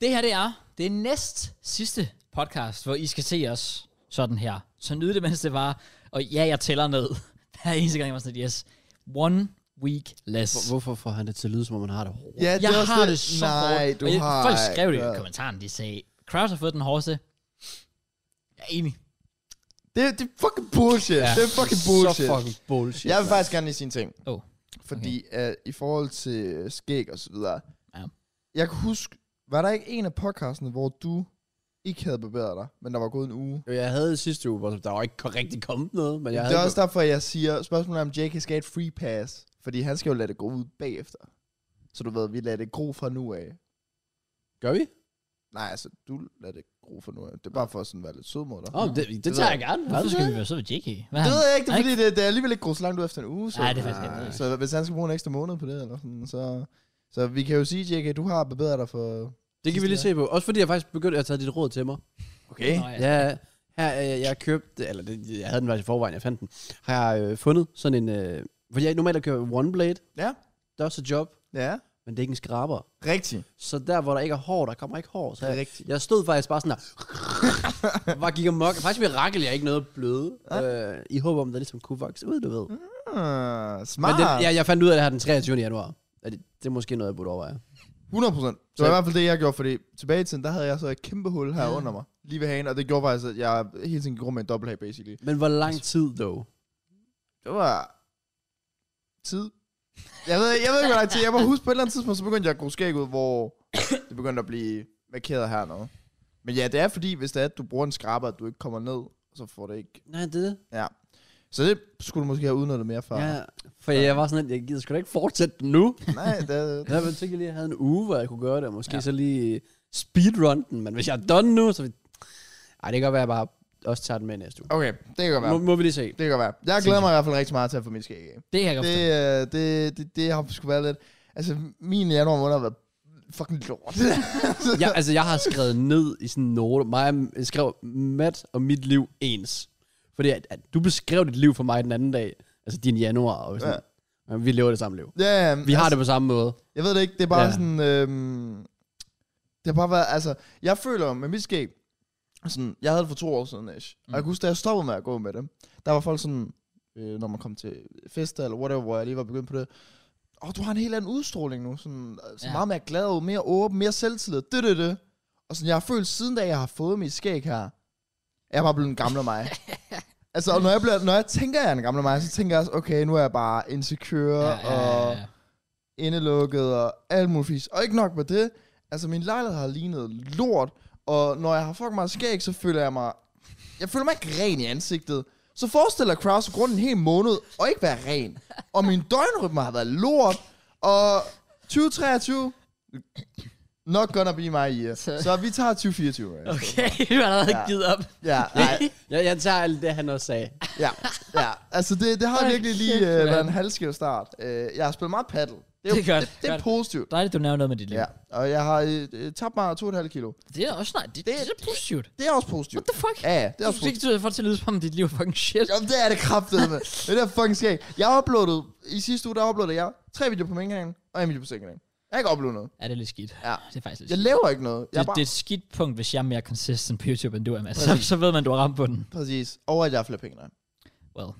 Det her, det er det næst sidste podcast, hvor I skal se os sådan her. Så nyd det, mens det var. Og ja, jeg tæller ned. Hver eneste gang, jeg var sådan lidt, yes. One week less. Hvor- Hvorfor får han det til at lyde, som om han har det hårdt? Ja, jeg har det så Nej, hårdt. du Og jeg- har Folk skrev det ikke. i kommentaren, de sagde, Kraus har fået den hårdeste. Jeg er enig. Det, det er fucking bullshit. Ja. Ja. Det er fucking bullshit. Så fucking bullshit. jeg vil mand. faktisk gerne lige sige en ting. Oh, Fordi øh, i forhold til øh, skæg og så videre. Ja. Jeg kan huske, var der ikke en af podcastene, hvor du ikke havde barberet dig, men der var gået en uge? Jo, Jeg havde sidste uge, hvor der var ikke kom- rigtig kommet noget, men jeg det havde... er også derfor, jeg siger, spørgsmålet er, om JK skal have et free pass. Fordi han skal jo lade det gå ud bagefter. Så du ved, vi lader det gro fra nu af. Gør vi? Nej, altså, du lader det gro fra nu af. Det er bare for at sådan være lidt sød mod dig. Åh, oh, det, det, ved tager jeg jeg gerne. Hvorfor Altså. skal vi være så ved JK? Hvad Det har ved han- jeg ikke, det er, han fordi det, det er alligevel ikke gået så langt ud efter en uge. Så, Nej, det er faktisk ikke. så hvis han skal bruge en ekstra måned på det, eller sådan, så... Så vi kan jo sige, JK, du har barberet dig for... Det kan vi lige se på. Også fordi jeg faktisk begyndte at tage dit råd til mig. Okay. Nå, ja. Ja, her, øh, jeg købte, eller det, jeg havde den faktisk i forvejen, jeg fandt den, har jeg øh, fundet sådan en, øh, fordi jeg normalt kører one blade, Ja. det er også et job, Ja. men det er ikke en skraber. Rigtigt. Så der, hvor der ikke er hår, der kommer ikke hår. Så jeg, Rigtigt. jeg stod faktisk bare sådan der, bare gik amok. Faktisk mirakel, jeg er ikke noget bløde, øh, i håb om, der ligesom kunne vokse ud, du ved. Ah, Men smart. den, jeg, jeg fandt ud af det her den 23. januar. Er Det, det er måske noget, jeg burde overveje. 100 procent. Det var i hvert fald det, jeg gjorde, fordi tilbage i tiden, der havde jeg så et kæmpe hul her under mig, lige ved hagen, og det gjorde faktisk, at jeg hele tiden gik rundt med en dobbelt basically. Men hvor lang tid, dog? Det var tid. Jeg ved, jeg ved ikke, hvor lang tid. Jeg må huske på et eller andet tidspunkt, så begyndte jeg at gro skæg ud, hvor det begyndte at blive markeret hernede. Men ja, det er fordi, hvis det er, at du bruger en skraber, at du ikke kommer ned, så får det ikke. Nej, det er det. Ja. Så det skulle du måske have udnyttet mere for. Ja, for jeg var sådan, at jeg gider sgu da ikke fortsætte den nu. Nej, det, Jeg havde tænkt, at jeg havde en uge, hvor jeg kunne gøre det, og måske ja. så lige speedrun den, men hvis jeg er done nu, så... Ej, det kan godt være, at jeg bare også tager den med næste uge. okay, det kan godt være. Må, må vi lige se. Det kan godt være. Jeg glæder mig i hvert fald rigtig meget til at få mit skæg af. Det kan jeg godt Det, forstå. øh, det, det, det har sgu været lidt... Altså, min januar måned har været fucking lort. Jeg, altså, jeg har skrevet ned i sådan en note, mig og M- skrev Matt og mit liv ens. Fordi at, at du beskrev dit liv for mig den anden dag, altså din januar, og sådan, ja. Altså- vi lever det samme liv. ja, Vi har det på samme måde. Jeg ved det ikke, det er bare ja. Ja. sådan... Øhm, det har bare været... Altså, jeg føler med mit skæg... Sådan, jeg havde det for to år siden, ish. Og jeg kan huske, da jeg stoppede med at gå med det, der var folk sådan... Øh, når man kom til fester eller whatever, hvor jeg lige var begyndt på det. Åh, oh, du har en helt anden udstråling nu. Sådan, så Ja. meget mere glad, ud, mere åben, mere selvtillid. Det, det, det. Og sådan, jeg har følt siden da, jeg har fået mit skæg her, er jeg bare blevet en gamle mig. altså, og når jeg, bliver, når jeg tænker, at jeg er en gamle mig, så tænker jeg også, okay, nu er jeg bare insecure, ja, og indelukket og alt muligt fisk. Og ikke nok med det, altså min lejlighed har lignet lort, og når jeg har fucking meget skæg, så føler jeg mig... Jeg føler mig ikke ren i ansigtet. Så forestiller Kraus at grunden en hel måned og ikke være ren. Og min døgnrytme har været lort, og 2023... Not gonna be my year. Så vi tager 2024. Right? Okay, du har allerede Ja. givet op. Ja, nej, Jeg, jeg tager alt det, han også sagde. ja, ja. Altså, det, det har Hold virkelig kæft, lige øh, været mand. en halvskæv start. Øh, jeg har spillet meget paddle. Det er, jo- Det er godt, det, det er godt. positivt. Dejligt, du nævner noget med dit liv. Ja, og jeg har øh, øh, tabt mig 2,5 kilo. Det er også nej, det, det, det er positivt. Det er også What positivt. the fuck? Ja, ja, det er Du også fik positivt. det for til at lyde som om dit liv er fucking shit. Jamen, det er det kraftedeme. det er fucking skægt. Jeg har uploadet, i sidste uge, der uploadede jeg tre videoer på min kanal, og en video på sin kanal. Jeg har ikke uploadet noget. Ja, det er lidt skidt. Ja. Det er faktisk lidt Jeg skidt. laver ikke noget. Jeg Det, er bare... det, er et skidt punkt, hvis jeg er mere consistent på YouTube, end du er, Mads. Så, så ved man, du har ramt på den. Præcis. Og at jeg har flere penge end dig. Well.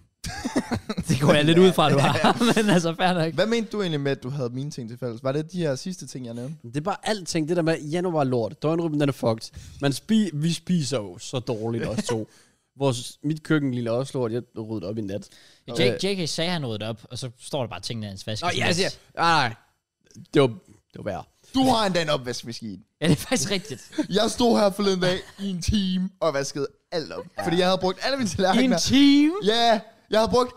det går jeg lidt ud fra, du har. Men altså, fair nok. Hvad mente du egentlig med, at du havde mine ting til fælles? Var det de her sidste ting, jeg nævnte? Det er bare alting, det der med, januar er lort, døgnrytmen den er fucked. Man spi vi spiser jo så dårligt også to. Vores, mit køkken lille også lort, jeg ryddede op i nat. Øh. Jake, JK sagde, han nåede op, og så står der bare tingene i hans vaske. Nå, jeg siger, nej, nej, det var, det var værre. Du har endda en opvaskemaskine. Ja, det er faktisk rigtigt. Jeg stod her forleden dag i en time og vaskede alt op. Fordi jeg havde brugt alle mine I tallerkener. en time? Ja, yeah, jeg har brugt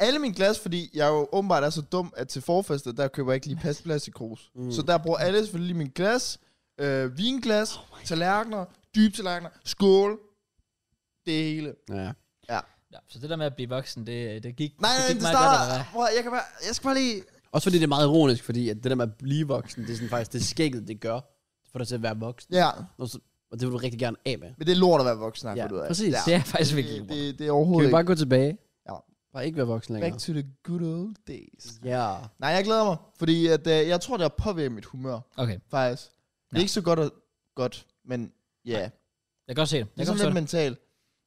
alle mine glas, fordi jeg jo åbenbart er så dum, at til forfester, der køber jeg ikke lige pas plastikrus. Mm. Så der bruger alle selvfølgelig mine glas, øh, vinglas, oh tallerkener, dybe tallerkener, skål, det hele. Ja. Ja. Ja, så det der med at blive voksen, det, det gik, Nej, nej, det gik meget det godt, eller starter... hvad? Prøv, at- jeg, kan bare, jeg skal bare lige... Også fordi det er meget ironisk, fordi at det der med at blive voksen, det er sådan faktisk det skægget, det gør for dig til at være voksen. Ja, Og, så, og det vil du rigtig gerne af med. men det er lort at være voksen, har jeg Ja, fundet ud af. præcis. Ja. Det er faktisk virkelig Det, lort. det, det er Kan overhovedet vi bare gå tilbage? Ja. Bare ikke være voksen ikke. Back længere. to the good old days. Ja. Nej, jeg glæder mig, fordi at, øh, jeg tror, det har påvirket mit humør, Okay. faktisk. Det er Ja. ikke så godt at godt, men ja, yeah. Jeg kan godt se det. det er Jeg kan sådan godt det. Ligesom lidt mentalt.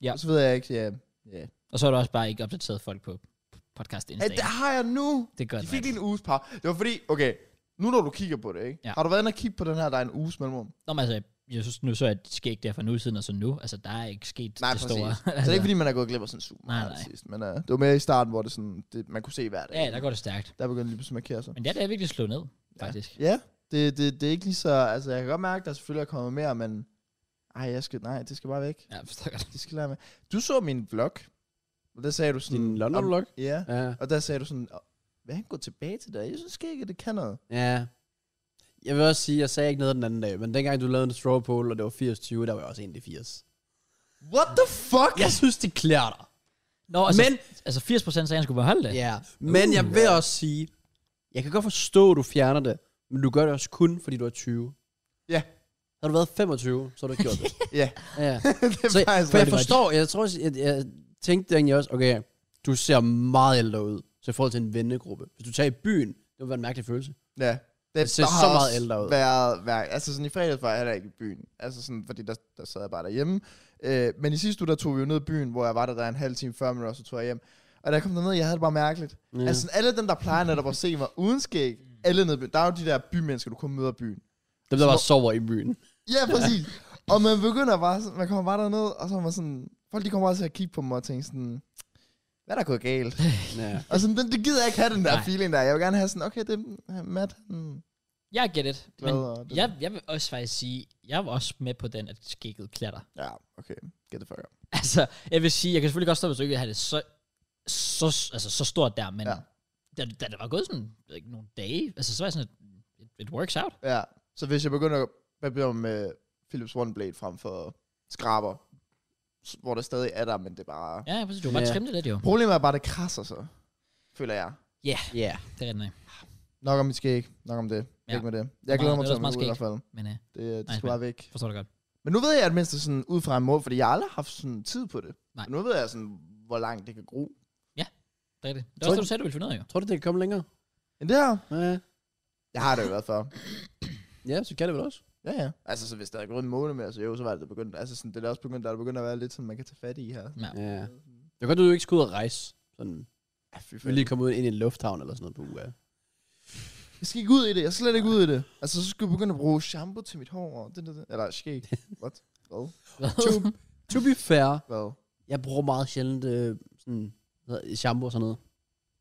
Ja. Og Så ved jeg ikke, ja. Yeah. Og så er du også bare ikke opdateret folk på podcast Hey, Instagram. det har jeg nu! Det er godt, De fik mand. lige en uges par. Det var fordi, okay, nu når du kigger på det, ikke? Ja. Har du været inde og kigge på den her, der er en uges mellemrum? Nå, men altså, jeg synes, nu så jeg det skæg der for nu siden, og så nu. Altså, der er ikke sket Nej, det præcis. store. Så det er ikke fordi, man er gået glip af sådan super Nej, meget nej. til sidst, men uh, det var mere i starten, hvor det sådan, det, man kunne se hver dag. ja, der går det stærkt. der begyndte det lige pludselig at markere sig. Men ja, det er virkelig slået ned, faktisk. Ja, det, det, det er ikke lige så, altså jeg kan godt mærke, der selvfølgelig er kommet mere, men ej, jeg skal, nej, det skal bare væk. Ja, jeg forstår godt. Det skal lade med. Du så min vlog, og der sagde du sådan... Din London om- vlog? Ja, Ja. og der sagde du sådan, "Åh, vil han gå tilbage til det? Jeg synes ikke, det kan noget. ja. Jeg vil også sige, jeg sagde ikke noget den anden dag, men dengang du lavede en straw poll, og det var 80-20, der var jeg også egentlig 80. What the fuck? Jeg synes, det klæder dig. Nå, altså, Men- men, altså 80% sagde, at han skulle beholde det. Ja, men Uh, jeg vil også sige, jeg kan godt forstå, at du fjerner det, men du gør det også kun, fordi du er 20. Ja. Har du været 25, så har du ikke gjort det. Ja, Ja. det er Så, faktisk for jeg rigtigt. forstår, jeg tror, også, jeg, jeg tænkte egentlig også, okay, du ser meget ældre ud, så i forhold til en vennegruppe. Hvis du tager i byen, det vil være en mærkelig følelse. Ja. Det ser der har så meget også ældre ud. Været, været, altså sådan i fredags var jeg heller ikke i byen. Altså sådan, fordi der, der sad jeg bare derhjemme. Øh, men i sidste uge, der tog vi jo ned i byen, hvor jeg var der, der en halv time, 40 minutter, og så tog jeg hjem. Og da jeg kom derned, jeg havde det bare mærkeligt. Ja. Ja. Altså sådan, alle dem, der plejer netop at se mig uden skæg, alle nede i byen. Der er jo de der bymennesker, du kun møder i byen. Det der bare sover i byen. Ja, præcis. og man begynder bare, sådan- man kommer bare derned, og så er man sådan, folk de kommer bare til at kigge på mig og tænke sådan, hvad er der gået galt? Ja. og sådan, den, det gider jeg ikke have den der Nej. feeling der. Jeg vil gerne have sådan, okay, det er Matt, han Jeg get it. Men glæder. jeg, jeg vil også faktisk sige, jeg var også med på den, at skægget klatter. Ja, okay. Get the fuck up. Altså, jeg vil sige, jeg kan selvfølgelig godt stå, hvis du ikke vil have det så, så, altså, så stort der, men Ja. ja. da, da det var gået sådan jeg ved ikke, nogle dage, altså, så var jeg sådan, at it, it works out. Ja, så hvis jeg begynder at barbere med Philips OneBlade frem for skraber, s- hvor der stadig er der, men det er bare... Ja, ja, præcis. Du kan bare Ja. trimme det lidt, jo. Problemet er bare, det krasser så, føler jeg. Ja. Det er rigtig nok. Nok om mit skæg, nok om det. Ja. Ja. Ikke med det. Meget- Jeg glæder mig det til er at også meget ud i hvert fald. Men uh, Det, det Nej, skal bare væk. forstår du godt. Men nu ved jeg at mindst sådan ud fra en mål, fordi jeg aldrig har haft sådan tid på det. Nej. Nu ved jeg sådan, hvor langt det kan gro. Det er rigtigt. Det er Tror også det, I- du sagde, du ville finde ud af, jo. Tror du, det kan komme længere? Men det her, Ja. jeg har det jo været for. Ja, så kan det vel også. Ja, ja. Altså, så hvis der er gået en måned med, så jo, så var det begyndt. Altså, sådan, det er også begyndt, der er begyndt at være lidt sådan, man kan tage fat i her. Ja. Jeg kan godt, du ikke skal ud og rejse. Sådan, Ja, fy vi lige komme ud ind i en lufthavn eller sådan noget på uge. Jeg skal ikke ud i det. Jeg skal slet ikke ud i det. Altså, så skal jeg begynde at bruge shampoo til mit hår. Og det, det, det. Eller skæg. What? Hvad? to, to be fair, Hvad? jeg bruger meget sjældent øh, sådan, hvad hedder det, shampoo og sådan noget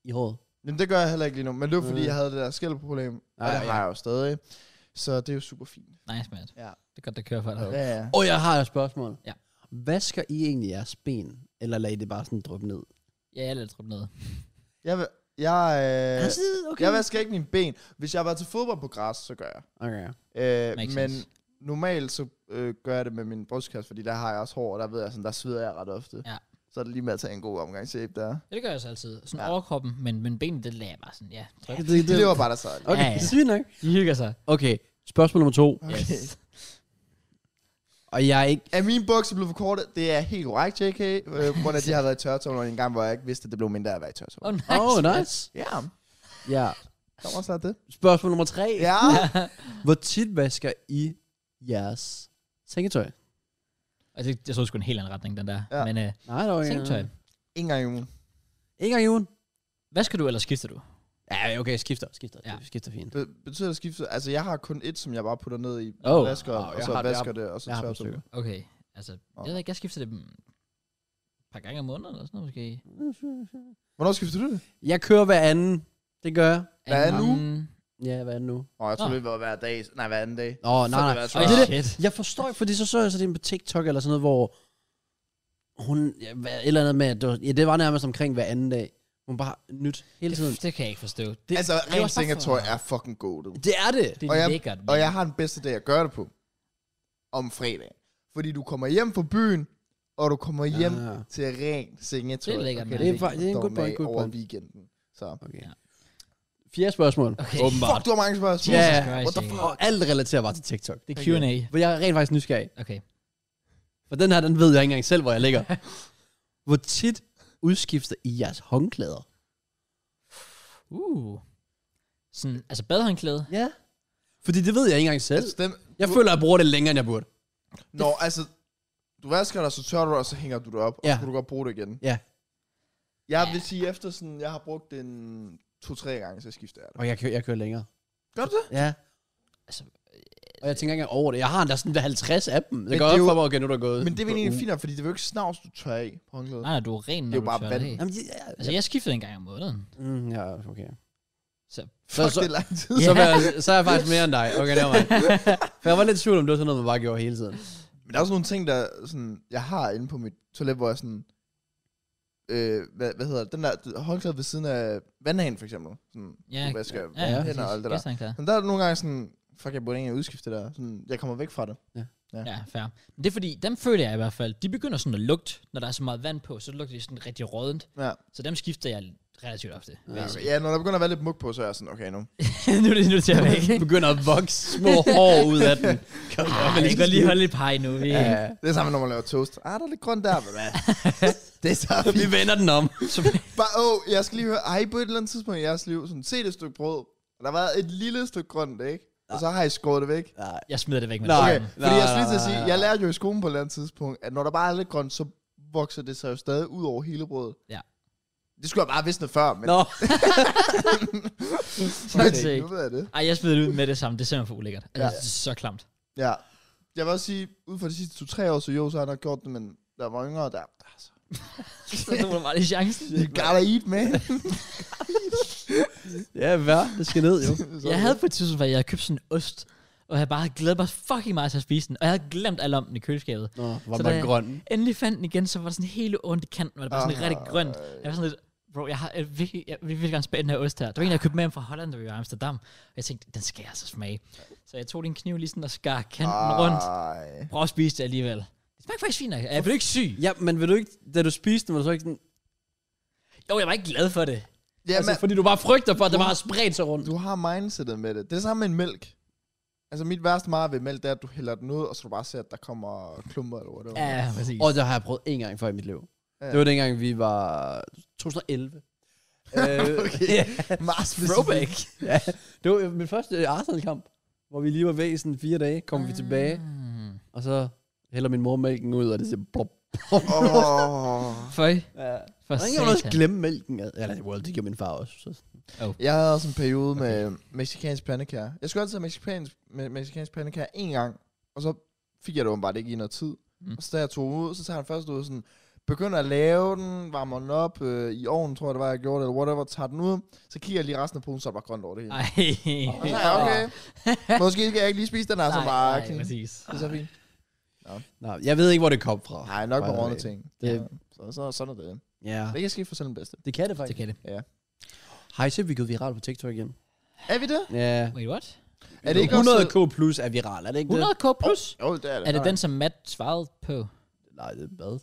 i håret. Jamen, det gør jeg heller ikke lige nu. Men det var, fordi Mm. jeg havde det der skældproblem. Og Ja, det har ja. jeg jo stadig. Så det er jo super fint. Nice, man. Ja. Det er godt, der kører for dig. Ja, ja. Og oh, jeg har et spørgsmål. Ja. Vasker I egentlig jeres ben, eller lader I det bare sådan dryppe ned? Ja, jeg er lidt truppet ned. Jeg, vil, jeg, øh, Altså, okay. jeg vasker ikke mine ben. Hvis jeg var til fodbold på græs, så gør jeg. Okay. Øh, Makes men sense. normalt så øh, gør jeg det med min brystkasse, fordi der har jeg også hår, og der ved jeg sådan, der sveder jeg ret ofte. Ja. Så er det lige med at tage en god omgang shape der. Ja, det gør jeg også altid. Sådan Ja. ja. overkroppen, men, men benene, det lader jeg bare sådan, ja. Tryk. Det, det, Det lever bare der så. okay, Ja, ja. det er sygt nok. De hygger sig. Okay, spørgsmål nummer to. Okay. Yes. Og jeg er ikke... Er mine bukser blevet for korte? Det er helt korrekt, JK. Øh, Hvordan de har været i tørretumler en gang, hvor jeg ikke vidste, at det blev mindre at være i Oh, tørretumler. nice. Åh, oh, nice. Ja, Ja. der var snart det. Spørgsmål nummer tre. Ja. Hvor tit vasker I jeres sengetøj? Altså, jeg så sgu en helt anden retning, den der. Ja. Men uh, Nej, der var ikke... sengetøj. en gang i ugen. En gang i ugen? Hvad skal du, eller skifter du? Ja, okay, skifter, skifter. Ja. Det skifter fint. Be- betyder det skiftet? Altså, jeg har kun et, som jeg bare putter ned i Åh. vasker, Åh, og jeg så har- jeg vasker det, og så jeg har et par tørretumler. Okay, altså, jeg ved ikke, jeg skifter det mm, et par gange om måneden, eller sådan noget måske. Hvornår skifter du det? Jeg kører hver anden. Det gør jeg. Hvad er nu? Anden- Ja, hver anden nu. Åh, jeg tror, Nå. det var hver dag. Nej, hver anden dag. Åh, oh, Fuck, nej, hvad nej. Ej, er Og det er det, shit. jeg forstår ikke, fordi så så jeg sådan en på TikTok eller sådan noget, hvor hun, ja, hvad- et eller andet med, at det var, ja, det var nærmest omkring hver anden dag. Hun bare nyt hele tiden. Det, det kan jeg ikke forstå. Det, Altså, det er rent også bare sengetøj for- er fucking godet. Det er det. Det Og er jeg- lækkert, Og men- jeg har den bedste dag at gøre det på. Om fredag. Fordi du kommer hjem fra byen, og du kommer hjem Ja. til rent sengetøj. Det er lækkert, mand. Det er ikke fa- det er en står good point, med good Over point. weekenden. Så. Okay. Ja. Fjerde spørgsmål. Okay. Fuck, du har mange spørgsmål. Ja, Jesus ja. Christ, what the Jacob. fuck? Og alt relaterer bare til TikTok. Det er Q&A. For jeg er rent faktisk nysgerrig. Okay. For den her, den ved jeg ikke engang selv, hvor jeg ligger. hvor tit udskifter I jeres håndklæder? Uh. Sådan, altså badehåndklæde? Ja. Fordi det ved jeg ikke engang selv. Altså, dem, Jeg føler, jeg bruger det længere, end jeg burde. Nå, altså, du vasker dig, så tørrer du dig, og så hænger du det op, ja. Ja. og så kan du godt bruge det igen. Ja. Jeg vil sige, efter sådan, jeg har brugt den to-tre gange, så skifter jeg det. Og jeg kører, jeg kører længere. Gør du det? Ja. Altså, Og jeg tænker ikke engang over det. Jeg har endda sådan 50 af dem. det Det går er op jo- for mig, okay, nu er der gået. Men det er vel en egentlig uge. fint, nok, fordi det er jo ikke snavs, du tør af på håndklædet. Nej, nej, du er ren, når jo du bare tørrer vand. af. Jamen, de, ja, Altså, jeg skiftede en gang om måneden. mm, ja, okay. Så, Så, Fuck, så, det er lang tid. så, var jeg, så er jeg faktisk mere end dig. Okay, der var For jeg var lidt i tvivl om, det var sådan noget, man bare gjorde hele tiden. Men der er også nogle ting, der sådan, jeg har inde på mit toilet, hvor jeg sådan, øh, hvad, hvad hedder det, den der håndklæde ved siden af vandhanen for eksempel. Sådan, Ja, du vasker ja, ja, hænder og alt det der. Gæsterne klar. Men der er nogle gange sådan, fuck, jeg burde egentlig udskifte det der. Sådan, jeg kommer væk fra det. Ja, fair. Men det er fordi, dem føler jeg i hvert fald, de begynder sådan at lugte, når der er så meget vand på, så lugter de sådan rigtig rådent. Ja. Så dem skifter jeg relativt ofte. vil jeg sige. Ja, når der begynder at være lidt mug på, så er jeg sådan, okay nu. nu er det nu til at væk. Begynder at vokse små hår ud af den. Kom, Ah, jeg kan godt lige holde lidt pej nu. Vi Ja, ja. ja. Det er samme, når man laver toast. Ah, der er lidt grønt der, men hvad? det er så Vi fint. vender den om. Bare, åh, jeg skal lige høre, ej, på et eller andet tidspunkt i jeres liv, sådan, se det stykke brød. Og der var et lille stykke grønt, ikke? Og så har I skåret det væk. Nej. Jeg smider det væk med Nej. det Okay, samme. fordi nej, jeg skal lige til at nej, sige, nej. jeg lærte jo i skolen på et eller andet tidspunkt, at når der bare er lidt grønt, så vokser det sig jo stadig ud over hele brødet. Ja. Det skulle jeg bare have vidst noget før, men Nå, sake. nu ved jeg det. Ej, jeg smider det ud med det samme. Det er simpelthen for ulækkert. Altså, Ja. ja. det er så klamt. Ja. Jeg vil også sige, ud fra de sidste to-tre år, så jo, så har jeg nok gjort det, men der var yngre, der... Altså, Så tog du bare lige chancen. you gotta eat, man. ja, hvad? Det skal ned, jo. Jeg havde på et tidspunkt, hvor jeg havde købt sådan en ost, og jeg bare havde glædet mig fucking meget til at spise den. Og jeg havde glemt alt om den i køleskabet. Nå, var Så den bare da- grøn. Endelig fandt den igen, så var der sådan hele ondt i kanten, og det var sådan Ah. uh, rigtig grønt. Jeg var sådan lidt, bro, jeg har jeg, virkelig, jeg, vil virkelig gerne smage den her ost her. Der var en, jeg købte med hjem fra Holland, da vi var i Amsterdam. Og jeg tænkte, den skal jeg altså smage. Så jeg tog din kniv lige sådan og skar kanten Ah. rundt. Ej. Prøv at spise det alligevel. Det smagte faktisk fint nok. Jeg blev ikke syg. Ja, men vil du ikke, da du spiste den, var du så ikke sådan, Jo, jeg var ikke glad for det. Ja, altså, men, fordi du bare frygter for, at det bare har spredt sig rundt. du har mindsetet med det. Det er samme med en mælk. Altså, mit værste meget ved mælk, det er, at du hælder den ud, og så du bare ser, at der kommer klumper eller whatever. Ja, ja, præcis. Og det har jeg prøvet en gang før i mit liv. Ja. Ja. Det var dengang, vi var 2011. okay. Øh, ja, Meget specifikt. Throwback. ja. Det var min første øh, Arsenal-kamp, hvor vi lige var væk i sådan fire dage. Kom vi tilbage, Mm. og så hælder min mor mælken ud, og det siger blop. Åh. Føj. Ja. For Og så kan man også satan. glemme mælken. ad. Eller well, det gjorde min far også. Så. Jeg havde også en periode med mexicansk pandekær. Jeg skulle altid have mexicansk, me- mexicansk pandekær en gang, og så fik jeg det åbenbart ikke i noget tid. Mm. Mm. Og så da jeg tog ud, så tager han først ud sådan, begynder at lave den, varmer den op øh, i ovnen, tror jeg det var, jeg gjorde det, eller whatever, tager den ud, så kigger jeg lige resten af posen, så er der bare grønt over det hele. Ej. Og så er jeg, okay, måske skal jeg ikke lige spise den her, så Nej, bare... nej, kniv. præcis. det er så fint. Nå, jeg ved ikke, hvor det kom fra. Nej, nok By på the runde way. ting. Det- Ja, så, så, sådan er det. Ja. Det kan ske for selv den bedste. Det kan det Det faktisk. kan det. Har I set, vi er gået viralt på TikTok igen? Er vi det? Ja. Wait, what? Er det ikke 100 også... k plus er viral, er det ikke 100k plus? Jo, det er det. Er det Nej. den, som Matt svarede på? det? Nej, det er bad.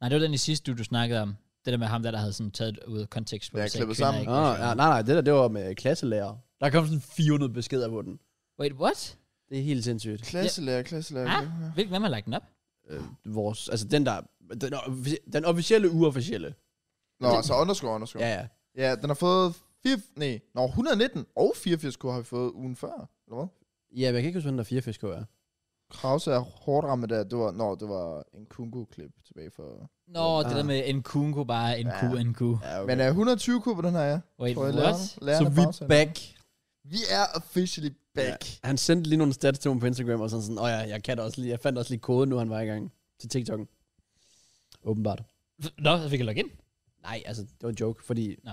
Nej, det var den i sidste, du, du snakkede om. Det der med ham, der, der havde sådan taget det ud af kontekst. hvor Ja, vi sagde, klippet kvinder sammen. ikke Nå, er ja, sjove. nej, nej, det der, det var med klasselærer. Der kom sådan 400 beskeder på den. Wait, what? Det er helt sindssygt. Klasselærer, klasselærer. Ah. klasselærer. Hvilken, hvem har lagt den op? Øh, vores, altså den der, den, offici- den officielle uofficielle. Nå, altså underscore, underscore. Ja, ja. Ja, den har fået 4, nej, nå, 119 og 84 k har vi fået ugen før, eller hvad? Ja, men jeg kan ikke huske, hvordan der 4 k er. Krause er hårdt ramt der, det var, nå, det var en kungo-klip tilbage for... Nå, Ah. det der med en kunko bare en Ja. ku, en ku. Ja, Okay. Men er 120 k på den her, ja? Wait, Tror jeg, what? lærerne- lærerne så vi bagtaler. back. Vi er officially back. Ja. Ja, han sendte lige nogle stats til mig på Instagram, og sådan sådan, åh ja, jeg, kan da også lige, jeg fandt også lige koden, nu han var i gang til TikTok'en. Åbenbart. Nå, så vi kan logge ind. Nej, altså, det var en joke, fordi, Nå.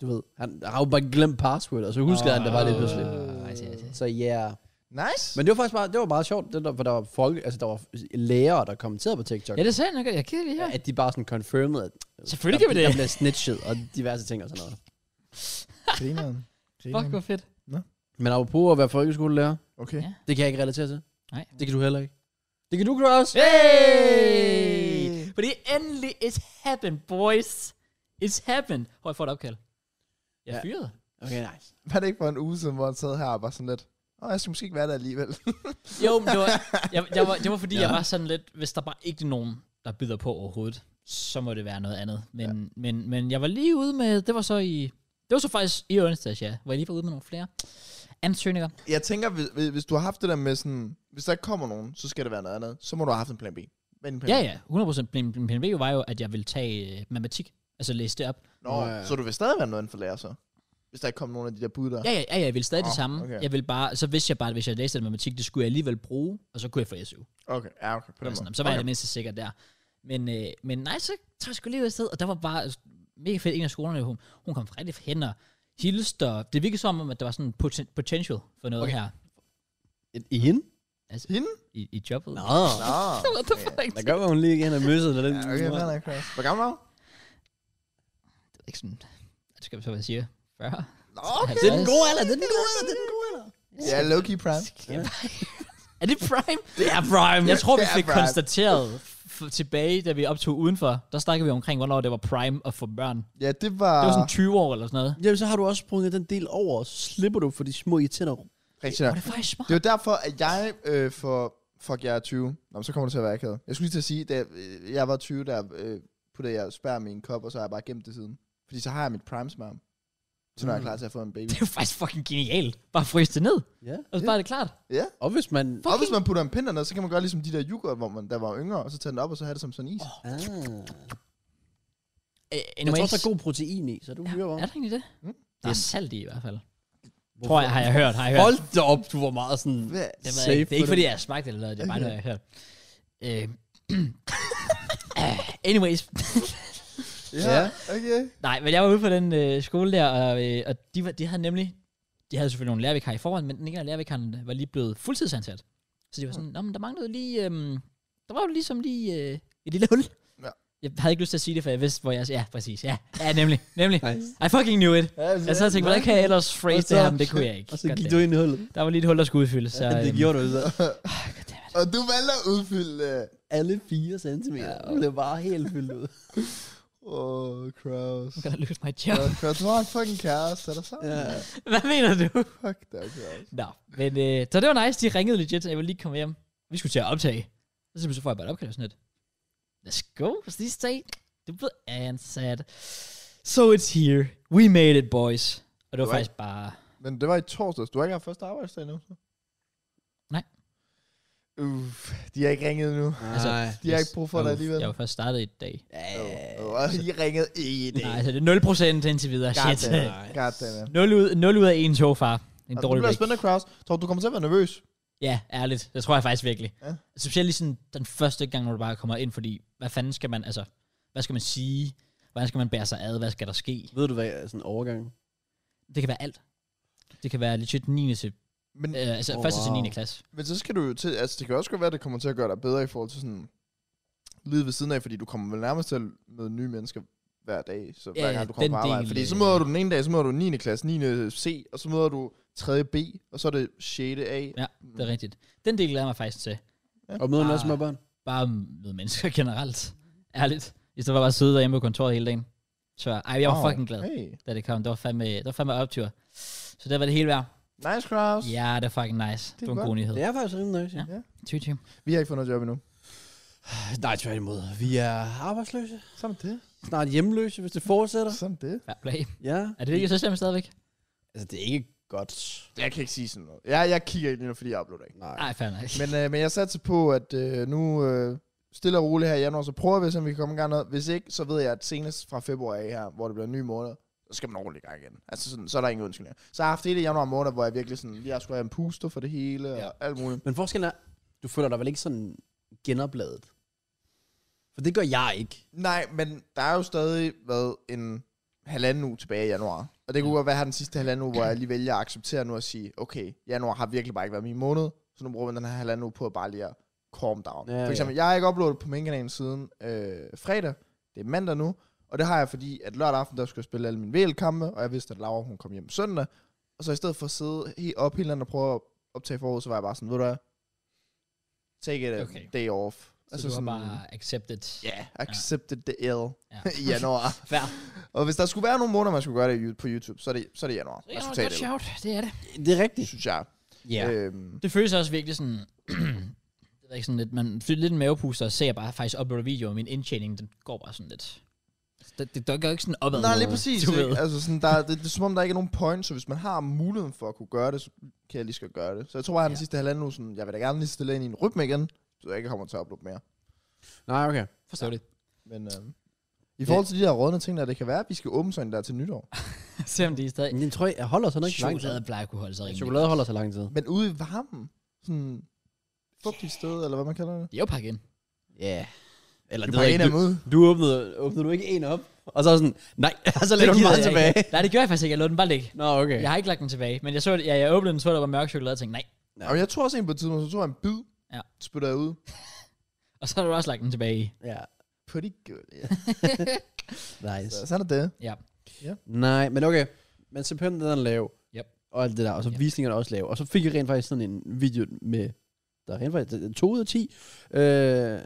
du ved, han har jo bare glemt password, og så huskede oh, han det bare Ah. lidt pludselig. Åh, I see, I see. Så ja. Yeah. Nice. Men det var faktisk bare, det var meget sjovt, det der, for der var folk, altså der var lærere, der kommenterede på TikTok. Ja, det sagde jeg nok. Jeg kigger lige her. Ja. At de bare sådan confirmede, at Selvfølgelig der, kan vi det. der bliver snitchet og diverse ting og sådan noget. Grineren. Fuck, hvor fedt. Men apropos at være folkeskolelærer, Okay. Ja. det kan jeg ikke relatere til. Nej. Det kan du heller ikke. Det kan du, Cross. Hey! Fordi endelig, it's happened, boys. It's happened. Hvor jeg får et opkald. Jeg er Ja. fyret. Okay, nice. Var det ikke for en uge siden, hvor han sad her og var sådan lidt, åh, jeg skal måske ikke være der alligevel. Jo, men det var, jeg, jeg var, det var fordi, Ja. ja. jeg var sådan lidt, hvis der bare ikke er nogen, der byder på overhovedet, så må det være noget andet. Men, ja. men, men jeg var lige ude med, det var så i, det var så faktisk i onsdags, ja, hvor jeg lige var ude med nogle flere. ansøgninger. Jeg tænker, hvis, hvis- hvis du har haft det der med sådan, hvis der ikke kommer nogen, så skal det være noget andet. Så må du have haft en plan B. Hvad er en plan Ja, B? ja, 100%. Min, min PNV var jo, at jeg ville tage øh, matematik, altså læse det op. Nå, Nå, ja. så du vil stadig være noget inden for lærer så? Hvis der ikke kommer nogen af de der bud der. Ja, ja, ja, jeg ville stadig oh, det Åh, samme. okay. Okay. Jeg ville bare, så vidste jeg bare, at hvis jeg læste det matematik, det skulle jeg alligevel bruge, og så kunne jeg få SU. Okay, ja, okay, på den Eller sådan, måde. Altså, så var okay. jeg det okay. mindste sikker der. Men, øh, men nej, så tog jeg sgu lige ud af sted, og der var bare altså, mega fedt. En af skolerne, hun, hun kom rigtig hen og hilste, og det virkede som om, at der var sådan poten- potential for noget okay. Okay. her Et- I hende? Hende? i, i jobbet. Nå. Nå. What the fuck? Der gør, at hun lige igen har møsset. Eller den. Ja, okay, fair nok, fair nok. Hvor gammel var du? Det er ikke sådan, det skal vi så hvad jeg siger. 40. Nå, Det okay. er den gode alder, det er den gode alder, det er den gode alder. Ja, low-key prime. Er det prime? Det er prime. Jeg tror, vi Det er fik prime. konstateret f- tilbage, da vi optog udenfor. Der snakkede vi omkring, hvornår det var prime at få børn. Ja, det var... Det var sådan 20 år eller sådan noget. Jamen, så har du også sprunget den del over, og så slipper du for de små irriterende Rigtig Var nok. det faktisk smart? Det var derfor, at jeg øh, for... Fuck, jeg er 20. Nå, men så kommer det til at være akavet. Jeg skulle lige til at sige, da jeg, øh, jeg var 20, der øh, puttede jeg spær min kop, og så har jeg bare gemt det siden. Fordi så har jeg mit prime smart. Så når Mm. jeg er klar til at få en baby. Det er jo faktisk fucking genialt. Bare fryse det ned. Ja. Og så bare er det klart. Ja. Og hvis man... Og hvis man putter en pind derned, så kan man gøre ligesom de der yoghurt, hvor man der var yngre, og så tage den op, og så have det som sådan is. Ah. Øh, Jeg tror anyways. også, der er god protein i, så du hører om. Er der egentlig det? Mm. Mm. Det er salt i i hvert fald. Tror jeg, har jeg hørt, har jeg hørt. Hold da op, du var meget sådan... Hvad? Det, ved safe jeg ikke. det er for ikke, fordi jeg har smagt det eller noget, det er bare noget, jeg har hørt. Øh. Ah, anyways. Ja. okay. Nej, men jeg var ude på den øh, skole der, og, øh, og de, var, de havde nemlig, de havde selvfølgelig nogle lærervikarer i forvejen, men den ene af lærervikarerne var lige blevet fuldtidsansat. Så de var sådan, "Nå, men der manglede lige, øhm, der var jo ligesom lige øh, et lille hul. Ja. Jeg havde ikke lyst til at sige det, for jeg vidste, hvor jeg... Ja, præcis. Ja, ja nemlig. nemlig. Nice. I fucking knew it. Altså, Ja, Jeg sad og tænkte, hvordan kan jeg ellers phrase det her, men det kunne jeg ikke. Og så Godt gik det. du ind i hullet. Der var lige et hul, der skulle udfyldes. Så, Ja, det øhm, gjorde du så. Og du valgte at udfylde... øh, Alle 4 cm. Det blev bare helt fyldt ud. Åh, oh, Kraus. I'm gonna lose my job. Åh, Kraus, du har en fucking kæreste, er der så? Ja. Hvad mener du? Fuck dig, Kraus. Nå, men øh, så det var nice. De ringede legit, så jeg ville lige komme hjem. Vi skulle til at optage. Og så, så får jeg bare et opkald og sådan lidt. Let's go. Så lige dag. Du blev ansat. So it's here. We made it, boys. Og det var Right. faktisk bare... Men det var i torsdags. Du har ikke haft første arbejdsdag endnu? så? Nej. Uff, de har ikke ringet nu. Altså, Nej. De har ikke brug for dig Uff, alligevel. Jeg var først startet i dag. Øh, Jo, jo, Og de ringede ikke i dag. Nej, altså det er 0% indtil videre. Shit. Goddamn. Nej. Goddamn. 0 ud, 0 ud af 1 tog, far. En Altså, det dårlig bliver vægt. spændende, Kraus. Tror du, du kommer til at være nervøs? Ja, ærligt. Det tror jeg faktisk virkelig. Ja. Ja. Specielt lige sådan den første gang, når du bare kommer ind, fordi hvad fanden skal man, altså, hvad skal man sige? Hvordan skal man bære sig ad? Hvad skal der ske? Ved du hvad, er sådan en overgang? Det kan være alt. Det kan være legit 9. til, Men, øh, altså Oh, oh, første til wow. 9. klasse. men så skal du jo til... Altså, det kan også godt være, at det kommer til at gøre dig bedre i forhold til sådan... Livet ved siden af, fordi du kommer vel nærmest til at møde nye mennesker hver dag, så hver Ja, gang du den kommer på arbejde. del, fordi så øh. møder du den ene dag, så møder du 9. klasse, 9. C, og så møder du 3. B, og så er det 6. A. Mm. Ja, det er rigtigt. Den del glæder jeg mig faktisk til. Og møder hun også Ah. med børn? Bare med mennesker generelt. Ærligt. I stedet for bare at sidde derhjemme på kontoret hele dagen. Så ej, jeg var Wow, fucking glad, Hey. da det kom. Det var fandme, det var fandme optur. Så det var det hele værd. Nice, Kraus. Ja, det var fucking nice. Det, er var en god godt. nyhed. Det er faktisk rimelig nice. Ja. Ja. 20, 20. Vi har ikke fundet job endnu. Nej, tværtimod. Vi er arbejdsløse. Samt det. Snart hjemløse, hvis det fortsætter. Samt det. Fair play. Ja. Er det ikke så slemt stadigvæk? Altså, det er ikke godt. Jeg kan ikke sige sådan noget. Ja, jeg kigger ikke lige nu, fordi jeg uploader ikke. Nej. Nej, fair nok. Men, øh, men jeg satser på, at øh, nu øh, stille og roligt her i januar, så prøver vi, så vi kan komme i gang noget. Hvis ikke, så ved jeg, at senest fra februar af her, hvor det bliver en ny måned, så skal man ordentligt i gang igen. Altså sådan, så er der ingen undskyldninger. Så jeg har haft hele januar måned, hvor jeg virkelig sådan, lige har skulle have en puster for det hele ja. Ja. og alt muligt. Men forskellen er, du føler dig vel ikke sådan genopladet? For det gør jeg ikke. Nej, men der er jo stadig været en halvanden uge tilbage i januar. Og det kunne Mm. godt være her den sidste halvanden uge, hvor jeg lige vælger at acceptere nu og sige, okay, januar har virkelig bare ikke været min måned, så nu bruger man den her halvanden uge på at bare lige at calm down. Ja, Ja, For eksempel, ja. jeg har ikke uploadet på min kanal siden øh, fredag, det er mandag nu, og det har jeg fordi, at lørdag aften, der skulle jeg spille alle mine VL-kampe, og jeg vidste, at Laura, hun kom hjem søndag, og så i stedet for at sidde helt op hele natten og prøve at optage forud, så var jeg bare sådan, ved du hvad, take it okay. Okay. day off. Så altså, du har bare accepted. Ja, yeah, accepted the L Ja. i januar. Fair. Og hvis der skulle være nogle måneder, man skulle gøre det i Yu- på YouTube, så er det, så er det januar. Man skulle tage det, shout, det er det. Det er rigtigt. synes jeg. Ja. Øhm, Det føles også virkelig sådan... det er ikke sådan lidt, man føler lidt en mavepuster og ser bare faktisk uploade videoer, min indtjening, den går bare sådan lidt. Altså, Det, det dukker jo ikke sådan opad. Nej, lige øh, præcis. du ved. Ikke? Altså, sådan, der, det, det, er som om, der ikke er nogen point, så hvis man har muligheden for at kunne gøre det, så kan jeg lige skal gøre det. Så jeg tror, at han Ja. den sidste halvanden uge, sådan, jeg vil da gerne lige stille ind i en rytme igen, så jeg ikke kommer til at uploade mere. Nej, okay. Forstår det. Men øh, i forhold til de der rådne ting, der det kan være, at vi skal åbne sådan der til nytår. Se om de er stadig... Men jeg tror, jeg holder sig nok ikke så lang tid. Chokolade plejer at kunne holde sig rimelig. Chokolade holder sig lang tid. Men ude i varmen, sådan fugtigt sted, eller hvad man kalder det. Det er jo pakket ind. Ja. Yeah. Eller Du det ved bare jeg en ikke, af du, dem ud. du åbnede, åbnede du ikke en op? Og så sådan, nej, og så Det lægger du den gider bare jeg tilbage. Ikke. Nej, det gjorde jeg faktisk ikke. Jeg lod den bare ligge. Nå, okay. Jeg har ikke lagt den tilbage. Men jeg så, ja, jeg åbnede den, så der var mørk chokolade, og tænkte nej. Ja. Ja. Og jeg tror også en på et tidspunkt, så tror jeg en bid, Ja. ja. spytter jeg ud. Og så har du også lagt den tilbage i. Ja. Pretty good. Ja. Nice. Så, sådan er det. Nej, men okay. Men så pønnen den er lav. Yep. Og alt det der. Og så Yep. yep. visningerne er også lav. Og så fik jeg rent faktisk sådan en video med, der er rent faktisk 2 ud af 10. Øh,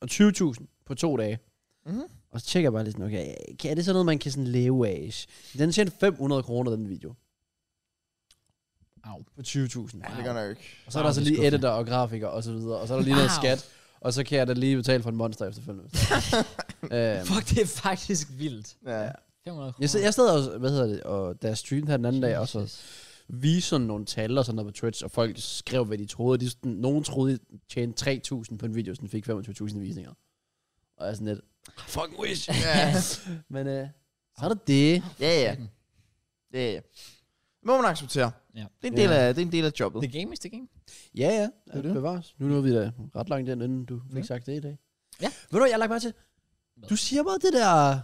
og 20.000 på to dage. Mhm. Mm-hmm. Og så tjekker jeg bare lidt sådan, okay, kan- er det sådan noget, man kan sådan leve af? Den tjente 500 kroner, den video. Au. På 20.000. Ja, det gør jeg ikke. Og så er der Wow, så det er lige skuffende. editor og grafiker og så videre. Og så er der lige noget Wow. skat. Og så kan jeg da lige betale for en monster efterfølgende. øhm, Fuck, det er faktisk vildt. Ja. Ja. ja. 500 kroner. jeg, sad, jeg sad også, hvad hedder det, og da jeg streamede her den anden dag, og så Jesus. vise sådan nogle tal og sådan noget på Twitch, og folk skrev, hvad de troede. De, sådan, nogen troede, de tjente 3.000 på en video, så den fik 25.000 visninger. Og jeg er sådan lidt, fuck wish. Men øh, så er der det. Ja, ja. Ja, ja. Det må man acceptere. Ja. Det, er en del Ja. af, det er en del af jobbet. The game is the game. Ja, ja. er Det det. bevares. Nu nåede vi da ret langt ind, inden du fik Ja. sagt det i dag. Ja. Ved du, hvad, jeg har lagt mærke til? Hvad? Du siger bare det der...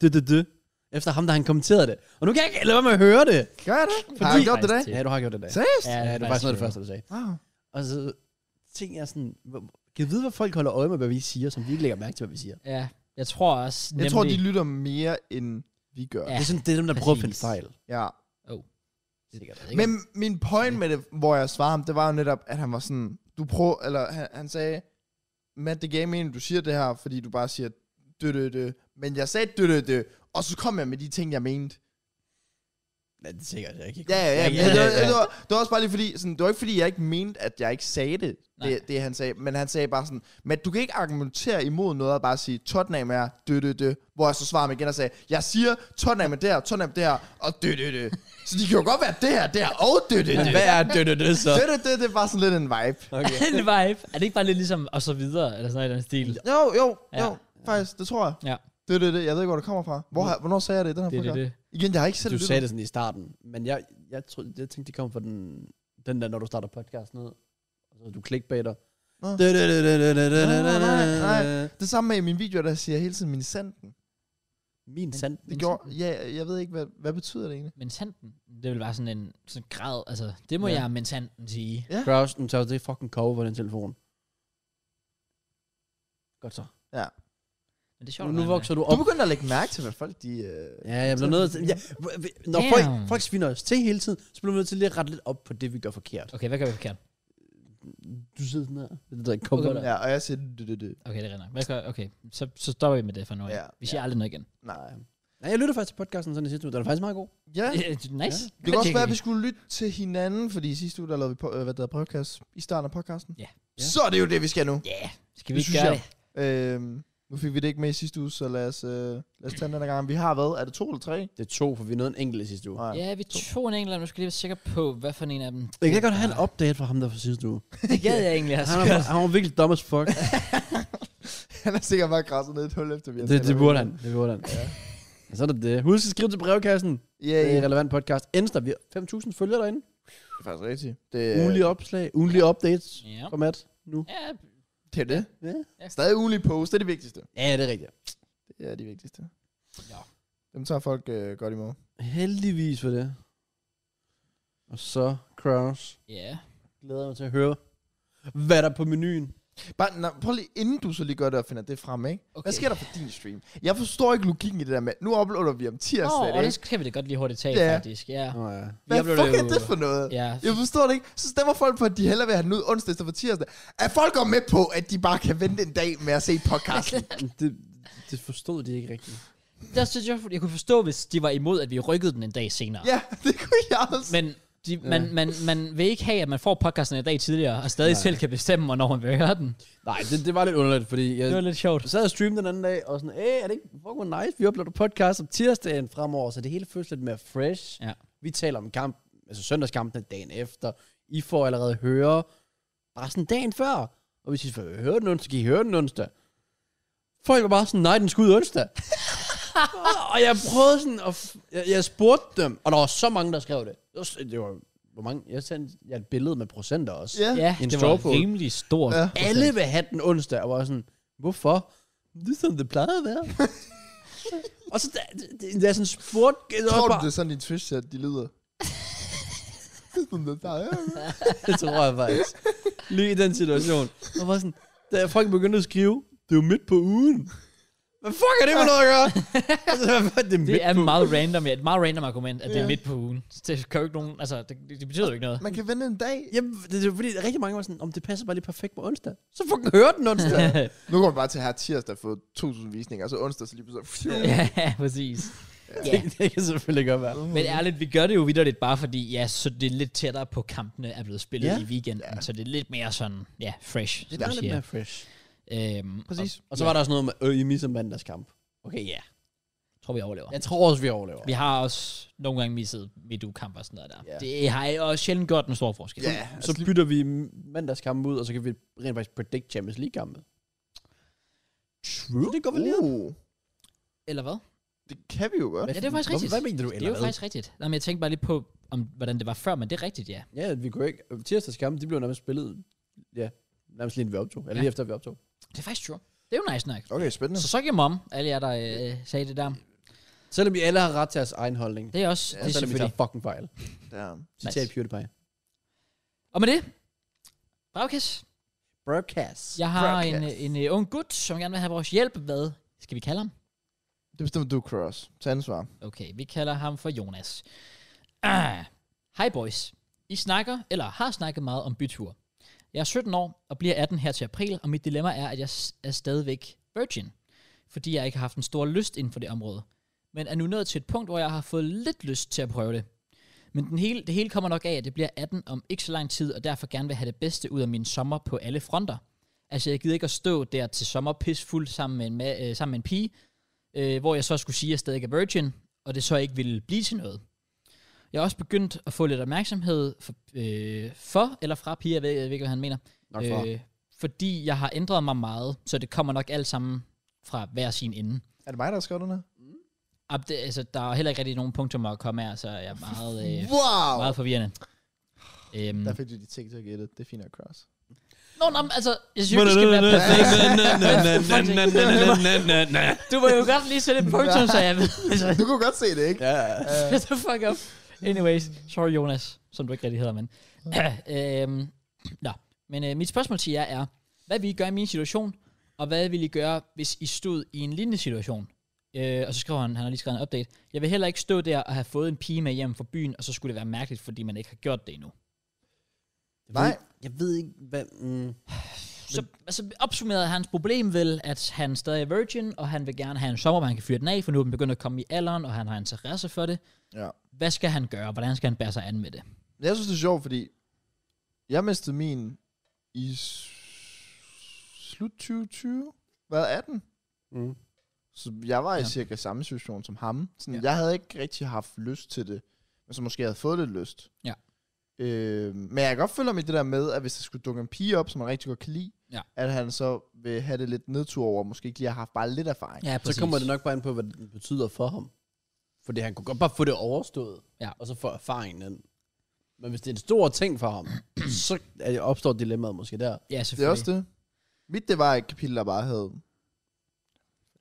Det, det, det. Efter ham, der han kommenterede det. Og nu kan jeg ikke lade være med at høre det. Gør jeg det? Har Fordi- jeg gjort det i dag? Det- Ja, du har gjort det i dag. Seriøst? Ja, det var faktisk noget af det første, du sagde. Wow. Og så tænkte jeg sådan... hvor- Kan jeg vide, hvad folk holder øje med, hvad vi siger, som vi ikke lægger mærke til, hvad vi siger? Ja, jeg tror også nemlig... Jeg tror, de lytter mere, end vi gør. Ja. Ja, det er sådan, det er dem, der prøver at finde præcis. fejl. Ja. Sikkert, Men min point med det, hvor jeg svarede ham, det var jo netop, at han var sådan, du prøver, eller han, han sagde, Matt, det gav mening, du siger det her, fordi du bare siger, dø, dø, dø. Men jeg sagde, dø, dø, dø, og så kom jeg med de ting, jeg mente. Ja, det er sikkert. Jeg kan ikke. Ja, ja, ja. Ja, Men ja, det, var, ja, ja. Det, var, det var også bare lige fordi, sådan, det var ikke fordi, jeg ikke mente, at jeg ikke sagde det, Nej. det, det han sagde. Men han sagde bare sådan, men du kan ikke argumentere imod noget og bare sige, Tottenham er dø, dø, dø. Hvor jeg så svarer ham igen og sagde, jeg siger, Tottenham er der, Tottenham er der, og dø, dø, dø. Så de kan jo godt være det her, der, og dø, dø, dø. Men hvad er det, det, det så? Dø, dø, dø, det er bare sådan lidt en vibe. Okay. en vibe. Er det ikke bare lidt ligesom, og så videre, eller sådan noget i den stil? Jo, jo, Ja. jo. Faktisk, det tror jeg. Ja. Dø, dø, dø. Jeg ved ikke, hvor det kommer fra. Hvor, har- hvornår sagde jeg det i den her Det er det, podcast? det. Igen, jeg har ikke selv Du lyttet. sagde det sådan i starten, men jeg, jeg, tro, jeg tænkte, det kom fra den, den der, når du starter podcasten ned, og så du clickbaiter. Nå. Da, da, da, da, da, da, da, da, da. Nå, nej, Det samme med i mine videoer, der siger jeg hele tiden min sanden. Min sand. Det gjorde, ja, jeg ved ikke, hvad, hvad betyder det egentlig? Men sanden, det vil være sådan en sådan grad, altså, det må Ja. ja. jeg men sanden sige. Kraus, nu tager du det fucking cover på den telefon. Godt så. Men det er Nu, sjovt. nu hvordan vokser du Du op. begynder at lægge mærke til, hvad folk de... Øh... Ja, jeg bliver nødt til... Ja, v- v- når Damn. folk, folk sviner os til hele tiden, så bliver vi nødt til lige at rette lidt op på det, vi gør forkert. man er. Okay, hvad gør vi forkert? Du sidder sådan her. Det der cover Okay. der. Ja, og jeg siger... Du, du, du. Okay, det er rigtig nok. Hvad gør, okay, så, så stopper vi med det for nu. af. Ja. Vi siger aldrig noget igen. Nej. Nej, jeg lytter faktisk til podcasten sådan i sidste uge. Den er faktisk meget god. Ja, Ja. nice. Ja. det kan også være, at vi skulle lytte til hinanden, fordi i sidste uge, der lavede vi på, øh, hvad der hedder podcast i starten af podcasten. Ja. Ja. Så er det jo det, vi skal nu. Ja, yeah. skal vi Det ikke synes gøre jeg. det? Øhm, nu fik vi det ikke med i sidste uge, så lad os, øh, lad os tage den anden gang. Vi har hvad? Er det to eller tre? Det er to, for vi nåede en enkelt i sidste uge. Nej. Ja, vi tog en enkelt, og nu skal jeg lige være sikker på, hvad for en af dem. Jeg kan godt have en update fra ham der fra sidste uge. Det gad jeg egentlig også. Han, er, han var virkelig dumb as fuck. Han er sikkert bare krasset ned i et hul efter, vi har det, talt det om burde han. Det burde han. Ja. Så er det det. Husk at skrive til brevkassen. Ja, Det ja. er relevant podcast. Insta, vi har 5.000 følgere derinde. Det er faktisk rigtigt. Det er, Yeah. Ugenlige opslag, ugenlige updates. Ja. Fra Matt nu. ja, det er det. Ja. Stadig ugenlig post, det er det vigtigste. ja, det er rigtigt. Det er det vigtigste. Ja. Dem tager folk øh, godt imod. Heldigvis for det. Og så, Kraus. ja. Glæder jeg mig til at høre, hvad der er på menuen. Bare, nej, prøv lige, inden du så lige gør det og finder det frem, ikke? Okay. Okay. Hvad sker der for din stream? Jeg forstår ikke logikken i det der med, nu uploader vi om Nå, tirsdag, og oh, det ikke? skal vi da godt lige hurtigt tage, Ja. faktisk. Ja. Oh, ja. Hvad Jeg blev fuck det er jo- det for noget? Ja. Jeg forstår det ikke. Så stemmer folk på, at de hellere vil have den ud onsdag for tirsdag. Er folk går med på, at de bare kan vente en dag med at se podcasten? Det, det forstod de ikke rigtigt. Der synes jeg, jeg kunne forstå, hvis de var imod, at vi rykkede den en dag senere. ja, det kunne jeg også. Men De, man, Ja. man, man vil ikke have, at man får podcasten i dag tidligere, og stadig Nej. selv kan bestemme, hvornår man vil høre den. Nej, det, det var lidt underligt, fordi jeg Det var lidt sjovt. sad og streamede den anden dag, og sådan, æh, er det ikke fucking hvor nice, vi uploader podcast om tirsdagen fremover, så det hele føles lidt mere fresh. Ja. Vi taler om kamp, altså søndagskampen dagen efter. I får allerede høre, bare sådan dagen før. Og hvis I får høre den onsdag, kan I høre den onsdag. Folk var bare sådan, nej, den skulle ud onsdag. og jeg prøvede sådan, at f- jeg, jeg, spurgte dem, og der var så mange, der skrev det. Det var, s- det var hvor mange, jeg sendte jer et billede med procenter også. Ja. Ja, En det straw var poll. rimelig stort. Altså, Ja. Alle vil have den onsdag, og var sådan, hvorfor? Det er sådan, det plejede at være. og så, da, da, da jeg sådan spurgte, det Tror var du, bare, det er sådan, din twitch chat de lyder? Sådan, det der, ja. det tror jeg faktisk. Lige i den situation. Og var sådan, da folk begyndte at skrive, det er jo midt på ugen. Hvad fuck er det for noget at gøre? Altså, hvad fuck, det er midt Det er på meget random, ja, et meget random argument, at det Ja. er midt på ugen. Det, kan jo ikke nogen, altså, det, det betyder jo ikke noget. Man kan vente en dag. Jamen, det er jo fordi, rigtig mange var sådan, om det passer bare lige perfekt på onsdag. Så fucking hør den onsdag. Nu går man bare til her tirsdag og får 1000 visninger, og så onsdag så lige pludselig... ja, præcis. det, det, kan selvfølgelig godt være. Men ærligt, vi gør det jo vidderligt bare fordi, ja, så det er lidt tættere på kampene er blevet spillet Ja. i weekenden, så det er lidt mere sådan, ja, fresh. Det som er du lidt siger. mere fresh. Øhm, Præcis. Og, Og så var der også noget med, øh, I misser mandagskamp. Okay, ja. jeg tror, vi overlever. Jeg tror også, vi overlever. Vi har også nogle gange misset midu-kamp og sådan noget der. Ja. Det har jeg også sjældent gjort en stor forskel. Ja, Så altså, bytter vi mandagskampen ud, og så kan vi rent faktisk predict Champions League-kampen. True. Så det går vel lige ud. uh, Eller hvad? det kan vi jo godt. Ja, det er faktisk rigtigt. Hvad mener du Det er eller jo hvad? faktisk rigtigt. Nej, men jeg tænkte bare lige på, om, hvordan det var før, men det er rigtigt, ja. Ja, vi kunne ikke... Tirsdagskampen, de blev nærmest spillet... Ja, nærmest lige inden vi optog. Eller Ja. lige efter vi optog. Det er faktisk true. Det er jo nice nok. Okay, spændende. Så så giver om, alle jer, der øh, sagde det der. Selvom vi alle har ret til jeres egen holdning. Det er også, ja, det er selvom vi tager selvfølgelig. fucking fejl. Ja. Citat nice. PewDiePie. Og med det, Braukas, Broadcast. jeg har en, Braukas. øh, en, en ung gut, som gerne vil have vores hjælp. Hvad skal vi kalde ham? Det bestemmer du, Cross. Tag ansvar. Okay, vi kalder ham for Jonas. Ah. Hej boys. I snakker, eller har snakket meget om byture. Jeg er 17 år og bliver 18 her til april, og mit dilemma er, at jeg s- er stadigvæk virgin, fordi jeg ikke har haft en stor lyst inden for det område. Men er nu nået til et punkt, hvor jeg har fået lidt lyst til at prøve det. Men den hele, det hele kommer nok af, at det bliver 18 om ikke så lang tid, og derfor gerne vil have det bedste ud af min sommer på alle fronter. Altså, jeg gider ikke at stå der til sommer pisfuld sammen med en, ma- øh, sammen med en pige, øh, hvor jeg så skulle sige, at jeg stadig er virgin, og det så ikke ville blive til noget. Jeg har også begyndt at få lidt opmærksomhed for, øh, for eller fra piger, jeg ved, jeg ved ikke, hvad han mener. øh, Nok fra. fordi jeg har ændret mig meget, så det kommer nok alt sammen fra hver sin ende. Er det mig, der har skrevet den her? Ab- det, altså, der er heller ikke rigtig nogen punktummer at komme af, så jeg er meget, øh, Wow! meget forvirrende. Øhm, Der fik du de ting til at gætte. Det er fint at cross. Nå, nå, men altså, jeg synes, det skal være perfekt. Du må jo godt lige sætte et punktum, så jeg ved. Altså, Du kunne godt se det, ikke? Ja, Øh. Shut the fuck up. Anyways, sorry Jonas, som du ikke rigtig hedder, men. øhm, nå, men øh, mit spørgsmål til jer er, hvad vil I gøre i min situation, og hvad vil I gøre, hvis I stod i en lignende situation? Øh, og så skriver han, han har lige skrevet en update, jeg vil heller ikke stå der og have fået en pige med hjem fra byen, og så skulle det være mærkeligt, fordi man ikke har gjort det endnu. Nej. Jeg ved ikke, hvad... Mm, Så altså, opsummerede hans problem vel, at han stadig er virgin, og han vil gerne have en sommer, hvor han kan fyre den af, for nu er den begyndt at komme i alderen, og han har interesse for det. Ja. Hvad skal han gøre? Hvordan skal han bære sig an med det? Jeg synes, det er sjovt, fordi jeg mistede min i s- slut 2020. Hvad, 18? mm. Så jeg var i Ja. cirka samme situation som ham. Sådan, Ja. ja. Jeg havde ikke rigtig haft lyst til det, men så måske jeg havde fået lidt lyst. Ja. Øh, men jeg kan godt følge mig i det der med, at hvis der skulle dukke en pige op, som man rigtig godt kan lide, Ja. at han så vil have det lidt nedtur over, og måske ikke lige har haft bare lidt erfaring. Ja, Så kommer det nok bare an på, hvad det betyder for ham. Fordi han kunne godt bare få det overstået, Ja. og så få erfaringen ind. Men hvis det er en stor ting for ham, så er det- opstår dilemmaet måske der. Ja, det er selvfølgelig. også det. Mit, det var et kapitel, der bare hed,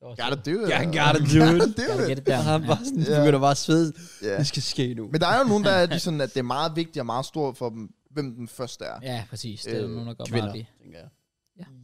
gotta do it. dude. Det Jeg er get det. it der. Og han Ja. bare sådan, Ja. begynder bare at svede. Ja. Det skal ske nu. Men der er jo nogen, der er de sådan, at det er meget vigtigt og meget stort for dem, hvem den første er. Ja, præcis. Det er Øh, øh, nogen, der går Kvinder, meget op i. tænker jeg.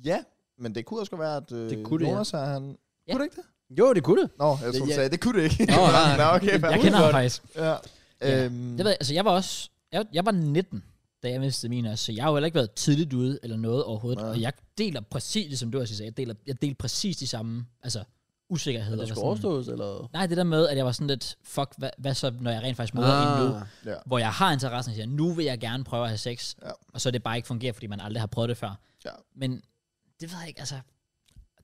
Ja, men det kunne også godt være, at øh, Det kunne det, ja. Jonas er han... Ja. Kunne det ikke det? Jo, det kunne det. Nå, jeg Det- troede, du jeg- sagde, det kunne det ikke. Nå, nej. Nå, okay, fair. Jeg kender ham Udført. faktisk. Ja. Ja. Øhm, Jeg ved, altså jeg var også, jeg, jeg var 19, da jeg mistede min også, så jeg har jo heller ikke været tidligt ude eller noget overhovedet. Nej. Og jeg deler præcis, som du også sagde, jeg deler, jeg deler præcis de samme, altså usikkerhed. Er og var det skulle sådan- overstås, eller? Nej, det der med, at jeg var sådan lidt, fuck, hvad, hvad så, når jeg rent faktisk møder ah. en nu, Ja. hvor jeg har interessen, og siger, nu vil jeg gerne prøve at have sex, Ja. og så det bare ikke fungerer, fordi man aldrig har prøvet det før. Ja. Men det ved jeg ikke, altså,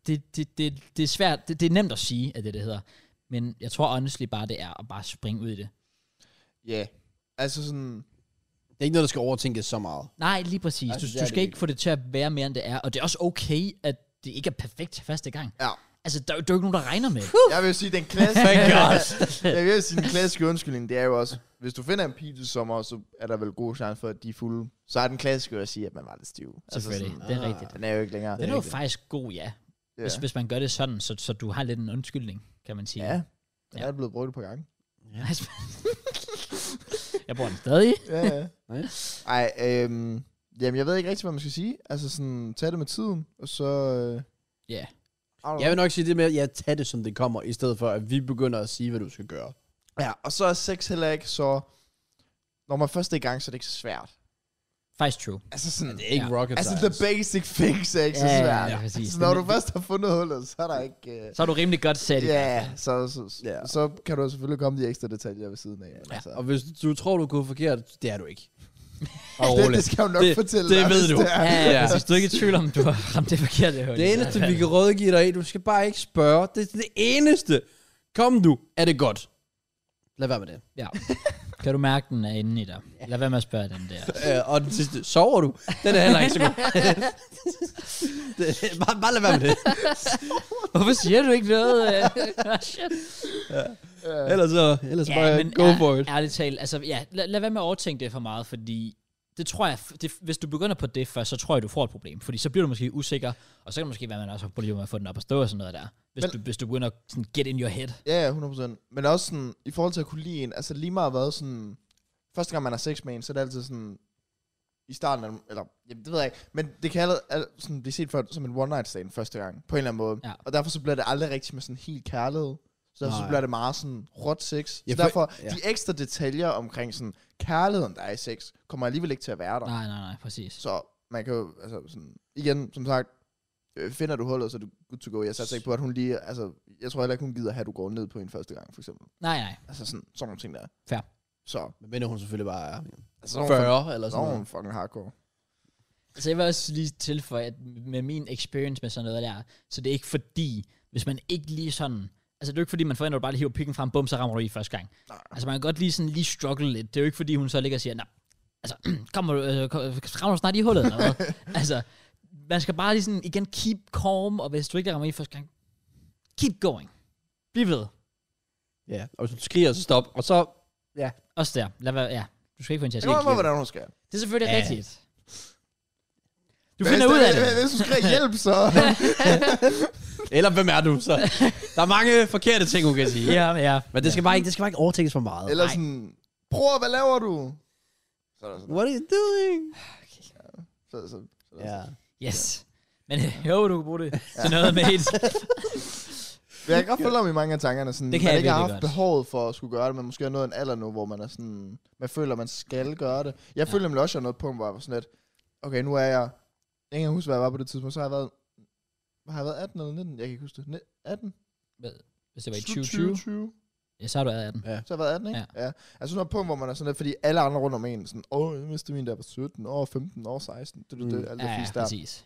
det, det, det, det er svært, det, det er nemt at sige, at det det hedder, men jeg tror honestly bare, det er at bare springe ud i det. Ja. Altså sådan... Det er ikke noget, der skal overtænkes så meget. Nej, lige præcis, Altså, altså, det du, du er det skal ikke ikke. få det til at være mere, end det er, og det er også okay, at det ikke er perfekt første gang. Ja. Altså, der, er jo- der er jo ikke nogen, der regner med. det. Jeg vil sige, den klassiske... Thank God. jeg vil sige, den klassiske undskyldning, det er jo også... Hvis du finder en pige til sommer, så er der vel god chance for, at de er fulde. Så er den klassiske jo at sige, at man var lidt stiv. Altså Selvfølgelig, det er rigtigt. Den er jo ikke længere. Øh, Det er jo rigtigt. faktisk god, ja. Ja. Hvis, hvis man gør det sådan, så, så du har lidt en undskyldning, kan man sige. Ja. Den Ja. er blevet brugt på gang. jeg bruger den stadig. Ja, ja. Nej. Ej, øhm, jamen jeg ved ikke rigtig, hvad man skal sige. Altså sådan, tag det med tiden, og så... Øh, Ja. yeah. Jeg vil nok sige det med, at jeg tager det, som det kommer, i stedet for, at vi begynder at sige, hvad du skal gøre. Ja, og så er sex heller ikke så... Når man først er i gang, så er det ikke så svært. Faktisk true. Altså Men sådan... det er ikke Ja. rocket Altså, science. the basic things er ikke så Ja, ja, svært. ja, Altså, præcis. når Men- du først har fundet hullet, så er der ikke... øh, Så er du rimelig godt sat i Ja, gang. så, så, Ja. ja. så kan du selvfølgelig komme de ekstra detaljer ved siden af. Ja. Ja. Altså. Og hvis du tror, du går forkert, det er du ikke. Og Det, roligt. det skal jeg jo nok Det- det, fortælle det dig, ved hvis du. Det er. Ja, ja, Ja. ja. Præcis, Altså, du er ikke i tvivl om, du har ramt det forkerte hul. Det eneste, vi kan rådgive dig i, du skal bare ikke spørge. Det er det eneste. Kom nu, er det godt. Lad være med det. Ja. Kan du mærke, den er inde i dig? Lad være med at spørge den der. Øh, og den sidste, sover du? Den er heller ikke så god. det, bare, bare lad være med det. Hvorfor siger du ikke noget? oh, shit. Ellers så, ellers ja, bare go ær- for it. Ærligt talt, altså ja, lad, lad være med at overtænke det for meget, fordi det tror jeg, f- det, hvis du begynder på det først, så tror jeg, du får et problem. Fordi så bliver du måske usikker, og så kan det måske være, at man også har problemer med at få den op at stå og sådan noget der. Hvis, Men- du, hvis du begynder at sådan, get in your head. Ja, ja, 100%. Men også sådan, i forhold til at kunne lide en, altså lige meget hvad sådan, første gang man har sex med en, så er det altid sådan, i starten, af, eller jamen, det ved jeg ikke, men det kan allerede al- sådan, blive set for, som en one night stand første gang, på en eller anden måde. Ja. Og derfor så bliver det aldrig rigtig med sådan helt kærlighed. Så derfor Nej. så bliver det meget sådan råt sex. Ja, for- Ja, så derfor, ja. ja. de ekstra detaljer omkring sådan kærligheden, der er i sex, kommer alligevel ikke til at være der. Nej, nej, nej, præcis. Så man kan jo, altså sådan, igen, som sagt, øh, finder du hullet, så er du good to go. Jeg satser ikke på, at hun lige, altså, jeg tror heller ikke, hun gider have, at du går ned på en første gang, for eksempel. Nej, nej. Altså sådan, sådan nogle ting der. Fair. Så, Men vender hun selvfølgelig bare er altså, så er hun 40 eller fucking, så sådan er noget. hun fucking hardcore. Så Altså, jeg vil også lige tilføje, at med min experience med sådan noget der, så det er ikke fordi, hvis man ikke lige sådan, altså det er jo ikke fordi, man forventer, at du bare lige hiver pikken frem, bum, så rammer du i første gang. Nej. Altså man kan godt lige sådan lige struggle lidt. Det er jo ikke fordi, hun så ligger og siger, nej, altså, kommer du, øh, kom, rammer du snart i hullet eller hvad? altså, man skal bare lige sådan igen keep calm, og hvis du ikke rammer i første gang, keep going. Bliv ved. Ja, og hvis hun skriger, så stop. Og så, Også der. Lad være, ja. Du skal ikke få en til at Det sige, kommer an på, keep. hvordan hun skal. Det er selvfølgelig Ja. ja. rigtigt. Du finder ud af det. Hvis du skal have hjælp, så... eller hvem er du så? Der er mange forkerte ting, hun kan sige. Ja, ja. Men det skal bare ikke, det skal bare ikke overtænkes for meget. Eller sådan, bror, hvad laver du? Så er der sådan, What are you doing? så, så, så, så. Ja. Yes. Men jo, du kan bruge det til noget, mate. Men Jeg kan godt følge om i mange af tankerne, sådan, Det det kan kan man jeg ikke har virkelig haft godt. behovet for at skulle gøre det, men måske er nået en alder nu, hvor man er sådan, man føler, man skal gøre det. Jeg ja. føler nemlig også, at jeg nåede et punkt, hvor jeg var sådan lidt, okay, nu er jeg, jeg kan ikke huske, hvad jeg var på det tidspunkt, så har jeg været, har jeg været 18 eller 19? Jeg kan ikke huske det. Ni- 18? Hvis det var i Slut 2020, 20. ja, så har du været 18. Så har jeg været 18, ikke? Ja. ja. Altså sådan et punkt, hvor man er sådan lidt, fordi alle andre rundt om en, sådan, åh, jeg mistede min, der var 17, åh, 15, åh, 16, det, det, det, Mm. alt det Ja, fisk ja, der. præcis.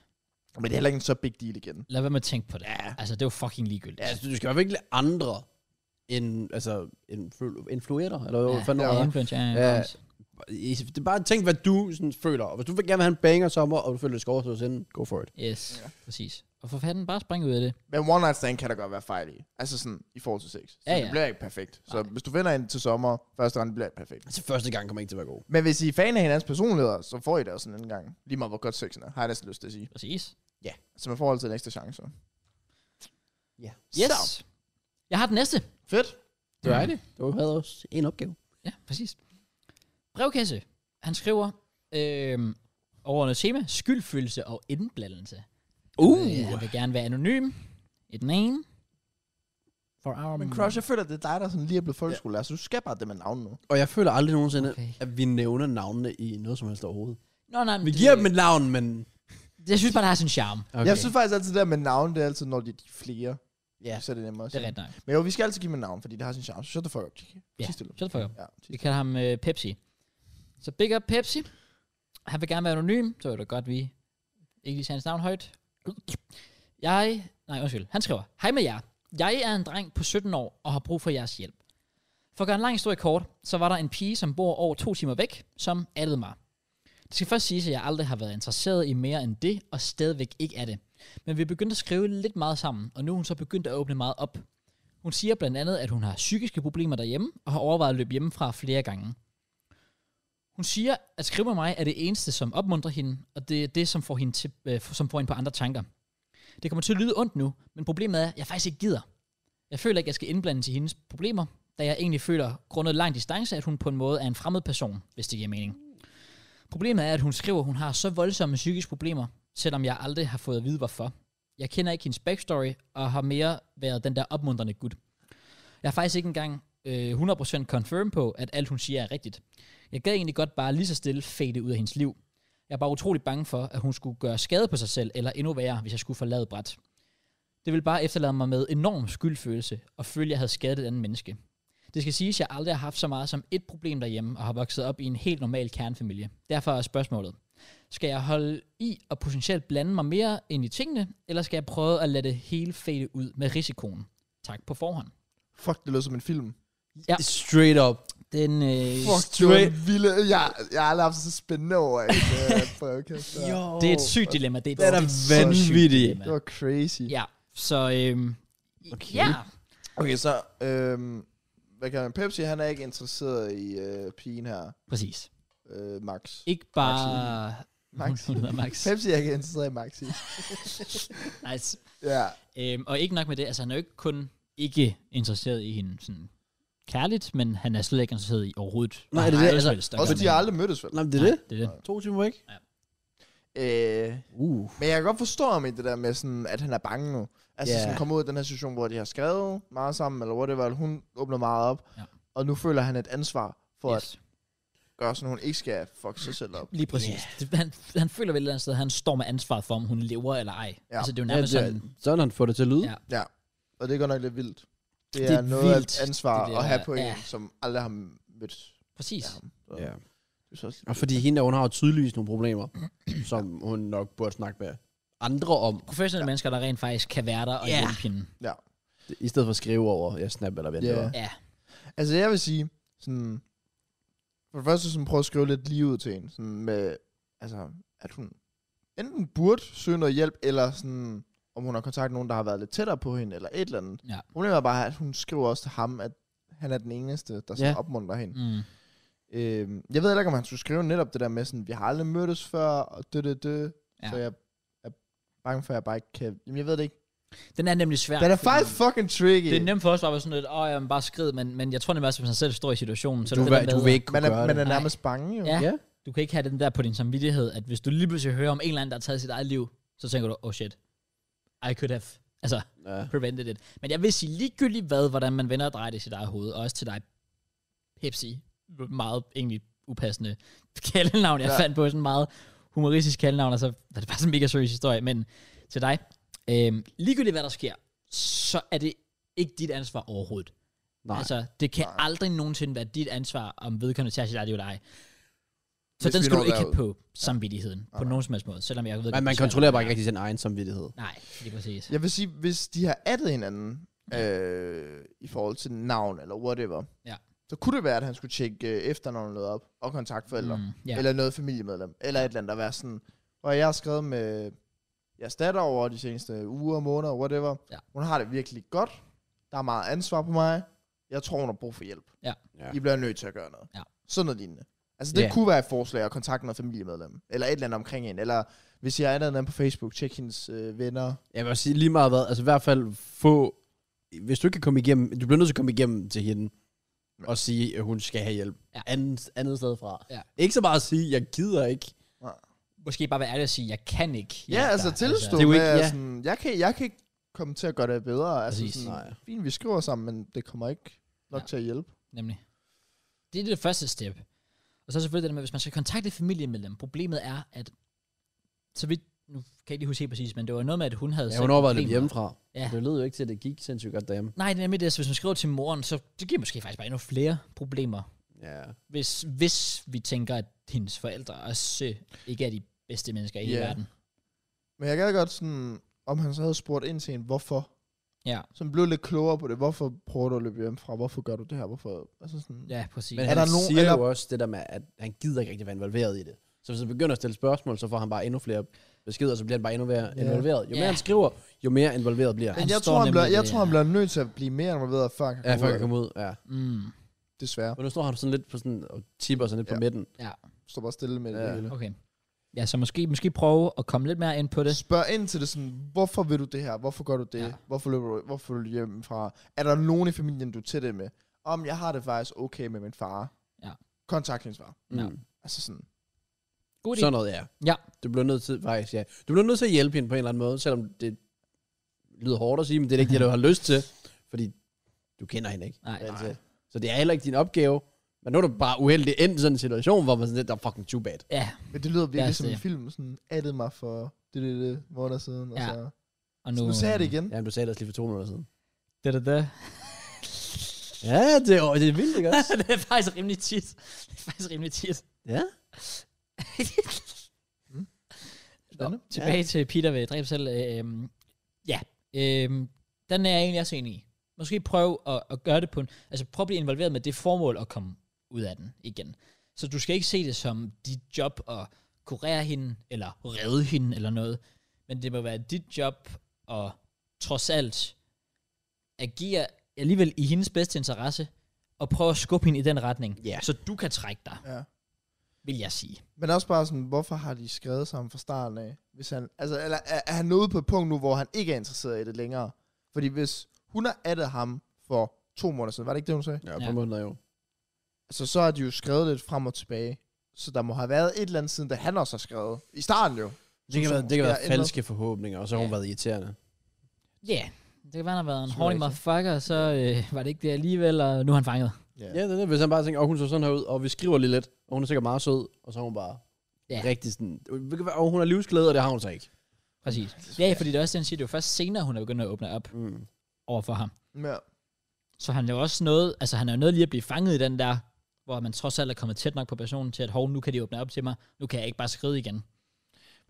Men det er heller ikke en så big deal igen. Lad være med at tænke på det. Ja. Altså, det er jo fucking ligegyldigt. Ja, altså, du skal jo ikke lade andre end, altså, influ- influetter, eller hvad fanden ja, ja. influencer, ja, Ja. ja. Det er bare tænk, hvad du sådan, føler. Og hvis du vil gerne vil have en banger sommer, og du føler, det skal overstås inden, go for it. Yes, Ja. præcis. Og for fanden, bare springe ud af det. Men one night stand kan der godt være fejl i. Altså sådan, i forhold til sex. Så Ja, ja, ja. ja. det bliver ikke perfekt. Så Nej. hvis du finder en til sommer, første gang, det bliver ikke perfekt. Altså, første gang kommer ikke til at være god. Men hvis I er fan af hinandens personligheder, så får I det også en anden gang. Lige meget hvor godt sexen er, har jeg næsten lyst til at sige. Præcis. Så man får altid en ekstra chance. Ja. Yes. Så. Jeg har den næste. Fedt. Det var det. Du havde også en opgave. Ja, præcis. Brevkasse. Han skriver øhm, over noget tema, skyldfølelse og indblandelse. Uh. Øh, han vil gerne være anonym i den ene. For our Men Crush, jeg føler, det er dig, der sådan lige er blevet folkeskolelærer, så Altså, du skal bare det med navn nu. Og jeg føler aldrig nogensinde, Okay. okay. at vi nævner navnene i noget som helst overhovedet. Nå, nej, men Vi Ah, det- giver dem et navn, men... Jeg synes bare, det har sin charme. Okay. Okay. Jeg synes faktisk altid, det der med navn, det er altid, når de de er flere. Ja, så er det nemmere. at Det er sige. rigtigt nok. Men jo, vi skal altid give dem et navn, fordi det har sin chance. Shut the fuck up, Tiki. Ja, Tis stille. shut the fuck up. Ja, Vi tis. kalder ham øh, Pepsi. Så big up Pepsi. Han vil gerne være anonym, så er det godt, vi ikke lige siger hans navn højt. Jeg, nej undskyld, han skriver, Hej med jer. Jeg er en dreng på 17 år og har brug for jeres hjælp. For at gøre en lang historie kort, så var der en pige, som bor over to timer væk, som aldede mig. Det skal først siges, at jeg aldrig har været interesseret i mere end det, og stadigvæk ikke er det. Men vi begyndte at skrive lidt meget sammen, og nu er hun så begyndt at åbne meget op. Hun siger blandt andet, at hun har psykiske problemer derhjemme, og har overvejet at løbe hjemmefra flere gange. Hun siger, at skrive med mig er det eneste, som opmuntrer hende, og det er det, som får hende, til, øh, som får hende på andre tanker. Det kommer til at lyde ondt nu, men problemet er, at jeg faktisk ikke gider. Jeg føler ikke, at jeg skal indblandes i hendes problemer, da jeg egentlig føler, grundet lang distance, at hun på en måde er en fremmed person, hvis det giver mening. Problemet er, at hun skriver, at hun har så voldsomme psykiske problemer, selvom jeg aldrig har fået at vide, hvorfor. Jeg kender ikke hendes backstory, og har mere været den der opmuntrende gut. Jeg er faktisk ikke engang øh, 100% confirm på, at alt hun siger er rigtigt. Jeg gad egentlig godt bare lige så stille fade ud af hendes liv. Jeg er bare utrolig bange for, at hun skulle gøre skade på sig selv, eller endnu værre, hvis jeg skulle forlade bræt. Det ville bare efterlade mig med enorm skyldfølelse, og føle, at jeg havde skadet et andet menneske. Det skal siges, at jeg aldrig har haft så meget som et problem derhjemme, og har vokset op i en helt normal kernfamilie. Derfor er spørgsmålet, skal jeg holde i og potentielt blande mig mere ind i tingene, eller skal jeg prøve at lade det hele fade ud med risikoen? Tak på forhånd. Fuck, det lød som en film. Ja. Straight up. Den, øh, Fuck, det var en vilde... Jeg, jeg har aldrig haft det så spændende over et øh, brevkast. der. det er et sygt dilemma. Det er, Den er et sygt vanvittig. dilemma. Det var crazy. Ja, så øhm, okay. ja. Okay, så... Øhm, hvad kan man? Pepsi, han er ikke interesseret i øh, pigen her. Præcis. Øh, Max. Ikke bare... Maxi. Hun hedder Max. Pepsi er ikke interesseret i Maxi. nice. Ja. Øhm, og ikke nok med det, altså han er jo ikke kun ikke interesseret i hende sådan kærligt, men han er slet ikke interesseret i overhovedet. Nej, det er det, altså, Altså, Også de har aldrig mødtes, vel? Nå, men det er Nej, det. det er det. To timer væk. Øh, Uh. Men jeg kan godt forstå ham i det der med, sådan, at han er bange nu. Altså Ja. yeah. sådan komme ud af den her situation, hvor de har skrevet meget sammen, eller whatever, eller hun åbner meget op. Ja. Og nu føler han et ansvar for yes. at Yes. gøre sådan, hun ikke skal fuck sig selv op. Lige præcis. Yeah. Det, han, han føler vel et eller andet sted, at han står med ansvaret for, om hun lever eller ej. Ja. Ja. Altså, det er jo Ja, nærmest det ja, er, sådan, sådan har han fået det til at lyde. Ja. Og det er godt nok lidt vildt. Det, Det det er, er noget vildt, vildt, af et ansvar det det der. at have på en, Ja. som aldrig har mødt præcis. Ja. af ham. Så ja. Det er så også Og fordi hende der, hun har jo tydeligvis nogle problemer, som hun nok burde snakke med andre om, Professionelle ja. mennesker, der rent faktisk kan være der og Ja. yeah. hjælpe hende. i stedet for at skrive over, ja, snap eller hvad yeah. det Ja. var. Ja, Altså jeg vil sige, sådan, for det første sådan, prøv at skrive lidt lige ud til hende, sådan med, altså, at hun enten burde søge noget hjælp, eller sådan, om hun har kontakt med nogen, der har været lidt tættere på hende, eller et eller andet. Ja. Problemet er bare, at hun skriver også til ham, at han er den eneste, der sådan Ja. opmuntrer hende. mm. Øhm, jeg ved heller ikke, om han skulle skrive netop det der med sådan, vi har aldrig mødtes før, og det, det, det. Ja. Ja. Så jeg er bange for, at jeg bare ikke kan... Jamen, jeg ved det ikke. Den er nemlig svær. Ja, det er fordi- faktisk fucking tricky. Det er nemt for os bare at være sådan lidt, åh, jeg bare skrid, men, men jeg tror nemlig også, hvis man selv står i situationen, så Du, er det vil, det der du med, vil at ikke man, kunne er, gøre man er det. nærmest bange, jo. Ja. Ja. Du kan ikke have den der på din samvittighed, at hvis du lige pludselig hører om en eller anden, der har taget sit eget liv, så tænker du, oh shit, I could have altså, ja. prevented it. Men jeg vil sige ligegyldigt hvad, hvordan man vender og drejer det i sit eget hoved, og også til dig, Pepsi, meget egentlig upassende kaldenavn, jeg Ja. ja. fandt på, sådan meget humoristisk kaldenavn, og så var det bare sådan en mega seriøs historie, men til dig, øhm, ligegyldigt hvad der sker, så er det ikke dit ansvar overhovedet. Nej. Nej. Altså, Altså, det kan Nej. Nej. aldrig nogensinde være dit ansvar, om vedkommende tager sit eget liv eller ej. Så Hvis den vi skal du når ikke have derud. på samvittigheden, ja. på Nej. nogen som helst måde, selvom jeg ved... man, man kontrollerer bare ikke rigtig sin egen samvittighed. Nej, lige præcis. Jeg vil sige, hvis de har addet hinanden øh, i forhold til navn eller whatever, Ja. så kunne det være, at han skulle tjekke øh, efternavnet op og kontaktforældre, mm, ja. yeah. eller noget familiemedlem, eller et eller andet, der være sådan, og jeg har skrevet med jeres datter over de seneste uger, måneder, whatever. Ja. Hun har det virkelig godt. Der er meget ansvar på mig. Jeg tror, hun har brug for hjælp. Ja. Ja. I bliver nødt til at gøre noget. Ja. Sådan noget lignende. Altså det Ja. yeah. kunne være et forslag at kontakte noget familiemedlem, eller et eller andet omkring en, eller hvis jeg er et eller andet på Facebook, tjek hendes øh, venner. Jeg vil også sige lige meget hvad, altså i hvert fald få, hvis du ikke kan komme igennem, du bliver nødt til at komme igennem til hende, Ja. og sige, at hun skal have hjælp Ja. ja. andet, andet sted fra. Ja. Ikke så bare at sige, jeg gider ikke. Måske bare være ærlig og sige, jeg kan ikke. Ja, hjælpe altså dig. tilstå det er jo altså, med, ikke- ja. ja. sådan, jeg kan, jeg kan ikke komme til at gøre det bedre. Altså, Præcis. sådan, Nej. fint, vi skriver sammen, men det kommer ikke nok Ja. ja. til at hjælpe. Nemlig. Det er det første step. Og så selvfølgelig det der med, hvis man skal kontakte et familiemedlem, problemet er, at så vidt nu kan jeg ikke lige huske helt præcis, men det var noget med, at hun havde... Ja, selv hun overvejede lidt problemer. hjemmefra. Ja. Ja. Det lød jo ikke til, at det gik sindssygt godt derhjemme. Nej, det er nemlig det, så hvis man skriver til moren, så det giver måske faktisk bare endnu flere problemer, Ja. hvis, hvis vi tænker, at hendes forældre også ikke er de bedste mennesker i yeah. hele Ja. verden. Men jeg gad godt sådan, om han så havde spurgt ind til en, hvorfor? Ja. Så han blev lidt klogere på det. Hvorfor prøver du at løbe hjem fra? Hvorfor gør du det her? Hvorfor? Altså sådan, Ja, præcis. Men, Men er han der der nogen- nogen, siger eller- jo også det der med, at han gider ikke rigtig være involveret i det. Så hvis han begynder at stille spørgsmål, så får han bare endnu flere beskeder, så bliver han bare endnu mere Ja. involveret. Jo mere Ja. han skriver, jo mere involveret bliver han. Men Han jeg står tror, han bliver, nemlig jeg det, tror, han ja. bliver nødt til at blive mere involveret, før han kan Ja, komme før ud han af komme ud. Ja. mm, det. Desværre. Men nu står han sådan lidt på sådan, og tipper sådan lidt Ja. på midten. Stå bare stille med det Ja. hele. okay. Ja, så måske, måske prøve at komme lidt mere ind på det. Spørg ind til det sådan, hvorfor vil du det her? Hvorfor gør du det? Ja. Ja. Hvorfor løber du hvorfor løber du hjemmefra? Er der nogen i familien, du er til det med? Om jeg har det faktisk okay med min far. Ja. Kontakt hendes far. Ja. Mm. Altså sådan, God idé. Sådan noget, ja. Ja. Du bliver nødt til, faktisk, ja. Du bliver nødt til at hjælpe hende på en eller anden måde, selvom det lyder hårdt at sige, men det er ikke det, du har lyst til, fordi du kender hende ikke. Nej, Altså, nej. Så det er heller ikke din opgave. Men nu er du bare uheldig ind i sådan en situation, hvor man sådan lidt, der er fucking too bad. Ja, men det lyder virkelig Ja, som det- en film, sådan, addede mig for det, det, det, måneder siden. Og Ja. så, og så nu sagde jeg det igen. Ja, men du sagde det også lige for to minutter siden. Det, det, det. Ja, det er, det er vildt, ikke også? det er faktisk rimelig tit. Det er faktisk rimelig tit. ja. Nå, Spændende. tilbage ja. til Peter ved Dræb selv. Øhm, ja, øhm, den er jeg egentlig også enig i. Måske prøv at, at gøre det på en... Altså prøv at blive involveret med det formål at komme ud af den igen. Så du skal ikke se det som dit job at kurere hende, eller redde hende, eller noget. Men det må være dit job at trods alt agere alligevel i hendes bedste interesse, og prøve at skubbe hende i den retning, Ja. så du kan trække dig, Ja. vil jeg sige. Men også bare sådan, hvorfor har de skrevet sammen fra starten af? Hvis han, altså, eller er, er han nået på et punkt nu, hvor han ikke er interesseret i det længere? Fordi hvis hun har addet ham for to måneder siden, var det ikke det, hun sagde? Ja, Ja. på ja. måneder jo. Altså, så har de jo skrevet lidt frem og tilbage. Så der må have været et eller andet siden, da han også har skrevet. I starten jo. Det kan Så- være, det kan ja, være ændret. falske forhåbninger, og så har hun Ja. været irriterende. Ja, yeah. det kan være, han har været en Super horny rigtigt. motherfucker, og så øh, var det ikke det alligevel, og nu er han fanget. Ja. Ja, det er det. Hvis han bare tænker, åh, hun så sådan her ud, og vi skriver lige lidt, og hun er sikkert meget sød, og så er hun bare Ja. ja. rigtig sådan, det kan være, og hun har livsglæde, og det har hun så ikke. Præcis. Ja, fordi det er også det, han siger, det er jo først senere, hun er begyndt at åbne op Mm. over for ham. ja. Så han er jo også noget, altså han er jo noget lige at blive fanget i den der, hvor man trods alt er kommet tæt nok på personen til, at hov, nu kan de åbne op til mig, nu kan jeg ikke bare skride igen.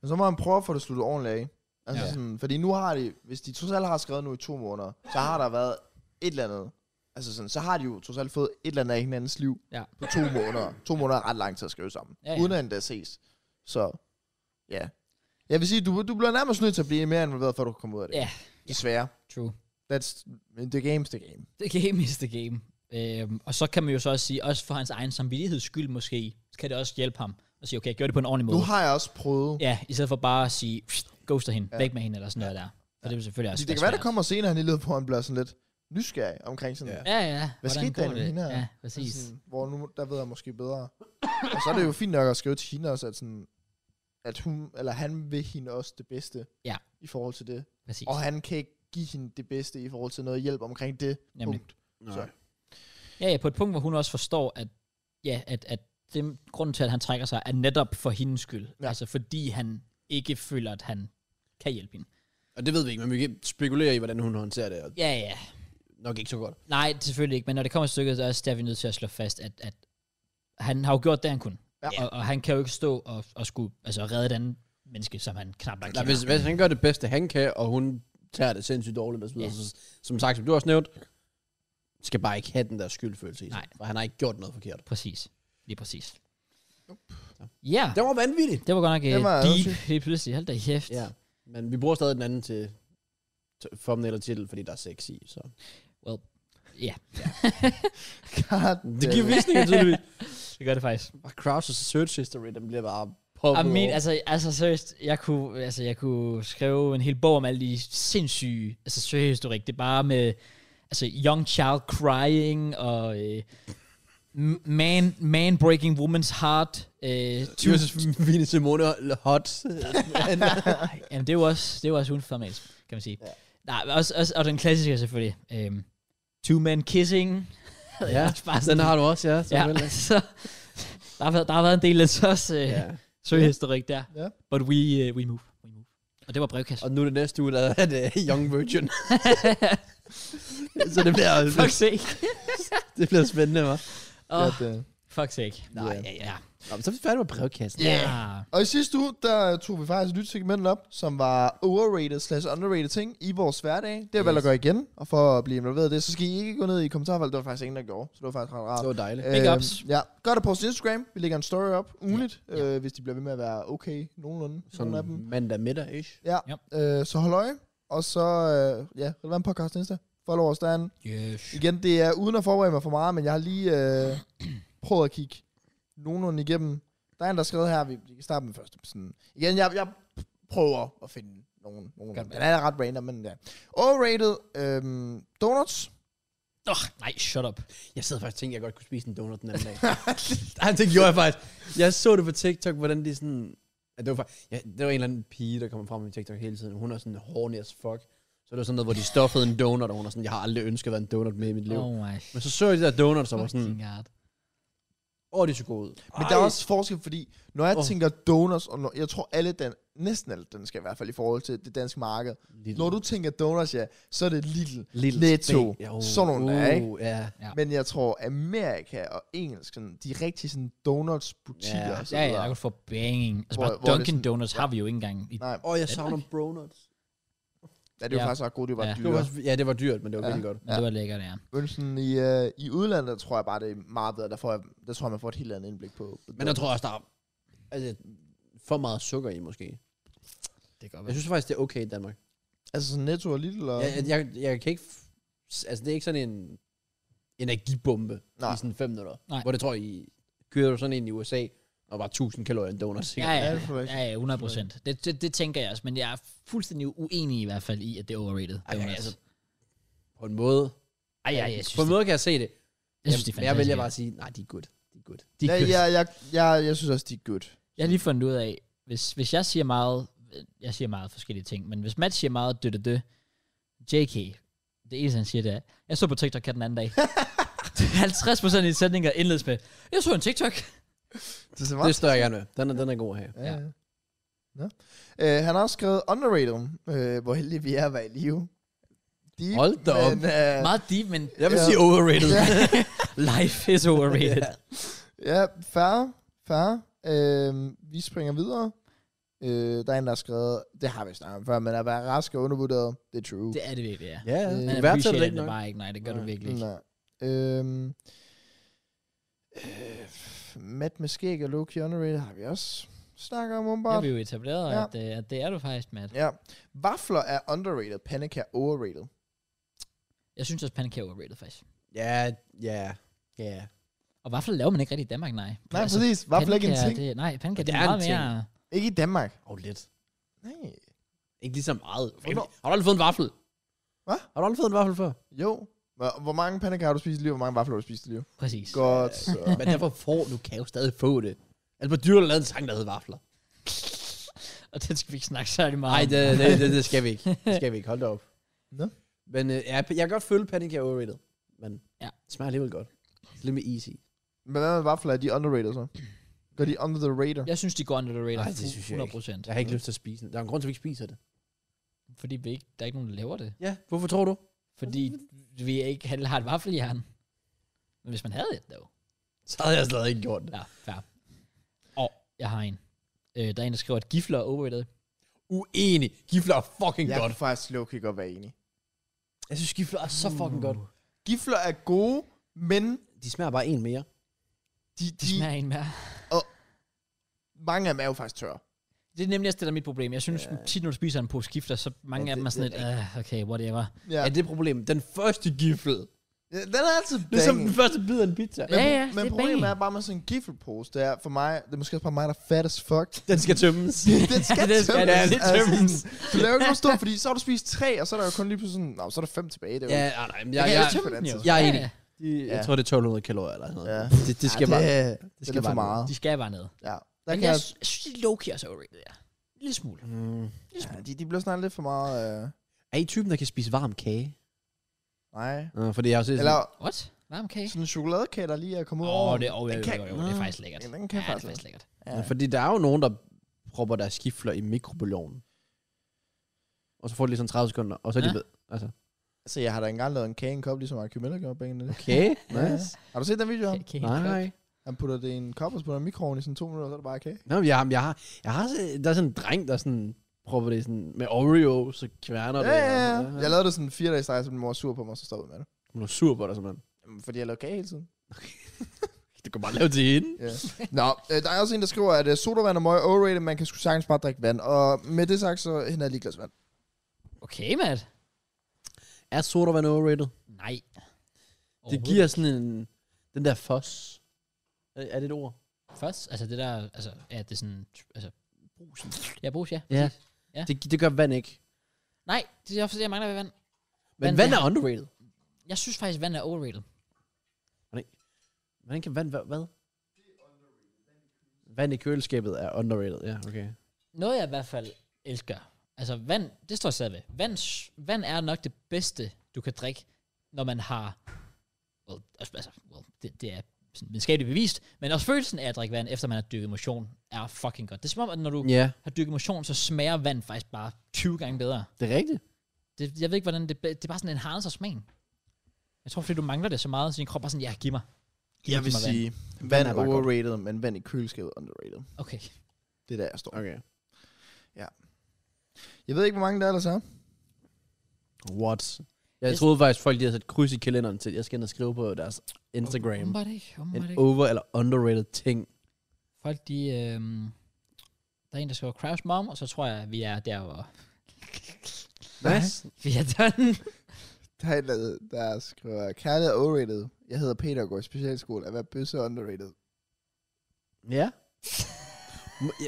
Men så må han prøve at få det sluttet ordentligt af. Altså Ja. ja. sådan, fordi nu har de, hvis de trods alt har skrevet nu i to måneder, så har der været et eller andet. Altså sådan, så har de jo trods alt fået et eller andet af hinandens liv Ja. på to måneder. To måneder er ret lang tid at skrive sammen. Ja, Ja, ja. ja. Uden at endda ses. Så, ja. Jeg vil sige, du, du bliver nærmest nødt til at blive mere involveret, for at du kan komme ud af det. Ja. Desværre. True. That's, the game's the game. Det game is the game. Øhm, og så kan man jo så også sige, også for hans egen samvittigheds skyld måske, kan det også hjælpe ham at sige, okay, jeg gjorde det på en ordentlig måde. Nu har jeg også prøvet. Ja, Ja, i stedet for bare at sige, "Pst, ghoster hende, ja. Ja. væk med hende, eller sådan noget der. For det er jo selvfølgelig også det kan svært. være, der kommer senere, han i løbet på, at han bliver sådan lidt nysgerrig omkring sådan, Ja. Ja, ja. Hvordan skete går der med det? hende her? Ja, præcis. Sådan, hvor nu, der ved jeg måske bedre. og så er det jo fint nok at skrive til hende også, at, sådan, at hun, eller han vil hende også det bedste Ja. i forhold til det. Præcis. Og han kan ikke give hende det bedste i forhold til noget hjælp omkring det Nemlig. punkt. Nej. Så. Ja, ja, på et punkt, hvor hun også forstår, at, ja, at, at det, grunden til, at han trækker sig, er netop for hendes skyld. Ja. Ja. Altså fordi han ikke føler, at han kan hjælpe hende. Og det ved vi ikke, men vi kan spekulere i, hvordan hun håndterer det, og Ja, ja. nok ikke så godt. Nej, selvfølgelig ikke, men når det kommer til stykket, så er også der, vi nødt til at slå fast, at, at han har jo gjort det, han kunne. Ja. Og, og han kan jo ikke stå og, og skulle altså, redde et andet menneske, som han knap nok Nej, kender. hvis, hvis han gør det bedste, han kan, og hun tager det sindssygt dårligt, og så, videre, Ja. så som sagt, som du også nævnt, skal bare ikke have den der skyldfølelse i sig, Nej. for han har ikke gjort noget forkert. Præcis. Lige præcis. Ja, Det var vanvittigt. det var godt nok Det uh, var deep sindssygt. helt pludselig. Hold da kæft. Ja, men vi bruger stadig den anden til, til thumbnail og titel, fordi der er sex i, så... God, Det giver visninger tydeligvis. Det gør det faktisk. Bare Crouch's search history, den bliver bare poppet I mean, over. altså, altså seriøst, jeg kunne, altså, jeg kunne skrive en hel bog om alle de sindssyge, altså søgehistorik, det er bare med, altså, young child crying, og øh, m- man, man breaking woman's heart, øh, two, Josefine Simone hot. nej, jamen, det er jo også, det er jo også uden for normalt, kan man sige. Ja. Ja. Nej, men også, også, og den klassiske selvfølgelig, øh, two men kissing, ja, den har du også, ja. ja, selvfølgelig. så, der har, været, der har været en del af så også øh, ja. søgehistorik der, Ja. but we, uh, we move, we move. Og det var brevkassen. Og nu er det næste uge, der er det øh, Young Virgin. så det bliver, Fuck sake. det bliver spændende, hva'? Åh, At, øh, fuck sake. Nej, ja, ja. Nå, men så er vi færdige med brevkassen. Ja. Og i sidste uge, der tog vi faktisk et nyt segment op, som var overrated slash underrated ting i vores hverdag. Det har jeg valgt at gøre igen, og for at blive involveret i det, så skal I ikke gå ned i kommentarfeltet. Det var faktisk ingen, der gjorde, så det var faktisk ret rart. Det var dejligt. Big ups. Øhm, Ja, gør det på vores Instagram. Vi lægger en story op ugenligt, Ja. Øh, hvis de bliver ved med at være okay nogenlunde. Sådan. Sådan Nogle af dem. mandag middag, ish. Ja, øh, så hold øje. Og så, øh, ja, relevant podcast Insta. Follow os derinde. Yes. Igen, det er uden at forberede mig for meget, men jeg har lige øh, prøvet at kigge nogenlunde igennem. Der er en, der har skrevet her, vi, vi kan starte med første. Sådan. Igen, jeg, jeg prøver at finde nogen. nogen. Den er ret random, men ja. Overrated øhm, donuts. Åh, oh, nej, shut up. Jeg sad faktisk og tænkte, at jeg godt kunne spise en donut den anden dag. Ej, det gjorde jeg faktisk. Jeg så det på TikTok, hvordan de sådan... Ja, det, var faktisk, ja, det var en eller anden pige, der kommer frem på TikTok hele tiden. Hun er sådan horny as fuck. Så det var sådan noget, hvor de stoffede en donut, og hun er sådan, jeg har aldrig ønsket at være en donut med i mit liv. Oh my Men så så jeg de der donuts, og var sådan, fucking god. åh, oh, de så gode ud. Men der er også forskel, fordi når jeg Åh. oh. tænker donuts, og når, jeg tror alle den, næsten alle den skal i hvert fald i forhold til det danske marked. Lille, Når du tænker donuts, ja, så er det Lidl. lille Netto. spæk. Ja, uh, Sådan nogle der, ikke? uh, Ja. Ja. Men jeg tror, Amerika og engelsk, sådan, de er rigtig sådan donuts-butikker. Ja, og så Ja, ja, videre. der kunne få banging. Altså Hvor- bare hvor er det Dunkin' sådan- Donuts har vi jo ikke engang. I, Nej, Åh, oh, jeg savner bronuts. Ja, det var Ja. ja. faktisk ret godt, det var Ja. ja. Det var, dyre. faktisk- ja, det var dyrt, men det var Ja. virkelig godt. men det var lækkert, ja. Men sådan i, øh, i udlandet tror jeg bare, det er meget bedre. Der, får jeg, der tror jeg, man får et helt andet indblik på. på Men der tror jeg også, der er altså, for meget sukker i, måske. Det kan godt Jeg synes faktisk, det er okay i Danmark. Altså sådan netto og Lidl og... Jeg, jeg, jeg, jeg kan ikke... f- s- Altså, det er ikke sådan en energibombe Nej. Nej. i sådan fem minutter. Nej. Hvor det tror jeg, I kører du sådan en i USA, og bare 1000 kalorier i en donut. Ja, sikkert. ja, Ja, det tror jeg ikke. ja, ja, 100 procent. Det, det, det, tænker jeg også, men jeg er fuldstændig uenig i hvert fald i, at det er overrated. Ej, donuts. altså, På en måde. Ej, ej, jeg synes, på en det, måde kan jeg se det. jeg synes, det er men jeg vælger fantastisk. bare at sige, nej, de er good. De er good. De ja, kød- ja, jeg, jeg, jeg synes også, de er good. Jeg har lige fundet ud af, hvis, hvis jeg siger meget, jeg siger meget forskellige ting, men hvis Matt siger meget dø dø dø, JK, det eneste han siger, det er, jeg så på TikTok her den anden dag. 50% af de sætninger indledes med, jeg så en TikTok. Det er så Det meget. står jeg gerne med. Den er, den er god her. ja. Ja. Nå. Øh, han har også skrevet underrated, øh, hvor heldige vi er at være i live. Deep, Hold da op. Men, øh, Meget deep, men Jeg vil Ja. sige overrated. ja, life is overrated. Ja. ja, færre, færre. Øh, vi springer videre. Øh, der er en, der har skrevet, det har vi snakket om før, men at være rask og undervurderet, det er true. Det er det virkelig, ja. Ja, Øh, du Men værdsætter værdsætter appreciate det det ikke nok. bare ikke, nej, det gør du Nej. virkelig ikke. Nej. Øhm, øh, Matt med skæg og Loki underrated har vi også snakket om, Det har åbenbart. vi jo etableret, Ja. at, øh, at det er du faktisk, Matt. Ja. Vafler er underrated, panik er overrated. Jeg synes også, pandekager er overrated, faktisk. Ja, ja, ja. Og vafler laver man ikke rigtig i Danmark, nej. Nej, præcis. Vafler er ikke en pandekager, ting. Det, nej, pandekager, det Det Altså, er er en meget ting. mere... Ikke i Danmark. Og lidt. Nej. Ikke lige så meget. Hvornår? Har du aldrig fået en vaffel? Hva? Har du aldrig fået en vaffel før? Jo. Hvor- Hvor mange pandekager har du spist i livet? Hvor mange vafler har du spist i livet? Præcis. Godt. Så. Men derfor får du kan jo stadig få det. Altså, på Dyrland lavede en sang, der hed Vafler. Og den skal vi ikke snakke særlig meget Nej, om. det, det, det, det, skal vi ikke. Det skal vi ikke. Hold da op. Nå. Men øh, ja, jeg kan godt føle, panik er overrated. Men Ja. ja. det smager alligevel godt. Det er lidt mere easy. Men hvad med vafler? Er de underrated så? Gør de under the radar? Jeg synes, de går under the radar. Nej, det synes jeg ikke. 100%. Jeg har ikke lyst til at spise det. Der er en grund til, at vi ikke spiser det. Fordi vi ikke, der er ikke nogen, der laver det. Ja, hvorfor tror du? Fordi vi ikke heller har et vaffeljern. Men hvis man havde et, dog. Så havde jeg stadig ikke gjort det. Ja, fair. Og jeg har en. Øh, der er en, der skriver, at gifler er overrated. Uenig. Gifler er fucking Jeg godt. kan faktisk low-key godt være enig. Jeg synes, gifler er så fucking godt. Gifler er gode, men Uh. De smager bare en mere. de, De de, smager en mere. mange af dem er jo faktisk tørre. Det er nemlig også det, der er mit problem. Jeg synes Ja. tit, når du spiser en pose gifler, så mange Ja, af dem det- er sådan det lidt, "Ah, okay, whatever. Ja. Ja. Er det problemet? Den første gifle. Ja, Den er altid Det er som banging. den første bid af en pizza. Ja, Men, ja, men det er problemet banging. er bare med sådan en giffelpose, det er for mig, det er måske også bare mig, der er fat as fuck. Den skal tømmes. det skal det skal det, det altså. tømmes. Du laver ikke noget stort, fordi så har du spist tre, og så er der jo kun lige pludselig sådan, nå, så er der fem tilbage. Det er jo ja, ah, ikke- nej, nej, men Ja, jeg, kan jeg, jeg tømmer på den den jo. tid. jeg er Ja, enig. ja. De, Ja. Jeg tror, det er 1200 kalorier eller sådan noget. Ja. Det, det skal Ej, bare... det, det skal skal for bare meget. De skal bare ned. Ja, der Men kan jeg, jeg, sy- jeg synes, de er low-key også overrated, ja. En lille smule. Mm. ja, de, de bliver snart lidt for meget, øh, Er I typen, der kan spise varm kage? nej. Uh, fordi jeg har set Eller What? Varm kage? sådan en chokoladekage, der lige er kommet Åh, over. oh, det, oh, ja, Den jo, kan- jo, jo, det er faktisk lækkert. Ja, Ja, den det kan er faktisk faktisk lækkert. Ja. Fordi der er jo nogen, der propper deres skifler i mikrobølgen. og så får de lige sådan 30 sekunder, og så er de Ja. ved. Altså, Altså, jeg har da engang lavet en kage i en kop, ligesom Mark Miller gjorde bag det. okay, nice. Har du set den video? af ham? Okay, nej, nej. Han putter det i en kop, og så putter han mikroovnen i sådan to minutter, og så er det bare kage. Nå, men jeg, har- jeg, har, jeg har, se- der er sådan en dreng, der sådan, prøver det sådan, med Oreo, så kværner Ja, det. ja, ja. og- Jeg lavede det sådan fire dage i streg, så min mor var sur på mig, og så stoppede jeg med det. Hun er sur på dig, simpelthen. Jamen, Fordi jeg lavede kage hele tiden. Det kan bare lave til hende. Ja. Nå, øh, der er også en, der skriver, at øh, sodavand og møg er overrated, man kan sgu sagtens bare drikke vand. Og med det sagt, så henter jeg lige et glas vand. Okay, Matt. Er sodavand overrated? Nej. Det giver sådan en, den der fos. Er, er det et ord? Først, altså det der, altså, ja, det er sådan, altså, brus. Ja, brus, ja. Ja. præcis. Ja. Det, det gør vand ikke. Nej, det er også det, jeg mangler ved vand. Men Vand vand, er- er underrated. Jeg synes faktisk, vand er overrated. Hvordan kan vand være hvad? Vand i køleskabet er underrated, ja, okay. Noget jeg i hvert fald elsker. Altså vand, det står jeg stadig ved. Vand, s- vand er nok det bedste, du kan drikke, når man har... Well, altså, well, det, det er sådan videnskabeligt bevist, men også følelsen af at drikke vand, efter man har dyrket motion, er fucking godt. Det er som om, at når du Ja, har dyrket motion, så smager vand faktisk bare 20 gange bedre. det er rigtigt. Det, jeg ved ikke, hvordan det... Det er bare sådan en harnes af smagen. Jeg tror, fordi du mangler det så meget, så din krop bare sådan, ja, giv mig. Giv mig vand. vand, Vand vand er er bare godt. overrated, men vand i køleskabet underrated. Okay. Det er der, jeg står. Okay. Jeg ved ikke, hvor mange der ellers er. What? Jeg Yes. troede faktisk, folk de havde sat kryds i kalenderen til, jeg skal ind og skrive på deres Instagram. Åbenbart ikke. Åbenbart En ikke. over- eller underrated ting. Folk, de... Øhm, der er en, der skriver Crash Mom, og så tror jeg, vi er der, hvor... Nice. vi er done. Der er, en, der- der skriver, kærlighed er overrated. Jeg hedder Peter og går i specialskole. At være bøsse er underrated. Ja. M- ja.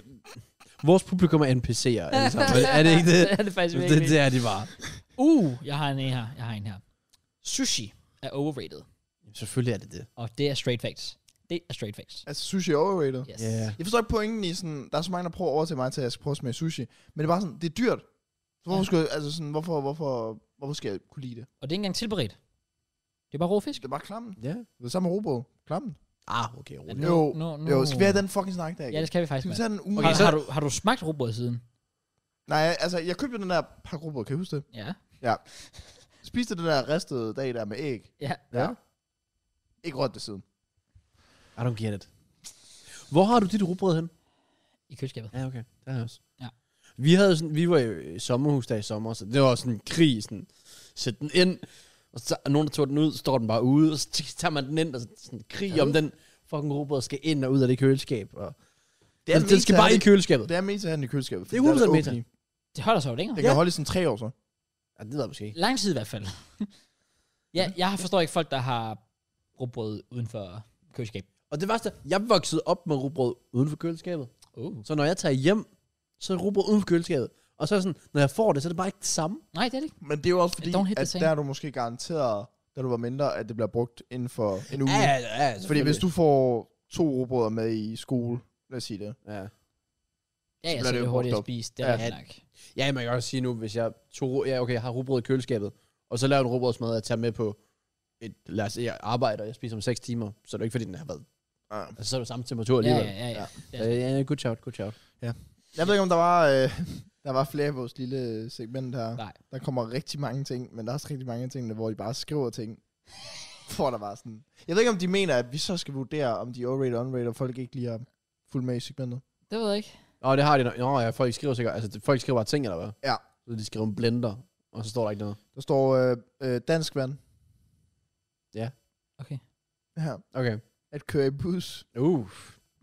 Vores publikum er NPC'er alle sammen. Er det ikke det? det er det faktisk Det, virkelig. det er de bare. Uh, jeg har en her. Jeg har en her. Sushi er overrated, Selvfølgelig er det det. og det er straight facts. Det er straight facts. Altså, sushi er overrated. Yes. Ja. Jeg forstår ikke pointen i sådan, der er så mange, der prøver over til mig til, at jeg skal prøve at smage sushi. Men det er bare sådan, det er dyrt. Så hvorfor Ja. skal jeg, altså sådan, hvorfor, hvorfor, hvorfor skal jeg kunne lide det? Og det er ikke engang tilberedt. Det er bare rå fisk. Det er bare klammen. Ja. Det er samme med robrød. Klammen. Ah, okay, roligt. Nu- Jo, nu, nu, Jo, skal vi have den fucking snak der Ja, igen? det skal vi faktisk. Skal vi Matt. tage den uge? Okay, Har- så så- har du, har du smagt robrød siden? Nej, altså, jeg købte den der pakke robrød, kan I huske det? Ja. Spiste den der ristede dag der med æg. Ja. Ja. Ikke rørt det siden. I don't get it. Hvor har du dit rugbrød hen? I køleskabet. Ja, okay. Der er jeg også. Ja. Vi, havde sådan, vi var jo i sommerhus der i sommer, så det var sådan en krig, sådan, sæt den ind, og så er nogen, der tog den ud, så står den bare ude, og så tager man den ind, og så sådan en krig om den fucking rugbrød skal ind og ud af det køleskab. Og, det er den, meta, den skal bare i det- køleskabet. Det er meta, at have den i køleskabet. Det er fordi der 100% meta. åbning. Det holder sig jo længere. Den kan holde i sådan tre år så. Ja, det ved jeg måske ikke. Lang tid i hvert fald. ja, jeg forstår ikke folk, der har råbrød uden for køleskab. Og det værste, jeg voksede op med rugbrød uden for køleskabet. Uh. Så når jeg tager hjem, så er rugbrød uden for køleskabet. Og så er det sådan, når jeg får det, så er det bare ikke det samme. Nej, det er det ikke. Men det er jo også fordi, Don't hit the at same. der er du måske garanteret, da du var mindre, at det bliver brugt inden for en uge. Ja, ja, ja. fordi hvis selvfølgelig. du får to robrøder med i skole, lad os sige det. Ja. Ja, Så jeg bliver så det det jo hurtigt at brugt op. spise. Det er Ja. ja. nok. Ja, man kan også sige nu, hvis jeg tog, ja, okay, jeg har rugbrød i køleskabet, og så laver jeg en rugbrødsmad, jeg tager med på et, lad os sige, jeg arbejder, jeg spiser om 6 timer, så er det jo ikke, fordi den har været, Ja. altså så er det samme temperatur Ja, alligevel. ja, ja. ja. Ja, ja, ja, good shout, good shout. Jeg ved ikke, om der var, øh, der var flere af vores lille segment her. Nej. Der kommer rigtig mange ting, men der er også rigtig mange af tingene, hvor de bare skriver ting. Hvor der var sådan... Jeg ved ikke, om de mener, at vi så skal vurdere, om de er overrated og unrated, og folk ikke lige har fulgt med i segmentet. Det ved jeg ikke. Og det har de, nok- nå ja, folk skriver sikkert, altså folk skriver bare ting, eller hvad? Ja. Så de skriver en blender, og så står der ikke noget. Der står øh, øh, dansk vand Okay. her. Okay. At køre i bus. Uh. Uh,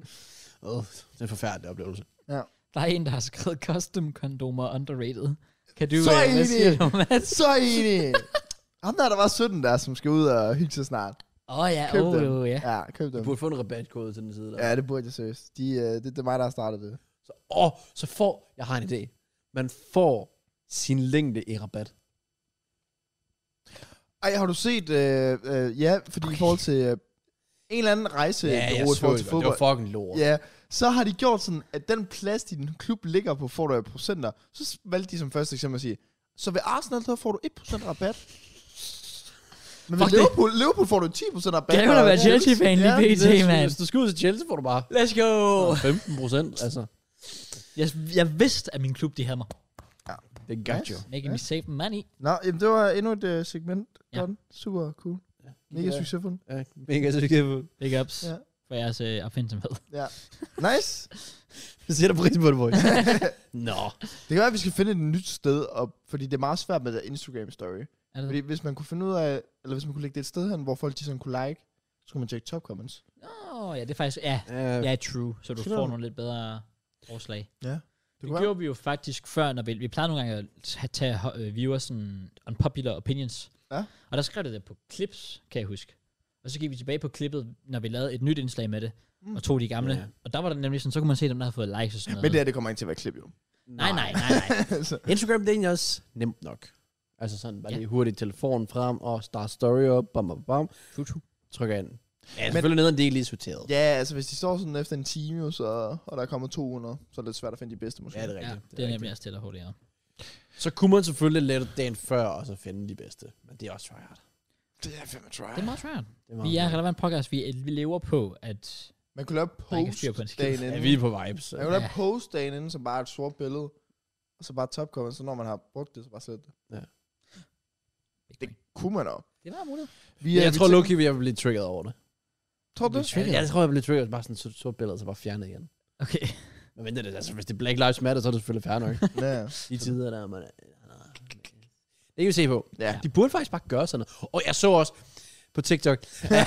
det er en forfærdelig oplevelse. Der er en, der har skrevet custom kondomer underrated. Kan du, Så øh, er hvad I siger det. du, Mads? Så enig! Ham der, der var 17 der, som skal ud og hygge sig snart. Åh oh, ja, Køb oh, dem. ja. Ja, køb Du dem. burde få en rabatkode til den side der. Ja, det burde jeg seriøst. De, øh, det, det er mig, der har startet det. Så, åh, så får, jeg har en idé, man får sin længde i rabat. Ej, har du set... Øh, øh, ja, fordi okay. i forhold til... Øh, en eller anden rejse i forhold til det godt. fodbold. Det var fucking lort. Ja, så har de gjort sådan, at den plads, din klub ligger på, får du af procenter. Så valgte de som første eksempel at sige, så ved Arsenal, så får du 1% rabat. Men ved Fuck det. Liverpool, Liverpool får du 10% rabat. Kan du da og- være Chelsea-fan lige Ja, pt, mand? Hvis du skal ud til Chelsea, får du bare Let's go! 15 procent, altså. Jeg, jeg vidste, at min klub, de havde mig. Ja, Det got Nice. you. Making me save money. Nå, jamen, det var endnu et uh, segment. Ja. Ja. Super cool. Mega succesfuld. Ja, mega succesfuld. Big ups Ja. for jeres øh, opfindsomhed. Nice. Jeg sætter pris på det, boys. Nå. Det kan være, at vi skal finde et nyt sted op, fordi det er meget svært med det Instagram story. Er det Fordi hvis man kunne finde ud af, eller hvis man kunne lægge det et sted hen, hvor folk de sådan kunne like, så kunne man tjekke top comments. Åh, oh, ja, det er faktisk... Ja, Uh, ja, true. Så du Skal får vi- nogle lidt bedre forslag. Det Det kunne være. gjorde vi jo faktisk før, når vi, vi plejede nogle gange at ta- tage øh, viewers sådan unpopular opinions. Ja. Og der skrev det der på clips, kan jeg huske. Og så gik vi tilbage på klippet, når vi lavede et nyt indslag med det, Mm. mm. og tog de gamle. Ja. Yeah. Og der var der nemlig sådan, så kunne man se dem, der havde fået likes og sådan noget. Men det her, det kommer ikke til at være et klip, jo. Nej, nej, nej, nej. så, Instagram, det er egentlig også nemt nok. Altså sådan, bare Ja. lige hurtigt telefonen frem, og start story op, bam, bam, bam, True, true. trykker ind. Ja, selvfølgelig nede, det er lige sorteret. ja, altså hvis de står sådan efter en time, jo, så, og der kommer 200, så er det lidt svært at finde de bedste, måske. Ja, det er Ja, rigtigt. det er nemlig også til at HDR. rigtigt. Så kunne man selvfølgelig lette dagen før, og så finde de bedste. Men det er også tryhard. det er fandme try. Det er meget svært. Det meget Vi er tryhard. relevant podcast. Vi, vi lever på, at... Man kunne lave er ikke post styr på en skid. dagen Ja, inden. vi er på vibes. Man kunne lave Ja. post dagen inden, som bare er et sort billede. Og så bare top comments, så når man har brugt det, så bare slet det. Det kunne man også. Det var muligt. Vi, Ja, øh, jeg vi tror, tænker- Loki vil jeg vil blive triggeret over det. Tror du det? Ja, jeg tror, jeg bliver triggeret bare sådan et sort- sort billede, og så bare fjernet igen. Okay. Men venter det, altså, hvis det er Black Lives Matter, så er det selvfølgelig fair nok. Ja. De tider der, man... Det kan vi se på. ja. De burde faktisk bare gøre sådan noget. Og jeg så også på TikTok.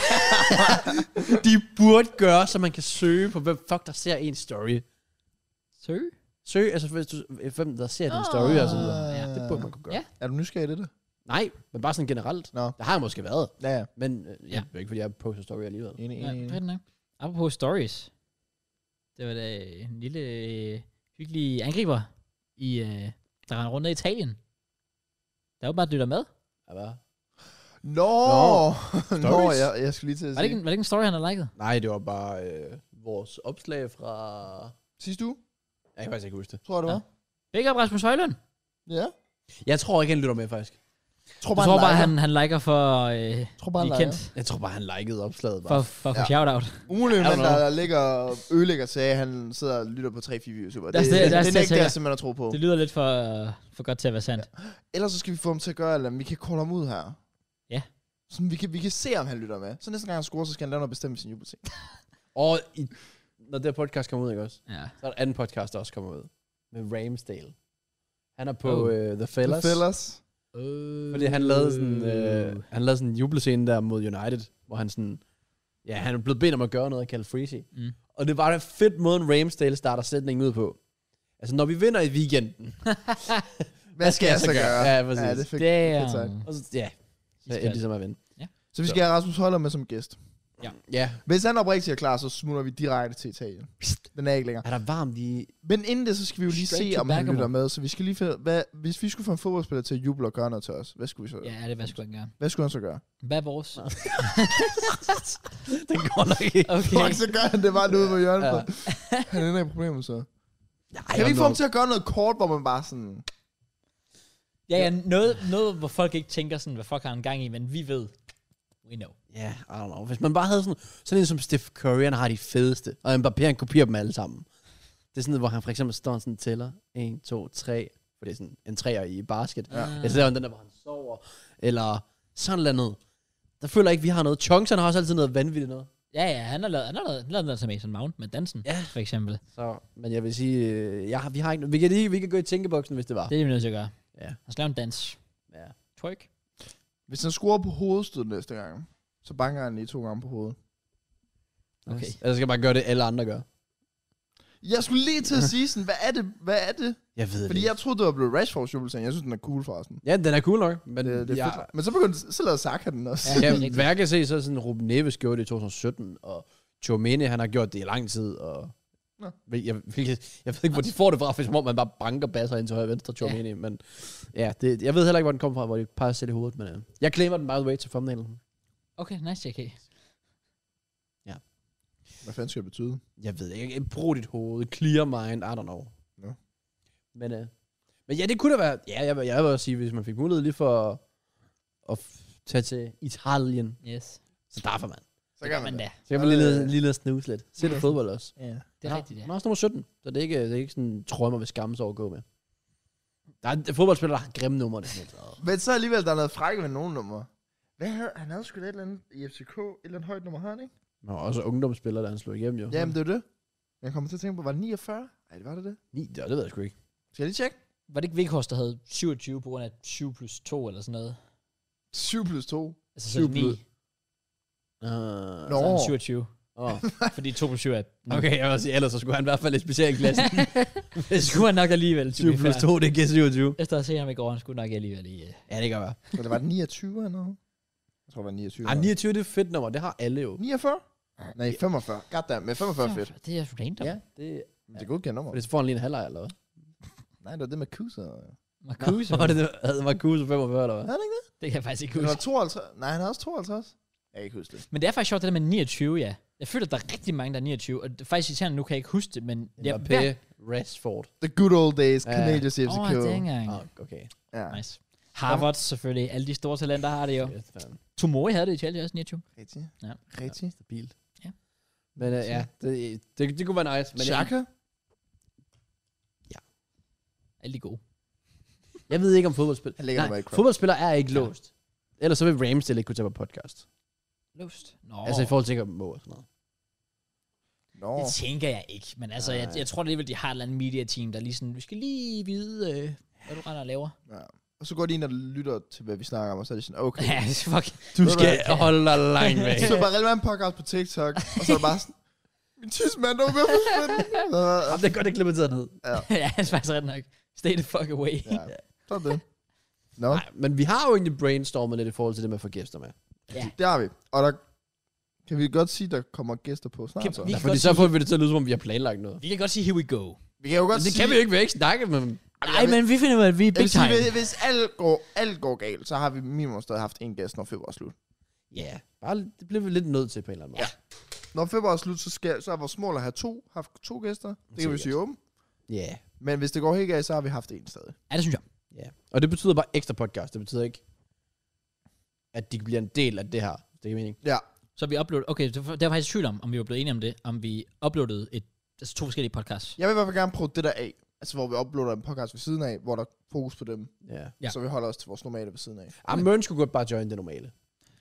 de burde gøre, så man kan søge på, hvem fuck der ser en story. Så? Søg, altså hvis du, hvem der ser din story og så videre. Ja, Det burde man kunne gøre. Ja. Ja. Er du nysgerrig i det? der? Nej, men bare sådan generelt. Nå. Der har jeg måske været, Ja, ja. men øh, Ja. ja. det er ikke, fordi jeg poster story alligevel. Enig, Ja, enig, enig. rigtig nok. Apropos stories. Det var da en lille øh, hyggelig angriber, i, øh, der rendte rundt i Italien. Der var bare lytter med. Ja, hvad? Nå! Nå, Nå Stories. jeg, jeg skulle lige til at Var det, ikke, sige. en- var det ikke en story, han havde liket? Nej, det var bare øh, vores opslag fra... Sidste uge, Jeg kan faktisk ikke huske det. tror jeg det Nå. var. Big up Rasmus Højlund. Ja. Jeg tror ikke, han lytter med, faktisk. Jeg tror bare, han, han liker for øh, Jeg tror bare, blive han kendt. Jeg tror bare, han likede opslaget bare. For, for at få Ja. shout-out. Umulig I don't mand, know. der ligger og ødelægger sagde, han sidder og lytter på 3-4 views. Det, det, Der er det, sted- der er det, sted nægter sikkert. jeg simpelthen at tro på. Det lyder lidt for, øh, for godt til at være sandt. Ellers så skal vi få ham til at gøre, eller vi kan call ham ud her. Ja. Så vi kan, vi kan se, om han lytter med. Så næste gang han scorer, så skal han lave noget bestemt i sin jubelting. Og i, når det her podcast kommer ud, ikke også? Ja. Så er der anden podcast, der også kommer ud. Med Ramsdale. Han er på Oh. oh. uh, The Fellas. The Fellas. Fordi han lavede sådan, uh, han lavede sådan en jubelscene der mod United, hvor han sådan... Ja, han er blevet bedt om at gøre noget, kaldt Freezy. Mm. Og det var da fedt måden, Ramsdale starter sætningen ud på. Altså, når vi vinder i weekenden. Hvad skal jeg så gøre? Ja, præcis. det fik, fedt tak. Damn. Og så, ja, så endte de så med at vinde. Så vi skal have Rasmus Højler med som gæst. Ja, Hvis han oprigtigt er klar, så smutter vi direkte til Italien. Den er ikke længere. er der varmt i... Men inden det, så skal vi jo lige Straight se, to om han Bergamo. lytter med. Så vi skal lige finde, hvad, hvis vi skulle få en fodboldspiller til at juble og gøre noget til os, hvad skulle, vi så, Ja, det var sgu ikke engang. hvad skulle han så gøre? Hvad er vores? Den går nok ikke. Okay. Fuck, så gør han det bare ude på hjørnet. Ja. Ja. Han ender i problemer så. Ej, Kan vi hold få nu ham til at gøre noget kort, hvor man bare sådan... Ja, ja, noget, noget, hvor folk ikke tænker sådan, hvad fuck har han gang i, men vi ved. We know. Ja, yeah, I don't know. Hvis man bare havde sådan, sådan en som Steph Curry, han har de fedeste. Og Mbappé, han kopierer dem alle sammen. Det er sådan, hvor han for eksempel står og sådan tæller. 1, 2, 3. For det er sådan en træer i basket. Ja. Eller så laver han den der, hvor han sover. Eller sådan noget andet. Der føler jeg ikke, vi har noget. Chunks, han har også altid noget vanvittigt noget. Ja, ja, han har lavet, han har lavet, han har lavet noget til Mason Mount med dansen, Ja. for eksempel. Så, men jeg vil sige, øh, jeg har, vi har ikke vi kan, lige, vi kan gå i tænkeboksen, hvis det var. Det er vi nødt til at gøre. Ja. Han skal lave en dans. Ja. Twerk. Hvis han scorer på hovedstødet næste gang, så banker han lige to gange på hovedet. Okay. Eller skal jeg bare gøre det, alle andre gør. Jeg skulle lige til at sige sådan, hvad er det? Hvad er det? Jeg ved Fordi det jeg troede, det var blevet Rashford's jubelsang. Jeg synes, den er cool forresten. ikke. Ja, den er cool nok. Men, Det, det er jeg, fedt. Men så begyndte så lavede Saka den også. Ja. Ja. det er Ja, rigtigt. hvad jeg kan se, så er sådan, Ruben Neves gjorde det i 2017, og Chomene, han har gjort det i lang tid, og... Nå. Jeg, jeg, jeg, jeg ved ikke, hvor de får det fra, for som om man bare banker basser ind til højre og venstre, Chomene, ja. men ja, det, jeg ved heller ikke, hvor den kom fra, hvor de peger selv i hovedet, men uh, jeg claimer den, by the way, til thumbnailen. Okay, nice, JK. Hvad fanden skal det betyde? Jeg ved ikke, brug dit hoved, clear mind, I don't know. Nå. Men, uh, men ja, det kunne da være, ja, jeg, vil- jeg vil også sige, hvis man fik mulighed lige for at, at f- tage til Italien, Yes. så der for man. Så kan Men man det. da. Så kan man lige, ned- lige ned og snuse lidt. Se lidt fodbold også. Ja. Det er han rigtigt, ja. ja. Han er også nummer 17, så det er ikke, det er ikke sådan en trøje, man vil skamme sig over at gå med. Der er fodboldspillere, der har grimme numre. Det er sådan lidt, åh. Men så alligevel, der er noget frække med nogle numre. Hvad havde, han havde sgu da et eller andet i FCK, et eller andet højt nummer, havde han ikke? Men også ungdomsspillere, der han slog igennem jo. Jamen, det er jo det. Jeg kommer til at tænke på, var det 49? Nej, det var det det. Ni, ja, det ved jeg sgu ikke. Skal jeg lige tjekke? Var det ikke Vekhorst, der havde 27 på grund af 7 plus 2 eller sådan noget? 7 plus 2. Altså så er det 9, 7 plus- så Uh, Nå. er han 27. oh. Fordi 2 plus 7 er... Okay, jeg vil sige, ellers så skulle han i hvert fald i specialklassen. Det skulle han nok alligevel, to 7 be plus fair. 2, det giver 27. Efter at se ham i går, han skulle nok alligevel i... Uh... Ja, det kan være. Eller var det 29 eller noget? Jeg tror, det var 29. Ah, 29, det er et fedt nummer. Det har alle jo. 49? Nej, 45. Goddamn, men 45 er fedt. Det er random. Ja, Ja. det, Men det er godkendt nummer. og det får han lige en halvleg, eller hvad? Nej, det var det med Kusa. Marcuse. Var det, det var Kuse 45, eller hvad? Havde han ikke det? det kan jeg faktisk ikke Han huske. var 52. Nej, han havde også 52. Jeg kan ikke huske det. Men det er faktisk sjovt, det der med 29, ja. Jeg føler, at der er rigtig mange, der er 29. Og det er faktisk især nu kan jeg ikke huske det, men... jeg- Mbappé, Rashford. The good old days, Ja. Canadiens Åh, FCK. det er ikke engang. Ah, okay. Ja. Nice. Harvard selvfølgelig. Alle de store talenter har det jo. Yes, fandme. Tomori havde det i Chelsea også 29. Rigtig. Ja. Rigtig. Stabilt. Ja. Men øh, ja, det, det, det, kunne være nice. Men jeg, Xhaka? Alle de gode. jeg ved ikke om fodboldspil. Han ligger Nej, nummer et, Kroos. fodboldspiller er ikke Ja. låst. Ellers så vil Ramsdale ikke kunne tage på podcast. Låst. Nå. Altså i forhold til ikke at må og sådan noget. Nå. Det tænker jeg ikke, men altså, jeg, Nej. jeg tror alligevel, de har et eller andet media-team, der lige sådan, vi skal lige vide, øh, hvad du render og laver. Ja. Og så går de ind og lytter til, hvad vi snakker om, og så er de sådan, okay. Ja, fuck. Du Ved du skal hvad, holde dig langt væk. Så bare relevant podcast på TikTok, og så er det bare sådan, min tidsmand er ved at forsvinde. Så, Jamen, det er godt ikke klimateret ned. ja, det er faktisk ret nok. Stay the fuck away. ja, så er det. Nå, Nej, men vi har jo egentlig brainstormet lidt i forhold til det med at få gæster med. det har vi. Og der kan vi godt sige, der kommer gæster på snart. Kan- så. vi- Ja, kan fordi godt så sige- får vi det til at lyde, som om vi har planlagt noget. Vi kan godt sige, here we go. Vi kan jo godt Men det sige, kan vi jo ikke, vi har ikke snakket med dem. Nej, men vi finder ud af, at vi er Jeg big vil sige, time. hvis, hvis alt, går, alt går galt, så har vi minimum stadig haft en gæst, når februar er slut. Ja, bare, det bliver vi lidt nødt til på en eller anden måde. Ja. Når februar er slut, så, skal, så er vores mål at have to, haft to gæster. Det kan vi Sikkert. sige åben. Ja. Men hvis det går helt galt, så har vi haft en stadig. Ja, det synes jeg. Ja. Og det betyder bare ekstra podcast. Det betyder ikke, at de bliver en del af det her. Det er mening. Ja, Så vi uploadede, okay, det var, der var faktisk tvivl om, om vi var blevet enige om det, om vi uploadede et, altså to forskellige podcasts. jeg vil i hvert fald gerne prøve det der af. Altså, hvor vi uploader en podcast ved siden af, hvor der er fokus på dem. Ja. Ja. Ja. Så vi holder os til vores normale ved siden af. Ah, Mørn skulle godt bare join det normale.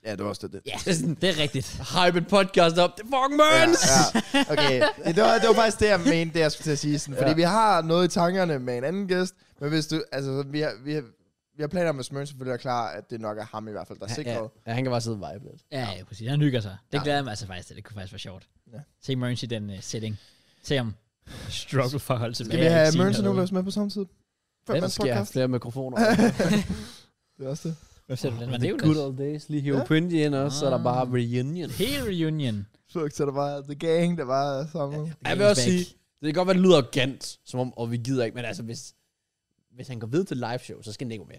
Ja, det var også det. Ja, Det er sådan, det er rigtigt. hype et podcast op. Det er fucking Ja, Mørns! ja. Okay, det var, det var faktisk det, jeg mente, det jeg skulle til at sige. Sådan, fordi Ja. ja. vi har noget i tankerne med en anden gæst, men hvis du, altså, vi har, vi har, vi har planer med Smøren selvfølgelig er klar, at det nok er ham i hvert fald, der er Ja, sikret. ja, han kan bare sidde og vibe lidt. Ja, ja, præcis. Han hygger sig. Det Ja. glæder jeg mig altså faktisk til. Det kunne faktisk være sjovt. Ja. Se Mørns i den uh, setting. Se om struggle for at holde tilbage. Skal vi have Ikke sige Mørens og noget. Niklas med på samme tid? Fem Der mands sker podcast. flere mikrofoner. Det er også det. Hvad sagde du? Den var det det er good old days. Lige hive Ja. Pindy ind også, så er der Ah. bare reunion. Hele reunion. Så så der var The Gang, der var sammen. Ja, Jeg vil også sige, det kan godt være, det lyder arrogant, som om, og vi gider ikke, men altså, hvis, hvis han går videre til live show, så skal han ikke gå med.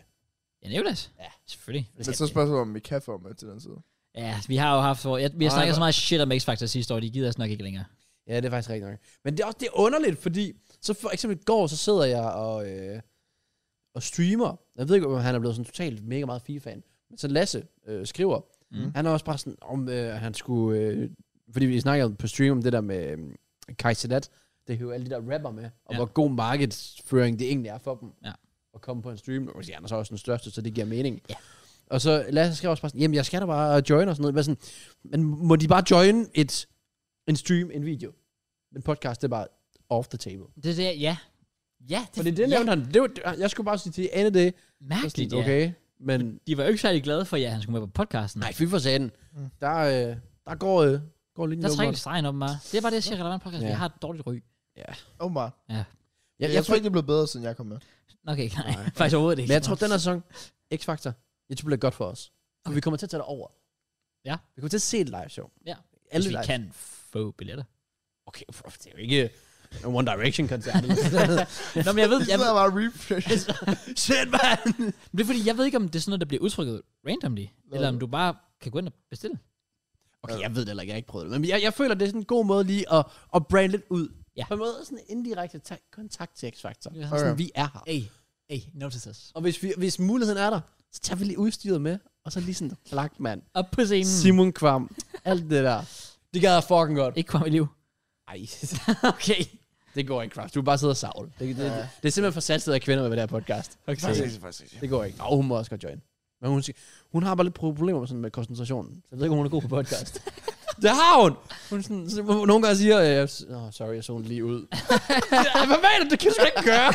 Ja, Niklas. Ja. Selvfølgelig. Det Men skal så han ikke. spørgsmålet, om vi kan få med til den side. Ja, vi har jo haft... Hvor, jeg, vi har Nej, snakket hvor- så meget shit om X-Factor sidste år, de gider os nok ikke længere. Ja, det er faktisk rigtigt nok. Men det er også det er underligt, fordi så for eksempel i går, så sidder jeg og, øh, og streamer. Jeg ved ikke, om han er blevet sådan totalt mega meget FIFA-fan. Men så Lasse øh, skriver, Mm. mm. han er også bare sådan, om øh, han skulle... Øh, fordi vi snakkede på stream om det der med øh, Kai Sedat, det hører alle de der rapper med, og Ja. ja. hvor god markedsføring det egentlig er for dem. Ja. At komme på en stream, og han er så også den største, så det giver mening. Ja. Og så Lasse skrev også bare sådan, jamen jeg skal da bare join og sådan noget. Hvad sådan, men må de bare join et, en stream, en video? En podcast, det er bare off the table. Det er det, ja. Ja, Fordi det nævnte han, det var, det- jeg skulle bare sige til ende det, så Mærkeligt, sådan, ja. Okay. okay, men De var jo ikke særlig glade for, at ja, han skulle med på podcasten. nej, fy for satan, Mm. der, øh, der går, øh, går lige Der trækker de stregen op mig. Det er bare det, jeg siger, relevant podcast. Ja. Vi har et dårligt ryg. Åbenbart. jeg, Jeg, jeg, jeg, tror ikke, det er blevet bedre, siden jeg kom med. Nok ikke, nej. Nej. Faktisk overhovedet ikke. Men jeg tror, den her sæson, X-Factor, jeg tror, det bliver godt for os. For vi kommer til at tage det over. Ja. Vi kommer til at se et live show. Ja. Alle Hvis vi live- kan få billetter. Okay, for, det er jo ikke en One Direction-koncert. Nå, men jeg ved, Det jeg, sidder bare og refresh. Shit, man! men det er fordi, jeg ved ikke, om det er sådan noget, der bliver udtrykket randomly. Eller om du bare kan gå ind og bestille. Okay, jeg ved det heller ikke, jeg har ikke prøvet det. Men jeg, jeg føler, det er sådan en god måde lige at, at brande lidt ud. Ja. På en måde sådan indirekte tag kontakt til X-Factor. Ja. Sådan, Okay. vi er her. Hey, hey, notice us. Og hvis, vi, hvis muligheden er der, så tager vi lige udstyret med. Og så lige sådan, Blackman, Op på scenen. Simon Kvam, alt det der. Det gad jeg fucking godt. Ikke kom i liv. Ej. okay. Det går ikke, Kraft. Du er bare sidde og savle. Det, det, det, Ja. det, er simpelthen for satset af kvinder med ved det her podcast. Faktisk Okay. rigtigt, faktisk rigtigt. Det går ikke. Og hun må også godt join. Men hun, siger, hun har bare lidt problemer med sådan med koncentrationen. Så jeg ved ikke, om hun er god på podcast. det har hun! Hun sådan, så, nogle gange siger, øh, jeg, oh, sorry, jeg så hun lige ud. Ja, Hvad mener du? Det kan du sgu da ikke gøre!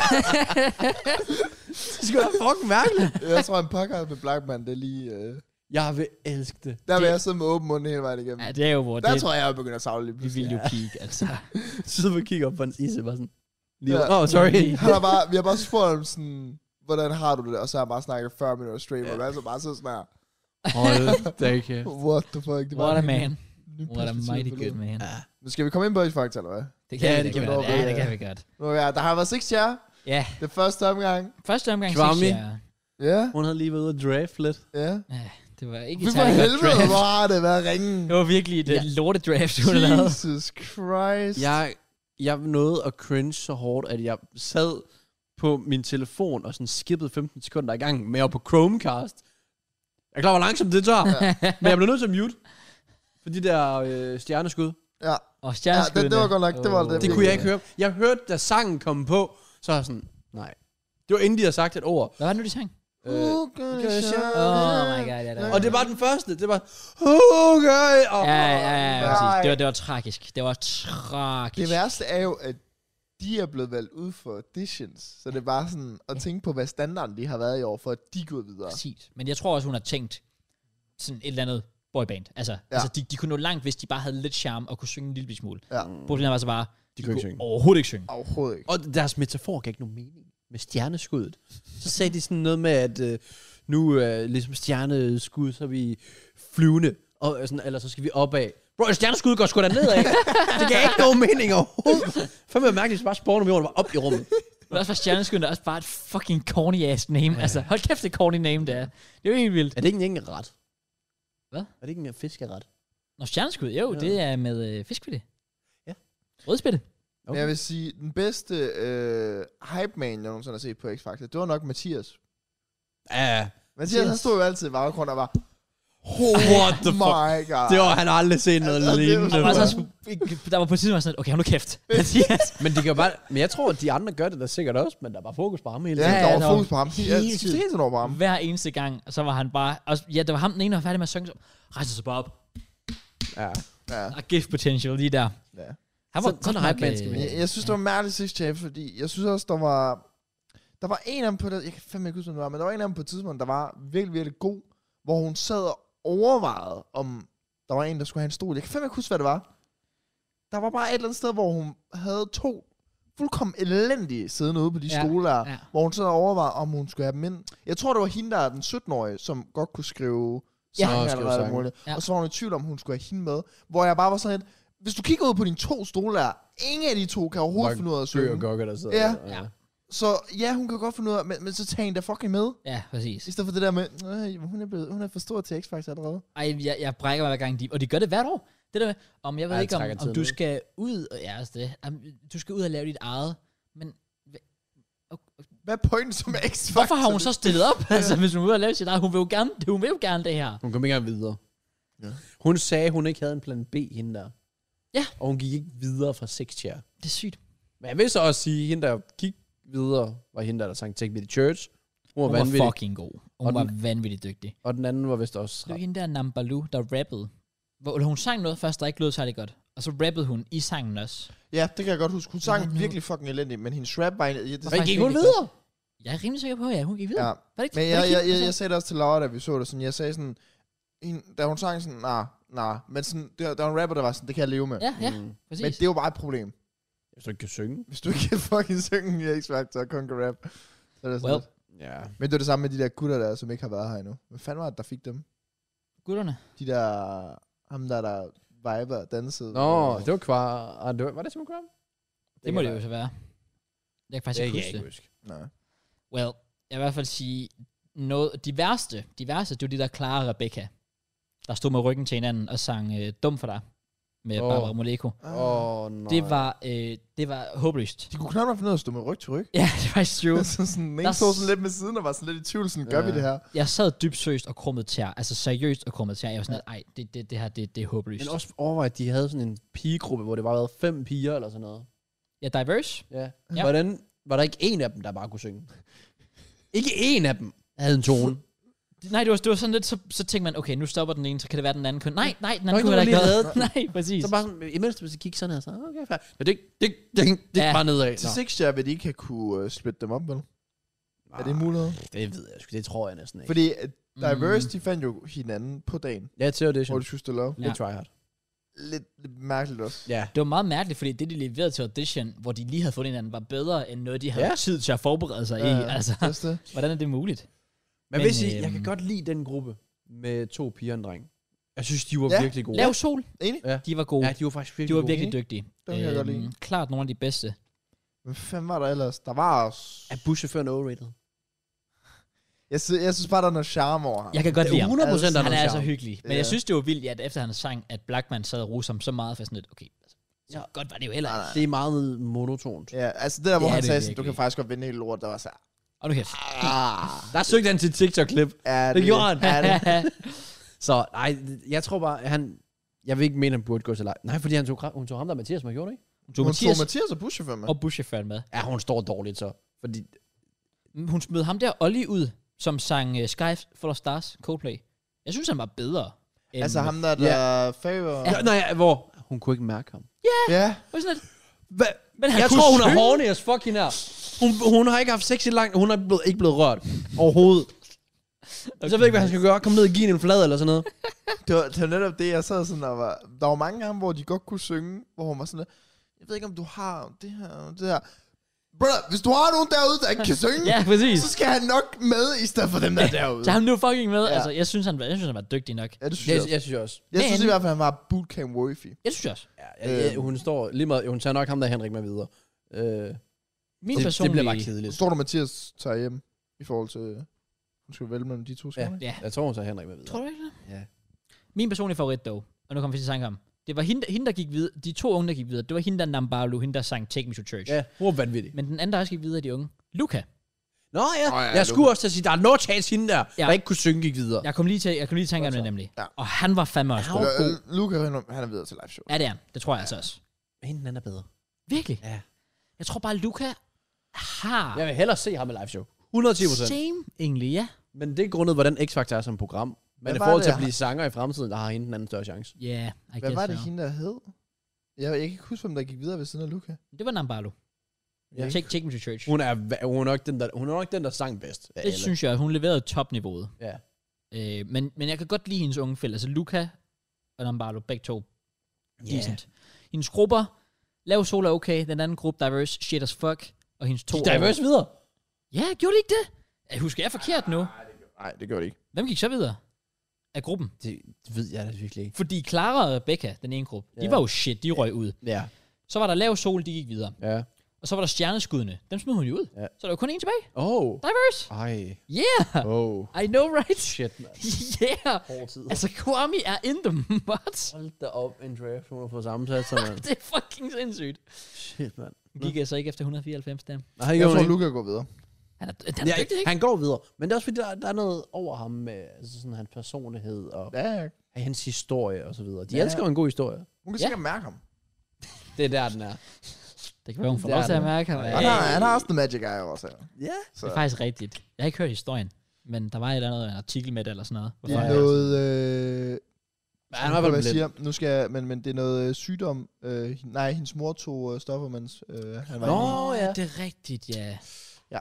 det skal være fucking mærkeligt. Jeg tror, en podcast med Blackman, det er lige... Øh, Jeg vil elske det. der vil Det- jeg sidde med åben mund hele vejen igennem. Ja, det er jo, hvor Der det, tror jeg, jeg begynder at savle lige vi vil pludselig. jo peak, altså. Så vi kigger op på hans isse, bare sådan. Lige, Ja. Åh, oh, sorry. Han har bare, vi har bare spurgt ham sådan, hvordan har du det? Og så har han bare snakket 40 minutter straight, og hvad så bare sidder sådan her, Hold da kæft. what the fuck? Det var What a en helt man. ny What a perspektiv mighty på good livet. man. Ja. Men Skal vi komme ind på et fakta, eller hvad? Det kan Ja, vi det da kan vi godt. da. Ja, det kan vi godt. Nu er jeg, der har været seks jer. Ja, Det er første omgang. første omgang Kwame. synes jeg... Ja, Hun havde lige været ude og draft lidt. ja. Ja, det var ikke Vi et for særlig godt helvede, draft. hvor har det været ringe. Det var virkelig et Ja. ja. lortet draft, hun havde lavet. Jesus Christ. Jeg, jeg nåede at cringe så hårdt, at jeg sad på min telefon og sådan skippede 15 sekunder i gang med at på Chromecast. Jeg er klar, hvor langsomt det tager. Ja. Men jeg blev nødt til at mute. For de der øh, stjerneskud. Ja, Og ja det, stjerneskuddene. det, var godt nok, det var Åh. det. Det kunne jeg ikke høre. Jeg hørte, da sangen kom på, så var jeg sådan, nej. Det var inden de havde sagt et ord. Hvad var det nu, de sang? Uh. Øh, Oh my god, ja, det var- og det var den første. Det var, okay. Ja, Og, ja, ja, ja, præcis. nej. Det var, det var tragisk. Det var tragisk. Det værste er jo, at de er blevet valgt ud for auditions. Så det er bare sådan at tænke på, hvad standarden de har været i år, for at de er gået videre. Præcis. Men jeg tror også, hun har tænkt sådan et eller andet boyband. Altså, ja. altså de, de kunne nå langt, hvis de bare havde lidt charme og kunne synge en lille smule. Ja, Problemet var så bare, de, de kunne kunne ikke synge. overhovedet ikke synge. overhovedet ikke. Og deres metafor gav ikke nogen mening med stjerneskuddet. Så sagde de sådan noget med, at øh, nu er øh, ligesom stjerneskud, så er vi flyvende, og, øh, sådan, eller så skal vi opad. Bro, et stjerneskud går sgu da nedad. det gav ikke nogen mening overhovedet. Fem var mærkeligt, at bare sporene med jorden var op i rummet. Men også var stjerneskynden også bare et fucking corny ass name. Ja. Altså, hold kæft, det corny name, det er. Det er jo helt vildt. Er det ikke en enkelt ret? Hvad? Er det ikke en fiskeret? Nå, stjerneskud, jo, Ja. ja. det er med øh, fiskfilet. Ja. Rødspætte. Men jeg vil sige, den bedste øh, hype man, jeg nogensinde har set på X-Factor, det var nok Mathias. Ja. Mathias, han stod jo altid i baggrunden og var, What the fuck? my god. Det var han har aldrig set noget Altså, det var- Og lignende. Det altså, også, der var på et tidspunkt var sådan, okay, hold nu kæft. Mathias. Men, det kan jo bare, men jeg tror, at de andre gør det da sikkert også, men der er bare fokus på ham hele Ja, tiden. ja, der var der var fokus på ham. Ja, hele tiden. hele tiden over på ham. Hver eneste gang, så var han bare... Og, ja, det var ham den ene, der var færdig med at synge, så rejste sig bare op. Ja. Ja. Og gift potential lige der. Ja. Han var Sådan- så, sådan godt en nok... hype man skal øh, være. Jeg, jeg synes, det var mærkeligt sidste tab, fordi jeg synes også, der var... Der var en af dem på det, jeg kan fandme ikke huske, hvem det var, men der var en af dem på et tidspunkt, der var virkelig, virkelig god, hvor hun sad og overvejede, om der var en, der skulle have en stol. Jeg kan fandme ikke huske, hvad det var. Der var bare et eller andet sted, hvor hun havde to fuldkommen elendige siddende ude på de ja, Ja, skoler, ja. ja. hvor hun sad og overvejede, om hun skulle have dem ind. Jeg tror, det var hende, der er den 17-årige, som godt kunne skrive Ja. sange Nå, ja, skrive eller alt sange. muligt. Ja. Ja. Og så var hun i tvivl om, hun skulle have hende med, hvor jeg bare var sådan lidt, hvis du kigger ud på dine to stoler, ingen af de to kan overhovedet Mange finde ud af at Søger synge. gokker, der sidder Ja. der. Ja. Så ja, hun kan godt finde ud af, men, men så tager en da fucking med. Ja, præcis. I stedet for det der med, "Øh, hun er, blevet, hun er for stor til X-Factor allerede. Ej, jeg, jeg brækker mig hver gang de... Og de gør det hvert år. Det der med, om jeg ved Ej, ikke, om, trækker om tiden du ud. skal ud... og- Ja, altså det. Om, du skal ud og lave dit eget. Men Hvad er pointen som X-Factor? hvorfor har hun så stillet op? altså, hvis hun er ude og lave sit eget... Hun vil jo gerne, hun vil jo gerne det her. Hun kom ikke engang videre. Ja. Ja. Hun sagde, hun ikke havde en plan B hende der. Ja. Og hun gik ikke videre fra 6 chair. Det er sygt. Men jeg vil så også sige, at hende der gik videre, var hende der, der sang Take Me to Church. Hun Hun var var hun vanvittig. Var fucking god. Og Hun var vanvittigt dygtig. og den anden var vist også... Det var hende der Nambalu, der rappede. Hvor hun sang noget først, der ikke lød særlig godt. Og så rappede hun i sangen også. Ja, det kan jeg godt huske. Hun sang Hvad nu? virkelig fucking elendigt, men hendes rap var... en- Ja, det, Hvad Men faktisk gik hun virkelig videre? Jeg er rimelig sikker på, at ja, hun gik videre. ja. Ja. Var det ikke, Men var det jeg, ikke jeg, hende, jeg, der jeg sagde det også til Laura, da vi så det sådan. Jeg sagde sådan, hende- da hun sang sådan, nej, nah, nej. Nah. Men sådan, der, der var en rapper, der var sådan, det kan jeg leve med. sang? Ja, ja, Mm. præcis. men det er jo bare et problem. Hvis du ikke kan synge. Hvis du ikke kan fucking synge i X-Factor og kun kan rap. Så er det sådan Well. lidt. Ja. Men det er det samme med de der gutter der, som ikke har været her endnu. Hvad fanden var det, der fik dem? Gutterne. De der... Ham der, der viber og dansede. Nå, det var kvar... Ah, det var, var det Simon Graham? Det må det jo så være. Jeg kan faktisk Det ikke kan jeg huske ikke det. huske. Nej. Well, jeg vil i hvert fald sige, noget, de værste, de værste, det var de der Clara og Rebecca, der stod med ryggen til hinanden og sang øh, Dum for dig med Åh. oh. Barbara Moleko. Oh. Åh, oh, nej. Det var, øh, det var håbløst. De kunne knap nok finde ud af at stå med ryg til ryg. Ja, det var faktisk true. så sådan, den ene Der- stod sådan lidt med siden og var sådan lidt i tvivl, sådan, gør Ja. vi det her? Jeg sad dybt seriøst og krummet tær, altså seriøst og krummet tær. Jeg var sådan, nej, det, det, det her, det, det er håbløst. Men også overvej, at de havde sådan en pigegruppe, hvor det bare var fem piger eller sådan noget. Ja, diverse. Ja. Ja. ja. Hvordan var der ikke en af dem, der bare kunne synge? ikke en af dem havde en tone. Det- Nej, det var, det var sådan lidt, så, så tænkte man, okay, nu stopper den ene, så kan det være den anden kun. Nej, nej, den Nå, anden nu kunne var heller ikke lige redde. Nej, præcis. Så bare sådan, øh, imens du kigge sådan her, så okay, fair. Men det, det, det, det Ja. ja. bare nedad. Til Nå. seks stjerner vil de ikke have kunne uh, splitte dem op, vel? Er Ah, det en mulighed? Det ved jeg sgu, det tror jeg næsten ikke. Fordi, Fordi øh, Diverse, mm. de fandt jo hinanden på dagen, ja, til audition. hvor de skulle stille op. Det er tryhard. Lidt, lidt mærkeligt også. Ja. Det var meget mærkeligt, fordi det, de leverede til audition, hvor de lige havde fundet hinanden, var bedre end noget, de havde ja. Ja. tid til at forberede sig Ja, i. ja. Altså, Det er det. hvordan er det muligt? Men, Men, hvis I, jeg øhm, kan godt lide den gruppe med to piger og en dreng. Jeg synes, de var Ja. ja. virkelig gode. Lav sol. Enig? De var gode. Ja, Ja, de var de faktisk virkelig var gode. virkelig dygtige. Øhm, Dem kan jeg godt lide. klart nogle af de bedste. Hvad fanden var der ellers? Der var også... Er buschaufføren overrated? Jeg, sy- jeg synes bare, der er noget charme over ham. Jeg kan godt lide ham. 100 procent, der er Han noget er altså charme. hyggelig. Men Ja. jeg synes, det var vildt, at efter han sang, at Blackman sad og rose ham så meget, for jeg sådan lidt, okay, altså, så Ja. godt var det jo heller Nej, ikke. nej. Det er meget monotont. Ja, altså det der, hvor Ja, ja, han det er sagde, sådan, du virkelig. kan faktisk godt vinde hele lort, der var så... Og nu kæft. Ah, Der søgte han til TikTok-klip. er Det gjorde han. Er det? Så nej, jeg tror bare, han... Jeg vil ikke mene, han burde gå til live. Nej, fordi han tog, kra- hun tog ham der Mathias med, gjorde det ikke? Du Hun tog Mathias Mathias og buschaufføren med. og buschaufføren med. Ja, hun står dårligt så. Fordi Hun smed ham der Olli ud, som sang uh, Sky Full of Stars, Coldplay. Jeg synes, han var bedre. End Altså ham der, der yeah. favor. Ja. Nej, hvor? Hun kunne ikke mærke ham. Ja. Det var sådan lidt, Hva? Men han jeg kunne tror, hun er synge. horny as fuck hende her. Hun, hun har ikke haft sex i langt. Hun er blevet, ikke blevet rørt overhovedet. Okay. Så jeg ved ikke, hvad han skal gøre. Kom ned og give hende en flad eller sådan noget. Det var, det var netop det, jeg sad sådan og var... Der var mange af ham, hvor de godt kunne synge, hvor hun var sådan der, Jeg ved ikke, om du har det her og det her. Brother, hvis du har nogen derude, der ikke kan synge, Ja, præcis. så skal han nok med, i stedet for dem, der er derude. Så ham nu fucking med. Ja. Ja. Altså, jeg synes, han var, jeg synes, han var dygtig nok. Ja, det synes jeg. også. synes også. Jeg synes Men- i hvert fald, han var bootcamp worthy. Jeg synes også. Ja, jeg, jeg, Øhm. hun står lige meget. Hun tager nok ham der Henrik med videre. Øh, Min det, det personlige... bliver bare Så kedeligt. står der, Mathias tager hjem i forhold til... øh, Hun skal vælge mellem de to skoler. Ja. Jeg tror, hun tager Henrik med videre. Tror du ikke det? Ja. Min personlige favorit dog, og nu kommer vi til tanke om, det var hende, hende, der gik videre, de to unge, der gik videre, det var hende, der Nambalu, hende, der sang Take Me to Church. Ja, hun er vanvittig. Men den anden, der også gik videre, er de unge. Luca. Nå ja, Nå, ja, jeg Luca. skulle også til at sige, der er no chance hende der, Ja. der ikke kunne synge gik videre. Jeg kom lige til, jeg kom lige til at tænke om det nemlig. Ja. Og han var fandme også god. Ja. Øh, Luca, han- han er videre til live show. Ja, det er han. Det tror jeg altså også. Hende den er bedre. Virkelig. Ja. Jeg tror bare, Luca har Jeg vil hellere se ham i live show. 110 procent. same, egentlig, ja. Men det er grundet, hvordan X-Factor er som program. Men Hvad i var forhold det, til at jeg- blive sanger i fremtiden, der har hende den anden større chance. Ja, yeah, I Hvad guess var det, so. hende der hed? Jeg, jeg kan ikke huske, hvem der gik videre ved siden af Luca. Det var Nambalu. Ja. Take, take Me to Church. Hun er, va- hun, er nok den, der, hun er nok den, der sang bedst. af Det alle. synes jeg, hun leverede topniveauet. Ja. Øh, men, men jeg kan godt lide hendes unge fælde. Altså Luca og Lombardo, begge to. Yeah. Decent. Hendes grupper, Lav Sol er okay. Den anden gruppe, Diverse, Shit as Fuck. Og hendes to De diverse år- videre. Ja, gjorde de ikke det? Jeg husker jeg forkert nu. Nej, det gjorde det ikke. Hvem gik så videre? Af gruppen. Det ved jeg da virkelig ikke. Fordi Clara og Rebecca, den ene gruppe, yeah. de Ja. var jo shit, de røg ud. Ja. Så var der Lav Sol, de gik videre. Ja. Og så var der Stjerneskuddene. Dem smed hun jo ud. Ja. Så der var kun en tilbage. Oh. Diverse. Ej. Yeah. Oh. I know, right? Shit, man. yeah. Hård tid. Altså, Kwame er in the mud. Hold da op, en draft, hun har fået sammensat sig, mand. det er fucking sindssygt. Shit, mand. Gik jeg så ikke efter 194 der. Nej, Jeg jeg tror, Luca går videre. Han er, han er dygtig, ikke? han går videre. Men det er også fordi, der, der er noget over ham med altså sådan, hans personlighed og Ja, ja. ja. hans historie og så videre. De Ja. ja. elsker jo en god historie. Hun kan Ja. ja. sikkert mærke ham. Det er der, den er. Det kan være, hun får Det lov er til at det. mærke ham. Ja. altså. Ja. Han har, han har også The Magic Eye over sig. Ja. Så Det er faktisk rigtigt. Jeg har ikke hørt historien, men der var et eller andet en artikel med det eller sådan noget. det Hvorfor er jeg- noget... Øh, Men han var vel hvad blind. jeg siger, nu skal jeg, men, men det er noget øh, sygdom. Øh, hende- nej, hendes mor tog øh, stoffer, mens øh, han var Nå, inde i. ja. Det er rigtigt, ja. ja.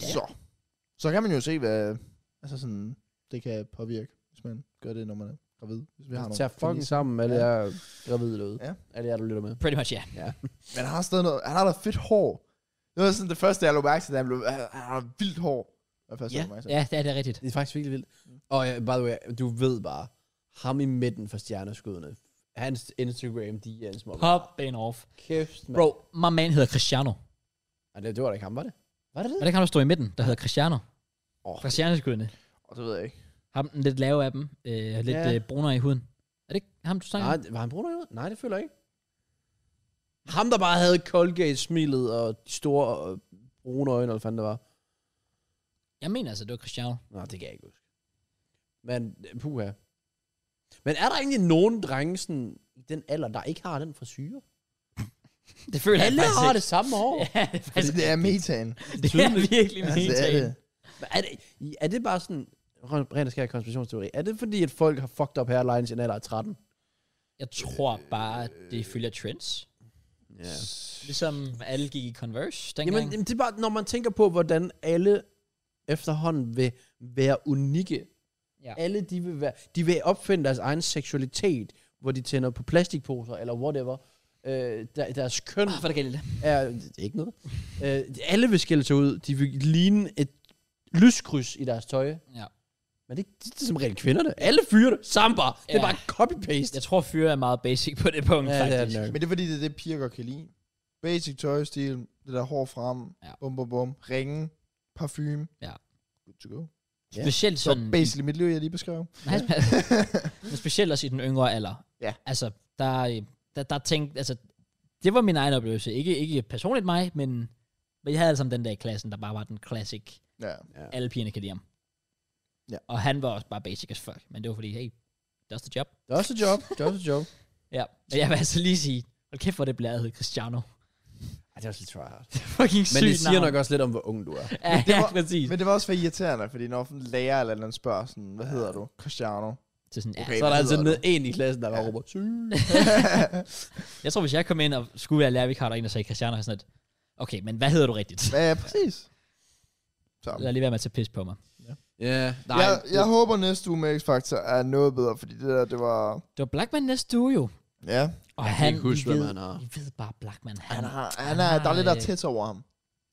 Så. Så kan man jo se, hvad altså sådan, det kan påvirke, hvis man gør det, når man er gravid. Hvis vi har Tag nogle fucking sammen, alle Ja. jer gravide derude. Ja. Alle jer, der lytter med. Pretty much, ja. Men han har stadig noget, han har da fedt hår. Det var sådan det første, jeg lå mærke til, da han blev, han han har vildt hår. Det var det første, jeg lå mærke til. Ja, det er, det er rigtigt. Det er faktisk virkelig vildt. Og uh, by the way, du ved bare, ham i midten for stjerneskuddene. Hans Instagram, de er en små. Pop and off. Kæft, Bro, my man hedder Cristiano. Nej, det, det var da ikke ham, var det? Var det Var det? det ikke ham, der stod i midten, der hedder Cristiano? Åh. Oh. Cristiano-skuddene. Og det ved jeg ikke. Ham den lidt lave af dem. Øh, og lidt Ja. øh, brunere i huden. Er det ikke ham, du sang? Nej, det- var han brun ud? Nej, det føler jeg ikke. Ham, der bare havde Colgate-smilet og de store øh, brune øjne, eller hvad fanden det var. Jeg mener altså, det var Cristiano. Nej, det kan jeg ikke huske. Men, øh, puha. Men er der egentlig nogen drenge sådan, i den alder, der ikke har den frisyre? Det føler Alle jeg faktisk har ikke. det samme hår. Altså, Ja, det er Fordi faktisk, det er metan. det er virkelig min Altså, det er det. Er det, er det bare sådan, rent og skær konspirationsteori, er det fordi, at folk har fucked up hairlines i en alder af 13? Jeg tror bare, at det følger trends. Ja. Ligesom alle gik i Converse dengang. Jamen, jamen, det er bare, når man tænker på, hvordan alle efterhånden vil være unikke. Ja. Ja. Alle, de vil, være, de vil opfinde deres egen seksualitet, hvor de tænder på plastikposer, eller whatever. Øh, der, deres køn Åh, hvad er der galt i Ah, det? er... Det er ikke noget. Øh, alle vil skille sig ud. De vil ligne et lyskryds i deres tøj. Ja. Men det, det, det er som regel kvinderne. Alle fyre det. Samme bare. Det Ja. er bare copy-paste. Jeg tror, fyre er meget basic på det punkt, Ja, det er faktisk. det nok. Men det er fordi, det er det, piger godt kan lide. Basic tøjstil, det der hår frem, Ja. ja. bum bum bum, ringe, parfume. Ja. Good to go. Ja. Specielt Så sådan... basically mit liv, jeg lige beskrev. Nej, men specielt også i den yngre alder. Ja. Altså, der, øh, der, der tænkte, altså, det var min egen oplevelse. Ikke, ikke personligt mig, men, men jeg havde altså den der i klassen, der bare var den classic, Ja. Ja. alle pigerne kan lide ham. Ja. Og han var også bare basic as fuck, men det var fordi, hey, that's the job. Det er også et job. Det er også et job. Ja. Men jeg vil altså lige sige, hold kæft, hvor det bliver hed Cristiano. Ej, det er også lidt tryhard. Fucking Men sygt det siger navn. nok også lidt om, hvor ung du er. Ja, det ja, var- præcis. Men det var også for irriterende, fordi når en lærer eller nogen spørger sådan, hvad hedder du? Cristiano. Så sådan, ja. Okay. Så er der hvad altid hedder ned en i klassen, der bare Ja. råber, "Sy." Jeg tror, hvis jeg kom ind og skulle være lærervikar, der en, der sagde Cristiano, og sådan lidt, okay, men hvad hedder du rigtigt? ja, præcis. Så. Lad lige være med at tage pis på mig. Ja, nej. jeg, jeg håber næste uge med X-Factor er noget bedre, fordi det der, det var... Det var Blackman næste uge jo. Ja. Og Jeg kan han, ikke huske, I hvem ved, han er. I ved bare, Blackman, han, Han han har, han er, der er lidt der tæt over ham.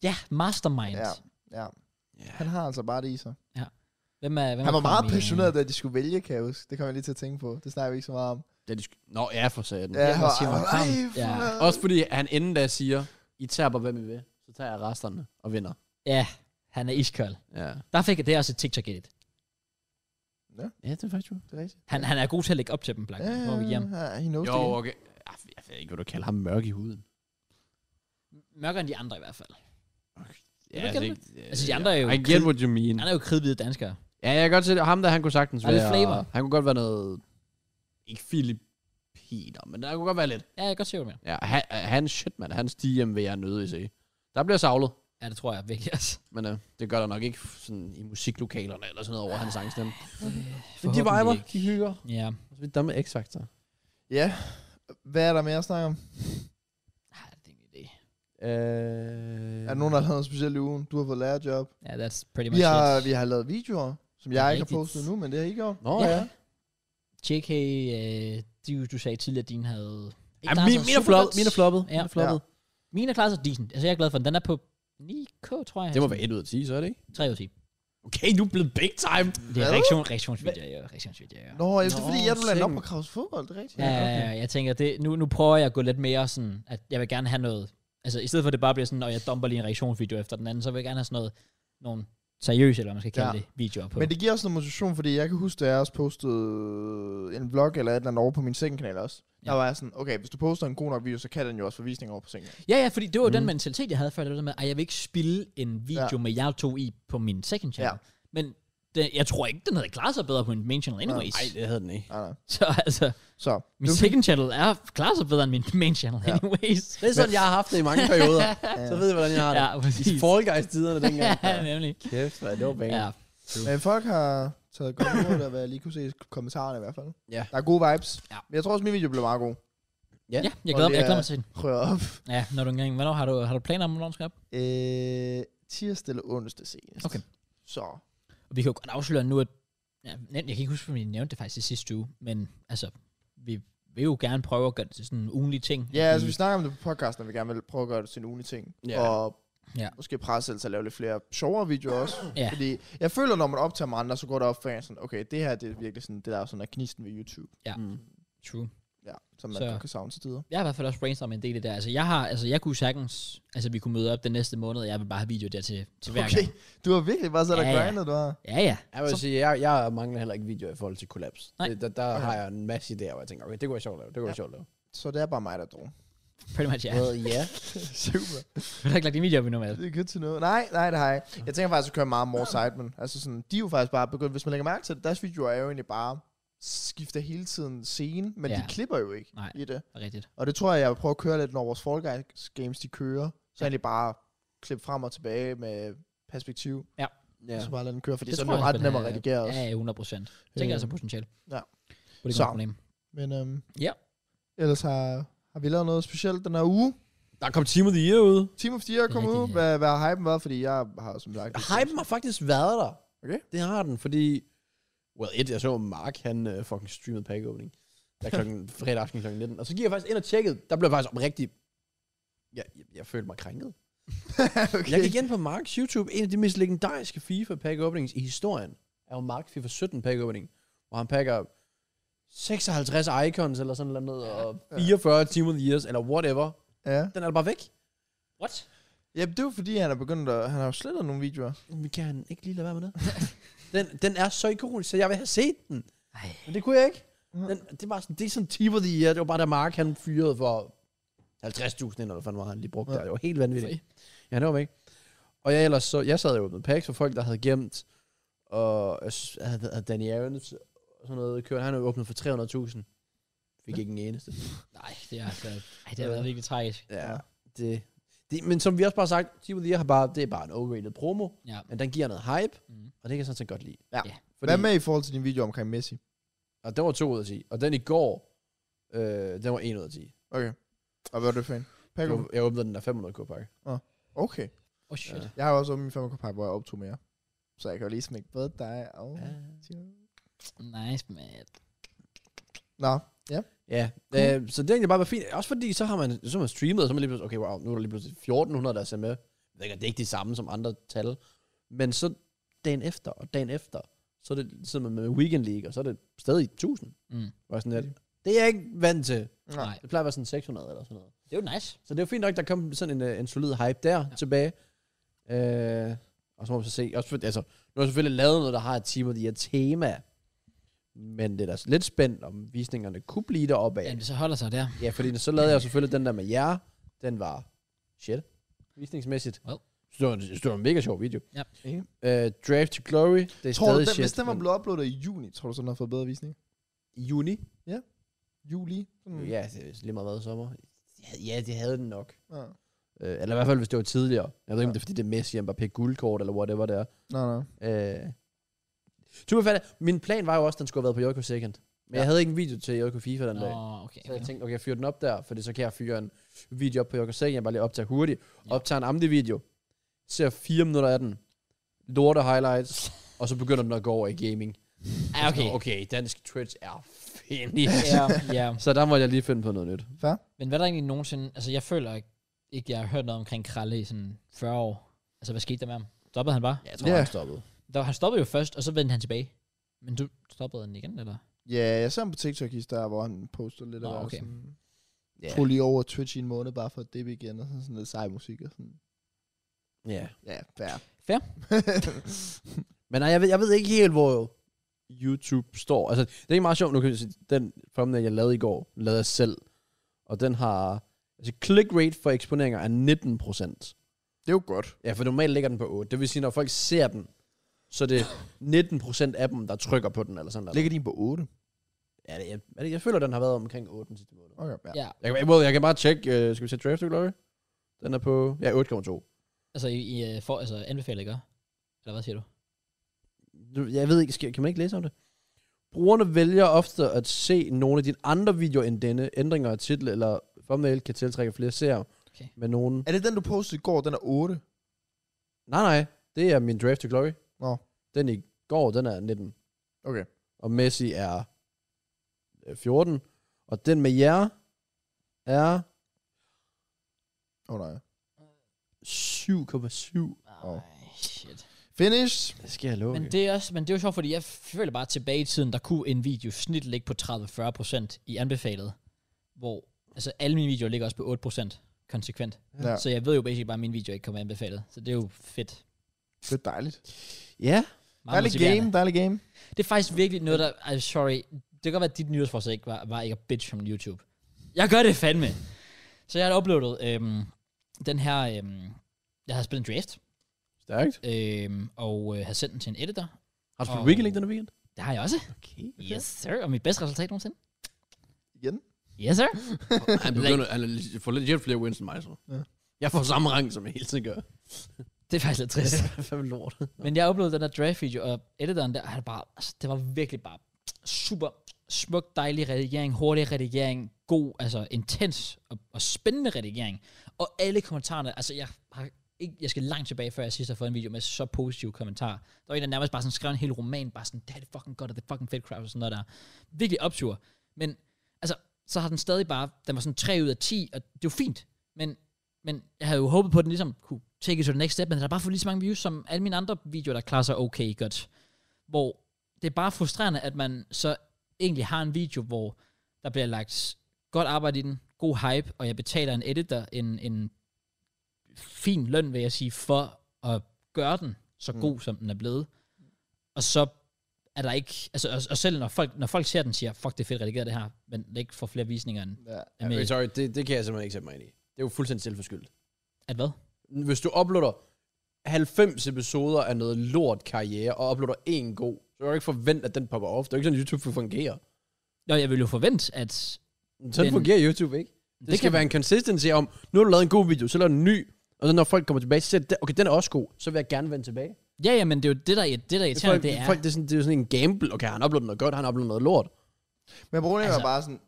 ja, mastermind. Ja. Ja. Ja. Ja. Han har altså bare det i sig. Hvem er, hvem Han er var meget kommet i- øh, passioneret, da de skulle vælge, kan jeg huske. Det kom jeg lige til at tænke på. Det snakker vi ikke så meget om. Da de sk- Nå, ja, for satan. Ja, han var, siger man, han var, kom. "Ej, Ja. for- Også fordi han inden da siger, I tager bare, hvem I vil. Så tager jeg resterne og vinder. Ja, han er iskold. Ja. Der fik jeg det er også et tiktok edit. Ja, det er faktisk jo. Det er rigtigt. Han, han er god til at lægge op til dem, Blackman. Ja, Må vi hjem. ja, he knows Jo, the game. okay. Ah, Jeg ved ikke, hvad du kalder ham mørk i huden. Mørkere end de andre i hvert fald. Ja, du kalde det, øh, Altså, de andre er jo I get what you mean. Han er jo kridhvide danskere. Ja, jeg kan godt se det. Ham der, han kunne sagtens Der er lidt være... flavor. Han kunne godt være noget... Ikke filipiner, men der kunne godt være lidt. Ja, jeg kan godt se det med. Ja, han, han shit, mand. Hans DM vil jeg nødig se. Der bliver savlet. Ja, det tror jeg virkelig også. Men øh, det gør der nok ikke f- sådan i musiklokalerne eller sådan noget over hans sangstemme. Men de Forhåbentlig viber, ikke. de hygger. Ja. Og så er vi der med X-Factor. Ja. Hvad er der mere at snakke om? Nej, det er ikke en idé. Øh, Er der nogen, der har lavet noget specielt i ugen? Du har fået lærerjob. Ja, that's pretty much Vi har, it. vi har lavet videoer, som Det er jeg ikke har rigtigt. postet nu, men det har I gjort. Nå Ja. ja. JK, øh, du, du sagde tidligere, at din havde... ja min, min, er flop, min er floppet. Ja. Min er floppet. Mine klarer sig decent. Altså, jeg er glad for den. Den er på 9K, tror jeg. Det må være 1 ud af 10, så er det ikke? 3 ud af 10. Okay, du er blevet big time. Det er Hvad? reaktion, reaktionsvideoer, ja. Reaktionsvideoer, ja. Nå, ja, det er fordi, Nå, jeg blev landet op ting. på Kravs fodbold, det er rigtigt. Ja, ja, ja, jeg tænker, det, nu, nu prøver jeg at gå lidt mere sådan, at jeg vil gerne have noget, altså i stedet for at det bare bliver sådan, og jeg dumper lige en reaktionsvideo efter den anden, så vil jeg gerne have sådan noget, nogle seriøse, eller hvad man skal kalde ja. Ja. det, videoer på. Men det giver også noget motivation, fordi jeg kan huske, da jeg også postede en vlog eller et eller andet over på min sengkanal også. Ja. Der var jeg sådan, okay, hvis du poster en god nok video, så kan den jo også få visning over på sengen. Ja, ja, fordi det var mm. den Mm. mentalitet, jeg havde før, det var det med, at jeg vil ikke spille en video ja. Ja. med jer to i på min second channel. Ja. Men det, jeg tror ikke, den havde klaret sig bedre på min main channel anyways. Nej, det havde den ikke. Nej, nej. Så altså, Så, min second channel er klarer sig bedre end min main channel Ja. anyways. Det er sådan, jeg har haft det i mange perioder. ja. så ved jeg, hvordan jeg har det. Ja, I præcis. Fall Guys-tiderne dengang. Ja, nemlig. Kæft, hvad det var bang. Ja, men folk har taget godt imod det, hvad jeg lige kunne se i kommentarerne i hvert fald. Ja. Der er gode vibes. Ja. Men jeg tror også, min video blev meget god. ja. Ja. ja jeg, Og glæder, det jeg glæder er- mig til den. Rør op. Ja, når du engang, hvornår har du, har du planer om, hvornår du skal op? Øh, tirsdag eller onsdag senest. Okay. Så. Og vi kan jo godt afsløre nu, at... Ja, nem- jeg kan ikke huske, om vi nævnte det faktisk i sidste uge, men altså, vi vil jo gerne prøve at gøre det til sådan en ugenlig ting. Ja, altså vi snakker om det på podcasten, at vi gerne vil prøve at gøre det til en ugenlig ting. Ja. Og Ja. måske presse selv til at lave lidt flere sjovere videoer også. Ja. Fordi jeg føler, når man optager med andre, så går det op for en sådan, okay, det her det er virkelig sådan, det der er sådan er knisten ved YouTube. Mm. True. Ja, som man Så- så. kan savne til tider. Jeg har i hvert fald også brainstormet en del af det der. Altså, jeg har, altså, jeg kunne sagtens, altså, vi kunne møde op den næste måned, og jeg vil bare have video der til, til hver Okay, gang. du har virkelig bare sat og Ja, ja. grindet, du har. Ja, ja. Jeg vil Så- sige, jeg, jeg mangler heller ikke videoer i forhold til kollaps. Nej. Det, der der Okay. har jeg en masse idéer, hvor jeg tænker, okay, det kunne være sjovt at lave, det kunne Ja. være sjovt at lave. Så det er bare mig, der drog. Pretty much, ja. Well, ja. Super. Du har ikke lagt din video op endnu, altså, Mads. Det er good to know. Nej, nej, det har jeg ikke. Jeg tænker faktisk at køre meget more Sidemen. Altså sådan, de er jo faktisk bare begyndt, hvis man lægger mærke til det, deres videoer er jo egentlig bare skifter hele tiden scene, men ja. Ja. de klipper jo ikke Nej. i det. Rigtigt. Og det tror jeg, jeg vil prøve at køre lidt, når vores Fall Guys games, de kører. Så Ja. egentlig bare klippe frem og tilbage med perspektiv. Ja. Ja. Så bare lade den køre, fordi Det så er tror det jo jeg ret også, nem man at har- redigere også. Ja, ja, 100 procent. Tænker altså potentiale. Ja. Det er ikke Så. noget problem. Men øhm, Ja. ellers har, har vi lavet noget specielt den her uge. Der kom Team of the Year ud. Team of the Year er kommet rigtigt, ud. ja. Hvad, hvad har hypen været? Fordi jeg har som sagt... Hypen har faktisk været der. Okay. Det har den, fordi... Well, et, jeg så Mark, han uh, fucking streamede pack opening. Der klokken, fredag aften kl. 19. Og så gik jeg faktisk ind og tjekkede. Der blev jeg faktisk rigtig... Jeg, jeg, jeg følte mig krænket. Okay. Jeg gik ind på Marks YouTube. En af de mest legendariske FIFA pack openings i historien er jo Mark FIFA 17 pack opening. Hvor han pakker 56 icons eller sådan noget, og 44 Team of the Years, eller whatever. Ja. Den er da bare væk. What? Jamen, det er jo fordi, han er begyndt at... Han har jo slettet nogle videoer. Vi kan ikke lige lade være med det. den, den er så ikonisk, så jeg vil have set den. Ej. Men det kunne jeg ikke. Den, det var sådan, det er sådan tip of the year. Det var bare, da Mark han fyrede for 50.000 eller hvad fanden var han lige brugte ja. Ja. der. Det var helt vanvittigt. Ja, det var væk. Og jeg ellers så, jeg sad jo med packs for folk, der havde gemt, og jeg synes, at- at Danny Aarons og sådan noget kørte, han havde åbnet for 300.000. Fik ikke en eneste. Nej, det er altså... Ej, det har været virkelig tragisk. Ja, det, det, men som vi også bare har sagt, Tip of the Year har bare, det er bare en overrated promo, Ja. men den giver noget hype, Mm. og det kan jeg sådan set godt lide. Ja. Fordi, Hvad med i forhold til din video omkring Messi? Og den var 2 ud af 10. Og den i går, øh, den var 1 ud af 10. Okay. Og hvad er det for en? Jeg, Pack åb- jeg åbnede den der 500 k pakke. Okay. Oh shit. Ja. Jeg har jo også åbnet min 5 pakke, hvor jeg optog mere. Så jeg kan jo lige smække både dig og... Ja. Nice, man. Nå, ja. Ja, Cool. øh, så det har egentlig bare været fint. Også fordi, så har man, så har man streamet, og så er man lige pludselig, okay, wow, nu er der lige pludselig 1400, der ser med. Jeg tænker, det er ikke de samme som andre tal. Men så dagen efter, og dagen efter, så er det sidder man med Weekend League, og så er det stadig 1000. Mm. Og sådan lidt. Det er jeg ikke vant til. Nej. Nej. Det plejer at være sådan 600 eller sådan noget. Det er jo nice. Så det er jo fint nok, der kom sådan en, øh, en solid hype der ja. tilbage. Øh, og så må vi så se. Også for, altså, nu har jeg selvfølgelig lavet noget, der har et time af de her tema. Men det er da lidt spændt, om visningerne kunne blive deroppe Ja, af. det så holder sig der. Ja, fordi så lavede jeg selvfølgelig den der med jer. Den var shit. Visningsmæssigt. Well. Så det var, en- så det var en mega sjov video. Ja. Enig. Øh, Drive to Glory. Det er Tror du, stadig den, shit. hvis den var men- blevet uploadet i juni, tror du så, den har fået bedre visning? I juni. Juli? Sådan- Ja, det er lige meget været sommer. Ja, Ja, det havde den nok. ja. Øh, eller i hvert fald, hvis det var tidligere. Jeg ved ikke, Ja. om det er, fordi det er Messi, Mbappé, guldkort, eller whatever det er. Nå, nå. Øh. Super fat. Min plan var jo også, at den skulle have været på JK Second. Men Ja. ja. jeg havde ikke en video til JK FIFA den Nå, dag. okay. Så jeg okay. tænkte, okay, jeg fyrer den op der, fordi så kan jeg fyre en video op på JK Second. Jeg bare lige optager hurtigt. Ja. Ja. Optager en Amdi-video. Ser fire minutter af den. Lorte highlights. og så begynder den at gå over i gaming. Ja, okay. Okay, dansk Twitch er fændelig. ja, ja. så der måtte jeg lige finde på noget nyt. Men hvad er der egentlig nogensinde... Altså, jeg føler ikke, ikke, jeg har hørt noget omkring Kralle i sådan 40 år. Altså, hvad skete der med ham? Stoppede han bare? Ja, jeg tror, Ja. yeah. han stoppede. Der, han stoppede jo først, og så vendte han tilbage. Men du stoppede den igen, eller? Ja, jeg ser ham på TikTok i der, hvor han postede lidt Nå, af okay. sådan, Ja. tog lige over Twitch i en måned, bare for at dippe igen, og sådan, sådan lidt sej musik og sådan. Ja. Ja, fair. Fair. Men nej, jeg ved, jeg ved ikke helt, hvor YouTube står. Altså, det er ikke meget sjovt. Nu kan jeg sige, den thumbnail, jeg lavede i går, lavede jeg selv. Og den har... Altså, click rate for eksponeringer er 19 procent. det er jo godt. Ja, for normalt ligger den på 8. Det vil sige, når folk ser den, så er det 19 procent af dem, der trykker på den, eller sådan noget. Ligger din på 8? Ja, det, jeg, er det, jeg føler, den har været omkring 8 den sidste måned. Okay, ja. Ja. Jeg kan, well, jeg kan bare tjekke, øh, skal vi se Draft to Glory? Den er på, ja, 8,2. Altså, i, i øh, for, altså, anbefaler ikke? Eller hvad siger du? Du- Jeg ved ikke, skal, kan man ikke læse om det? Brugerne vælger ofte at se nogle af dine andre videoer end denne. Ændringer af titel eller thumbnail kan tiltrække flere seere Okay. okay. med nogen. Er det den, du postede i går, den er 8? Nej, nej, det er min Draft to Glory. Nå. Den i går, den er 19. Okay. Og Messi er øh, 14. Og den med jer er Åh oh, nej. 7,7. Åh. Ej, shit. Finish. Det skal jeg love. Men det, er også, men det er jo sjovt, fordi jeg føler bare at tilbage i tiden, der kunne en video snit ligge på 30-40 procent i anbefalet, hvor altså alle mine videoer ligger også på 8 procent konsekvent. Ja, Ja. Så jeg ved jo basically bare, at mine videoer ikke kommer i anbefalet. Så det er jo fedt. det er dejligt. Ja, Meget Dejlig motiverende. game, dejlig game. Det er faktisk virkelig noget, der... I'm sorry. Det kan godt være, at dit nyhedsforsæt ikke var, var ikke at bitch om YouTube. Jeg gør det fandme. Så jeg har uploadet øhm, den her... Øhm, jeg har spillet en draft, stærkt. øhm, og øh, har sendt den til en editor. Har du spillet Og- oh. Weekend League denne weekend? Det har jeg også. Okay. Yes, sir. Og mit bedste resultat nogensinde. Igen. Yes, sir. Han, begynder, han er- får lidt flere wins end mig, så. Ja. Jeg får samme rang, som jeg hele tiden gør. Det er faktisk lidt trist. er fandme lort. Men jeg uploadede den der draft video, og editoren der, han bare, altså, det var virkelig bare super smuk, dejlig redigering, hurtig redigering, god, altså intens og, og spændende redigering. Og alle kommentarerne, altså jeg har ikke, jeg skal langt tilbage, før jeg sidst har fået en video med så positive kommentarer. Der var en, der nærmest bare sådan skrev en hel roman, bare sådan, det her, det er fucking godt, og det er fucking fedt crowd, og sådan noget der. Virkelig optur. Men altså, så har den stadig bare, den var sådan 3 ud af 10, og det er jo fint, men men jeg havde jo håbet på, at den ligesom kunne take it to the next step, men den har bare fået lige så mange views, som alle mine andre videoer, der klarer sig okay godt. Hvor det er bare frustrerende, at man så egentlig har en video, hvor der bliver lagt godt arbejde i den, god hype, og jeg betaler en editor en, en fin løn, vil jeg sige, for at gøre den så Mm. god, som den er blevet. Og så er der ikke, altså, og, og selv når folk, når folk ser den, siger, fuck, det er fedt redigeret det her, men det ikke får flere visninger end, Ja. end Okay, sorry, det, det kan jeg simpelthen ikke sætte mig ind i. Det er jo fuldstændig selvforskyldt. at hvad? Hvis du uploader 90 episoder af noget lort karriere, og uploader en god, så kan du ikke forvente, at den popper off. Det er jo ikke sådan, YouTube fungerer. Nå, jeg ville jo forvente, at Sådan Men- fungerer YouTube, ikke? Det, det skal kan- kan være en consistency om, nu har du lavet en god video, så laver du en ny, og så når folk kommer tilbage, så siger de, okay, den er også god, så vil jeg gerne vende tilbage. Ja, ja, men det er jo det, der, det der er irriterende, folk, det er... Folk, det, er sådan, det er jo sådan en gamble. Okay, han har uploadet noget godt, han har uploadet noget lort. Men problemet altså, Altså- er bare sådan,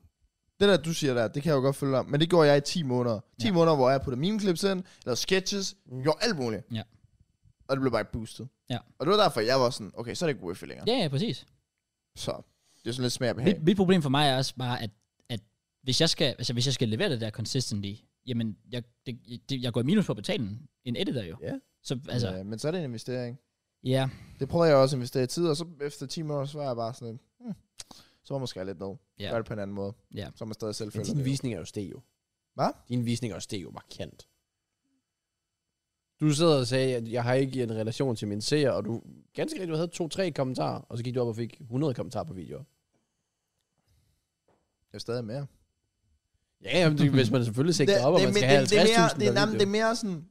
det der, du siger der, det kan jeg jo godt følge dig om, men det gjorde jeg i 10 måneder. 10 Ja. ja. måneder, hvor jeg puttede mine clips ind, lavede sketches, mm. gjorde alt muligt. Ja. Og det blev bare ikke boostet. Ja. Og det var derfor, jeg var sådan, okay, så er det ikke worth it længere. Ja. ja, ja, præcis. Så det er sådan lidt smag og behag. Mit, mit problem for mig er også bare, at, at hvis, jeg skal, altså, hvis jeg skal levere det der consistently, jamen, jeg, det, det, jeg går i minus på at betale en- en editor jo. Ja. Så altså, ja. Ja, Øh, men så er det en investering. ja. Det prøvede jeg også at investere i tid, og så efter 10 måneder, så var jeg bare sådan, hmm, så var man skal lidt ned. Ja. Ja. Gør det på en anden måde. Ja. Så er man stadig selv Men føler dine det. visninger er jo steg jo. Hvad? Dine visninger er jo steg jo markant. Du sidder og sagde, at jeg har ikke en relation til mine seere, og du ganske rigtigt, du havde to-tre kommentarer, og så gik du op og fik 100 kommentarer på videoer. Jeg er stadig mere. Ja, jamen, det, hvis man selvfølgelig sigter op, og man men- skal have det, det, 50.000 er mere, det, er, per nej, men det er video. mere sådan...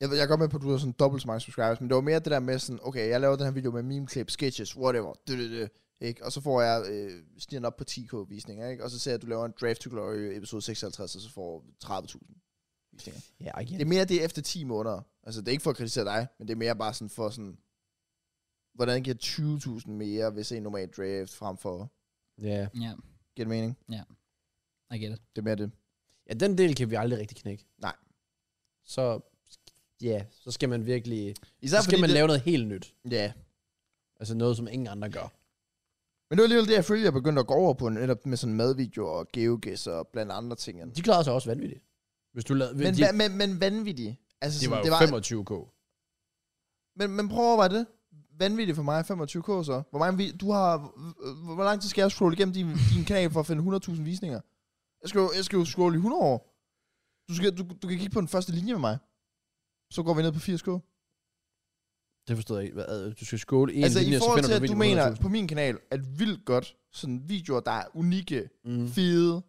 Jeg, ved, jeg er godt med på, at du har sådan dobbelt så mange subscribers, men det var mere det der med sådan, okay, jeg laver den her video med meme-klip, sketches, whatever, dø, dø, dø, ikke? og så får jeg øh, stigen op på 10k-visninger, ikke? og så ser jeg, at du laver en Draft to Glory episode 56, og så får 30.000 visninger. Ja, igen. Det er mere det efter 10 måneder. Altså, det er ikke for at kritisere dig, men det er mere bare sådan for sådan, hvordan giver 20.000 mere, hvis en normal draft frem for, Ja. ja, giver det mening? I get it. Det er mere det. ja, den del kan vi aldrig rigtig knække. Nej. Så, ja, så skal man virkelig... Især Så skal fordi man det, lave noget helt nyt. Ja, Altså noget, som ingen andre gør. Men det var alligevel det, jeg følte, jeg begyndte at gå over på, netop med sådan madvideoer og geogæs og blandt andre ting. Men, De klarede sig også vanvittigt. Hvis du lavede... men, de, hva- men, men vanvittige. Altså, de var sådan, jo det var, 25k. men, men prøv at overveje det. Vanvittigt for mig, 25k så. Hvor, mange, vi- du har, øh, hvor lang tid skal jeg scrolle igennem din, din kanal for at finde 100.000 visninger? Jeg skal, jo, jeg skal jo scrolle i 100 år. Du, skal, du, du kan kigge på den første linje med mig. Så går vi ned på 80k. Det forstod jeg ikke. Hvad, øh, Du skal skåle en altså linje, i forhold til, så finder at du du videoen mener på min kanal, at vildt godt sådan videoer, der er unikke, 100.000. Mm. fede,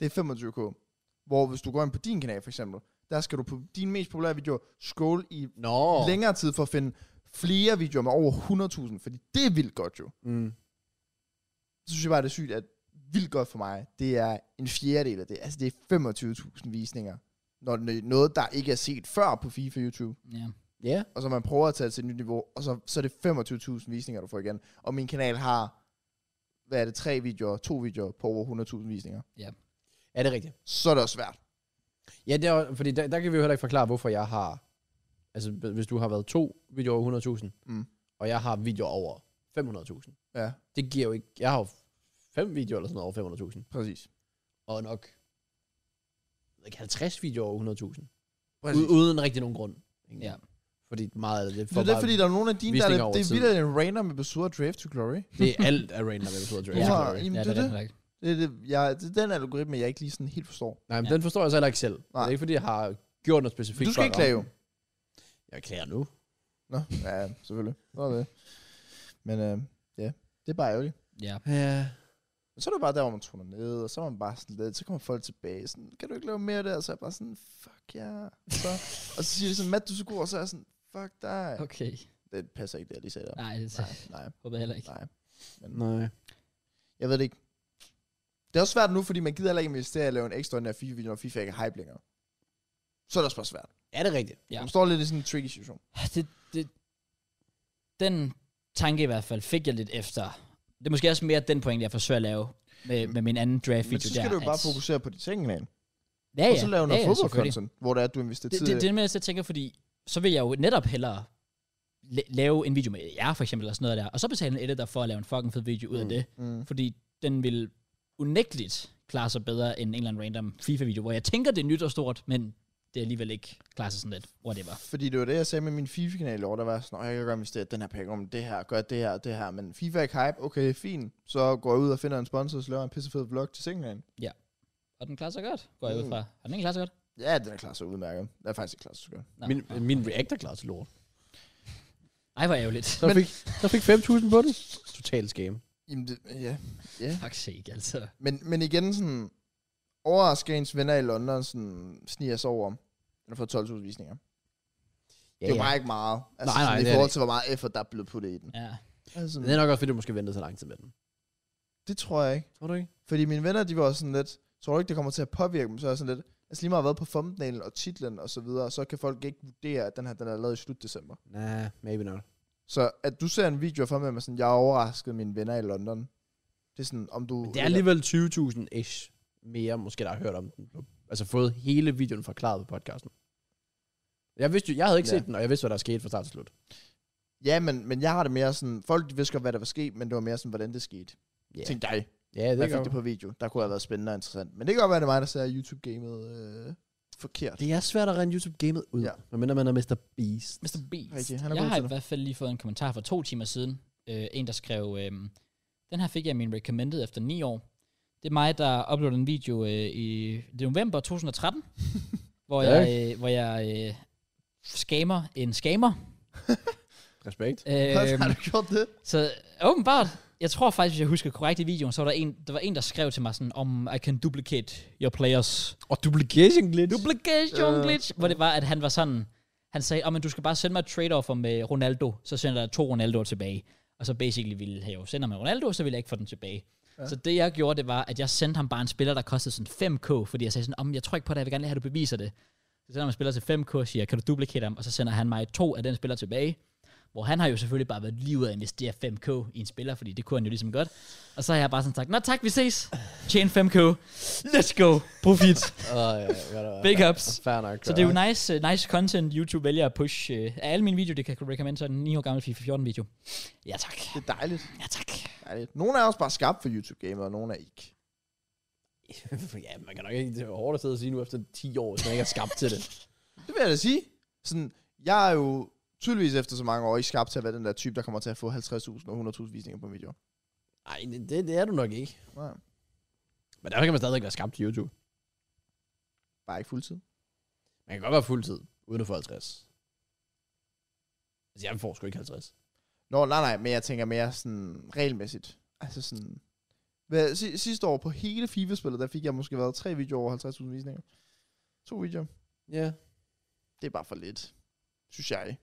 det er 25k. Hvor hvis du går ind på din kanal for eksempel, der skal du på dine mest populære videoer scrolle i Nå. oh. længere tid for at finde flere videoer med over 100.000, fordi det er vildt godt jo. Mm. Så synes jeg bare, det er sygt, at vildt godt for mig, det er en fjerdedel af det. Altså det er 25.000 visninger, når det er noget, der ikke er set før på FIFA YouTube, Ja. Ja. og så man prøver at tage det til et nyt niveau, og så, så er det 25.000 visninger, du får igen. Og min kanal har, hvad er det, tre videoer, to videoer på over 100.000 visninger. Ja, det er rigtigt. Så er det også svært. Ja, det er, jo- fordi der, der kan vi jo heller ikke forklare, hvorfor jeg har... Altså, hv- hvis du har været to videoer over 100.000, Mm. og jeg har videoer over 500.000. Ja, Det giver jo ikke... Jeg har jo fem videoer eller sådan noget over 500.000. præcis. Og nok... jeg ved ikke, 50 videoer over 100.000. præcis. U- uden rigtig nogen grund. egentlig. Ja. Fordi meget af det... Det er det, fordi der er nogle af dine, der er, visninger over det er tid. vildt at en random episode af Drive to Glory. det er alt af random, hvad betyder Drake. Ja. Hvorfor? Sorry. Jamen, ja, det er det. rigtigt nok. Det er, det, jeg, det er den algoritme, jeg ikke lige sådan helt forstår. Nej, men Ja. ja. den forstår jeg så heller ikke selv. Nej. Det er Nej. ikke, fordi jeg har gjort noget specifikt. Du skal for at ikke klage jo. ramme den. Jeg klager nu. Nå, ja, selvfølgelig. Nå, det. Men øh, ja, det er bare ærgerligt. Ja. Ja. Men så er det bare der, hvor man toner ned, og så er man bare sådan lidt, så kommer folk tilbage, sådan, kan du ikke lave mere der? Og så er jeg bare sådan, fuck ja. Yeah. Så, og så siger de sådan, Matt, du er så god, og så er jeg sådan, fuck dig. Okay. Det passer ikke, det jeg lige sagde der. Nej, det Nej, nej. håber jeg heller ikke. Nej. Nej. Jeg ved det ikke. Det er også svært nu, fordi man gider heller ikke investere i at lave en ekstra af FIFA-video, når FIFA ikke er hype længere. Så er det også bare svært. Er det rigtigt? Ja. Ja. Man står lidt i sådan en tricky situation. Det, det, den tanke i hvert fald fik jeg lidt efter. Det er måske også mere den point, jeg forsøger at lave med, med min anden draft video. Men så skal der, du jo bare at- fokusere på de ting, man. ja, ja, Og så lave noget ja, ja, selvfølgelig. fodboldcontent, hvor det er, at du investerer Det, tid. det, det er med, at jeg tænker, fordi så vil jeg jo netop hellere la- lave en video med jer, for eksempel, eller sådan noget der, og så betale en editor for at lave en fucking fed video ud af Mm. det, Mm. fordi den vil unægteligt klare sig bedre end en eller anden random FIFA-video, hvor jeg tænker, det er nyt og stort, men det alligevel ikke klarer sig sådan lidt, whatever. Fordi det var det, jeg sagde med min FIFA-kanal i år, der var sådan, "Åh, jeg kan godt investere den her penge om det her, gør det her og det her, men FIFA er ikke hype, okay, fint. Så går jeg ud og finder en sponsor, så laver jeg en pissefed vlog til Singland. Og den klarer sig godt, går jeg ud Mm. fra. Har den ikke klaret sig godt? Ja, den er klar så udmærket. Den er faktisk ikke klar så godt. Nå. Min, min reactor klar til lort. Ej, hvor ærgerligt. Så fik, så fik 5.000 på den. Total scam. Jamen, det, ja. ja. Fuck sake, altså. Men, men igen, sådan, overrasker ens venner i London sådan, sniger sig over, eller får 12.000 visninger. Ja, det er jo bare ikke meget. Altså, Nej, nej, sådan, det I er forhold det til, hvor meget effort der er blevet puttet i den. Ja. Altså, Det er nok også, fordi du måske ventede så lang tid med den. det tror jeg ikke. Tror du ikke? Fordi mine venner, de var også sådan lidt, tror du ikke, det kommer til at påvirke dem? Så er jeg sådan lidt, altså lige meget hvad på thumbnailen og titlen og så videre, så kan folk ikke vurdere, at den her, den er lavet i slut december. Nej, maybe not. Så at du ser en video fra mig med sådan, jeg overraskede mine venner i London. Det er sådan, om du... Men det er alligevel 20.000-ish mere, måske, der har hørt om den. Altså fået hele videoen forklaret på podcasten. Jeg, vidste jo, jeg havde ikke Ja. ja. set den, og jeg vidste, hvad der skete fra start til slut. Ja, men, men jeg har det mere sådan, folk de vidste godt, hvad der var sket, men det var mere sådan, hvordan det skete. Ja. Yeah. Tænk dig, Ja, det jeg kan fik det på video. Der kunne have været spændende og interessant. Men det kan godt være, det er mig, der ser YouTube-gamet øh, forkert. Det er svært at rende YouTube-gamet ud, Ja. ja. medmindre man er Mr. Beast. Mr. Beast. Rigtig, han er jeg god har til i det. hvert fald lige fået en kommentar for to timer siden. Øh, en, der skrev, øh, den her fik jeg i min recommended efter ni år. Det er mig, der uploadede en video øh, i det er november 2013, hvor Ja. jeg, øh, hvor jeg øh, skamer en skamer. Respekt. Hvad har Øh, du gjort det? så åbenbart, jeg tror faktisk, hvis jeg husker korrekt i videoen, så var der en, der, var en, der skrev til mig sådan, om I can duplicate your players. Og duplication glitch. Duplication Øh. glitch. Hvor det var, at han var sådan, han sagde, oh, men du skal bare sende mig et trade-offer med Ronaldo, så sender jeg to Ronaldoer tilbage. Og så basically ville jeg jo sende ham en Ronaldo, så ville jeg ikke få den tilbage. Ja. Så det jeg gjorde, det var, at jeg sendte ham bare en spiller, der kostede sådan 5k, fordi jeg sagde sådan, om jeg tror ikke på det, jeg vil gerne lige have, at du beviser det. Så sender jeg en spiller til 5k og siger, kan du duplikere ham? Og så sender han mig to af den spiller tilbage. Hvor han har jo selvfølgelig bare været lige ud at investere 5k i en spiller, fordi det kunne han jo ligesom godt. Og så har jeg bare sådan sagt, nå tak, vi ses. Tjen 5k. Let's go. Profit. Åh, ja, ja, ja, ja. Big ups. Fair nok. Så det er jo nice, uh, nice content, YouTube vælger at push. Uh, af alle mine videoer, det kan jeg recommend, så er den 9 år gammel FIFA 14 video. Ja tak, Det er dejligt. ja tak. dejligt. Nogle er også bare skabt for YouTube-gamet, og nogle er ikke. ja, man kan nok ikke det er hårdt at sidde og sige nu efter 10 år, hvis man ikke er skabt til det. Det vil jeg da sige. Sådan, jeg er jo tydeligvis efter så mange år ikke skabt til at være den der type, der kommer til at få 50.000 og 100.000 visninger på en video. Nej, det, det er du nok ikke. Nej, Men derfor kan man stadig være skabt til YouTube. bare ikke fuldtid. Man kan godt være fuldtid, uden at få 50. Altså, jeg får sgu ikke 50. Nå, nej, nej, men jeg tænker mere sådan regelmæssigt. Altså sådan... Hvad, si- sidste år på hele FIFA-spillet, der fik jeg måske været tre videoer over 50.000 visninger. To videoer. Ja. Det er bare for lidt. Synes jeg.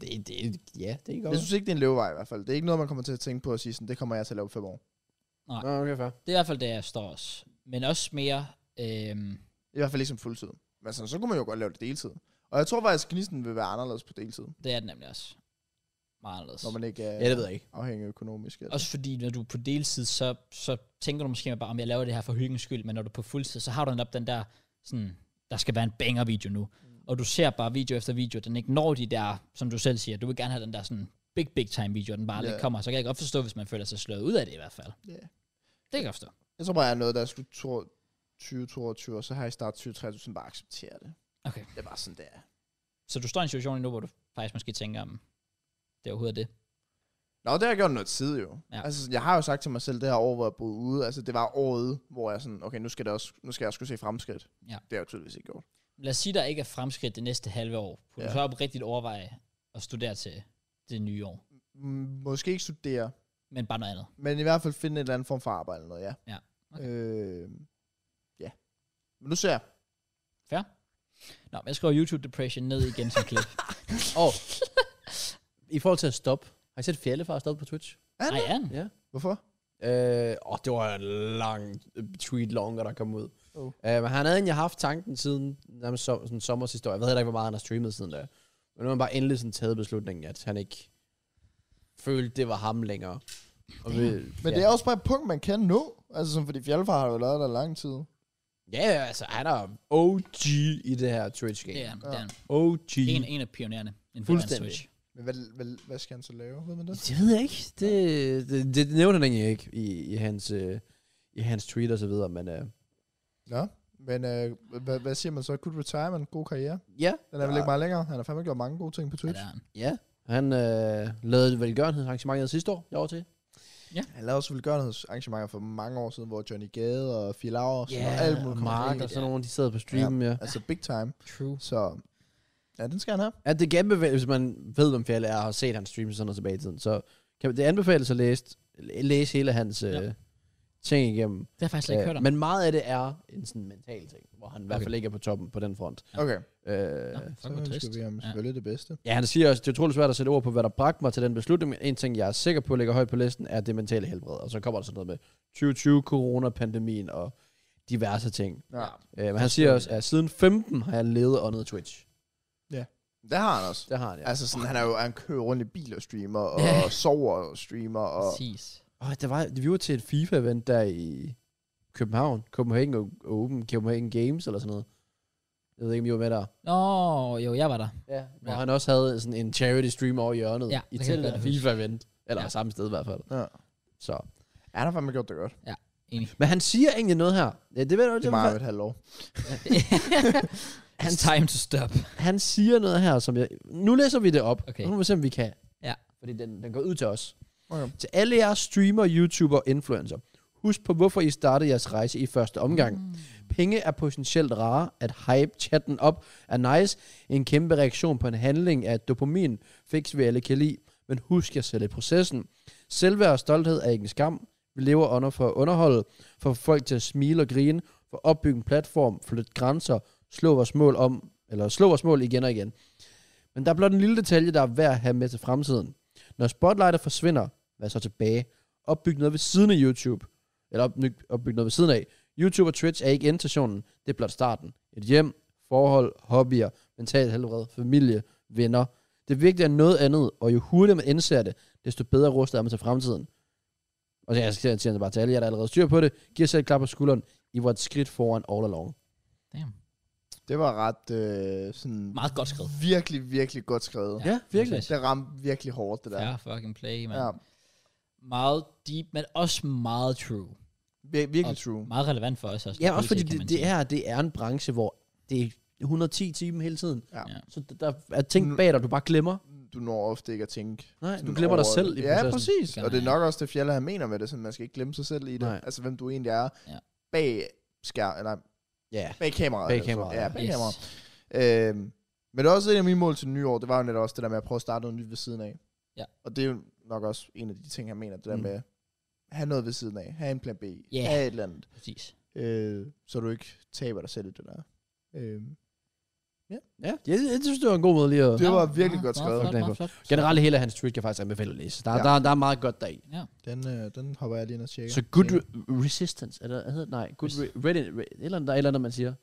Det, det, ja, det kan godt Jeg synes ikke, det er en levevej i hvert fald. Det er ikke noget, man kommer til at tænke på at sige sådan, det kommer jeg til at lave på fem år. Nå, okay, fair. Det er i hvert fald, der jeg står også. Men også mere, øhm, I hvert fald ikke som fuldtid. Men altså, så kunne man jo godt lave det deltid. Og jeg tror faktisk, gnisten vil være anderledes på deltid. det er det nemlig også. Meget anderledes. Når man ikke er Ja, det ved jeg ikke. afhængig økonomisk. altså. af det. Også fordi, når du er på deltid, så, så tænker du måske bare, om jeg laver det her for hyggens skyld, men når du er på fuldtid, så har du netop den der, sådan, der skal være en banger-video nu. Og du ser bare video efter video, den ikke når de der, som du selv siger, du vil gerne have den der sådan big, big time video, den bare aldrig Ja. kommer. Så kan jeg godt forstå, hvis man føler sig slået ud af det i hvert fald. Ja. Det kan jeg forstå. Jeg tror bare, jeg er noget, der er slut 2022, og så har jeg start 2023, sådan bare accepterer det. Okay. Det er bare sådan, det er. Så du står i en situation nu, hvor du faktisk måske tænker, om det er overhovedet det. Nå, det har jeg gjort noget tid jo. Ja. Ja. Altså, sådan, jeg har jo sagt til mig selv, det her år, hvor jeg boede ude, altså det var året, hvor jeg sådan, okay, nu skal, det også, nu skal jeg skulle se fremskridt. Ja. Det har jeg jo tydeligvis ikke gjort. Lad os sige, der ikke er fremskridt det næste halve år. Kunne ja. du Ja. så op rigtigt overveje at studere til det nye år? M- Måske ikke studere, Men bare noget andet. men i hvert fald finde en eller anden form for arbejde eller noget, ja. Ja. Okay. Øh, ja. Men nu ser jeg. Nå, men jeg skriver YouTube Depression ned igen som klip. Og i forhold til at stoppe, har I set Fjellefar stoppe på Twitch? Er Ej, det? er den? Ja. Hvorfor? Øh, åh, det var en lang øh, tweet longer, der kom ud. Oh. Oh. Øh, men han havde egentlig haft tanken siden nærmest som, sådan sommers historie. Jeg ved heller ikke, hvor meget han har streamet siden da. Men nu har han bare endelig sådan taget beslutningen, at han ikke følte, det var ham længere. Og vi, Men ja. det er også bare et punkt, man kan nå. Altså, sådan, fordi Fjalfar har jo lavet der lang tid. Ja, ja, altså han er OG i det her Twitch-game. Det er Yeah. den. Det er den. OG. En, en af pionererne inden for Fuldstændig. Twitch. Men hvad, hvad, hvad skal han så lave? Ved man det? Det ved jeg ikke. Det, det, det nævner han egentlig ikke i, i, hans, øh, i hans tweet og så videre, men øh, Nå. Men øh, hvad, hvad siger man så? Good retirement, god karriere. ja. Den er vel ikke meget længere. Han har fandme gjort mange gode ting på Ja, Twitch. det er den. Ja, han øh, lavede et velgørenhedsarrangement sidste år, jeg var til. Han lavede også velgørenhedsarrangementer for mange år siden, hvor Johnny Gade og Phil Lauers Ja, og alt muligt kom Mark forbi. og sådan nogle, de sidder på streamen, ja. ja. Altså big time. True. Så ja, den skal han have. At det kan anbefales, hvis man ved, hvem Fjell er, og har set hans stream sådan noget tilbage i tiden, så kan det anbefales at læse, læse hele hans Ja. ja. øh, ting igennem. Det har jeg faktisk slet ikke hørt Øh, om. men meget af det er en sådan mental ting, hvor han i hvert Okay. fald ikke er på toppen på den front. Okay, Øh, Fuck, hvor så trist. skal vi ham Ja. selvfølgelig det bedste. ja, han siger også, det er utroligt svært at sætte ord på, hvad der bragte mig til den beslutning, men en ting, jeg er sikker på ligger højt på listen, er det mentale helbred. Og så kommer der sådan noget med 2020, corona, pandemien og diverse ting. Ja. Øh, men han siger også, at siden 15 har jeg levet åndet Twitch. Det har han også. Det har han, ja. Altså sådan, han er jo, han kører rundt i bil og streamer, og, Ja. og sover og streamer, og Præcis. Åh, det var, vi var til et FIFA-event der i København. Copenhagen O- Open, Copenhagen Games eller sådan noget. Jeg ved ikke, om I var med der. Nå, jo, jeg var der. Ja. Hvor Ja. han også havde sådan en charity-stream over i hjørnet. Ja, I det kan til jeg et godt FIFA-event. Eller Ja. ja. samme sted i hvert fald. Ja. Så. Ja, han har fandme gjort det godt. Men han siger egentlig noget her. Ja, det ved jeg Det er ikke. meget Han, et halvt år. It's time to stop. han siger noget her, som jeg... Nu læser vi det op. Okay. Okay. Nu må vi se, om vi kan. Ja. Fordi den, den går ud til os. Okay. Til alle jeres streamer, YouTuber og influencer. Husk på, hvorfor I startede jeres rejse i første omgang. Mm. Penge er potentielt rare. At hype chatten op er nice. En kæmpe reaktion på en handling af dopamin. Fix vi alle kan lide. Men husk jer selv i processen. Selvværd og stolthed er ikke en skam. Vi lever under for at underholde. For at få folk til at smile og grine. For at opbygge en platform. Flytte grænser. Slå vores mål om. Eller slå vores mål igen og igen. Men der er blot en lille detalje, der er værd at have med til fremtiden. Når spotlighter forsvinder, hvad så tilbage? Opbyg noget ved siden af YouTube. Eller opbyg, opbyg noget ved siden af. YouTube og Twitch er ikke endstationen. Det er blot starten. Et hjem, forhold, hobbyer, mental helbred, familie, venner. Det vigtige er noget andet, og jo hurtigere man indser det, desto bedre rustet er man til fremtiden. Og jeg skal sige bare til alle jer, der allerede styr på det. Giv jer selv et klap på skulderen. I var et skridt foran all along. Damn. Det var ret øh, sådan... Meget godt skrevet. Virkelig, virkelig godt skrevet. Ja, virkelig. Det ramte virkelig hårdt, det der. Fair fucking play, man. ja. Ja. Meget deep, men også meget true. Vir- virkelig true. Meget relevant for os også. Ja, også fordi kan man det, det, sige. er, det er en branche, hvor det er 110 timer hele tiden. Ja. Ja. Så der- der er ting bag dig, du bare glemmer. Du når ofte ikke at tænke. Nej, sådan du glemmer dig over selv i det. Ja, processen. præcis. Ja, Og det er nej. nok også det, Fjaller han mener med det. Sådan, man skal ikke glemme sig selv i det. Nej. Altså, hvem du egentlig er Ja. bag skær, eller Ja. bag kameraet. Bag eller sådan. kameraet, Ja, ja. bag kameraet. Øhm, men det er også et af mine mål til nye år, det var jo netop også det der med at prøve at starte noget nyt ved siden af. Ja. Og det er jo nok også en af de ting, han mener, det der mm. Mm. med, have noget ved siden af, have en plan B, Ja. have et eller andet, Præcis. øh, så du ikke taber dig selv i det der. Øh, Ja, jeg, jeg synes, det var en god måde lige at... Det Ja, var virkelig meget- godt meget skrevet. flot, meget flot. Generelt hele hans tweet kan faktisk anbefale at læse. Der, Ja. ja. der, der er meget godt deri. den, øh, den hopper jeg lige ind og tjekker. Så good re- resistance, eller hvad hedder det? Nej, good re- Reddit, re- et eller andet, der er et eller andet, man siger.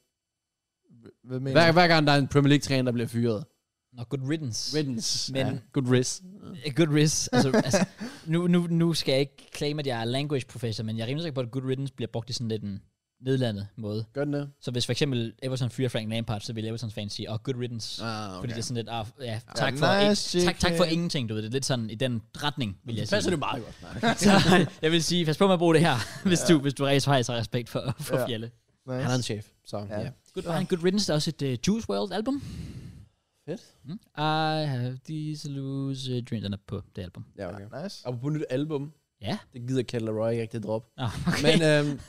Hvad mener Hver, du? hver gang der er en Premier League-træner, der bliver fyret. Nå, good riddance. Riddance. Men- Men. Ja. Good risk. Eh, Good riddance. Altså, altså nu, nu, nu skal jeg ikke claim, at jeg er language professor, men jeg er rimelig sikker på, at good riddance bliver brugt i sådan lidt en nedlandet måde. Gør den det? Så hvis for eksempel Everton fyrer Frank Lampard, så vil Evertons fans sige, oh, good riddance. Ja, Ah, okay. Fordi det er sådan lidt, ah, ja, Ja, tak, for, nice, nice, tak, tak for JK. ingenting, du ved. Det er lidt sådan i den retning, vil jeg Det sige. passer det meget godt. Nej. Så jeg vil sige, pas på med at bruge det her, hvis du, hvis du rent faktisk har respekt for, for Ja. ja. Fjalle. Nice. Han er en chef, så Ja. ja. ja. Good, ja. good Riddance er også et uh, Juice World album. Fedt. Mm. I have these loose uh, dreams, den er på det album. Ja, okay. Nice. Og på nyt album. Ja. Det gider Kendall Roy ikke rigtig drop. Ah, okay. Men, øhm,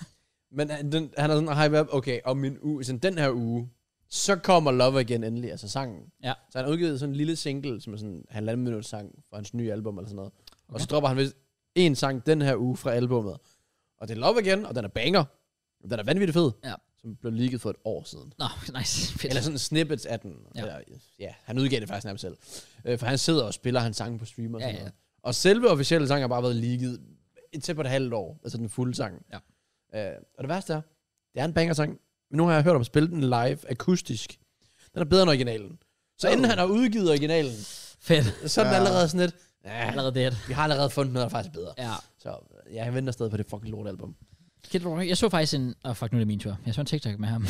men han- den, han er sådan hype up, okay, om min uge, sådan den her uge, så kommer Love Again endelig, altså sangen. Ja. Så han har udgivet sådan en lille single, som er sådan en halvanden minut sang fra hans nye album eller sådan noget. Okay. Og så Okay. dropper han vist en sang den her uge fra albumet. Og det er Love Again, og den er banger. Og den er vanvittigt fed. Ja. Som blev leaget for et år siden. Nå, nice. Fedt. Eller sådan snippets af den. Ja. Ja. Eller, ja, han udgav det faktisk nærmest selv. Øh, for han sidder og spiller hans sange på streamer og Ja, sådan ja. noget. Og selve officielle sang har bare været ligget tæt på et halvt år. Altså den fulde sang. Ja. Øh, og det værste er, det er en banger-sang. Men nu har jeg hørt om at spille den live akustisk. Den er bedre end originalen. Så Oh. inden han har udgivet originalen, Fedt. så er den Ja. allerede sådan lidt... Ja, Allerede det. vi har allerede fundet noget, der faktisk er bedre. Ja. Så ja, jeg venter stadig på det fucking lort album. Kid Rock, jeg så faktisk en... Åh, oh, fuck, nu er det min tur. Jeg så en TikTok med ham.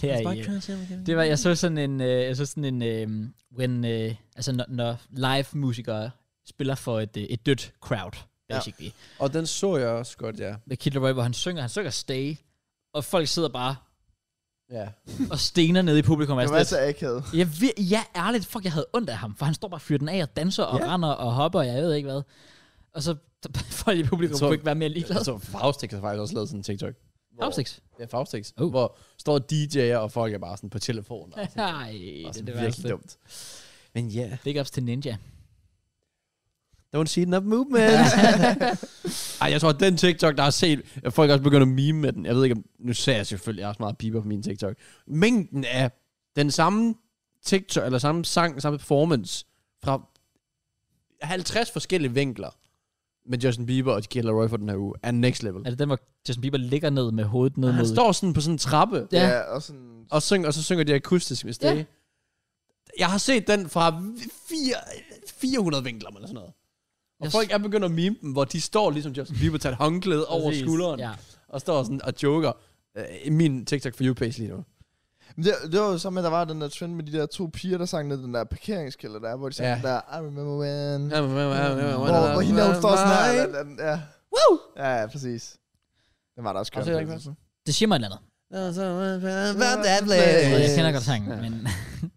det er I. Det var, jeg så sådan en, øh, jeg så sådan en, øh, when, øh, altså når, når live-musikere spiller for et, øh, et dødt crowd, Ja. basically. Ja. Og den så jeg også godt, ja. Med Kid Roy, hvor han synger, han synger Stay, og folk sidder bare Ja. og stener nede i publikum. og er Det sådan var lidt- altså akavet. Jeg, vir- ja, ærligt, fuck, jeg havde ondt af ham, for han står bare og fyrer den af og danser og Ja. render og hopper, og jeg ved ikke hvad. Og så folk i publikum Jeg tror- kunne ikke være mere ligeglade. Så Faustix Altså, har faktisk også lavet sådan en TikTok. hvor- Opstiks. Ja, Faustix. Oh. Oh. Hvor står DJ'er, og folk er bare sådan på telefonen. Og sådan, Nej, og det, sådan det var virkelig altså dumt. Men ja, yeah. Big ups til Ninja. don't see enough movement. Ej, jeg tror, den TikTok, der har set, at folk også begynder at meme med den. Jeg ved ikke, om, nu ser jeg selvfølgelig også meget piber på min TikTok. Mængden af den samme TikTok, eller samme sang, samme performance, fra 50 forskellige vinkler, med Justin Bieber og Kid Laroi for den her uge, er next level. Er det den, hvor Justin Bieber ligger ned med hovedet ned Og han mod... står sådan på sådan en trappe, Ja. Ja. ja, og sådan... og, syng, og så synger de akustisk med Stay. Ja. Ja. Jeg har set den fra vi- fire- 400 vinkler eller sådan noget. Og Jeg s- folk er begyndt at meme dem, hvor de står ligesom Justin Bieber tager et håndklæde over Præcis, skulderen, Ja. ja. og står sådan og joker. Øh, min TikTok for you page lige nu. Men det, det var jo samme, at der var den der trend med de der to piger, der sang ned i den der parkeringskælder der, hvor de sang Ja. ja. den der, I remember when... Ja. Hvor, hvor Hvor hende, der, hun står sådan her, den- den- ja. Woo! Ja, ja, præcis. Den var der også Og kørt. så er jeg ikke faktisk. Det siger mig et eller andet. About that place. Jeg kender godt sangen, Ja. men...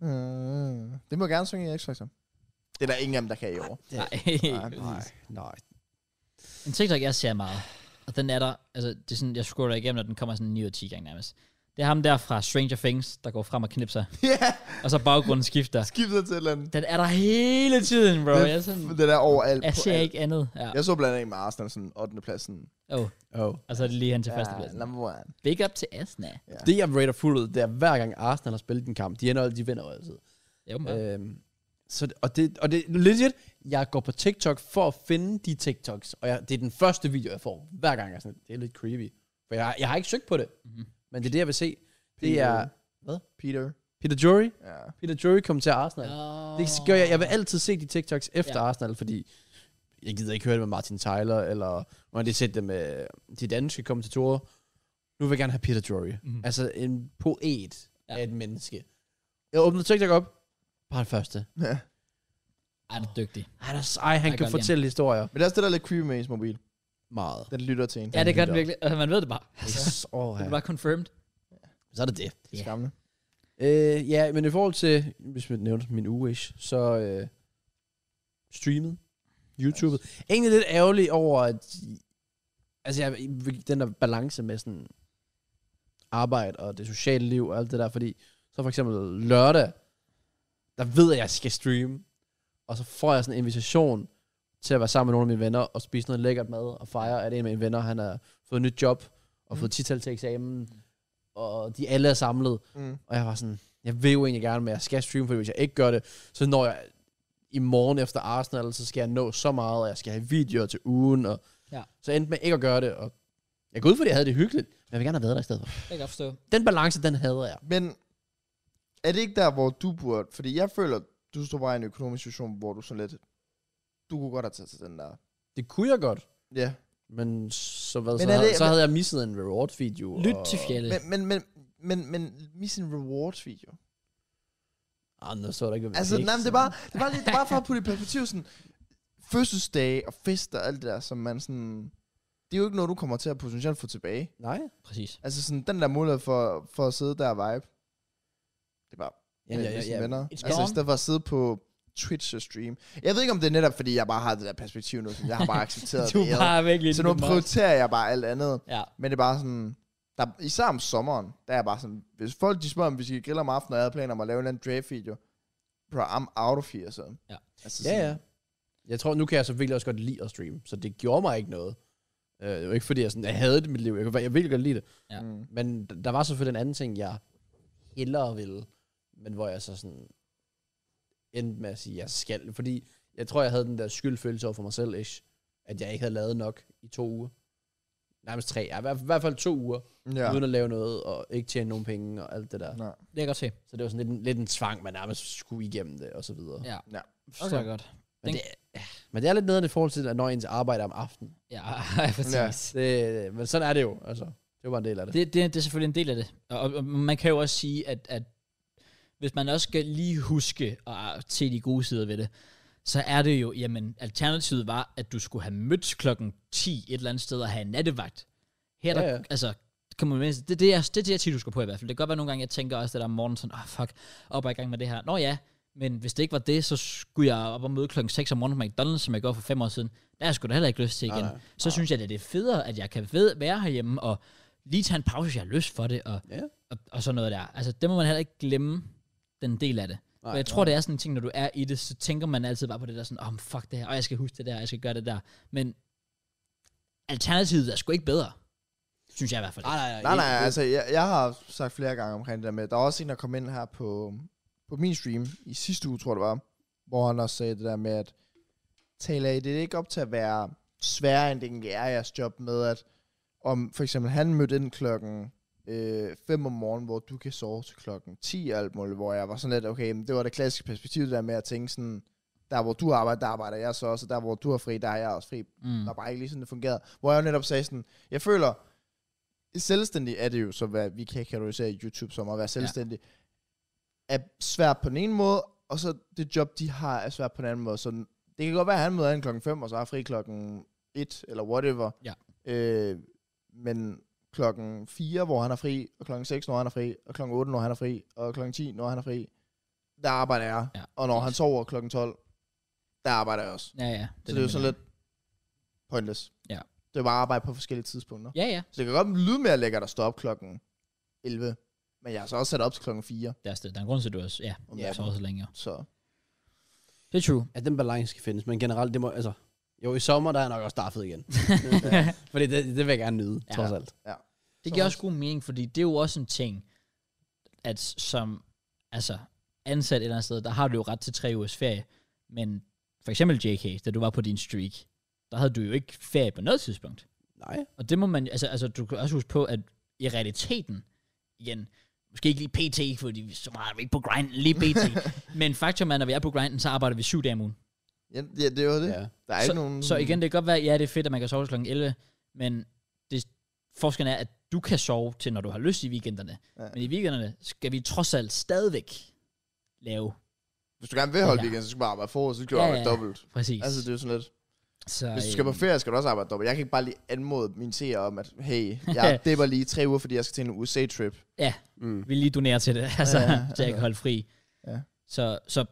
Øh, Det må jeg gerne synge i X Factor. Det er der ingen af dem, der kan i år. Nej. Nej, nej. en TikTok, jeg ser meget. Og den er der... Altså, det er sådan, jeg scroller igennem, når den kommer sådan 9 og 10 gange nærmest. Det er ham der fra Stranger Things, der går frem og knipser. Ja, og så baggrunden skifter. skiftet til et eller andet. Den er der hele tiden, bro. Den- Jeg, er sådan, Det der overalt. jeg på ser alt. ikke andet. Ja. Jeg så blandt andet med Arsenal sådan 8. pladsen. Oh, Oh. og så er det lige hen til førstepladsen. number one. Big up til Asna. Det, jeg rater fuldt ud, det er, hver gang Arsenal har spillet en kamp, de, ender, de vinder jo altid. Jo, man. Øh, Øhm, så, det- og, det, og det legit, jeg går på TikTok for at finde de TikToks, og jeg, det er den første video, jeg får, hver gang jeg er sådan, det er lidt creepy. For jeg, har- jeg har ikke søgt på det, Mhm. mm-hmm. men det er det, jeg vil se. Det Peter. er Peter. Peter Jury. Ja. Peter Jury kom til Arsenal. Ja. oh. Øh, Det gør jeg, jeg vil altid se de TikToks efter Ja. ja. Arsenal, fordi jeg gider ikke høre det med Martin Tyler, eller når de sætter det med de danske kommentatorer. Nu vil jeg gerne have Peter Drury. Mhm. Mm. Altså en poet Ja. ja. af et menneske. Jeg åbner TikTok op, bare den første. ja. Ej, du er dygtig. Han er sej, han Jeg kan kan godt fortælle igen. historier. Men det er også det, der er lidt creepy med ens mobil. Meget. Den lytter til en. Ja, Ja. det gør den lytter. virkelig. Altså, man ved det bare. Yes. Oh, Det ja. er bare confirmed. Så er det det. Det Ja. er skræmmende. Øh, ja, men i forhold til, hvis man nævner min uge-ish, så øh, streamet, YouTube. Egentlig lidt ærgerlig over, at altså, jeg, den der balance med sådan arbejde og det sociale liv og alt det der, fordi så for eksempel lørdag, der ved jeg, at jeg skal streame, og så får jeg sådan en invitation til at være sammen med nogle af mine venner og spise noget lækkert mad og fejre, at en af mine venner, han har fået nyt job og fået 10 til eksamen, og de alle er samlet. Mm. Og jeg var sådan, jeg vil jo egentlig gerne, men jeg skal streame, fordi hvis jeg ikke gør det, så når jeg i morgen efter Arsenal, så skal jeg nå så meget, og jeg skal have videoer til ugen, og Ja. så endte med ikke at gøre det, og jeg går ud, fordi jeg havde det hyggeligt, men jeg vil gerne have været der i stedet for. Det kan jeg godt forstå. Den balance, den hader jeg. Men er det ikke der, hvor du burde... Fordi jeg føler, du står bare i en økonomisk situation, hvor du sådan lidt... Du kunne godt have taget til den der. Det kunne jeg godt, Ja. men så, hvad, men så, Men er havde, det- det, så havde jeg misset en reward-video. Lyt og, til Fjalle. Men, men, men, men, men miss en rewards video. Ah, nu så der ikke, hvad vi Altså, fik, nej, men det så- er bare, det er bare, lidt, det er bare for at putte i perspektiv sådan, fødselsdage og fester og alt det der, som man sådan, det er jo ikke noget, du kommer til at potentielt få tilbage. Nej. Præcis. Altså sådan, den der mulighed for, for at sidde der og vibe, det er bare Ja, ja, ja, ja. venner. It's Altså, i gone. stedet for at sidde på Twitch og stream. Jeg ved ikke, om det er netop, fordi jeg bare har det der perspektiv nu, som jeg har bare accepteret Du det. er bare virkelig... Så nu prioriterer jeg bare alt andet. Ja. Men det er bare sådan, der, især om sommeren, der er jeg bare sådan, hvis folk de spørger, om vi skal grille om aftenen, og jeg havde planer om at lave en eller anden draft-video, bro, I'm out of here, så. Ja. Altså Ja, ja. Jeg tror, nu kan jeg så virkelig også godt lide at streame, så det gjorde mig ikke noget. Øh, det var ikke fordi, jeg, sådan, jeg havde det i mit liv. Jeg, kunne, jeg virkelig godt lide det. Ja. Mm. Men d- der var selvfølgelig en anden ting, jeg hellere ville, men hvor jeg så sådan endte med at sige, jeg skal. Fordi jeg tror, jeg havde den der skyldfølelse over for mig selv, ish, at jeg ikke havde lavet nok i to uger. Nærmest tre, ja, i, hvert, i hvert fald to uger, Ja. ja. uden at lave noget, og ikke tjene nogen penge og alt det der. Nej. Det kan jeg godt se. Så det var sådan lidt, en- lidt en tvang, man nærmest skulle igennem det, og så videre. Ja. Ja. Forstår jeg godt. Men, det, men det er lidt nederen i forhold til, at når ens arbejde er om aftenen. Ja, præcis. Det, men sådan er det jo, altså. Det var en del af det. det Det, det, det er selvfølgelig en del af det. Og, og man kan jo også sige, at, at hvis man også skal lige huske og se de gode sider ved det, så er det jo, jamen, alternativet var, at du skulle have mødt klokken 10 et eller andet sted og have en nattevagt. Her, der, Ja, ja, ja. ja. altså, kan man, det, det, er, det er det, jeg tit husker på i hvert fald. Det kan godt være nogle gange, jeg tænker også det der om morgenen sådan, åh oh, fuck, op og i gang med det her. Nå ja, men hvis det ikke var det, så skulle jeg op og møde klokken 6 om morgenen på McDonald's, som jeg gjorde for fem år siden. Der er jeg sgu da heller ikke lyst til igen. Nej, Nej, nej. nej. Så synes jeg, at det er federe, at jeg kan ved, være herhjemme og lige tage en pause, hvis jeg har lyst for det, og, Ja. og, og sådan noget der. Altså, det må man heller ikke glemme, den del af det. Nej, Nej, og jeg tror, det er sådan en ting, når du er i det, så tænker man altid bare på det der sådan, om oh, fuck det her, og jeg skal huske det der, og jeg skal gøre det der. Men alternativet er sgu ikke bedre, synes jeg i hvert fald. nej, nej, Nej, nej, ikke- altså jeg, jeg har sagt flere gange omkring det der med, der var også en, der kom ind her på, på min stream i sidste uge, tror jeg det var, hvor han også sagde det der med, at taler I det ikke op til at være sværere, end det egentlig er jeres job med, at om for eksempel han mødte ind klokken øh, 5 om morgenen, hvor du kan sove til klokken 10 og alt muligt, hvor jeg var sådan lidt, okay, men det var det klassiske perspektiv det der med at tænke sådan, der hvor du arbejder, der arbejder jeg så også, og der hvor du har fri, der har jeg også fri, Mm. Der var bare ikke lige sådan, det fungerede. Hvor jeg jo netop sagde sådan, jeg føler, selvstændig er det jo, så hvad vi kan kategorisere i YouTube som at være selvstændig, ja. er svært på den ene måde, og så det job, de har, er svært på den anden måde. Så det kan godt være, at han møder ind klokken 5, og så er fri klokken 1, eller whatever. Ja. Øh, men klokken 4, hvor han er fri, og klokken 6, når han er fri, og klokken 8, når han er fri, og klokken 10, når han er fri, der arbejder jeg. Ja, og når han præcis. sover klokken 12, der arbejder jeg også. Ja, ja. Det så det er jo mener sådan jeg. lidt pointless. Ja. Det er bare at arbejde på forskellige tidspunkter. Ja, ja. Så det kan godt lyde mere lækkert at stå op klokken 11. Men jeg har så også sat op til klokken 4. Der er, st- der er en grund til, at du også, ja, Om ja. natten. sover så længe. jo. Så Det er true. at den balance skal findes, men generelt, det må, altså, jo, i sommer, der er jeg nok også startet igen. Fordi det, det vil jeg gerne nyde, ja. Ja. trods alt. Det Så giver også- også god mening, fordi det er jo også en ting, at som altså, ansat et eller andet sted, der har du jo ret til tre ugers ferie. Men for eksempel JK, da du var på din streak, der havde du jo ikke ferie på noget tidspunkt. Nej. Og det må man, altså, altså du kan også huske på, at i realiteten, igen, måske ikke lige pt, fordi så meget er vi ikke på grind lige pt, men faktum er, når vi er på grinden, så arbejder vi syv dage om ugen. ja, ja, det er jo det. Ja. Ja. Der er så, ikke nogen... så igen, det kan godt være, ja, det er fedt, at man kan sove til kl. 11, men det, forskellen er, at du kan sove til, når du har lyst i weekenderne. Ja. Ja. Men i weekenderne skal vi trods alt stadigvæk lave Hvis du gerne vil holde Ja. ja. weekend, så skal du bare arbejde forår, så skal du Ja, ja, arbejde ja. ja. dobbelt. præcis. Altså, det er jo sådan lidt... så, Hvis du skal på øh, ferie, skal du også arbejde dobbelt. Jeg kan ikke bare lige anmode min seer om, at hey, jeg dipper lige tre uger, fordi jeg skal til en USA-trip. Mm. Vi lige donerer til det, altså, Ja, ja, ja, ja, så jeg ja. kan holde fri. Ja. Så, så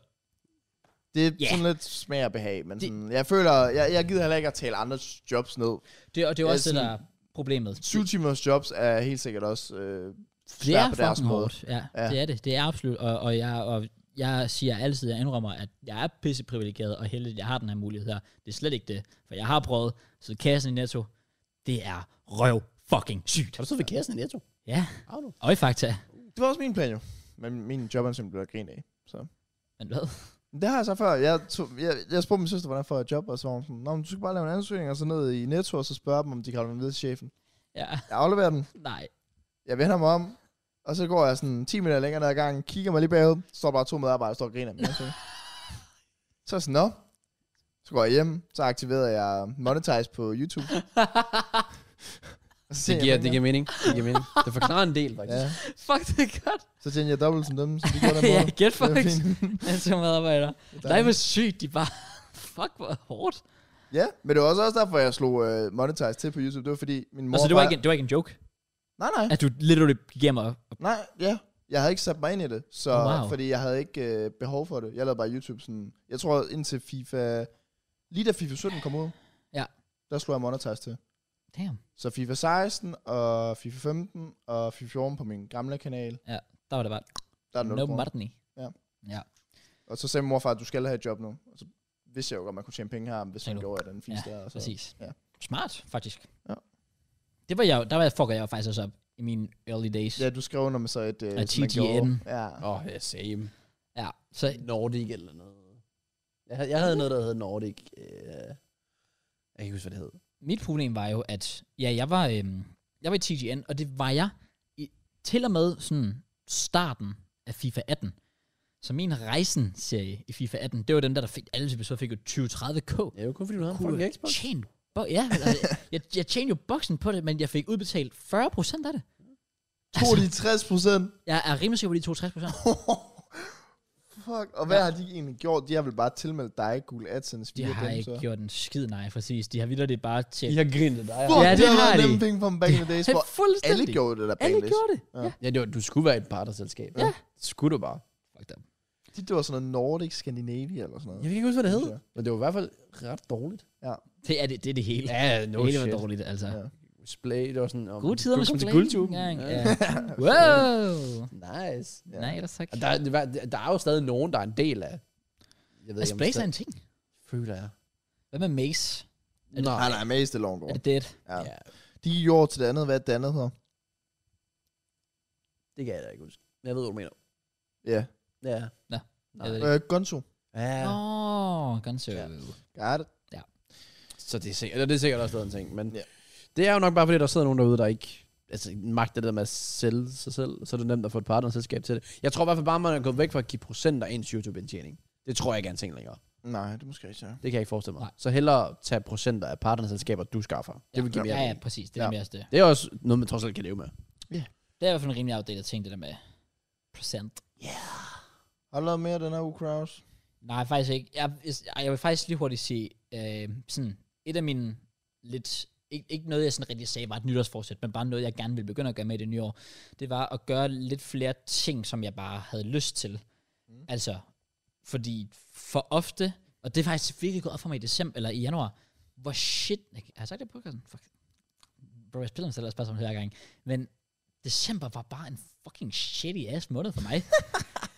Det er Ja. yeah. sådan lidt smag og behag, men Det- sådan, jeg føler, jeg, jeg gider heller ikke at tale andres jobs ned. det, og det er jo Ja, også det, der er sådan- problemet. 7 timers jobs er helt sikkert også øh, Det er svært på deres fucking måde. hårdt. Ja, Ja. ja, det er det. Det er absolut. Og, og, jeg, og jeg siger altid, jeg indrømmer, at jeg er pisseprivilegeret og heldig, at jeg har den her mulighed her. Det er slet ikke det. For jeg har prøvet, så kassen i Netto, det er røv fucking sygt. Har du så ved kassen i Netto? Ja, Har du? og i fakta. Det var også min plan jo. Men min jobansøgning blev jeg grint af. Men hvad? Men Det har jeg så før. Jeg, tog, jeg, jeg spurgte min søster, hvordan får jeg job, og så var hun sådan, Nå, men du skal bare lave en ansøgning, og så ned i Netto, og så spørge dem, om de kan holde mig ved til chefen. Ja, Jeg afleverer den, nej. jeg vender mig om, og så går jeg sådan 10 minutter længere ned ad gangen, kigger mig lige bagud, står bare to medarbejdere, og står og griner af min ansøgning. Så er jeg sådan, nå. Så går jeg hjem, så aktiverer jeg Monetize på YouTube. Og så Det tjener giver, det jeg penge. giver mening. Det giver mening. Det forklarer en del, faktisk. Ja, Fuck, det er godt. så tjener jeg dobbelt som dem, som de gjorde den ja, måde. get Det er fucked. fint. Men som medarbejder. Nej, hvor sygt, de bare... Fuck, hvor hårdt. Ja, men det var også også derfor, jeg slog uh, Monetize til på YouTube. Det var fordi, min mor Altså, det var, bare- ikke en, det var ikke en joke, Nej, nej. at du literally giver mig... Nej, ja. Jeg havde ikke sat mig ind i det, så, Wow. wow. fordi jeg havde ikke øh, behov for det. Jeg lavede bare YouTube sådan... Jeg tror indtil FIFA... Lige da FIFA 17 kom ud, Ja. der slog jeg Monetize til. Damn, Så FIFA 16 og FIFA 15 og FIFA 14 på min gamle kanal, der var det bare... der er No noget no Martini. Og så sagde min morfar, at du skal have et job nu. Og så vidste jeg jo godt, at man kunne tjene penge her, hvis Sagde man du. gjorde den fisk Ja, der. Og så. Præcis. Ja. Ja. Smart, faktisk. Ja. Det var jeg, jo- der var jeg, fucker jeg jo faktisk også op i mine early days. Ja, du skrev under med så et... Øh, Og som man gjorde. TGN. Ja. Åh, oh, yeah, same. ja. Så Nordic eller noget. Jeg havde, jeg havde noget, der hed Nordic. Øh, jeg kan ikke huske, hvad det hed. Mit problem var jo, at ja, jeg var, øhm, jeg var i TGN, og det var jeg i, til og med sådan starten af FIFA 18. Så min rejsen-serie i FIFA 18, det var den der, der fik, alle episoder fik jo 20-30k. Ja, det var kun fordi, du havde en Kunne fucking Xbox. Tjent bo- ja, altså, jeg, jeg tjente jo boksen på det, men jeg fik udbetalt 40% af det. 62 procent. Jeg er rimelig sikker på de 62 procent. Fuck, og hvad ja. har de egentlig gjort? De har vel bare tilmeldt dig Google AdSense De via har dem, ikke så. gjort en skid, nej, præcis. De har vildt det bare til... I har grinet dig. Fuck, Ja, det, det har har været de. nemme penge from back in the days, hvor fuldstændig. alle gjorde det der alle banglist. gjorde det. Ja. Ja. Ja, det var, du skulle være et partnerselskab. Ja. Det skulle du bare. Fuck dem. De, det var sådan noget Nordic Scandinavia eller sådan noget. Jeg kan ikke huske, hvad det Det hed. synes Men det var i hvert fald ret dårligt. Det er det, det, er det hele. Ja, no det hele shit. var dårligt, altså. Ja. Ja. Splay, det var sådan... Om, Gode tider du med kom til Splay. guldtuben. engang, Ja. ja. Wow. Nice. Ja. Ja. Nej, der tak. Og der, det var, der er jo stadig nogen, der er en del af... Jeg ved Altså, om Blaze er stadig- en ting. Føler jeg. Hvad med Maze? Nej, Nej, nej, Maze det er long Er gone. det dead? Ja. Ja, De gjorde til det andet, hvad det andet hedder. det kan jeg da ikke huske. Men jeg ved, hvad du mener. Ja. Ja. Nå, Nej. jeg ved Øh, Gonzo. Ja. Åh, oh, Ja. Got it. Så det er sikkert, eller det er sikkert også stadig en ting, men Ja. yeah. det er jo nok bare fordi, der sidder nogen derude, der ikke altså, magter det der med at sælge sig selv, så er det nemt at få et partnerselskab til det. Jeg tror i hvert fald bare, man er gået væk fra at give procenter af ens YouTube-indtjening. Det tror jeg ikke er en ting længere. Nej, det er måske ikke så. Det kan jeg ikke forestille mig. Nej. Nej. Så hellere tage procenter af partnerselskaber, du skaffer. Ja. Det vil give mere Ja, ja, mening. præcis. Det er Ja. mere også det. Det er også noget, man trods alt kan leve med. Det er i hvert fald en rimelig outdated ting, det der med procent. Har du lavet mere af den her uge, Kraus? Nej, faktisk ikke. Jeg, jeg, jeg vil faktisk lige hurtigt sige, øh, sådan, et af mine lidt, ikke, ikke noget jeg sådan rigtig sagde var et nytårsforsæt, men bare noget jeg gerne ville begynde at gøre med i det nye år, det var at gøre lidt flere ting, som jeg bare havde lyst til. Mm. Altså, fordi for ofte, og det er faktisk virkelig gået op for mig i december, eller i januar, hvor shit, jeg, har jeg sagt det på podcasten? Fuck. Bro, jeg spiller mig selv også bare som hver gang. Men december var bare en fucking shitty ass måned for mig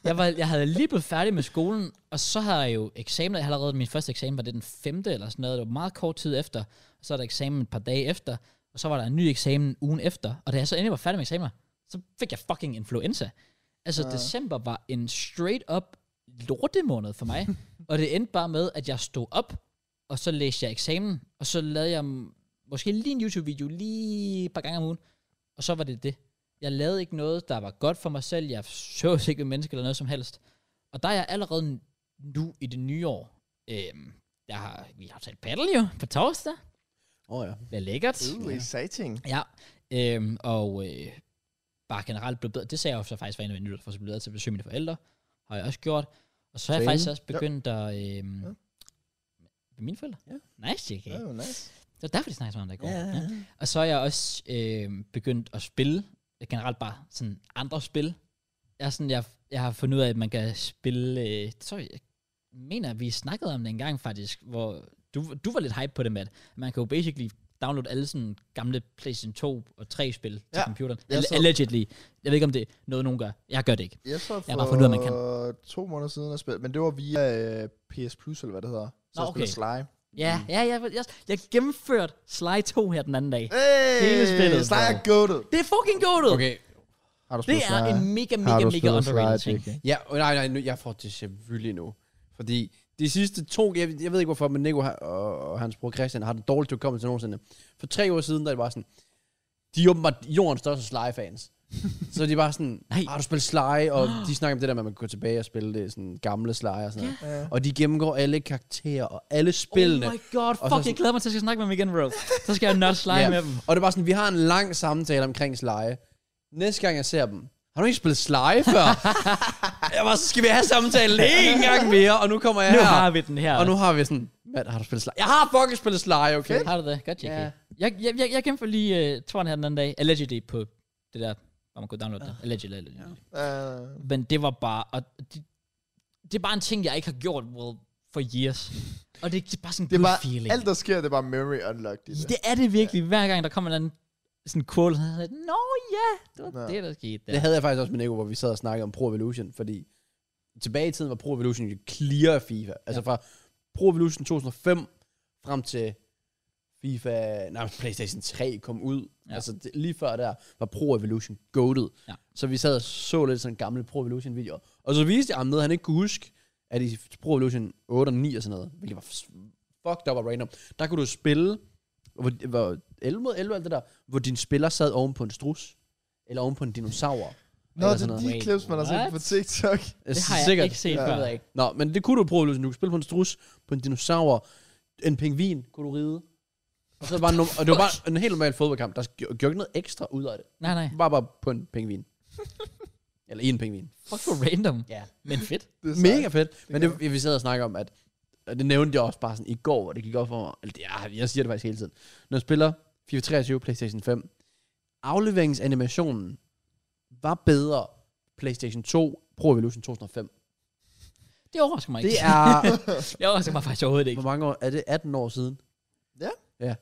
jeg, var, jeg havde lige blevet færdig med skolen, og så havde jeg jo eksamen. Jeg havde allerede min første eksamen, var det den femte eller sådan noget. Det var meget kort tid efter. Og så er der eksamen et par dage efter. Og så var der en ny eksamen ugen efter. Og da jeg så endelig var færdig med eksamener, så fik jeg fucking influenza. Altså, Ja. ja. december var en straight up lortemåned for mig. og det endte bare med, at jeg stod op, og så læste jeg eksamen, og så lavede jeg m- måske lige en YouTube-video lige et par gange om ugen. Og så var det det. Jeg lavede ikke noget, der var godt for mig selv. Jeg så ikke med mennesker eller noget som helst. Og der er jeg allerede nu i det nye år. Øhm, jeg har, vi har talt paddle jo på torsdag. Åh oh, ja. Det er lækkert. Ooh, exciting. Ja. Øhm, og øh, bare generelt blev bedre. Det sagde jeg jo så faktisk var en af mine nytårsforsæt, blev bedre til at besøge mine forældre. Har jeg også gjort. Og så har jeg Træne. faktisk også begyndt at... Øhm, Ja. ja. Mine forældre? Ja. Nice, JK. Ja. Oh, nice. Det var derfor, de snakkede så meget om det i går. ja, Ja. Og så er jeg også øh, begyndt at spille, øh, generelt bare sådan andre spil. Jeg, er sådan, jeg, jeg har fundet ud af, at man kan spille, øh, sorry, jeg mener, vi snakkede om det engang faktisk, hvor du, du var lidt hype på det, Matt. Man kan jo basically downloade alle sådan gamle PlayStation 2 og 3 spil til Ja. ja. computeren. Jeg Alle- så- Allegedly. Jeg ved ikke, om det er noget, nogen gør. Jeg gør det ikke. Jeg så for har bare fundet ud af, man to måneder siden at spille, men det var via øh, PS Plus, eller hvad det hedder. Så Nå, jeg spiller okay. Sly. Ja, mm. ja, jeg, jeg, jeg gennemførte Sly 2 her den anden dag. Hey, Hele spillet, Sly er bro. goated. Det er fucking goated! Okay. Okay. Har du Det spillet er Sly? en mega, Har mega, du mega spillet underrated Sly, ting. JK? Ja, oh, nej, nej, nu, jeg får det selvfølgelig nu. Fordi de sidste to, jeg, jeg ved ikke hvorfor, men Nico har- og, og hans bror Christian har det dårligt til at komme til nogensinde. For tre år siden, der er det bare sådan, de er åbenbart jordens største Sly-fans. så de er bare sådan, Nej. har du spillet Sly? Og de snakker om det der med, at man kan gå tilbage og spille det sådan gamle Sly og sådan noget. Og de gennemgår alle karakterer og alle spillene. Oh my god, Og fuck, så- jeg glæder mig til, at jeg skal snakke med dem igen, bro. Så skal jeg not slime Ja. med dem. Og det var sådan, vi har en lang samtale omkring Sly. Næste gang jeg ser dem, har du ikke spillet Sly før? jeg var, så skal vi have samtalen en gang mere, og nu kommer jeg Nu her. har vi den her. Og nu har vi sådan, hvad har du spillet Sly? Jeg har fucking spillet Sly, okay? har du det? Godt, JK. Ja. Yeah. Jeg, jeg, jeg, jeg kæmper lige uh, Tron her den anden dag. Allegedly på det der, hvor man kunne downloade Ah. det. Allegedly, allegedly. Yeah. Uh, Men det var bare... Og det, det er bare en ting, jeg ikke har gjort well, for years. Og det, det er bare sådan en det er good bare, feeling. alt der sker, det er bare memory unlocked i det. det er det virkelig. Hver gang, der kommer en eller anden sådan quote, så er jeg sådan, Nå ja, det var Nå. det, der skete der. Det havde jeg faktisk også med Nico, hvor vi sad og snakkede om Pro Evolution, fordi tilbage i tiden var Pro Evolution jo clear af FIFA. Altså fra Pro Evolution 2005 frem til FIFA, nej, PlayStation 3 kom ud. Ja. Ja. Altså det, lige før der var Pro Evolution goated. Ja. Så vi sad og så lidt sådan gamle Pro Evolution videoer. Og så viste jeg ham noget, han ikke kunne huske, at i Pro Evolution 8 og 9 og sådan noget, hvilket var fucked up og random, der kunne du spille, hvor, hvor 11 mod 11 og alt det der, hvor din spiller sad oven på en strus, eller oven på en dinosaur. Nå, eller det sådan er noget. de Wait, clips, man har set what? på TikTok. Det har jeg Sikkert. ikke set Ja. før. Det ved jeg ikke. Nå, men det kunne du prøve, Lusen. Du kunne spille på en strus, på en dinosaur, en pingvin kunne du ride. Og så var det, bare, og det var bare en helt normal fodboldkamp. Der gjorde gjorde ikke noget ekstra ud af det. Nej, nej. Bare, bare på en pingvin. Eller i en pingvin. Fuck, hvor random. Ja. Men fedt. Det er Mega fedt. Men kan det, vi sad og snakkede om, at og det nævnte jeg også bare sådan i går, og det gik op for mig. Eller det, ja, jeg siger det faktisk hele tiden. Når jeg spiller FIFA 23 PlayStation 5, afleveringsanimationen var bedere PlayStation 2 Pro Evolution 2005. Det overrasker mig Det ikke. er Det overrasker mig faktisk overhovedet ikke. Hvor mange år? Er det 18 år siden? Ja. Ja.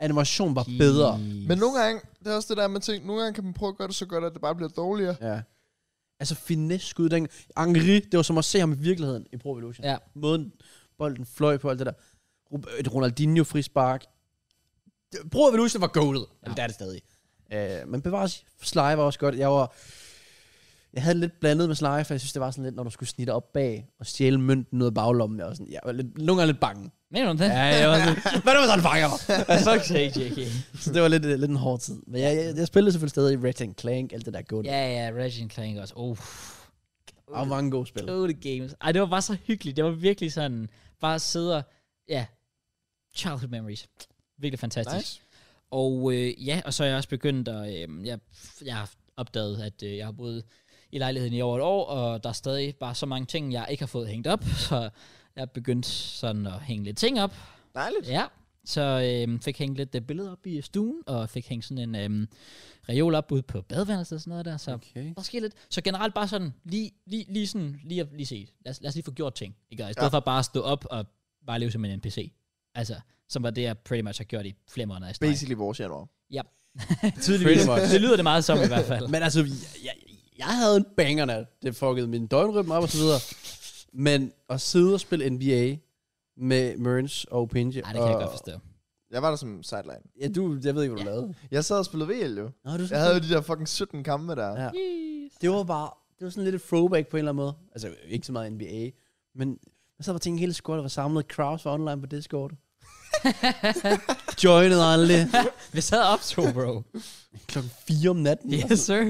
Animation var bedre. Men nogle gange, det er også det der, man tænker, nogle gange kan man prøve at gøre det så godt, at det bare bliver dårligere. Ja. Altså finesse-skud dengang. Angri, det var som at se ham i virkeligheden i Pro Evolution. Ja. Måden bolden fløj på, alt det der. Ru- Et Ronaldinho frispark. Det- Pro Evolution var goalet. Ja. Jamen, det er det stadig. Øh, men bevares, Sly var også godt. Jeg var... Jeg havde det lidt blandet med Sly, for jeg synes, det var sådan lidt, når du skulle snitte op bag og stjæle mønten ud af baglommen. Jeg var, sådan, jeg var lidt, nogle gange lidt bange. Mener du det? Ja, jeg var sådan, hvad er det, hvis han fanger mig? Fuck sake, JK. Så det var lidt, lidt en hård tid. Men jeg, jeg, jeg spillede selvfølgelig stadig Ratchet and Clank, alt det der gode. Ja, ja, Ratchet Clank også. Oh, Og mange gode spil. oh, the games. Ej, det var bare så hyggeligt. Det var virkelig sådan, bare at sidde og, ja, childhood memories. Virkelig fantastisk. Nice. Og øh, ja, og så er jeg også begyndt at, øh, jeg, jeg har opdaget, at øh, jeg har boet i lejligheden i over et år, og der er stadig bare så mange ting, jeg ikke har fået hængt op, så jeg er begyndt sådan at hænge lidt ting op. Dejligt. Ja, så øh, fik hængt lidt øh, billeder op i stuen, og fik hængt sådan en øh, reol op ude på badeværelset og sådan noget der, så Okay. Måske lidt. Så generelt bare sådan, lige, lige, lige sådan, lige, at- lige se. Lad os, lad os lige få gjort ting. Ikke? I stedet Ja. ja. for bare at stå op og bare leve som en NPC. Altså, som var det, jeg pretty much har gjort i flere måneder i streg. Basically vores januar. Tydeligvis. Det lyder det meget som i hvert fald. Men altså, jeg, jeg, jeg havde en banger nat. Det fuckede min døgnrytme op og så videre. Men at sidde og spille NBA med Merns og Pinje. Nej, det kan jeg godt forstå. Jeg var der som sideline. Ja, du, jeg ved ikke, hvad du Ja. lavede. Jeg sad og spillede VL jo. Nå, du Jeg havde jo de der fucking 17 kampe der. Ja. Øh. Det var bare, det var sådan lidt et throwback på en eller anden måde. Altså, ikke så meget NBA, men jeg sad bare og tænkte, hele squadet var samlet. Kraus var online på Discord. Joinede aldrig. Vi sad op to, bro. Klokken 4 om natten. yes, sir. Oh.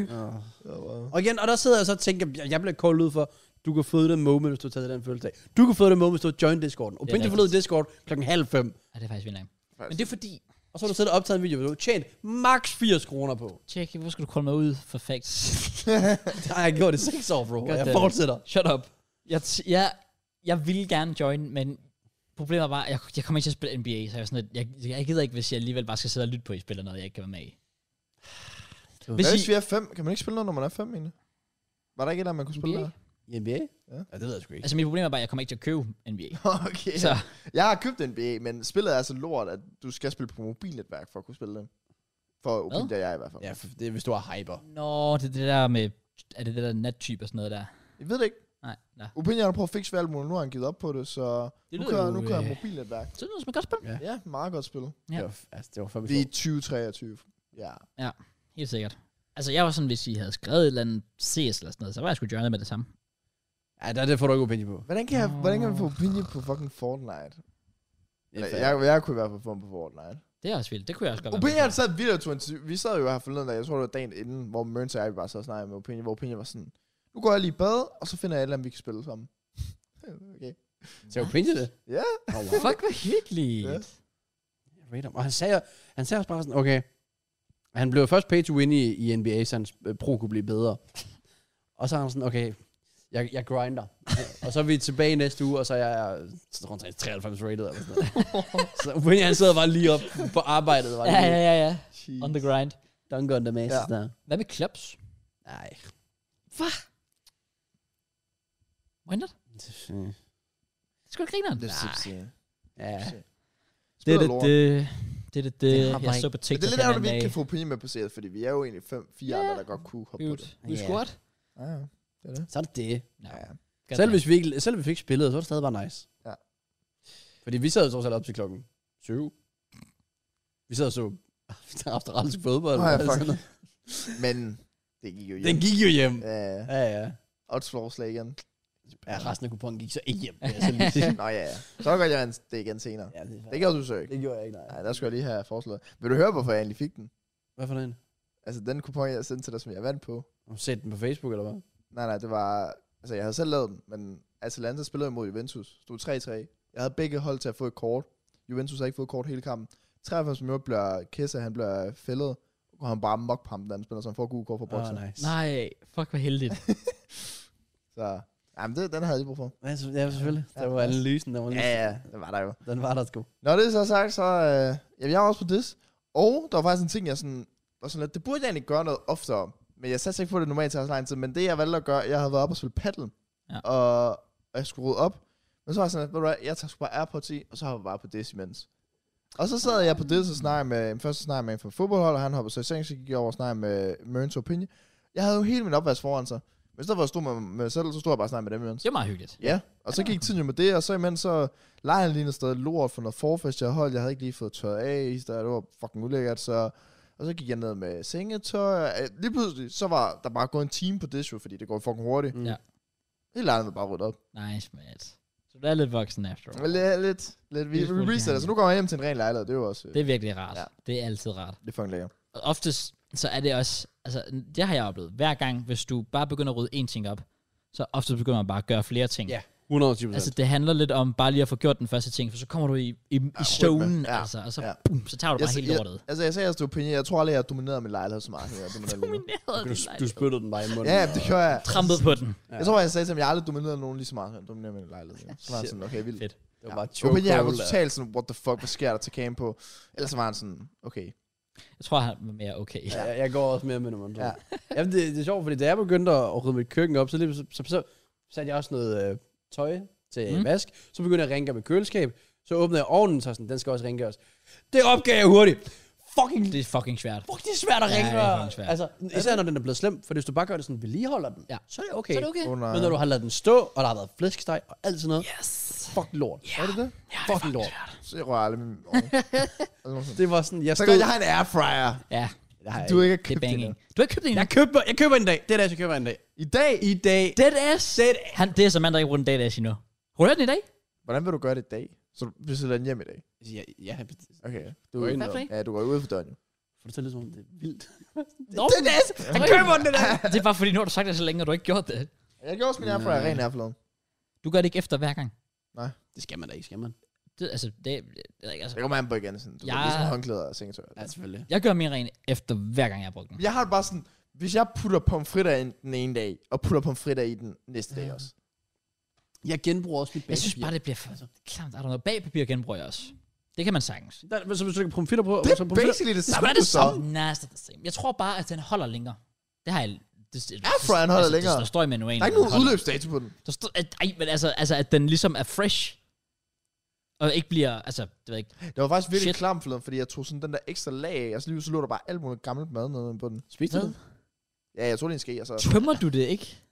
Ja, wow. Og igen, og der sidder jeg så og tænker, jeg, jeg bliver koldt ud for, du kan få det moment, hvis du tager den følelse af. Du kan få det moment, hvis du join Discorden. Og Det er Pinja forlod Discord klokken halv fem. Ja, det er faktisk vildt langt. Men Faktisk. det er fordi... Og så har du siddet og optaget en video, hvor du har tjent max 80 kroner på. Tjek, hvor skal du kolde mig ud for facts? Det har jeg gjort i 6 år, bro. Og jeg Goddammit. fortsætter. Shut up. Jeg, t- jeg, jeg ville gerne join, men problemet var, at jeg, jeg kommer ikke til at spille NBA, så jeg, var sådan, at jeg, jeg gider ikke, hvis jeg alligevel bare skal sidde og lytte på, at I spiller noget, jeg ikke kan være med i. Hvad Hvis I, hvis vi er fem? Kan man ikke spille noget, når man er fem, egentlig? Var der ikke et, eller andet, man kunne spille NBA? der? I NBA? Ja. Ja, det ved jeg sgu ikke. altså, mit problem er bare, at jeg kommer ikke til at købe NBA. Okay. Så Så. Jeg har købt NBA, men spillet er så lort, at du skal spille på mobilnetværk for at kunne spille den. For Opinja og jeg i hvert fald. Ja, for det er, hvis du er hyper. Nå, det er det der med... Er det det der nattype og sådan noget der? Jeg ved det ikke. Nej, nej. Opinja har prøvet at fikse valg, nu har han givet op på det, så Det nu lyder kører, jo, nu kører øh, jeg mobilnetværk. Så det er noget, som er godt spil. Ja. Ja, meget godt spillet. Ja. Det var, altså, det var før vi Vi så. er 2023. Ja. Helt sikkert. Altså, jeg var sådan, hvis I havde skrevet et eller andet CS eller sådan noget, så var jeg sgu joinet med det samme. Ja, der, det får du ikke opinion på. Hvordan kan, jeg, hvordan kan man få Åh. Opinja på fucking Fortnite? Det er Eller, fair. Jeg, jeg kunne i hvert fald få ham på Fortnite. Det er også vildt. Det kunne jeg også godt være Opinion med på. sad vildt og tog interview. Vi sad jo her forleden dag, jeg tror det var dagen inden, hvor Mørns og jeg bare sad og snakkede med Opinion, hvor Opinion var sådan, nu går jeg lige i bad, og så finder jeg et eller andet, vi kan spille sammen. okay. Så opinion det? Ja. Oh, wow. Fuck, hvor hyggeligt. Ja. Radom. Og han sagde, han sagde også bare sådan, okay, han blev først pay to win i, i NBA, så hans øh, pro kunne blive bedre. Og så er han sådan, okay, jeg, jeg grinder. og så er vi tilbage næste uge, og så er jeg øh, så tror jeg, 93 rated eller sådan noget. så Winnie, han sidder bare lige op på arbejdet. Var Ja, lige, ja, ja, ja. Jeez. On the grind. Dunk on the masses Ja. ja. der. Hvad med clubs? Nej. Why not? Det skulle grine Det er subsidiært. Ja. Ah, Det er øh, Spiller det, lort. det, det, er det, det, Det har jeg bare så på Men TikTok. det er lidt ærgerligt, at vi den ikke anden kan få Opinion med på sædet, fordi vi er jo egentlig fem, fire Ja. andre, der godt kunne hoppe dag. på Dude, det. Vi Ja. squat. Ja, ja. Det er det. Så er det det. No. Ja. Selv hvis, vi ikke, selv hvis vi ikke spillede, så var det stadig bare nice. Ja. Fordi vi sad jo trods alt op til klokken 7. Vi sad og så australsk fodbold. Nå ja, og sådan fuck. noget. Men det gik jo hjem. Den gik jo hjem. Ja, ja. Ja, ja. Odds forslag igen. Ja, resten af kuponen gik så ikke hjem. vil jeg selv lige sige. Nå ja, ja. så gør jeg en- det igen senere. ja, det, Det gjorde du så ikke. det gjorde jeg ikke, nej. Nej, der skulle jeg lige have foreslået. Vil du høre, hvorfor jeg egentlig fik den? Hvad for den? Altså, den kupon, jeg sendte til dig, som jeg vandt på. Har du set den på Facebook, eller hvad? Nej, nej, det var... Altså, jeg havde selv lavet den, men Atalanta spillede imod Juventus. Stod 3-3. Jeg havde begge hold til at få et kort. Juventus har ikke fået et kort hele kampen. 93 minutter bliver Kessa, han bliver fældet. Og han bare mok på ham, den anden spiller, så han får et gult kort for Åh, boksen. Oh, nice. Nej, fuck, hvor heldigt. så, jamen, det, den havde I brug for. Ja, så- ja, selvfølgelig. Ja, Der var nice. analysen, der var lige... Ja, ja, det var der jo. Den var der sgu. Når det er så sagt, så... Øh, jamen, jeg var også på det. Og der var faktisk en ting, jeg sådan... Var sådan lidt, det burde jeg egentlig gøre noget oftere. Men jeg satte ikke på det normalt til så lang tid. Men det, jeg valgte at gøre, jeg havde været op og spille paddle. Ja. Og, og, jeg skulle rydde op. Men så var jeg sådan, at, ved du hvad, jeg tager sgu bare AirPods i, og så hopper jeg bare på det imens. Og så sad jeg på det, så snakkede jeg med, først så snakkede jeg med en fra fodboldhold, og han hoppede så i seng, så gik jeg over og snakkede med Mørens Opinion. Jeg havde jo hele min opvask foran sig. Men i stedet for at stå med mig selv, så stod jeg bare og snakkede med dem imens. Det var meget hyggeligt. Ja, og så gik tiden jo med det, og så imens så legede han lige et sted lort for noget forfest, jeg holdt, jeg havde ikke lige fået tøjet af, der, det var fucking ulækkert, så... Og så gik jeg ned med sengetøj, og, øh, lige pludselig, så var der bare gået en time på det jo, fordi det går fucking hurtigt. Mm. Ja. Hele lejren var bare ryddet op. Nice, mate. Så du er lidt voksen after all. Lidt, lidt, lidt, vi, Lille smule vi resetter, gerne. så nu kommer jeg hjem til en ren lejlighed, det er jo også... øh, Det er virkelig rart. Ja. Ja. Det er altid rart. Det er fucking lækkert. Og oftest, så er det også, altså det har jeg oplevet, hver gang, hvis du bare begynder at rydde én ting op, så ofte begynder man bare at gøre flere ting. Ja, 120 Altså det handler lidt om bare lige at få gjort den første ting, for så kommer du i, i, i stonen, Ja, ja, altså, og så, ja. ja. boom, så tager du bare Jeg- helt lortet. Altså, jeg sagde, at jeg jeg tror aldrig, jeg har domineret min lejlighed så meget, som jeg har domineret lige nu. Domineret Du, din du lejlighed. spyttede den bare i munden. Ja, det gør jeg. Trampet på den. Jeg tror, jeg sagde til ham, jeg har aldrig domineret nogen lige så meget, som jeg dominerer min lejlighed. Så var han Shit. sådan, okay, vildt. Fedt. Det var bare Choke Opinion var chokehold, altså. totalt sådan, what the fuck, hvad sker der til camp på? Ellers var han sådan, okay. Jeg tror, han var mere okay. Ja, jeg- jeg går også mere med nummer Ja. ja. Jamen, det, det er sjovt, fordi da jeg begyndte at at rydde mit køkken op, så, lige, så, så, så satte jeg også noget øh, tøj til Mm. mm. vask. Så begyndte jeg at rengøre mit køleskab. Så åbnede jeg ovnen, så sådan, den skal også rengøres. Det opgav jeg hurtigt. Fucking, Det er fucking svært. fuck, det er svært at Ja, det er rengøre. fucking svært. altså, især når den er blevet slem, for hvis du bare gør det sådan, vedligeholder den, Ja. så er det okay. Så er det okay. Oh, nej. Men når du har lavet den stå, og der har været flæskesteg og alt sådan noget, Yes. fuck lort. Er det det? Ja, det er Fucking lort. Så jeg rører aldrig min ovn. Altså, Det var sådan, jeg Så stod... gør jeg, jeg har en airfryer. Ja, jeg, har Du det ikke. har ikke er købt det banging. endnu. Du har ikke købt en jeg, køber, jeg køber en dag. Det er det, jeg køber en dag. I dag? I dag. Dead ass. Dead Han, det er som mand, der ikke bruger en dead ass endnu. Rører den i dag? Hvordan vil du gøre det i dag? Så vi sætter den hjem i dag. Ja, ja, Okay. du er Hvad for en? Ja, du går ud for døren jo. Får det til at lyde som om det er vildt? Nå, Dead ass! Han køber den, det der! det er bare fordi, nu har du sagt det så længe, og du har ikke gjort det. Jeg gjorde også min airfryer Nej. ren her forleden. Du gør det ikke efter hver gang. Det skal man da ikke, skal man? Det, altså, det, det, det, altså, Det kommer an på igen. Sådan. Du ja. Ja. ligesom håndklæder og sengetøj. Ja, selvfølgelig. jeg gør min ren efter hver gang, jeg har brugt den. Jeg har det bare sådan, hvis jeg putter pomfritter ind den ene dag, og putter pomfritter i den næste dag Ja. også. Jeg genbruger også mit Jeg synes bare, det bliver for klamt. Er der noget bagpapir genbruger jeg også? Det kan man sagtens. Der, så hvis du kan pomfitter på, Det så er pomfritter- basically det Så samme, er det du samme. Nej, det er det samme. Jeg tror bare, at den holder længere. Det har jeg... Det, det, Airfryeren holder altså, længere. Det, der står i manualen. Der er at ikke den nogen holder. udløbsdato på den. Der står, at, ej, men altså, altså, at den ligesom er fresh. Og ikke bliver... Altså, det ved jeg ikke. Det var faktisk virkelig Shit. klamt forleden, fordi jeg tog sådan den der ekstra lag af, og så lige så lå der bare alt muligt gammelt mad nede på den. Spiste du Hvad? det? Ja, jeg tog lige en ske, altså. og så... Tømmer du det ikke?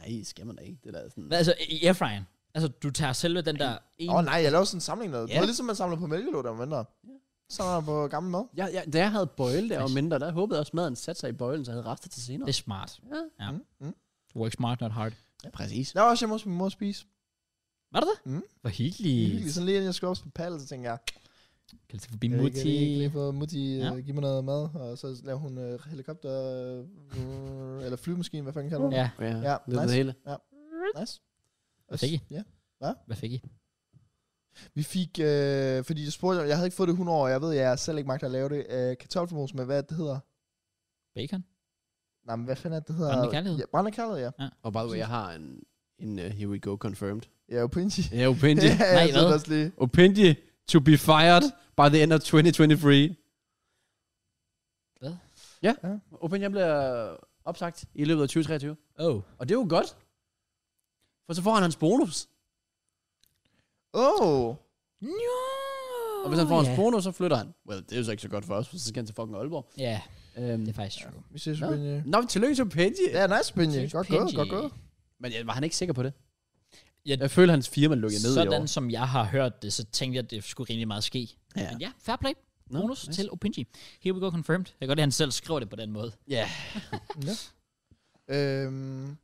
Nej, skal man da ikke. Det der er sådan... Hvad, altså, i airfryeren? Altså, du tager selve den der... En, Åh oh, nej, jeg lavede sådan en samling der. Det Ja. var ligesom, man samler på mælkelåd, der var mindre. Ja. Samler man på gammel mad. Jeg, jeg, da jeg havde bøjle, der var mindre, der håbede jeg også, maden satte sig i bøjlen, så jeg havde rester til senere. Det er smart. Ja. Ja. Mm, mm. Work smart, not hard. ja. Præcis. Jeg var også hjemme hos min mor og spise. Var det det? Mm. Hvor hyggeligt. Hyggeligt. Sådan lige inden jeg skulle op på pallet, så tænkte jeg, "Øh, Kan du forbi jeg Mutti? lige, lige få Mutti, Ja. ja. give mig noget mad, og så laver hun øh, helikopter, øh, eller flymaskine, hvad fanden kalder hun? Ja. Ja, Ja, lidt af nice. det hele. det? Nice. Hvad fik I? Ja. Hvad fik I? Vi fik, øh, fordi jeg spurgte, jeg havde ikke fået det 100 år, jeg ved, jeg selv ikke magter at lave det, øh, kartoffelmos med, hvad det hedder. Bacon? Nej, men hvad fanden er det, det hedder? Brændende kærlighed? Ja, brændende kærlighed, ja. Og by the way, jeg har en, en uh, Here We Go confirmed. Ja, jo, Pinji. Ja, Opinji. ja, Nej, jeg så hvad? det også lige. Opinji to be fired by the end of 2023. Hvad? Ja, Opinji bliver opsagt i løbet af 2023. Oh. Og det er jo godt. For så får han hans bonus. Åh! Oh. No. Og hvis han får ja. hans bonus, så flytter han. Well, det er jo så ikke så godt for os, for så skal han til fucking Aalborg. Ja, Øhm, det er faktisk true. Vi ses, Nå. Pinji. Nå, men tillykke til Pedji. Ja, nice, Pinji. Godt gået, godt gået. Men jeg, var han ikke sikker på det? Ja, Jeg føler, hans firma lukkede ned i Sådan år. som jeg har hørt det, så tænkte jeg, at det skulle rimelig meget ske. Ja. Men ja, fair play. Nå, Bonus nice. til Opinji. Here we go confirmed. Jeg kan godt lide, at han selv skriver det på den måde. Ja. Øhm,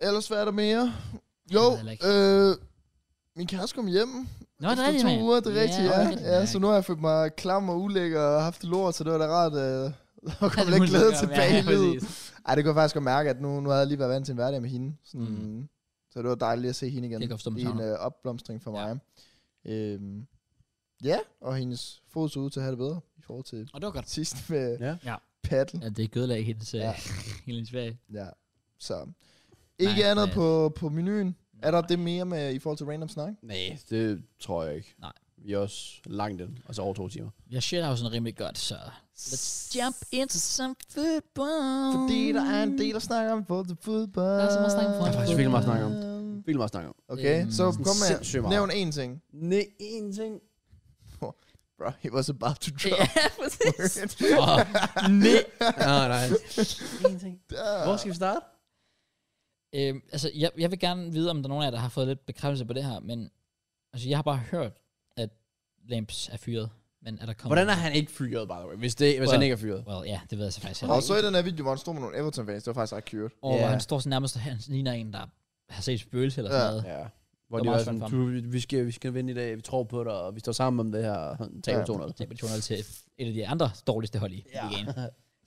Ellers, hvad er der mere? ved Jo, det heller ikke. øh, min kæreste kom hjem. Nå, det er efter rigtigt, to mand. uger, det er rigtigt, ja. okay. ja. så nu har jeg følt mig klam og ulækker og haft det lort, så det var da rart øh, at Ja, komme det lidt kunne glæde godt være. tilbage Ja, i livet. præcis. Ej, det kunne jeg faktisk godt mærke, at nu, nu havde jeg lige været vant til en hverdag med hende. Sådan, Mm. mm. Så det var dejligt at se hende igen. Det kan jeg forstå, man Det er en savner. øh, opblomstring for Ja. mig. Øhm, ja, og hendes fod så ud til at have det bedre i forhold til Og det var godt. sidst med Ja. Ja. ja. paddle. Ja, det er gødlag hendes, ja. Ja. hele hendes ferie. Ja. Så ikke Nej, andet nej. på, på menuen. Er der Nej. det mere med i forhold til random snak? Nej, det tror jeg ikke. Nej. Vi er også langt ind, altså over to timer. Jeg shit har jo sådan rimelig godt, så... Let's jump into some football. Fordi der er en del at snakke om i forhold til fodbold. Øhm, Der er så meget at snakke om Der er faktisk virkelig meget at snakke om. Vil meget snakke om. Okay, Øhm, så sådan kom sindssygt med. meget. Nævn én ting. Nej, én ting. Bro, he was about to drop. Ja, præcis. Oh, nej. Ah, nej. Én ting. Yeah. Hvor skal vi starte? Øhm, altså, jeg, jeg vil gerne vide, om der er nogen af jer, der har fået lidt bekræftelse på det her, men altså, jeg har bare hørt, at Lamps er fyret. Men er der kommet... Hvordan er han ikke fyret, by the way? Hvis, det, hvis han Well. ikke er fyret. Well, ja, det ved jeg så faktisk Og heller så ikke. i den her video, hvor han stod med nogle Everton-fans, det var faktisk ret cute. Og yeah. Ja. han står så nærmest, og han ligner en, der har set spøgelse eller sådan Ja. noget. Ja. Det var Hvor de meget var svært sådan, for du, vi, skal, vi skal vinde i dag, vi tror på dig, og vi står sammen om det her, tag Ja. ja. 200. Taber 2-0 til et af de andre dårligste hold i Ja. ligaen.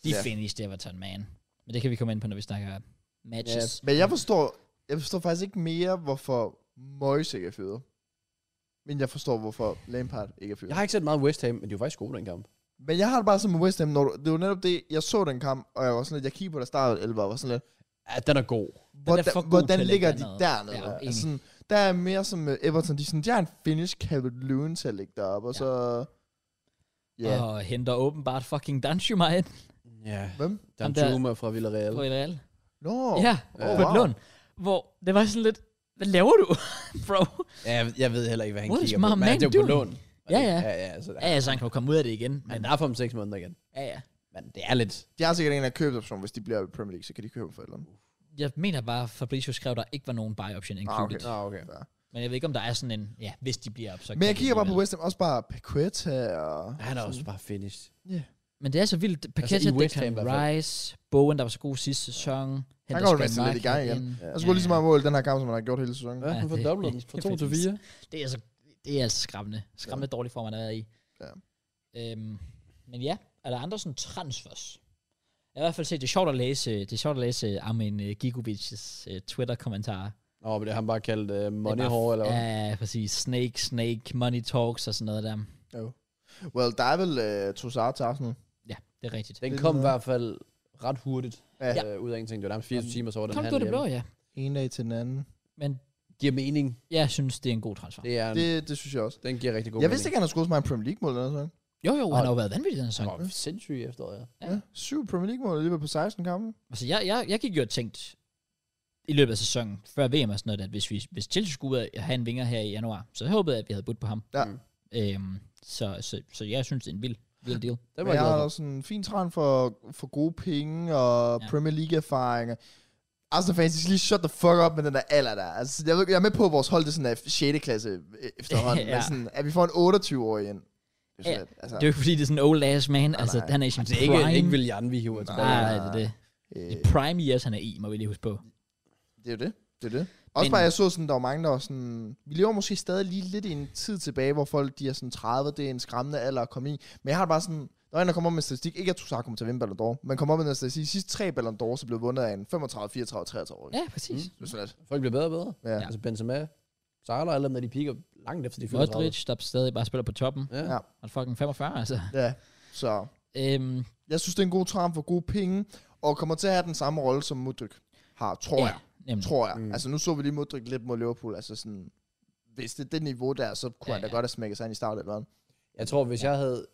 De Ja. finished Everton, man. Men det kan vi komme ind på, når vi snakker matches. Men jeg forstår, jeg forstår faktisk ikke mere, hvorfor Moyes ikke er fyret. Men jeg forstår, hvorfor Lampard ikke er fyret. Jeg har ikke set meget West Ham, men de var faktisk gode den kamp. Men jeg har det bare sådan med West Ham, når du, det var netop det, jeg så den kamp, og jeg var sådan lidt, jeg kiggede på der startede 11, og var sådan lidt, Ja, den er god. for hvordan, god hvordan til at ligger ligge de dernede. dernede? Ja, Ja, enig. altså, sådan, der er mere som med Everton, de er sådan, de har en finish Calvert Lewin til at ligge deroppe, og Ja. så... Ja. Yeah. Yeah. Og henter åbenbart fucking Danjuma ind Ja. Hvem? Der er Ham en der- tumor fra Villarreal. på et real. Nå, Oh, ja, oh, på et wow. lån. Hvor det var sådan lidt, hvad laver du, bro? Ja, jeg, jeg ved heller ikke, hvad han What is kigger my på. Men man det er jo på doing? lån. Ja, ja. ja, ja, så der, Ja, altså han kan jo komme ud af det igen. Men, Men der er for om seks måneder igen. ja, ja. Men det er lidt... de har sikkert en af købsoption, hvis de bliver i Premier League, så kan de købe for et eller andet. Jeg mener bare, Fabrizio skrev, der ikke var nogen buy option Ah, included. okay. Ah, okay. Nå, okay. Ja. Men jeg ved ikke, om der er sådan en, ja, hvis de bliver op, så Men jeg de kigger bare på alligevel. West Ham, også bare Paqueta og... Han er også bare finished. Yeah. Men det er så vildt. Paqueta, Altså, i altså, West Ham Declan i hvert fald. Rice, Bowen, der var så god sidste sæson. Henter går det Scott vist lidt i Markham gang igen. ind. Ja. Og så skulle lige så ja. meget mål i den her kamp, som han har gjort hele sæsonen. Ja, Ja, han det- fordobler den det- fra det 2 til findes. 4. Det er altså, det er altså skræmmende. Skræmmende ja. dårlig form, han er i. Ja. Øhm, men ja, er der andre sådan transfers? Jeg har i hvert fald set, det er sjovt at læse, det er sjovt at læse Armin øh, Gigovic's øh, Twitter-kommentarer. Nå, men det har han bare kaldt uh, Money Det er bare- Hall, eller hvad? Ja, ja, præcis. Snake, Snake, Money Talks og sådan noget der. Well, der er vel uh, Trossard til Arsenal. Ja, det er rigtigt. Den Det er kom i noget. hvert fald ret hurtigt Ja. ja. ud af ingenting. Det var nærmest 24 timer, så var den Kom du handlet det blå, hjem. ja. En dag til den anden. Men Giver mening. jeg synes, det er en god transfer. Det er en, Det, det synes jeg også. den giver rigtig god Jeg mening. vidste ikke, han havde skudt så mange Premier League-mål den her sæson. Jo, jo, han Og- har jo været vanvittig den her han sæson. var sindssyg i efteråret, ja. Ja. Ja. Syv Premier League-mål alligevel på 16 kampe. Altså, jeg, jeg, jeg gik jo og tænkt i løbet af sæsonen, før VM og sådan noget, at hvis, vi, hvis Chelsea skulle ud og have en vinger her i januar, så håbede jeg, at vi havde budt på ham. Ja. Mm. Øhm, så, så, så jeg synes, det er en vild, vild deal. Den var Men jeg jeg glad har for. også en fin træn for, for gode penge og Ja. ja. Premier League-erfaringer. Arsenal fans, de skal lige shut the fuck up med den der alder der. Altså, jeg, ved- jeg er med på, at vores hold det er sådan af 6. klasse øh, efterhånden. Ja. ja. Men sådan, at vi får en 28-årig ind. Det er Ja. sådan lidt, altså, Det er jo ikke, fordi, det er sådan en old ass man. Nej, altså, nej. han er i sin Det er ikke, prime. ikke William, vi hiver Nej, tilbage. nej, det er det. øh, Det er prime years, han er i, må vi lige huske på. det er jo det. Det er det. Også Men- bare, jeg så sådan, der var mange, der var sådan... Vi lever måske stadig lige lidt i en tid tilbage, hvor folk, de er sådan 30, det er en skræmmende alder at komme i. Men jeg har det bare sådan... Der er en, der kommer op med en statistik. Ikke at Toussaint kommer til at vinde Ballon d'Or, men kommer op med en statistik. De sidste tre Ballon d'Or, så blev vundet af en 35, 34, 33 årig Ja, præcis. Det er sådan lidt. Folk bliver bedre og bedre. Ja. Ja. Altså Benzema, Salah, alle dem, der de piker langt efter de Mm. 34. Modric, der stadig bare spiller på toppen. Ja. Ja. Han er fucking 45, altså. Ja, så Øhm, jeg synes, det er en god tram for gode penge, og kommer til at have den samme rolle, som Mudryk har, tror ja, jeg. nemlig. Tror jeg. Mm. Mm. Altså, nu så vi lige Mudryk lidt mod Liverpool, altså sådan, hvis det er det niveau der, så kunne Ja, ja, han da ja. godt have smækket sig ind i start eller noget. Jeg tror, hvis jeg havde...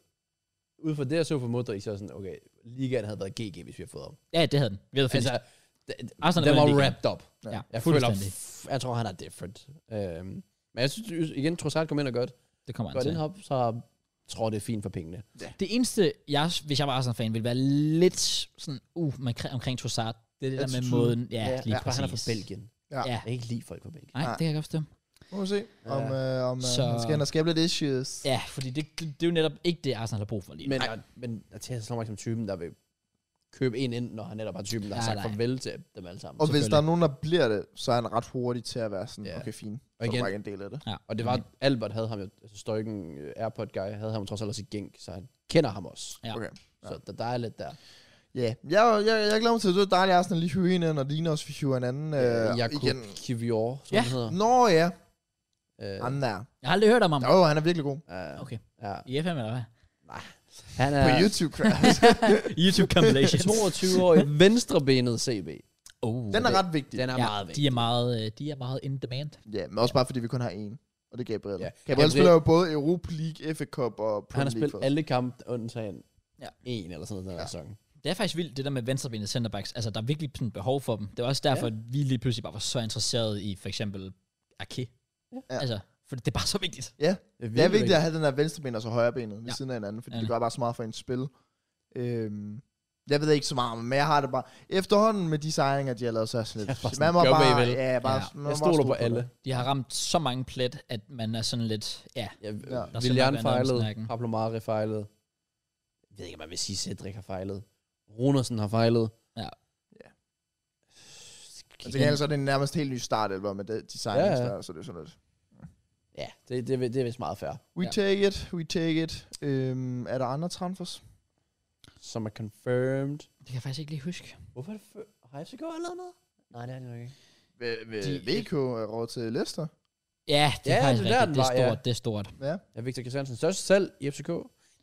Ud fra det, jeg så for Modric, så er jeg sådan, okay, ligaen havde været GG, hvis vi havde fået ham. Ja, det havde den. Vi havde altså, Altså, d- d- Arsenal den vandt var ligaen. wrapped up. ja, Jeg føler, fuldstændig. f- jeg tror, han er different. Øhm, men jeg synes igen, Trossard kom ind og godt. Det kommer han Godt til. indhop, så tror jeg, det er fint for pengene. Det eneste, jeg, hvis jeg var Arsenal-fan, ville være lidt sådan, uh, man, omkring Trossard. Det er det der med Attitude. måden. Ja, ja lige for præcis. han er fra Belgien. Ja. Ja. Jeg kan ikke lide folk fra Belgien. Nej, Nej. det kan jeg godt forstå. Nu må vi se, om, øh, om Så- så... han skal ind og skabe lidt issues. Ja. Ja, fordi det, det, det er jo netop ikke det, Arsenal har brug for lige nu. Men, jeg, men jeg tænker, slår mig ikke som typen, der vil købe en ind, når han netop har typen, der har Ja, sagt nej. farvel til dem alle sammen. Og hvis der Selvfølgelig. er nogen, der bliver det, så er han ret hurtig til at være sådan, Ja. okay, fint. Så Og er du igen- bare ikke en del af det. Ja. Og det var, Albert havde ham jo, altså Støjken, øh, airpod guy, havde ham trods alt også i gænk, så han kender ham også. Ja. Okay. Så der, der er lidt der. Ja, jeg, jeg, jeg glæder mig til, at det er dejligt, at Arsenal lige hyver en ind, og Lina også fik hyve en anden øh, Jakob igen. Kivior, som Ja. ja. han hedder. Nå ja, Øh, han er. Jeg har aldrig hørt om ham. Jo, han er virkelig god. øh, Okay. Ja. I FM eller hvad? Han På er YouTube, Altså, Crash. YouTube compilation. 22 år i venstrebenet CB. oh, Den er ret vigtig. Den er ja, meget de vigtig. er meget, øh, de er meget in demand. Ja, men også bare fordi vi kun har en. Og det er Gabriel. Ja. Ja. Gabriel- Gabriel spiller jo både Europa League, FA Cup og Han Premier har League spillet for os. alle kampe undtagen Ja. en eller sådan noget den her sæson. Det er faktisk vildt, det der med venstrebenede centerbacks. Altså, der er virkelig sådan behov for dem. Det var også derfor, ja. at vi lige pludselig bare var så interesserede i for eksempel Ake. Ja. Ja. Altså, for det er bare så vigtigt. Ja, er det er vigtigt at have den der venstre ben og så højre benet ved Ja. ja. siden af hinanden, fordi Ja. ja. det gør bare så meget for ens spil. Øhm, jeg ved ikke så meget, om det, men jeg har det bare... Efterhånden med de signinger, de har lavet, så er jeg sådan Ja, bare lidt... sådan, Man må gør, hvad I bare... vil. Ja, bare, Ja. man må Jeg bare stoler stole på det. alle. De har ramt så mange plet, at man er sådan lidt, ja, Ja, simpelthen William være noget om snakken. fejlede, Pablo Mare fejlede. Jeg ved ikke, om man vil sige, Cedric har fejlet. Ronersen har fejlet. Ja. Ja. Men til Ja, gengæld så er det en nærmest helt ny startelver med det, de signings Ja, ja, ja. ja. der, så det er sådan lidt... ja det, det, det er vist meget fair. Ja. We ja. take it, we take it. Øhm, er der andre transfers? Som er confirmed. det kan jeg faktisk ikke lige huske. Hvorfor er det før? Har FCK eller noget? Nej, det er det nok ikke. Ved, ved De- VK er råd til Leicester. Ja, det er Ja, faktisk det er der, rigtigt. den Det er var, ja. stort, det er stort. Ja. Ja, Victor Christiansen. Største salg i FCK.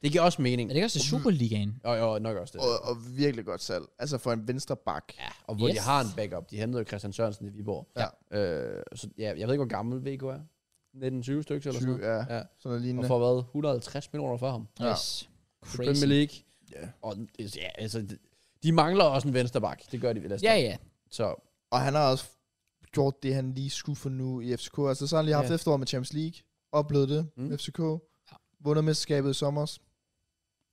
Det giver også mening. Er det ikke også til Superligaen? Jo, jo, nok også det. Og, og virkelig godt salg. Altså for en venstre bak. Ja, og hvor yes. de Yes. har en backup. De hentede jo Christian Sørensen i Viborg. Ja. Øh, så ja, jeg ved ikke, hvor gammel VK er. 19-20 stykker eller sådan 20, noget. ja. Ja. Sådan noget lignende. Og får hvad? 150 millioner for ham. Ja. Yes. Premier Crazy. League. Ja. Og ja, altså, de- de mangler også en vensterbak. Det gør de vel. Ja, ja. Så Og han har også gjort det, han lige skulle for nu i FCK. Altså så har han lige haft Ja. ja. efterår med Champions League. Oplevet det Mm. mm. med FCK. Ja. Vundet mesterskabet i sommer.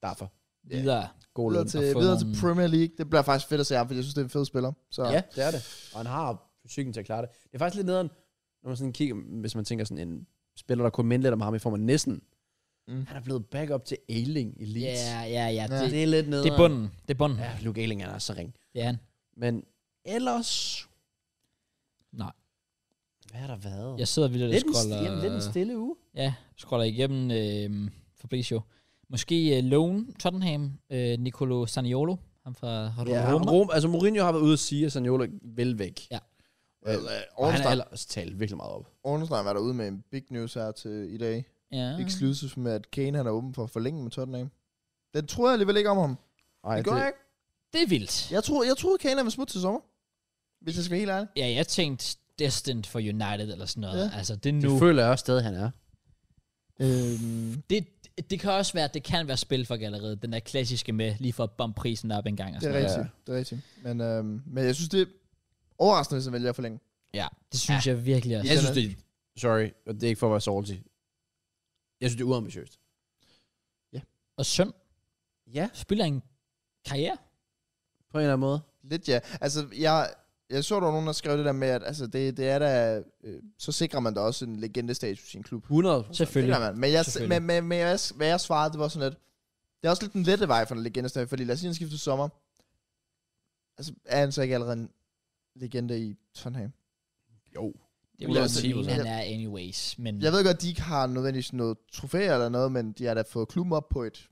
derfor. Videre. God Videre løn. til, fået videre til nogle- Premier League. Det bliver faktisk fedt at se ham, fordi jeg synes, det er en fed spiller. Så Ja, det er det. Og han har psyken til at klare det. Det er faktisk lidt nederen, når man sådan kigger, hvis man tænker sådan en spiller, der kunne minde lidt om ham i form af næsten. Mm. Han er blevet backup til Ailing i Leeds. Ja, ja, ja. Ja. Det, Det er lidt nederen. det er bunden. Det er bunden. Ja, Luke Ailing han er så ring. Det er han. Men ellers... Nej. Hvad har der været? Jeg sidder vildt og lidt, en, scroller... sti- jamen, lidt en stille uge. Ja, scroller igennem øh, Fabrizio. Måske øh, Lone, Tottenham, øh, Nicolo Saniolo, ham fra Ja, ja, Roma. Rom, altså Mourinho har været ude og sige, at Saniola vil væk. Ja. Øh, Well, øh, og han har Ornstein, ellers talt virkelig meget op. Ornstein var derude med en big news her til i dag. Ja. Mm. Exclusive med, at Kane han er åben for at forlænge med Tottenham. Den tror jeg alligevel ikke om ham. Ej, det gør jeg ikke. Det er vildt. Jeg troede, jeg troede Kane han ville smutte til sommer. Hvis jeg skal være helt ærlig. Ja, jeg tænkte Destined for United eller sådan noget. Ja. Ja. Altså, det er det nu. Det, føler jeg også stadig, han er. Øhm, det, det kan også være, det kan være spil for galleriet. Den der klassiske med, lige for at bombe prisen op en gang. Og Det er sådan Altså, rigtigt, det er rigtigt. Men, øhm, men jeg synes, det er overraskende, hvis han vælger at forlænge. Ja. noget. Det synes ja. jeg virkelig også. Jeg den synes, er- det er... Sorry, og det er ikke for at være salty. Jeg synes, det er uambitiøst. Og søn Ja. spiller en karriere. På en eller anden måde. Lidt ja. Altså, jeg, jeg så, der var nogen, der skrev det der med, at altså, det, det er da, øh, så sikrer man da også en legendestatus i sin klub. 100. Selvfølgelig. Det gør man. Men, jeg, Selvfølgelig. men, men, men jeg, hvad jeg svarede, det var sådan lidt, det er også lidt den lette vej for en legendestatus, fordi lad os sige, han skifter sommer. Altså, er han så ikke allerede en legende i Tottenham? Jo. Det vil jeg også 110%. mene, han er anyways. Men Jeg ved godt, at de ikke har nødvendigvis noget trofæer eller noget, men de har da fået klubben op på et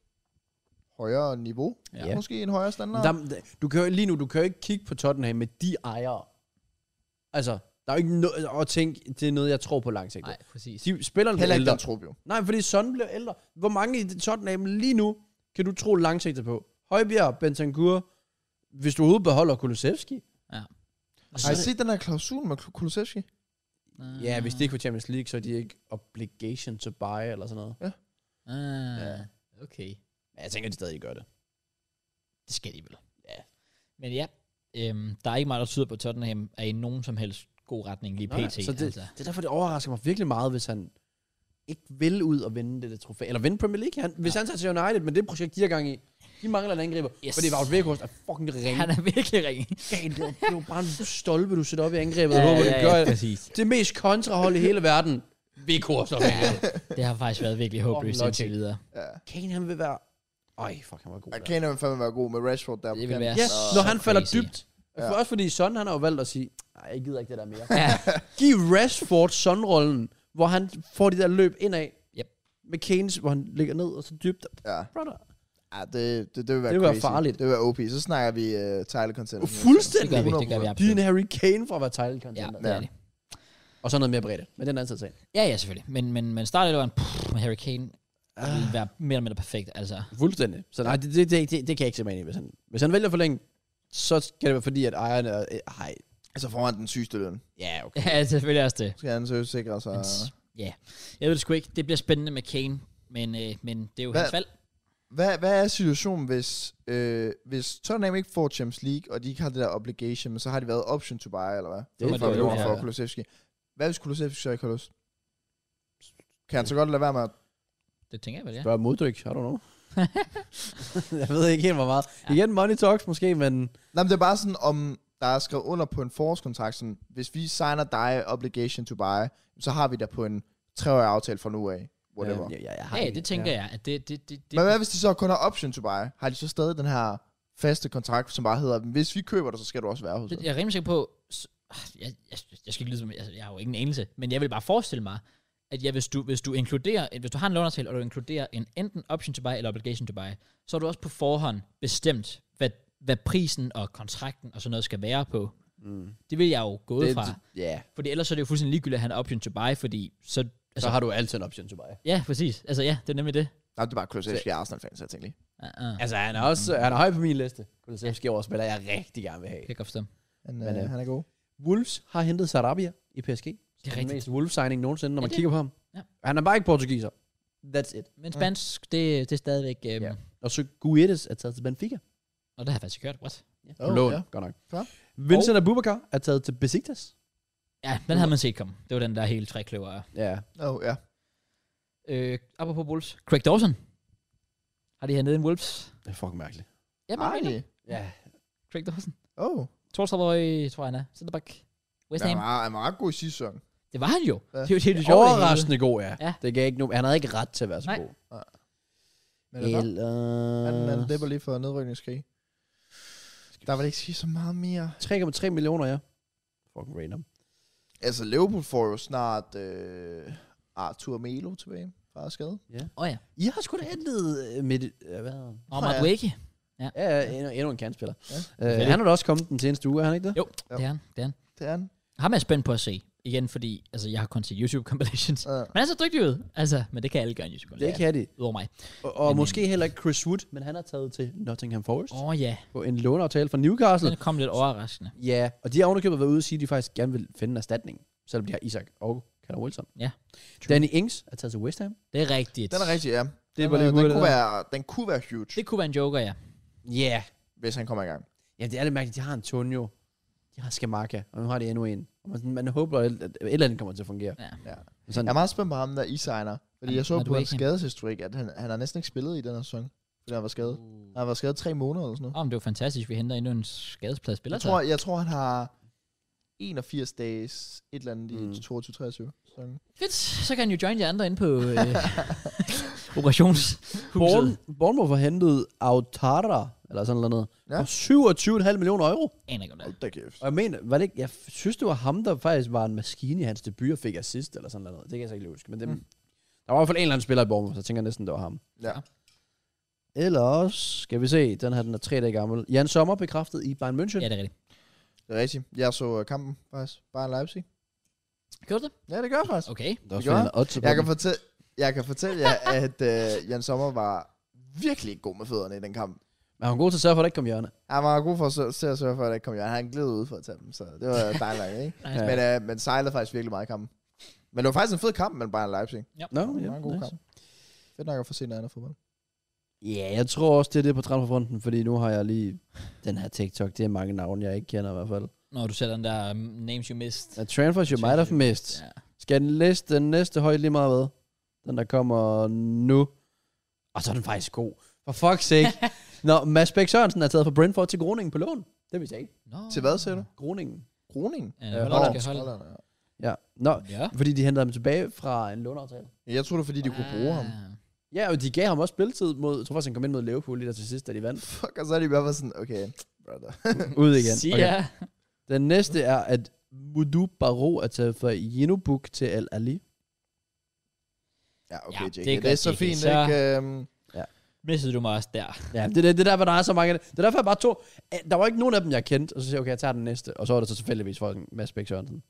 højere niveau. Ja. Ja. Måske en højere standard. Der, du kan, jo- lige nu, du kan jo ikke kigge på Tottenham med de ejere. Altså, der er jo ikke noget at tænke, det er noget, jeg tror på lang sigt. Nej, præcis. De spillerne bliver Heller ikke ældre. den trup, jo. Nej, fordi Son bliver ældre. Hvor mange i Tottenham lige nu kan du tro langsigtet på? Højbjerg, Bentancur, hvis du overhovedet beholder Kulusevski. Og Har I så- set den her klausul med Kul- Kulusevski? Ah, Ja, hvis det ikke var Champions League, så er de ikke obligation to buy eller sådan noget. Ah, okay. Men jeg tænker, at de stadig gør det. Det skal de vel. Ja. Men ja, øhm, der er ikke meget, der tyder på, at Tottenham er i nogen som helst god retning lige pt. Nej, så det, altså. Det er derfor, det overrasker mig virkelig meget, hvis han ikke vil ud og vinde det der trofæ. Eller vinde Premier League. Han, hvis han tager til United, men det projekt, de har gang i, de mangler en angriber. Yes. Yes. Fordi Vaut Vekhorst er fucking ringe. Han Han er... er virkelig ring. Det er jo bare en stolpe, du sætter op i angrebet. Ja, håber, ja, det gør ja. præcis. det mest kontrahold i hele verden. Vekhorst og Vekhorst. Det har faktisk været virkelig håbløst Fucking indtil logic. videre. Ja. Kane, han vil være Øj, fuck, han var god. Ja, der. Kane vil fandme være god med Rashford der. på Det vil kanten. være Ja, så når han falder crazy. dybt. Ja. Ja. Også fordi Son, han har jo valgt at sige, nej, jeg gider ikke det der mere. ja. Giv Rashford Son-rollen, hvor han får de der løb indad. Yep. Med Kanes, hvor han ligger ned og så dybt. Ja. Brother. ja det, det, det vil være Det vil være crazy. farligt. Det vil være OP. Så snakker vi uh, Tyler Content. Det gør Fuldstændig. vi, det gør vi De er absolut. en Harry Kane fra at være title Ja, contender. det Ja. er det. Og så noget mere bredt. Men den er altid sagen. Ja, ja, selvfølgelig. Men, men, men starter det var en pff, med Harry Kane. Det ville være mere eller mindre perfekt, altså. Fuldstændig. Så nej, det, det, det, det, det kan jeg ikke se mig ind i. Hvis han, hvis han vælger for længe, så skal det være fordi, at ejeren er... Øh, ej, Altså får han den sygeste løn. ja, okay. Ja, selvfølgelig også det. Så Skal han så sikre sig. Men, s- ja, jeg ved det sgu ikke. Det bliver spændende med Kane, men, øh, men det er jo Hvad- hans valg. Hvad, hvad er situationen, hvis, øh, hvis Tottenham ikke får Champions League, og de ikke har det der obligation, men så har de været option to buy, eller hvad? Det er for, det, for, ja. for Kulusevski. Hvad hvis Kulusevski så ikke har lyst? Kan han så godt lade være med at... Det tænker jeg vel, ja. Spørg moddryk, I don't know. jeg ved ikke helt, hvor meget. Ja. Igen, money talks måske, men... Nej, men det er bare sådan, om der er skrevet under på en forårskontrakt, sådan, hvis vi signer dig obligation to buy, så har vi dig på en treårig aftale fra nu af. Whatever. Ja, jeg, jeg har Ja, ikke- det tænker jeg, at det, det, det, det, Men hvad hvis de så kun har option to buy? Har de så stadig den her faste kontrakt, som bare hedder, hvis vi køber dig, så skal du også være hos det os? jeg er rimelig sikker på, s- ah, jeg, jeg, jeg skal ikke lyde som, jeg, jeg har jo ingen anelse, men jeg vil bare forestille mig, at ja, hvis, du, hvis, du inkluderer, hvis du har en lånertale, og du inkluderer en enten option to buy eller obligation to buy, så har du også på forhånd bestemt, hvad, hvad prisen og kontrakten og sådan noget skal være på. Mm. Det vil jeg jo gå ud Det- fra. det- Ja, Fordi ellers så er det jo fuldstændig ligegyldigt, at han har option to buy, fordi så... så Altså, har du altid en option to buy. ja, præcis. Altså ja, det er nemlig det. Nej, det er bare Kulusevski Arsenal-fan, så jeg tænker lige. Uh-uh. Altså, han er også han er høj på min liste. Kulusevski er overspiller, jeg rigtig gerne vil have. Kan jeg godt forstå. Han, Men, øh, øh, han er god. Wolves har hentet Sarabia i PSG. Det er den rigtigt. mest Wolves-signing nogensinde, Ja, når man det- kigger på ham. ja. Han er bare ikke portugiser. That's it. Men spansk, det, det er stadigvæk... Øhm, Ja. Og så Guedes er taget til Benfica. Og det har jeg faktisk ikke hørt. What? Oh, Lån, ja. ja. godt nok. Ja. Vincent Abubakar er taget til Besiktas. Ja, den havde man set komme. Det var den der hele trækløver. Ja. Oh, ja. Øh, apropos Wolves. Craig Dawson. Har de hernede en Wolves? Det er fucking mærkeligt. Ja, men Ej. really. Ja. Craig Dawson. Oh. 32-årig, tror jeg han er. Centerback. West Ham. Han var, han var ret god i sidste sæson. Det var han jo. Ja. Det er jo det, er det sjove. Overraskende god, ja. Ja. ja. Det gav ikke nogen, han havde ikke ret til at være så Nej. god. Men det var, han, han dæpper Eller... lige for nedrykningskrig. Der vil ikke sige så meget mere. 3,3 millioner, ja. Fucking random. Altså, Liverpool får jo snart øh, Arthur Melo tilbage fra skade. Åh oh, ja. I har sgu da hentet øh, midt... Øh, hvad hedder han? Og Nå, Mark ja. Wakey. Ja, ja, endnu, endnu en kantspiller. Ja. Ja. Øh, han er da også kommet den seneste uge, er han ikke det? Jo, Jo. det er han. Det er han. Det er han. Ham er jeg spændt på at se. Igen, fordi altså, jeg har kun set YouTube compilations. Ja. Men han er så dygtig ud. Altså, men det kan alle gøre en YouTube Det compilation. kan de. Udover mig. Og, og Men, måske heller ikke Chris Wood, men han er taget til Nottingham Forest Åh oh, ja, på en låneaftale fra Newcastle. den kom lidt overraskende. Ja, og de har ovenikøbet været ude og sige, at de faktisk gerne vil finde en erstatning, selvom de har Isak og Callum Wilson. Ja. True. Danny Ings er taget til West Ham. Det er rigtigt. Den er rigtig, ja. Det Den, var er- lige den, hurtigt, kunne der. være, den kunne være huge, Det kunne være en joker, ja. Ja. hvis han kommer i gang. Ja, det er lidt mærkeligt. De har Antonio, de har Skamaka, og nu har de endnu en. Og man, sådan- man håber, at et eller andet kommer til at fungere. Ja. Ja. Men Sådan, Jeg er meget spændt på ham, der e-signer. Fordi Han- jeg så Matt på hans Wakeham. skadeshistorik, at han, han har næsten ikke spillet i den her sæson. Fordi han var skadet. Han var skadet tre måneder eller sådan noget. Åh, oh, det var fantastisk, vi henter endnu en skadesplads spiller. Jeg tror, jeg tror, han har 81 dages et eller andet Mm. i 22-23. sæsonen. Fedt, så kan han jo join jer andre ind på øh, operationshuset. Born, Bournemouth har hentet Autara, eller sådan noget, Ja. ja. for 27,5 millioner euro. Aner ikke, om det er. Hold da kæft. Og jeg mener, var det ikke, jeg f- synes, det var ham, der faktisk var en maskine i hans debut og fik assist, eller sådan noget. Det kan jeg så ikke lige huske. Men det, Mm. mm. der var i hvert fald en eller anden spiller i Bournemouth, så jeg tænker næsten, det var ham. Ja. Ellers skal vi se, den her den er tre dage gammel. Jan Sommer bekræftet i Bayern München. Ja, Ja. det er rigtigt. Det er rigtigt. Jeg så øh, kampen faktisk. Bare Leipzig. Gør du det? Ja, det gør jeg faktisk. Okay. Der var Det gjorde spillet odds på Jeg kan, den. fortælle, jeg kan fortælle jer, at øh, Jan Sommer var virkelig ikke god med fødderne i den kamp. Men han var god til at sørge for, at der ikke kom hjørne. Han var god for at, sø- til at sørge for, at det ikke kom hjørne. Han gled ud for at tage dem, så det var dejligt, ikke? Nej, Ja. Men, øh, men sejlede faktisk virkelig meget i kampen. Men det var faktisk en fed kamp, men bare Leipzig. Nå, Det var ja, en god nice. kamp. Fedt nok at få set noget andet fodbold. Ja, jeg tror også, det er det på transferfronten, fordi nu har jeg lige den her TikTok. Det er mange navne, jeg ikke kender i hvert fald. Når du sætter den der um, names you missed. A transfers you might have missed. Ja. Skal den læse den næste højt lige meget hvad? Den, der kommer nu. Og så er den faktisk god. For fuck's sake. Nå, Mads Bæk Sørensen er taget fra Brentford til Groningen på lån. Det vidste jeg ikke. Nå. Til hvad, siger du? Groningen. Groningen? Ja, Øh, øh, Nå, skal holde. Holland, ja. Ja. Nå, Ja. fordi de hentede ham tilbage fra en låneaftale. Jeg tror det var, fordi de kunne bruge ham. Ah. Ja, og de gav ham også spilletid mod, jeg tror faktisk, han kom ind mod Liverpool lige der til sidst, da de vandt. Fuck, og så er de bare sådan, okay, brother. Ud Sige igen. okay. Okay. ja. Den næste er, at Mudu Baro er taget fra Yenubuk til Al Ali. Ja, okay, Ja, JK, det er det, det er godt, så JK, fint, så- ikke? Um, Missede du mig også der. Ja, det, det, det er derfor, der er så mange. Det er derfor, jeg bare tog... eh, Der var ikke nogen af dem, jeg kendte, og så siger jeg, okay, jeg tager den næste. Og så var der så tilfældigvis for Mads Bæk Sørensen.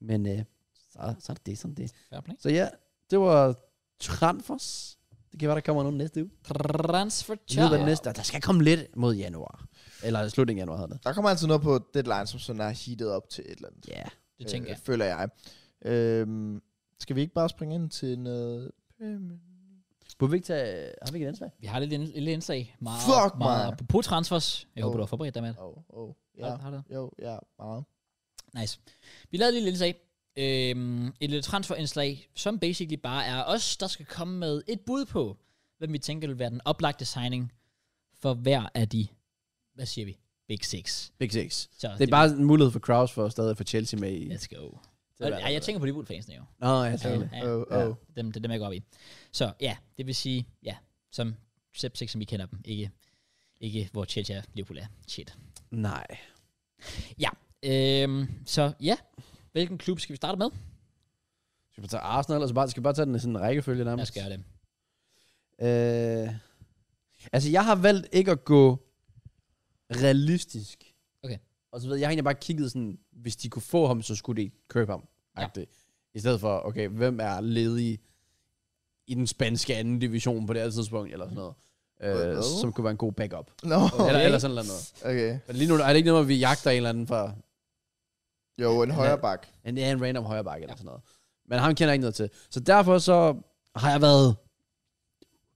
Men øh, så, så er det det, sådan det. Fair play. Så ja, det var Transfers. Det kan være, der kommer nogen næste uge. Transfer Ja. Ved, hvad charge. den næste er. Der skal komme lidt mod januar. Eller slutningen af januar hedder det. der kommer altid noget på deadline, som sådan er heatet op til et eller andet. Ja. Yeah. Det tænker øh, jeg. Føler jeg. Øhm, skal vi ikke bare springe ind til noget... Burde vi ikke tage... Har vi ikke et anslag? Vi har lidt en lille indslag. Meget, Fuck, meget. mand. Apropos transfers. Jeg håber, Oh. du har forberedt dig med det. Åh, oh, oh, Har, ja. har du? Jo, ja, meget. Nice. Vi lavede lige lidt indslag. Øhm, et lille transferindslag, som basically bare er os, der skal komme med et bud på, hvem vi tænker vil være den oplagte signing for hver af de, hvad siger vi, Big Six. Big Six. Så Det er bare en mulighed for Kraus for at stadig få Chelsea med i... Let's go. er Og, værd, ja, jeg det tænker på de Wolves-fansene jo. Nå, jeg Ja, tænker det. ja. Oh, Ja. oh. Dem, det er dem, jeg går op i. Så ja, det vil sige, ja, som Sepsik, som vi kender dem. Ikke, ikke hvor Chelsea er, Liverpool er. Shit. Nej. Øhm, så ja, hvilken klub skal vi starte med? Skal vi tage Arsenal, eller så bare, skal vi bare tage den i sådan en rækkefølge Lad nærmest? os gøre det. Øh, altså, jeg har valgt ikke at gå realistisk. Okay. Og så ved jeg, jeg har egentlig bare kigget sådan, hvis de kunne få ham, så skulle de købe ham. Ja. Ja. I stedet for, okay, hvem er ledig i den spanske anden division på det her tidspunkt, eller sådan noget. Øh, Hvad? som kunne være en god backup. Nå, Okay. Eller, eller sådan noget. okay. Men lige nu er det ikke noget, at vi jagter en eller anden fra Jo, en er- højre bak. en, ja, en random højre bakke eller sådan noget. Men ham kender jeg ikke noget til. Så derfor så har jeg været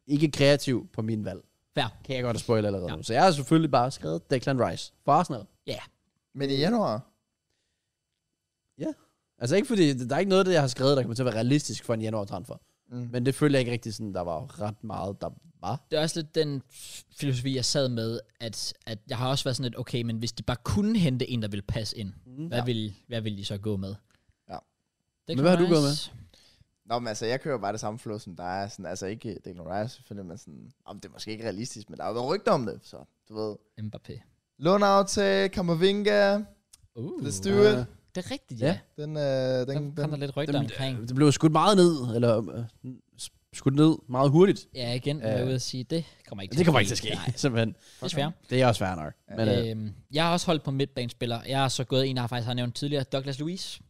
ikke kreativ på min valg. Fair. Kan jeg godt spoil allerede Ja. ja. nu. Så jeg har selvfølgelig bare skrevet Declan Rice for Arsenal. Men i januar? Altså ikke fordi, der er ikke noget af det, jeg har skrevet, der kommer til at være realistisk for en januar transfer. Mm. Men det føler jeg ikke rigtig sådan, der var ret meget, der var. det er også lidt den f- filosofi, jeg sad med, at, at jeg har også været sådan lidt, okay, men hvis de bare kunne hente en, der ville passe ind, Mm. hvad, ja. vil, hvad vil de så gå med? Ja. Det Men hvad har du gået med? Nå, men altså, jeg kører bare det samme flow som dig. Sådan, altså ikke Declan Rice, selvfølgelig, men sådan, om det er måske ikke realistisk, men der har været rygter om det, så du ved. Mbappé. Låneaftale, Kammervinga, Uh, let's do it. øh, det er rigtigt, ja. Ja. ja. Den, øh, den, Den, der kom der den, lidt rygter Dem- omkring. Det blev skudt meget ned, eller øh, skudt ned meget hurtigt. Ja, igen, øh, jeg Øh, ude at sige, det kommer ikke til Det kommer ikke til at ske, Nej, simpelthen. desværre. Det er også fair nok. Men, øh, Øhm, jeg har også holdt på midtbanespillere. Jeg har så gået en, der faktisk har nævnt tidligere, Douglas Luiz.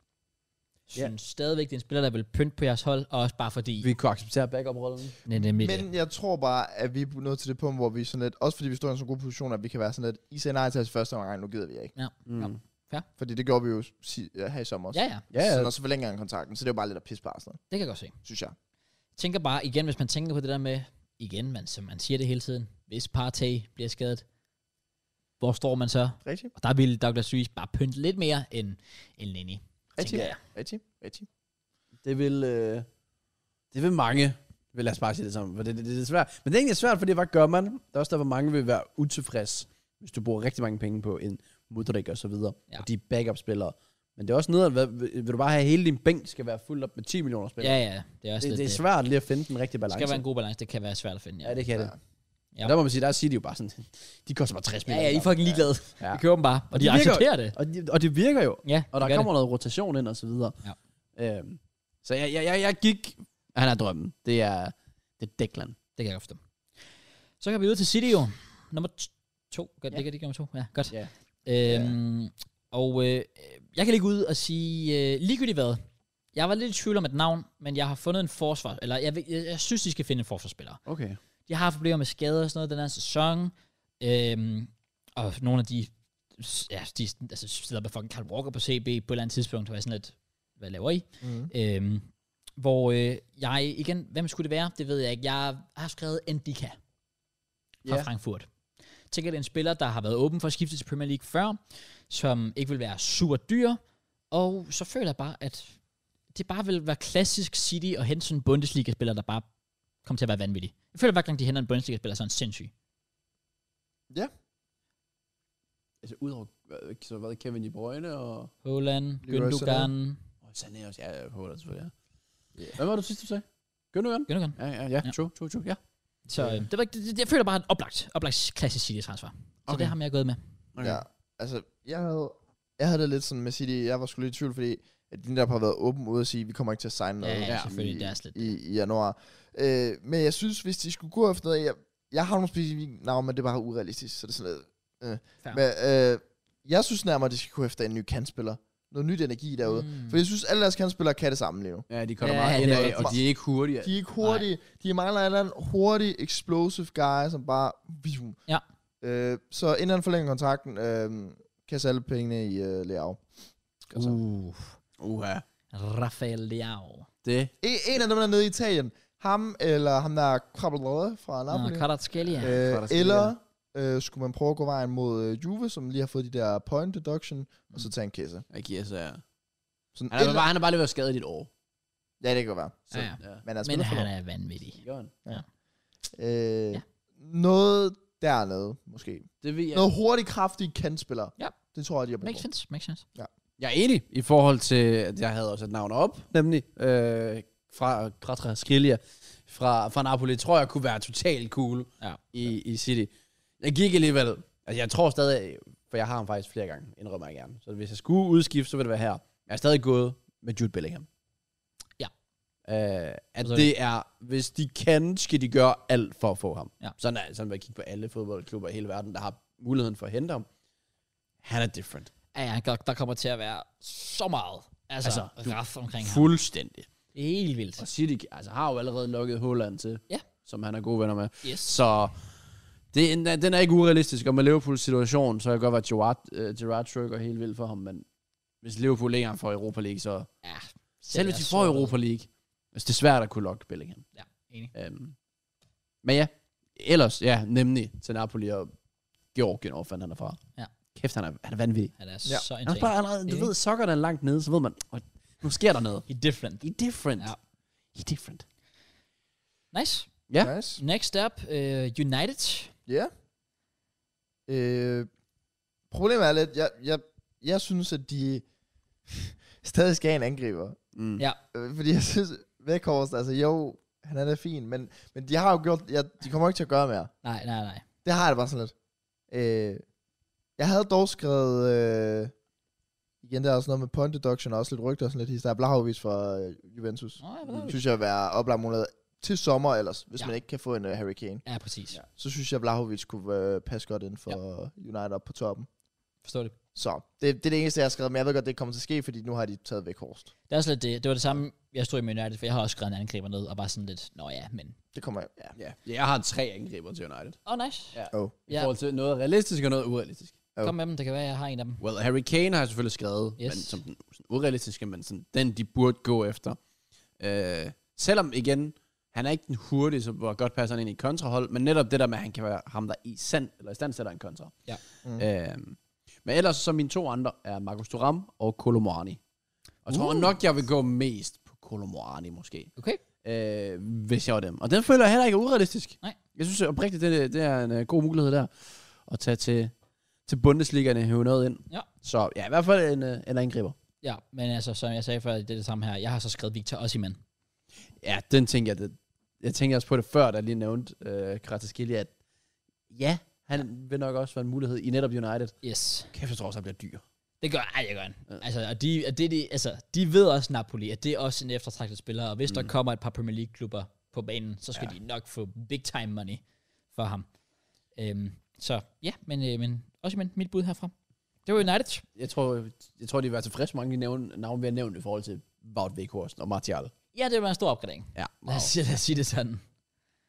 Synes Ja. stadigvæk, det er en spiller, der vil pynte på jeres hold, og også bare fordi... vi kunne acceptere backup-rollen. Nej, nemlig det. men jeg tror bare, at vi er nået til det punkt, hvor vi sådan lidt, også fordi vi står i en så god position, at vi kan være sådan lidt, I sagde nej til os første omgang, nu gider vi ikke. Ja. Mm. Fordi det gjorde vi jo si- ja, her i sommer også. Ja, ja, Ja, ja, Så når så forlænger han kontrakten, så det er jo bare lidt at pisse på Arsenal, det kan jeg godt se. synes jeg. tænker bare igen, hvis man tænker på det der med, igen, man, som man siger det hele tiden, hvis Partey bliver skadet, hvor står man så? Rigtigt? Og der ville Douglas Luiz bare pynte lidt mere end, end Lenny. Rigtigt? jeg. Rigtigt? Rigtigt? Det vil, øh, det vil mange, vil lad os bare sige det sammen, for det, det, det, er svært. Men det er egentlig svært, fordi hvad gør man? Der er også der, hvor mange vil være utilfreds, hvis du bruger rigtig mange penge på en Mudrik og så videre, Ja. ja. og de er backup-spillere. Men det er også noget, hvad, vil, vil du bare have at hele din bænk skal være fuld op med 10 millioner spillere. Ja, ja, altså det er også det, lidt det, er svært lige at finde den rigtige Det balance. skal være en god balance, det kan være svært at finde. Ja, det kan det. Ja. Ja. Der må man sige, der er City jo bare sådan, de koster bare 60 ja, millioner. ja, I er fucking ligeglade. Ja. Ja. Vi kører dem bare, og de, De virker- accepterer det. Og, de, og det virker jo. Ja, Og det der gør kommer noget rotation ind og så videre. Ja. Øhm, så jeg, jeg, jeg, jeg gik... Han er drømmen. Det er, det er Declan. det. Det kan jeg godt forstå. Så kan vi ud til City jo. Nummer t- to. Gør, Ja. Det kan de gøre nummer to. Ja, godt. Ja. Øhm, Og øh, jeg kan ligge ud og sige, øh, ligegyldigt hvad, jeg var lidt i tvivl om et navn, men jeg har fundet en forsvar, eller jeg, vil- jeg, jeg synes, de skal finde en forsvarsspiller. Okay. De har haft problemer med skader og sådan noget den her sæson, øhm, og nogle af de, ja, de altså, sidder med fucking Carl Walker på CB på et eller andet tidspunkt, og jeg sådan lidt, hvad laver I? Mm. Øhm, hvor øh, jeg, igen, hvem skulle det være? Det ved jeg ikke. Jeg har skrevet Endika fra Ja. Frankfurt. Tænker, det er en spiller, der har været åben for at skifte til Premier League før, som ikke vil være super dyr, og så føler jeg bare, at det bare vil være klassisk City og hente sådan en Bundesliga-spiller, der bare kommer til at være vanvittig. Jeg føler hver gang, de henter en Bundesliga-spiller, så er han sindssyg. Altså udover hvad- så hvad, Kevin De Bruyne og... Holland, Leroy Sané. Gündogan, Oh, Sané også. Ja, jeg håber det selvfølgelig. Ja. Hvad var det sidste, du sagde? Gündogan? Gündogan. Ja, ja, ja. Ja. True, true, true. Ja. Så øh, det var, ikke- det, det, jeg føler bare en oplagt, oplagt klassisk City-transfer. Så okay. det Okay. har jeg gået med. Okay. Ja, altså, jeg havde, jeg havde det lidt sådan med City, jeg var sgu lidt i tvivl, fordi at den der har været åben ude og sige, vi kommer ikke til at signe noget Ja, ja, i- selvfølgelig, det er også lidt i, i januar. Øh, men jeg synes, hvis de skulle gå efter noget, jeg, jeg har nogle specifikke navne, men det er bare urealistisk, så det er sådan lidt. Fair. Men, øh, jeg synes nærmere, at de skal gå efter en ny kantspiller. Noget nyt energi derude. Mm. For jeg synes, alle deres kantspillere kan det samme lige nu. Ja, de kommer Ja, ja, meget det ind er af, rigtigt. og de er ikke hurtige. De er ikke hurtige. Nej. De mangler en eller anden hurtig, explosive guy, som bare... Bium. Ja. Øh, så inden han forlænger kontrakten, øh, kaster alle pengene i øh, Leao. Altså. Uh, Uha. Rafael Leao. Det. En, E, en af dem, der er nede i Italien. Ham eller ham, der er Krabbelrøde fra Nå, Napoli. Kvaratskhelia. øh, Kvaratskhelia. eller øh, skulle man prøve at gå vejen mod øh, Juve, som lige har fået de der point deduction, og så tage en kasse. Jeg giver sig. Sådan, Han er eller, bare, han er bare lige været skadet i et år. ja, det kan godt være. Så, Ja, ja. ja. Men, altså, Men han er vanvittig. øh, Ja. ja. Øh, Noget dernede, måske. Det ved jeg. Noget hurtigt, kraftigt kantspiller. Ja. Det tror jeg, de har brug Makes for. sense, makes sense. Jeg er enig i forhold til, at jeg havde også et navn op, nemlig øh, fra Kratra Skrilia fra, fra Napoli, tror jeg kunne være totalt cool Ja. i, i City. Jeg gik alligevel, altså jeg tror stadig, for jeg har ham faktisk flere gange, indrømmer jeg gerne. Så hvis jeg skulle udskifte, så ville det være her. Jeg er stadig gået med Jude Bellingham. Ja. Øh, at Så er det er, hvis de kan, skal de gøre alt for at få ham. Ja. Sådan er sådan, at kigge på alle fodboldklubber i hele verden, der har muligheden for at hente ham. Han er different. Ja, ja, der, der kommer til at være så meget altså, Altså, altså raf omkring ham. Fuldstændig. Det er helt vildt. Og City altså, har jo allerede lukket Holland til, Ja. som han er gode venner med. Yes. Så det, er en- den er ikke urealistisk, og med Liverpools situation, så kan det godt være, at Gerard, uh, Gerard trykker helt vildt for ham, men hvis Liverpool ikke engang får Europa League, så... Ja, Selv hvis de får Europa League, altså det er svært at kunne lokke Bellingham. Ja, enig. Um, men ja, ellers, ja, nemlig til Napoli og Georgien, hvor fanden han er fra. Ja. Kæft, han er, han er vanvittig. Han er Ja. så Han er insane. bare allerede, du Ikke? ved, sokkerne er langt nede, så ved man, "Åh, nu sker der noget. He different. He different. Ja. He different. Nice. Ja. Nice. Next up, uh, United. Ja. Øh, problemet er lidt, jeg, jeg, jeg synes, at de stadig skal have en angriber. Mm. Ja. Øh, fordi jeg synes, Vækhorst, altså jo, han er da fin, men, men de har jo gjort, ja, de kommer ikke til at gøre mere. Nej, nej, nej. Det har jeg det bare sådan lidt. Øh, jeg havde dog skrevet, øh, igen, der er også noget med point deduction, og også lidt rygter og sådan lidt his. Der er Blahovic fra øh, Juventus. Nå, ja, hvad ved vi? Synes jeg være oplagt mulighed til sommer ellers, hvis Ja. ja. man ikke kan få en uh, Harry Kane. Ja, præcis. Ja. Så synes jeg, Blahovic kunne øh, passe godt ind for ja. United op på toppen. Forstår det. Så det, det er det eneste, jeg har skrevet, men jeg ved godt, det kommer til at ske, fordi nu har de taget væk Horst. Det er også lidt det. Det var det samme, jeg stod i med United, for jeg har også skrevet en angriber ned, og bare sådan lidt, nå ja, men... Det kommer jeg. Ja. Ja, jeg har tre angriber til United. Åh, oh, nice. Oh. I Ja. forhold til noget realistisk og noget urealistisk. Jo. Kom med dem, det kan være, jeg har en af dem. Well, Harry Kane har jeg selvfølgelig skrevet, Yes. yes. men som den sådan urealistiske, men som den, de burde gå efter. Øh, selvom, igen, han er ikke den hurtige, så hvor godt passer han ind i et kontrahold, men netop det der med, at han kan være ham, der i sand, eller i stand sætter en kontra. Ja. Mm. Øh, men ellers så mine to andre er Marcus Thuram og Kolo Muani. Og jeg Uh. tror nok, jeg vil gå mest på Kolo Muani måske. Okay. øh, hvis jeg var dem. Og den føler jeg heller ikke er urealistisk. Nej. Jeg synes oprigtigt, det, det er en uh, god mulighed der, at tage til, til Bundesligaen og høve noget ind. Ja. Så ja, i hvert fald en, uh, en angriber. Ja, men altså, som jeg sagde før, det er det samme her. Jeg har så skrevet Victor Osimhen. Ja, den tænker jeg, det, jeg tænker også på det før, der lige nævnte øh, Krataskilje, at ja, han vil nok også være en mulighed i netop United. Yes. Kæft, jeg tror også, han bliver dyr. Det gør ej, det gør han. Altså, og de, og det, de, altså, de ved også Napoli, at det er også en eftertragtet spiller, og hvis mm. der kommer et par Premier League-klubber på banen, så skal ja. Ja. de nok få big time money for ham. Øhm, så ja, men, øh, men også men mit bud herfra. Det var United. Jeg tror, jeg tror de vil være tilfredse med mange af de nævne- navne, vi har nævnt i forhold til Wout Weghorst og Martial. Ja, det var en stor opgradering. Ja, Lad os, lad os sige det sådan.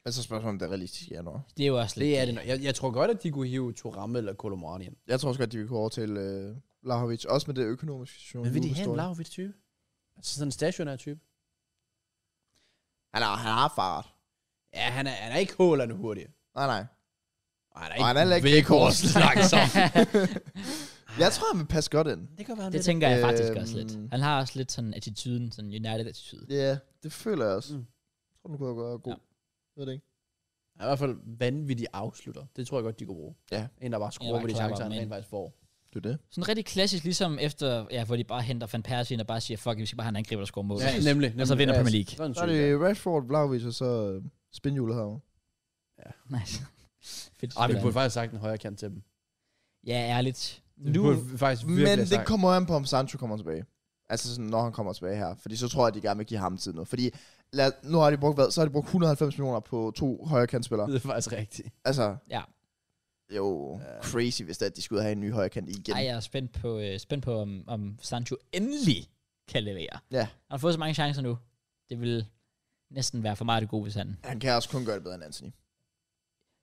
Men så spørgsmålet, om det er realistisk i januar. Det er jo også lidt... det er det. nok. Jeg, jeg tror godt, at de kunne hive Thuram eller Kolomani ind. Jeg tror også godt, de vil kunne over til øh, Lahovic. Også med det økonomiske situation. Men vil de Juve have en står i. Laovic-type? Altså sådan en stationær type? Han har, han har fart. Ja, han er, han er ikke Håland hurtig. Nej, nej. Og han er Og han er heller ikke Vækhorst langsom. Jeg tror, han vil passe godt ind. det kan være, Det tænker jeg faktisk Øhm. også lidt. Han har også lidt sådan attituden, sådan United-attitude. Ja, yeah, det føler jeg også. Mm. Mm. Jeg tror, den kunne være god. Ja. Ja. Ved det ikke? Han er i hvert fald vanvittig afslutter. Det tror jeg godt, de kunne bruge. Ja. En, der bare En, der skruer på bare de klapper chancer, han dem rent ind. faktisk får. Det er det. Sådan rigtig klassisk, ligesom efter, ja, hvor de bare henter Van Persien og bare siger, fuck, it, vi skal bare have en angriber, der scorer mål. Ja, nemlig, nemlig. Og så vinder Ja, Premier League. Sådan Så er det Rashford, Vlaovic og så øh, spindhjulet herovre. Nice. Fedt Ej, vi spiller han. burde faktisk have sagt en højere kant til dem. Ja, ærligt. Vi Nu, burde faktisk virkelig Men have det sagt- kommer an på, om Sancho kommer tilbage. Altså sådan, når han kommer tilbage her. Fordi så tror jeg, at de gerne vil give ham tid nu. Fordi lad, nu har de brugt, hvad, så har de brugt 190 millioner på to højrekantspillere. Det er faktisk rigtigt. Altså, Ja. jo, crazy, hvis det er, at de skulle have en ny højrekant igen. ej, jeg er spændt på, øh, spændt på om, om Sancho endelig kan levere. Ja. Han har fået så mange chancer nu. Det vil næsten være for meget det gode, hvis han... Han kan også kun gøre det bedre end Anthony.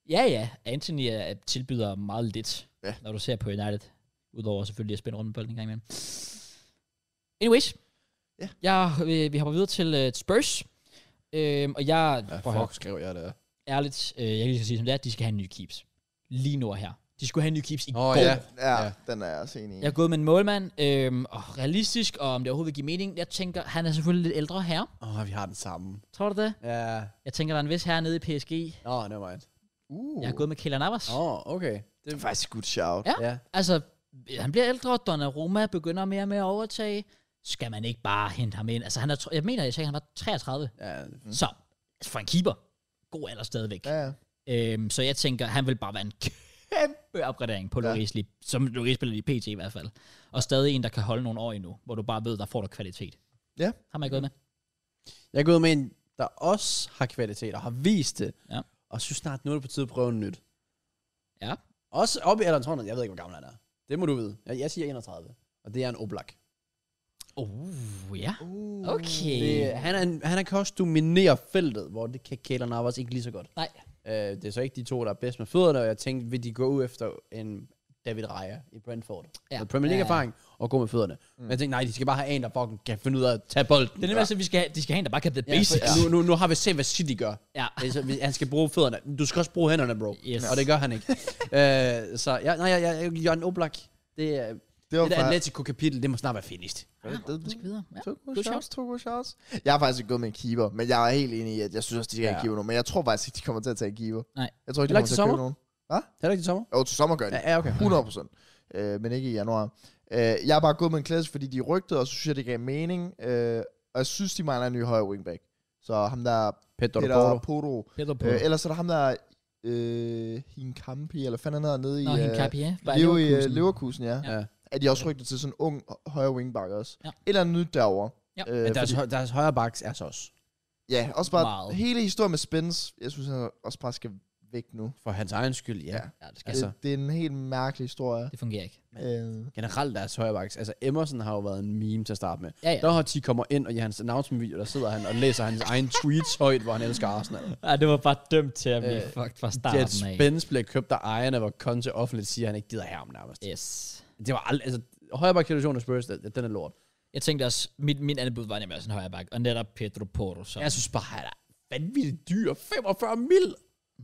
Ja, ja. Anthony er, tilbyder meget lidt, Ja. når du ser på United. Udover selvfølgelig at spænde rundt med bolden en gang imellem. Anyways. Ja. Jeg, øh, vi hopper videre til øh, Spurs. Øhm, og jeg... Ja, prøv at høre. fuck, skrev jeg det. ærligt, øh, jeg kan lige så sige som det er, at de skal have en ny keeps. Lige nu og her. De skulle have en ny keeps i Åh, går. ja. Ja, Ja. ja. den er jeg også enig i. Jeg er gået med en målmand, øh, og realistisk, og om det overhovedet vil give mening. Jeg tænker, han er selvfølgelig lidt ældre her. Åh, vi har den samme. Tror du det? Ja. Jeg tænker, der er en vis her nede i PSG. Nå, oh, nevermind. Uh. Jeg er gået med Kielan Navas. Åh, oh, okay. Det Det er faktisk et good shout. Ja. Ja. Altså, han bliver ældre, Donnarumma begynder mere og mere at overtage. Skal man ikke bare hente ham ind? Altså, han er, tro- jeg mener, jeg sagde, han var 33. Ja. Mm. Så, altså, for en keeper. God alder stadigvæk. Ja, ja. Øhm, så jeg tænker, han vil bare være en kæmpe opgradering på Ja. Lloris, lige, som Lloris spiller i PT i hvert fald. Og stadig en, der kan holde nogle år endnu, hvor du bare ved, der får du kvalitet. Ja. Har man gået med? Jeg er gået med en, der også har kvalitet og har vist det. Ja. Og synes snart, nu er det på tide at prøve noget nyt. Ja. Også op i alderen, tror jeg, jeg ved ikke, hvor gammel han er. Det må du vide. Jeg, jeg siger 31. Og det er en oblak. Oh, ja. Uh. Okay. Det, han, er en, han kan også dominere feltet, hvor det kan Kæler Navas ikke lige så godt. Nej. Øh, det er så ikke de to, der er bedst med fødderne, og jeg tænkte, vil de gå ud efter en David Raya i Brentford? Ja. Ja. Med Premier League erfaring og gå med fødderne. Mm. Men jeg tænkte, nej, de skal bare have en, der fucking kan finde ud af at tage bolden. Det er nemlig altså, vi skal have, de skal have en, der bare kan the ja, basics. for- nu, nu, nu har vi set, hvad City gør. Ja. Altså, vi- han skal bruge fødderne. Du skal også bruge hænderne, bro. Yes. Og det gør han ikke. øh, så ja, nej, jeg, jeg, Jørgen Oblak, det, er, Det var det der faktisk... Atletico-kapitel, det må snart være finished. Ah, vi skal videre. Ja. To gode Good shots, to gode shots. Jeg har faktisk ikke gået med en keeper, men jeg er helt enig i, at jeg synes også, de skal have Ja. en keeper nu. Men jeg tror faktisk ikke, de kommer til at tage en keeper. Nej. Jeg tror ikke, de Heller kommer ikke til til at købe nogen. Heller ikke i sommer? Jo, til sommer gør de. Ja, ja, okay. 100 procent. Øh, men ikke i januar. Øh, jeg er bare gået med en klasse, fordi de rygtede, og så synes jeg, det gav mening. Øh, og jeg synes, de mangler en ny højre wingback. Så ham der Peter, Peter Poto. Peter på. Øh, ellers er der ham der øh, Hinkampi, eller fanden han hedder, nede i, Nå, hende øh, Kapi, ja. Bare Leo i øh, Leverkusen. Leverkusen, ja. Ja. Er de også rygtet til sådan en ung højre wingback også. Ja. Et eller andet nyt derovre. Ja. Øh, Men deres, fordi- hø- deres højre baks er så også. Ja, også bare Meget. Meget. hele historien med Spence. Jeg synes, han også bare skal væk nu. For hans egen skyld, ja. Ja. ja. Ja, det, skal. Altså. Det, det er en helt mærkelig historie. det fungerer ikke. Øh, Generelt deres højre baks. Altså, Emerson har jo været en meme til at starte med. Ja, Ja. ja. Der har de kommer ind, og i hans announcement-video, der sidder han og læser hans egen tweets højt, hvor han elsker Arsenal. Ja, det var bare dømt til at blive Øh, fucked fra Det at starten af. Spence bliver købt af ejerne, hvor Conte offentligt siger, at han ikke gider have ham nærmest. Yes. Det var aldrig, altså, højre baks situationen af Spurs, den den er lort. Jeg tænkte også, mit, min andet bud var nemlig også en højre bak, og netop Pedro Porto. Så. Jeg synes bare, han er vanvittigt dyr. 45 mil!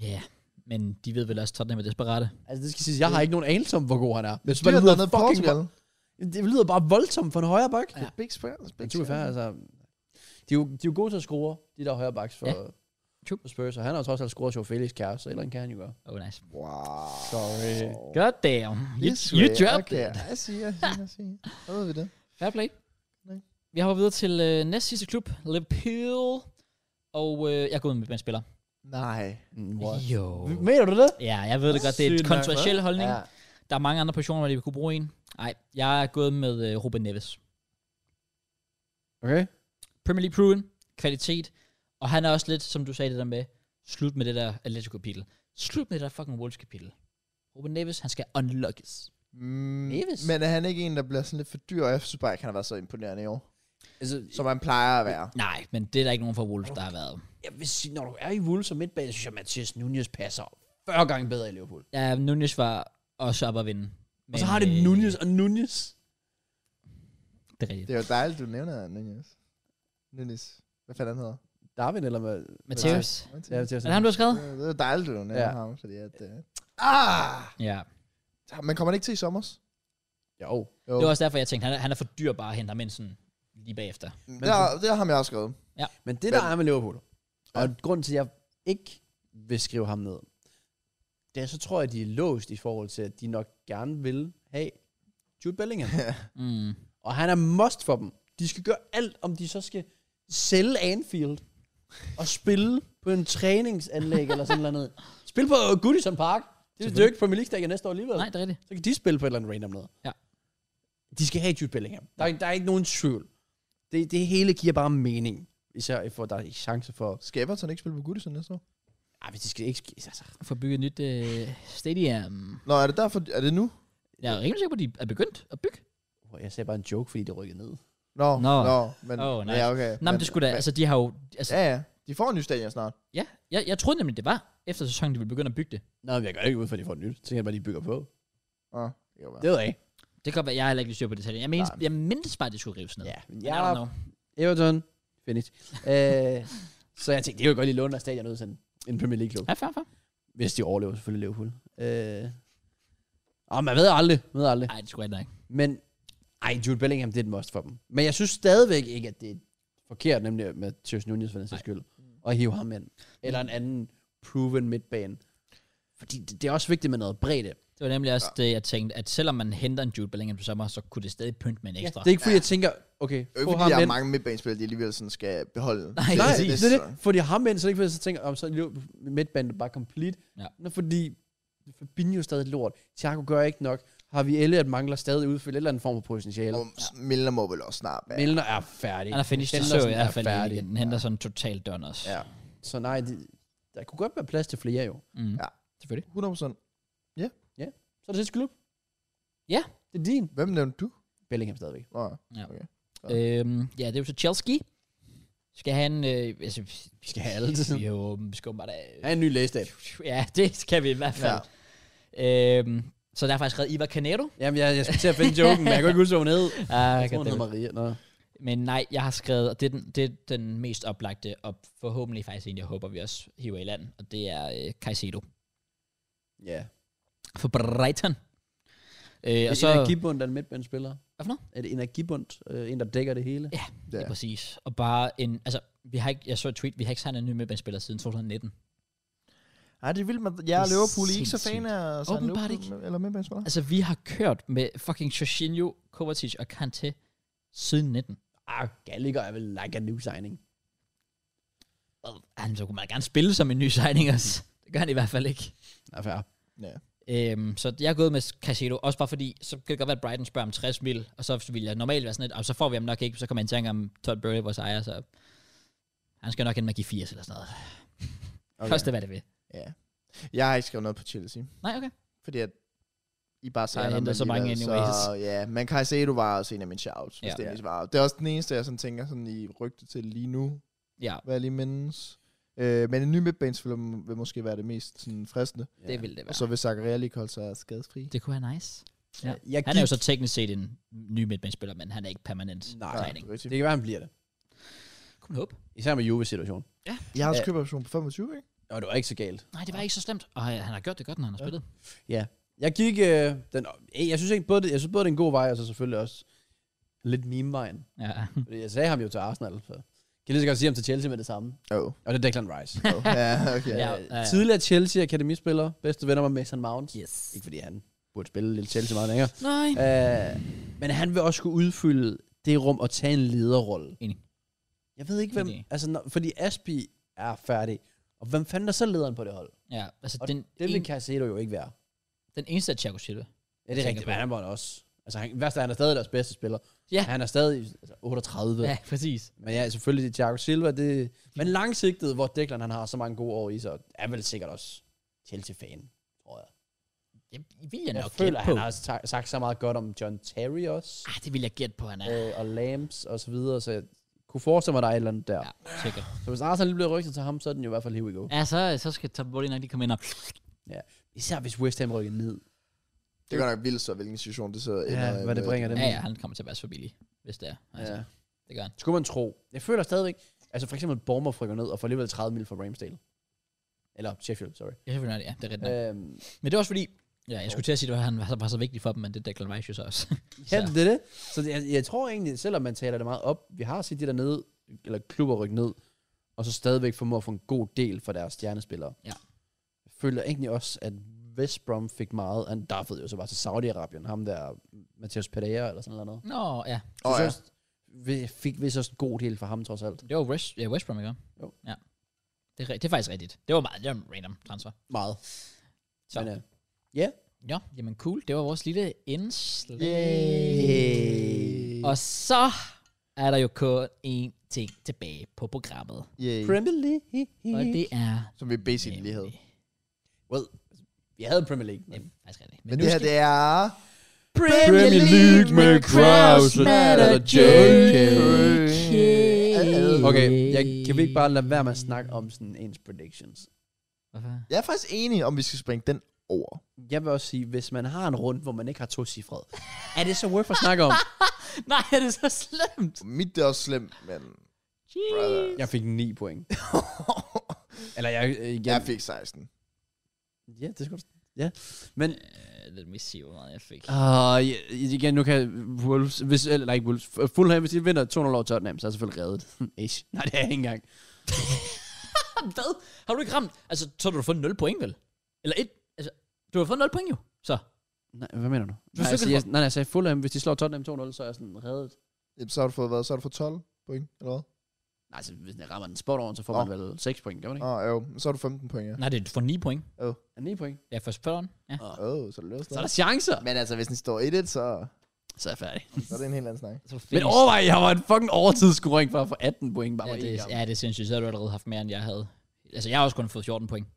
Ja, men de ved vel også, at Tottenham er desperate. Altså, det skal siges, jeg har ikke nogen anelse om, hvor god han er. Det, Dyrt lyder, dernede i fucking, Portugal. det lyder bare voldsomt for en højre bak. Ja. Big Spence. Men Big to be fair, Spence. altså, de, er jo, de er jo gode til at score, de der højre backs for, Ja. ja. True. for Spurs, og han har jo trods alt scoret Joe Felix kæreste, så et eller andet kan han jo gøre. Oh, nice. Wow. Sorry. God damn. You, This you way. dropped okay. it. Jeg siger, jeg siger, jeg siger. Hvad ved vi det? Fair play. Nej. Vi hopper videre til øh, næste sidste klub, Liverpool. Og øh, jeg er gået med en spiller. Nej. Mm, what? Jo. Mener du det? Ja, jeg ved det godt. Det er en Sygt nok, kontroversiel holdning. Ja. Der er mange andre positioner, hvor de vil kunne bruge en. Nej, jeg er gået med øh, Ruben Neves. Okay. Premier League proven, kvalitet. Og han er også lidt, som du sagde det der med, slut med det der Atletico-kapitel. Slut med det der fucking Wolves-kapitel. Ruben Neves, han skal unlockes. Mm, Neves. men er han ikke en, der bliver sådan lidt for dyr? Og jeg synes bare ikke, han har været så imponerende i år. Altså, så, Som han plejer at være. Nej, men det er der ikke nogen fra Wolves, der har været. jeg vil sige, når du er i Wolves og midtbane, synes jeg, at Mathias Nunez passer 40 gange bedre i Liverpool. Ja, Nunez var også op at vinde. Men, og så har det øh, Nunez og Nunez. Det er rigtigt. Det er jo dejligt, du nævner Nunes. Nunes. Hvad fanden han hedder? Darwin eller hvad? Mateus. Ja, Mathias. Er det ham, du har skrevet? Det er dejligt, du nævner Ja. ham, fordi at... øh, Ah! Ja. Men kommer han ikke til i sommer? Jo. Jo. Det var også derfor, jeg tænkte, han er, han er for dyr bare at hente ham ind sådan lige bagefter. Det, har, det har ham jeg også skrevet. Men det, der er med Liverpool, og ja. grunden til, at jeg ikke vil skrive ham ned, det er, så tror jeg, de er låst i forhold til, at de nok gerne vil have Jude Bellingham. Mm. Og han er must for dem. De skal gøre alt, om de så skal sælge Anfield og spille på en træningsanlæg eller sådan noget. Spille på Goodison Park. Det er jo ikke Premier League stadion næste år alligevel. Nej, det er rigtigt. Så kan de spille på et eller andet random noget. Ja. De skal have Jude Bellingham. Der er, der er ikke nogen tvivl. Det, det hele giver bare mening. Især for, at der er chance for... Skal Everton ikke spille på Goodison næste år? Ej, hvis de skal ikke... Altså, For at bygge et nyt øh, stadium. Nå, er det derfor? Er det nu? Jeg er rimelig sikker på, at de er begyndt at bygge. jeg sagde bare en joke, fordi det rykkede ned. Nå, Nå. nå, nå men... Oh, nice. Ja, okay. Nej, men det skulle da, altså de har jo, altså, Ja, ja. De får en ny stadion snart. ja, jeg, jeg troede nemlig, det var efter sæsonen, de ville begynde at bygge det. Nå, men jeg gør det ikke ud for, at de får et nyt. Så tænker jeg bare, de bygger på. Nå, det kan være. Det ved jeg ikke. Det kan godt være, jeg har heller ikke lige styr på detaljen. Jeg, menes, Nej. jeg mindes bare, at det skulle rives ned. Ja, men Men I don't jeg know. Everton, finish. øh, så jeg tænkte, det er jo godt lige låne deres stadion ud til en- en Premier League-klub. Ja, fair, fair. Hvis de overlever selvfølgelig Liverpool. Øh, og man ved aldrig, man ved aldrig. Nej, det skulle jeg heller ikke. Men, ej, Jude Bellingham, det er et must for dem. Men jeg synes stadigvæk ikke, at det er forkert, nemlig med Tjøs Nunez for den sags skyld, at hive ham ind. Eller en anden proven midtbane. Fordi det, det er også vigtigt med noget bredde. Det var nemlig også det, jeg tænkte, at selvom man henter en Jude Bellingham til sommer, så kunne det stadig pynte med en Ja, ekstra. det er ikke fordi, jeg tænker, okay, Det er jo ikke, få fordi ham der ind. er mange midtbanespillere, de alligevel sådan skal beholde. Nej, til Nej, præcis. det næste er sæson. det. Fordi ham ind, så er det ikke fordi, så tænker, om så er Liverpool midtbanen bare complete. Ja. Nå, fordi Fabinho er stadig lort. Thiago gør ikke nok. Har vi alle, at mangler stadig udfyldt et eller andet form for potentiale. Og Milner må vel også snart være. Milner er færdig. Han er finished, det så Henderson jeg i hvert fald færdig. igen. Den henter sådan totalt done også. Ja. Så nej, det, der kunne godt være plads til flere jo. Mm. Ja. Selvfølgelig. 100%. Så er det sidste klub. Ja. Det er din. Hvem nævnte du? Bellingham stadigvæk. Nå, Ja. Øhm, ja, det er jo så Chelsea. Skal han... Øh, altså, vi skal have alle til tiden. Jo, vi skal bare Han er en ny lægestat. Ja, det skal vi i hvert fald. Ja. Øhm, så der har jeg skrevet Ivar Canero. Jamen, jeg, jeg skulle til at finde joken, men jeg kan ikke huske, hvad hun hed. Ah, Jeg tror, hun hed Maria. Nå. Men nej, jeg har skrevet, og det er den, det er den mest oplagte, og forhåbentlig faktisk en, jeg håber, vi også hiver i land, og det er øh, Caicedo Ja. for Brighton. Øh, Er og det så, energibundt, er en midtbandspiller? Hvad for noget? Er det energibundt? Øh, en, der dækker det hele? ja. præcis, og bare en, altså, vi har ikke, jeg så et tweet, vi har ikke signet en ny midtbanespiller siden 2019. Nej, det er vildt, at jeg og Det er Liverpool I er ikke så fan sindssygt. af sådan Åbenbart Liverpool- eller midtbanespillere. Altså, vi har kørt med fucking Jorginho, Kovacic og Kante siden 19. Ah, Gallagher er vel like a new signing. Og han så kunne man gerne spille som en ny signing også. Det gør han i hvert fald ikke. Nej, fair. Ja. Øhm, så jeg er gået med Casado, også bare fordi, så kan det godt være, at Brighton spørger om 60 mil, og så vil jeg normalt være sådan lidt, og så får vi ham nok ikke, så kommer jeg i tanke om Todd Burley, vores ejer, så han skal nok ind med at give 80 eller sådan noget. Okay. Koste hvad det vil. Ja. Jeg har ikke skrevet noget på Chelsea, Nej, okay. fordi at I bare Jeg signer henter dem så mange alligevel, Så, anyways. ja, men Caicedo var også en af mine shouts, hvis Ja. det endelig var. Det er også den eneste, jeg sådan tænker sådan i rygte til lige nu, Ja, hvad jeg lige mindes. Øh, men en ny midtbanespiller må- vil måske være det mest sådan, fristende. det vil det Og være. så vil Zakaria lige holde sig skadesfri. det kunne være nice. Ja. Jeg Han er jo så teknisk set en ny midtbanespiller, men han er ikke permanent. Nej, Ja, tegning. det er rigtigt. det kan være, han bliver det. Kunne man håbe? Især med Juve-situationen. Jeg har også Ja. køberoption på 25, ikke? Og det var ikke så galt. Nej, det var ikke så slemt. Og øh, han har gjort det godt, når han har Ja. spillet. Jeg gik... Øh, den, øh, jeg synes ikke både, det, jeg synes både det er en god vej, og så selvfølgelig også lidt meme-vejen. Ja. Fordi jeg sagde ham jo til Arsenal, så kan jeg lige så godt sige ham til Chelsea med det samme. Jo. Oh. Og det er Declan Rice. Oh. ja, okay. Ja. ja. Øh, Tidligere Chelsea akademispiller, bedste venner med Mason Mount. Yes. Ikke fordi han burde spille lidt Chelsea meget længere. Nej. Øh, men han vil også kunne udfylde det rum og tage en lederrolle. Enig. Jeg ved ikke, hvem... Enig. Altså, når, fordi Aspi er færdig. Og hvem fanden er så lederen på det hold? Ja, altså Og den, Det en, vil Casado jo ikke være. den eneste er Thiago Silva. Ja, det er tænker rigtigt, men på. han var det også. Altså, han, værst er, han er stadig deres bedste spiller. Ja. Han er stadig altså, 38. Ja, præcis. Men ja, selvfølgelig Thiago Silva. Det, men langsigtet, hvor Declan han har så mange gode år i sig, er vel sikkert også Chelsea-fan, tror jeg. Det vil jeg, Jeg nok føler, gætte at på. han har ta- sagt så meget godt om John Terry også. Ah, det vil jeg gætte på, han er. Øh, og Lams og så videre, så jeg kunne forestille mig, at der er et eller andet der. Ja, sikkert. Så hvis Arsenal lige bliver rygtet til ham, så er den jo i hvert fald here we go. Ja, så, så skal Tom Bolin nok lige komme ind og... Især hvis West Ham rykker ned. Det er godt nok vildt så, hvilken situation det så ender øh, hvad det med. bringer dem. Ja, ja, han kommer til at være så billig, hvis det er. Altså, ja. Ja. Det gør han. Skulle man tro. Jeg føler stadigvæk, altså for eksempel Bournemouth rykker ned og får alligevel 30 mil fra Ramsdale. Eller Sheffield, sorry. Jeg synes, ja, det er rigtigt. nok. Øhm, Men det er også fordi, ja, jeg skulle til at sige, at han var så, var så vigtig for dem, men det er Declan Rice jo så også. ja, det er det. Så jeg, jeg tror egentlig, selvom man taler det meget op, vi har set de der nede, eller klubber rykke ned, og så stadigvæk formår at få en god del for deres stjernespillere. Ja. Jeg føler egentlig også, at West Brom fik meget, han daffede jo så bare til Saudi-Arabien, ham der, Matheus Pereira eller sådan noget. Nå, ja. Så Åh, ja. så vi fik vist også en god del for ham trods alt. Det var West, ja, West Brom, ikke? Jo. Ja. Det er, ri- det er faktisk rigtigt. Det var meget det var en random transfer. Meget. Så. Men, øh, Ja, jamen cool. Det var vores lille indslag. Yay. Og så er der jo kun én ting tilbage på programmet. Yay. Premier League. Og det er... Som vi basically lige havde. Well, vi havde Premier League. Det er faktisk rigtigt. Men nu det her, skal- det er... Premier League med Kraus og JK. Okay, jeg, kan vi ikke bare lade være med at snakke om sådan ens predictions? Hvorfor? Jeg er faktisk enig, om vi skal springe den over. Jeg vil også sige, hvis man har en rund, hvor man ikke har to cifre, er det så worth at snakke om? Nej, er det så slemt? Mit det er også slemt, men... Brother. Jeez. Jeg fik 9 point. Eller jeg... øh, Igen. jeg fik 16. Ja, det skal Ja, men... Øh, Let me see, hvor meget jeg fik. Uh, igen, nu kan Wolves... Hvis, eller ikke Wolves. Fulham, hvis de vinder 2-0 over Tottenham, så er jeg selvfølgelig reddet. Ish. Nej, det er jeg ikke engang. Ah, Hvad? Har du ikke ramt? Altså, så har du fået 0 point, vel? Eller et? Altså, du har fået 0 point jo, så. Nej, hvad mener du? er Nej, sikker altså, jeg, nej, nej, jeg sagde Fulham, hvis de slår Tottenham 2-0, så er jeg sådan reddet. Jamen, Så har du fået hvad? Så har du fået 12 point, eller hvad? Nej, altså, hvis jeg rammer den spot over, så får Nå. man vel 6 point, gør man ikke? Åh, oh, jo. Så har du 15 point, ja. Nej, det er for 9 point. Er 9 point? Ja, først spørgeren. Ja. Åh. Åh, oh, så er det løst. Så er der chancer! Men altså, hvis den står 1-1, så, Så er jeg færdig. så er det en helt anden snak. Så finis. Men overvej, jeg var en fucking overtidsscoring for at få 18 point bare ja, på det, én er- kamp. ja, det er sindssygt. Så har du allerede haft mere, end jeg havde. Altså, jeg har også kun fået 14 point.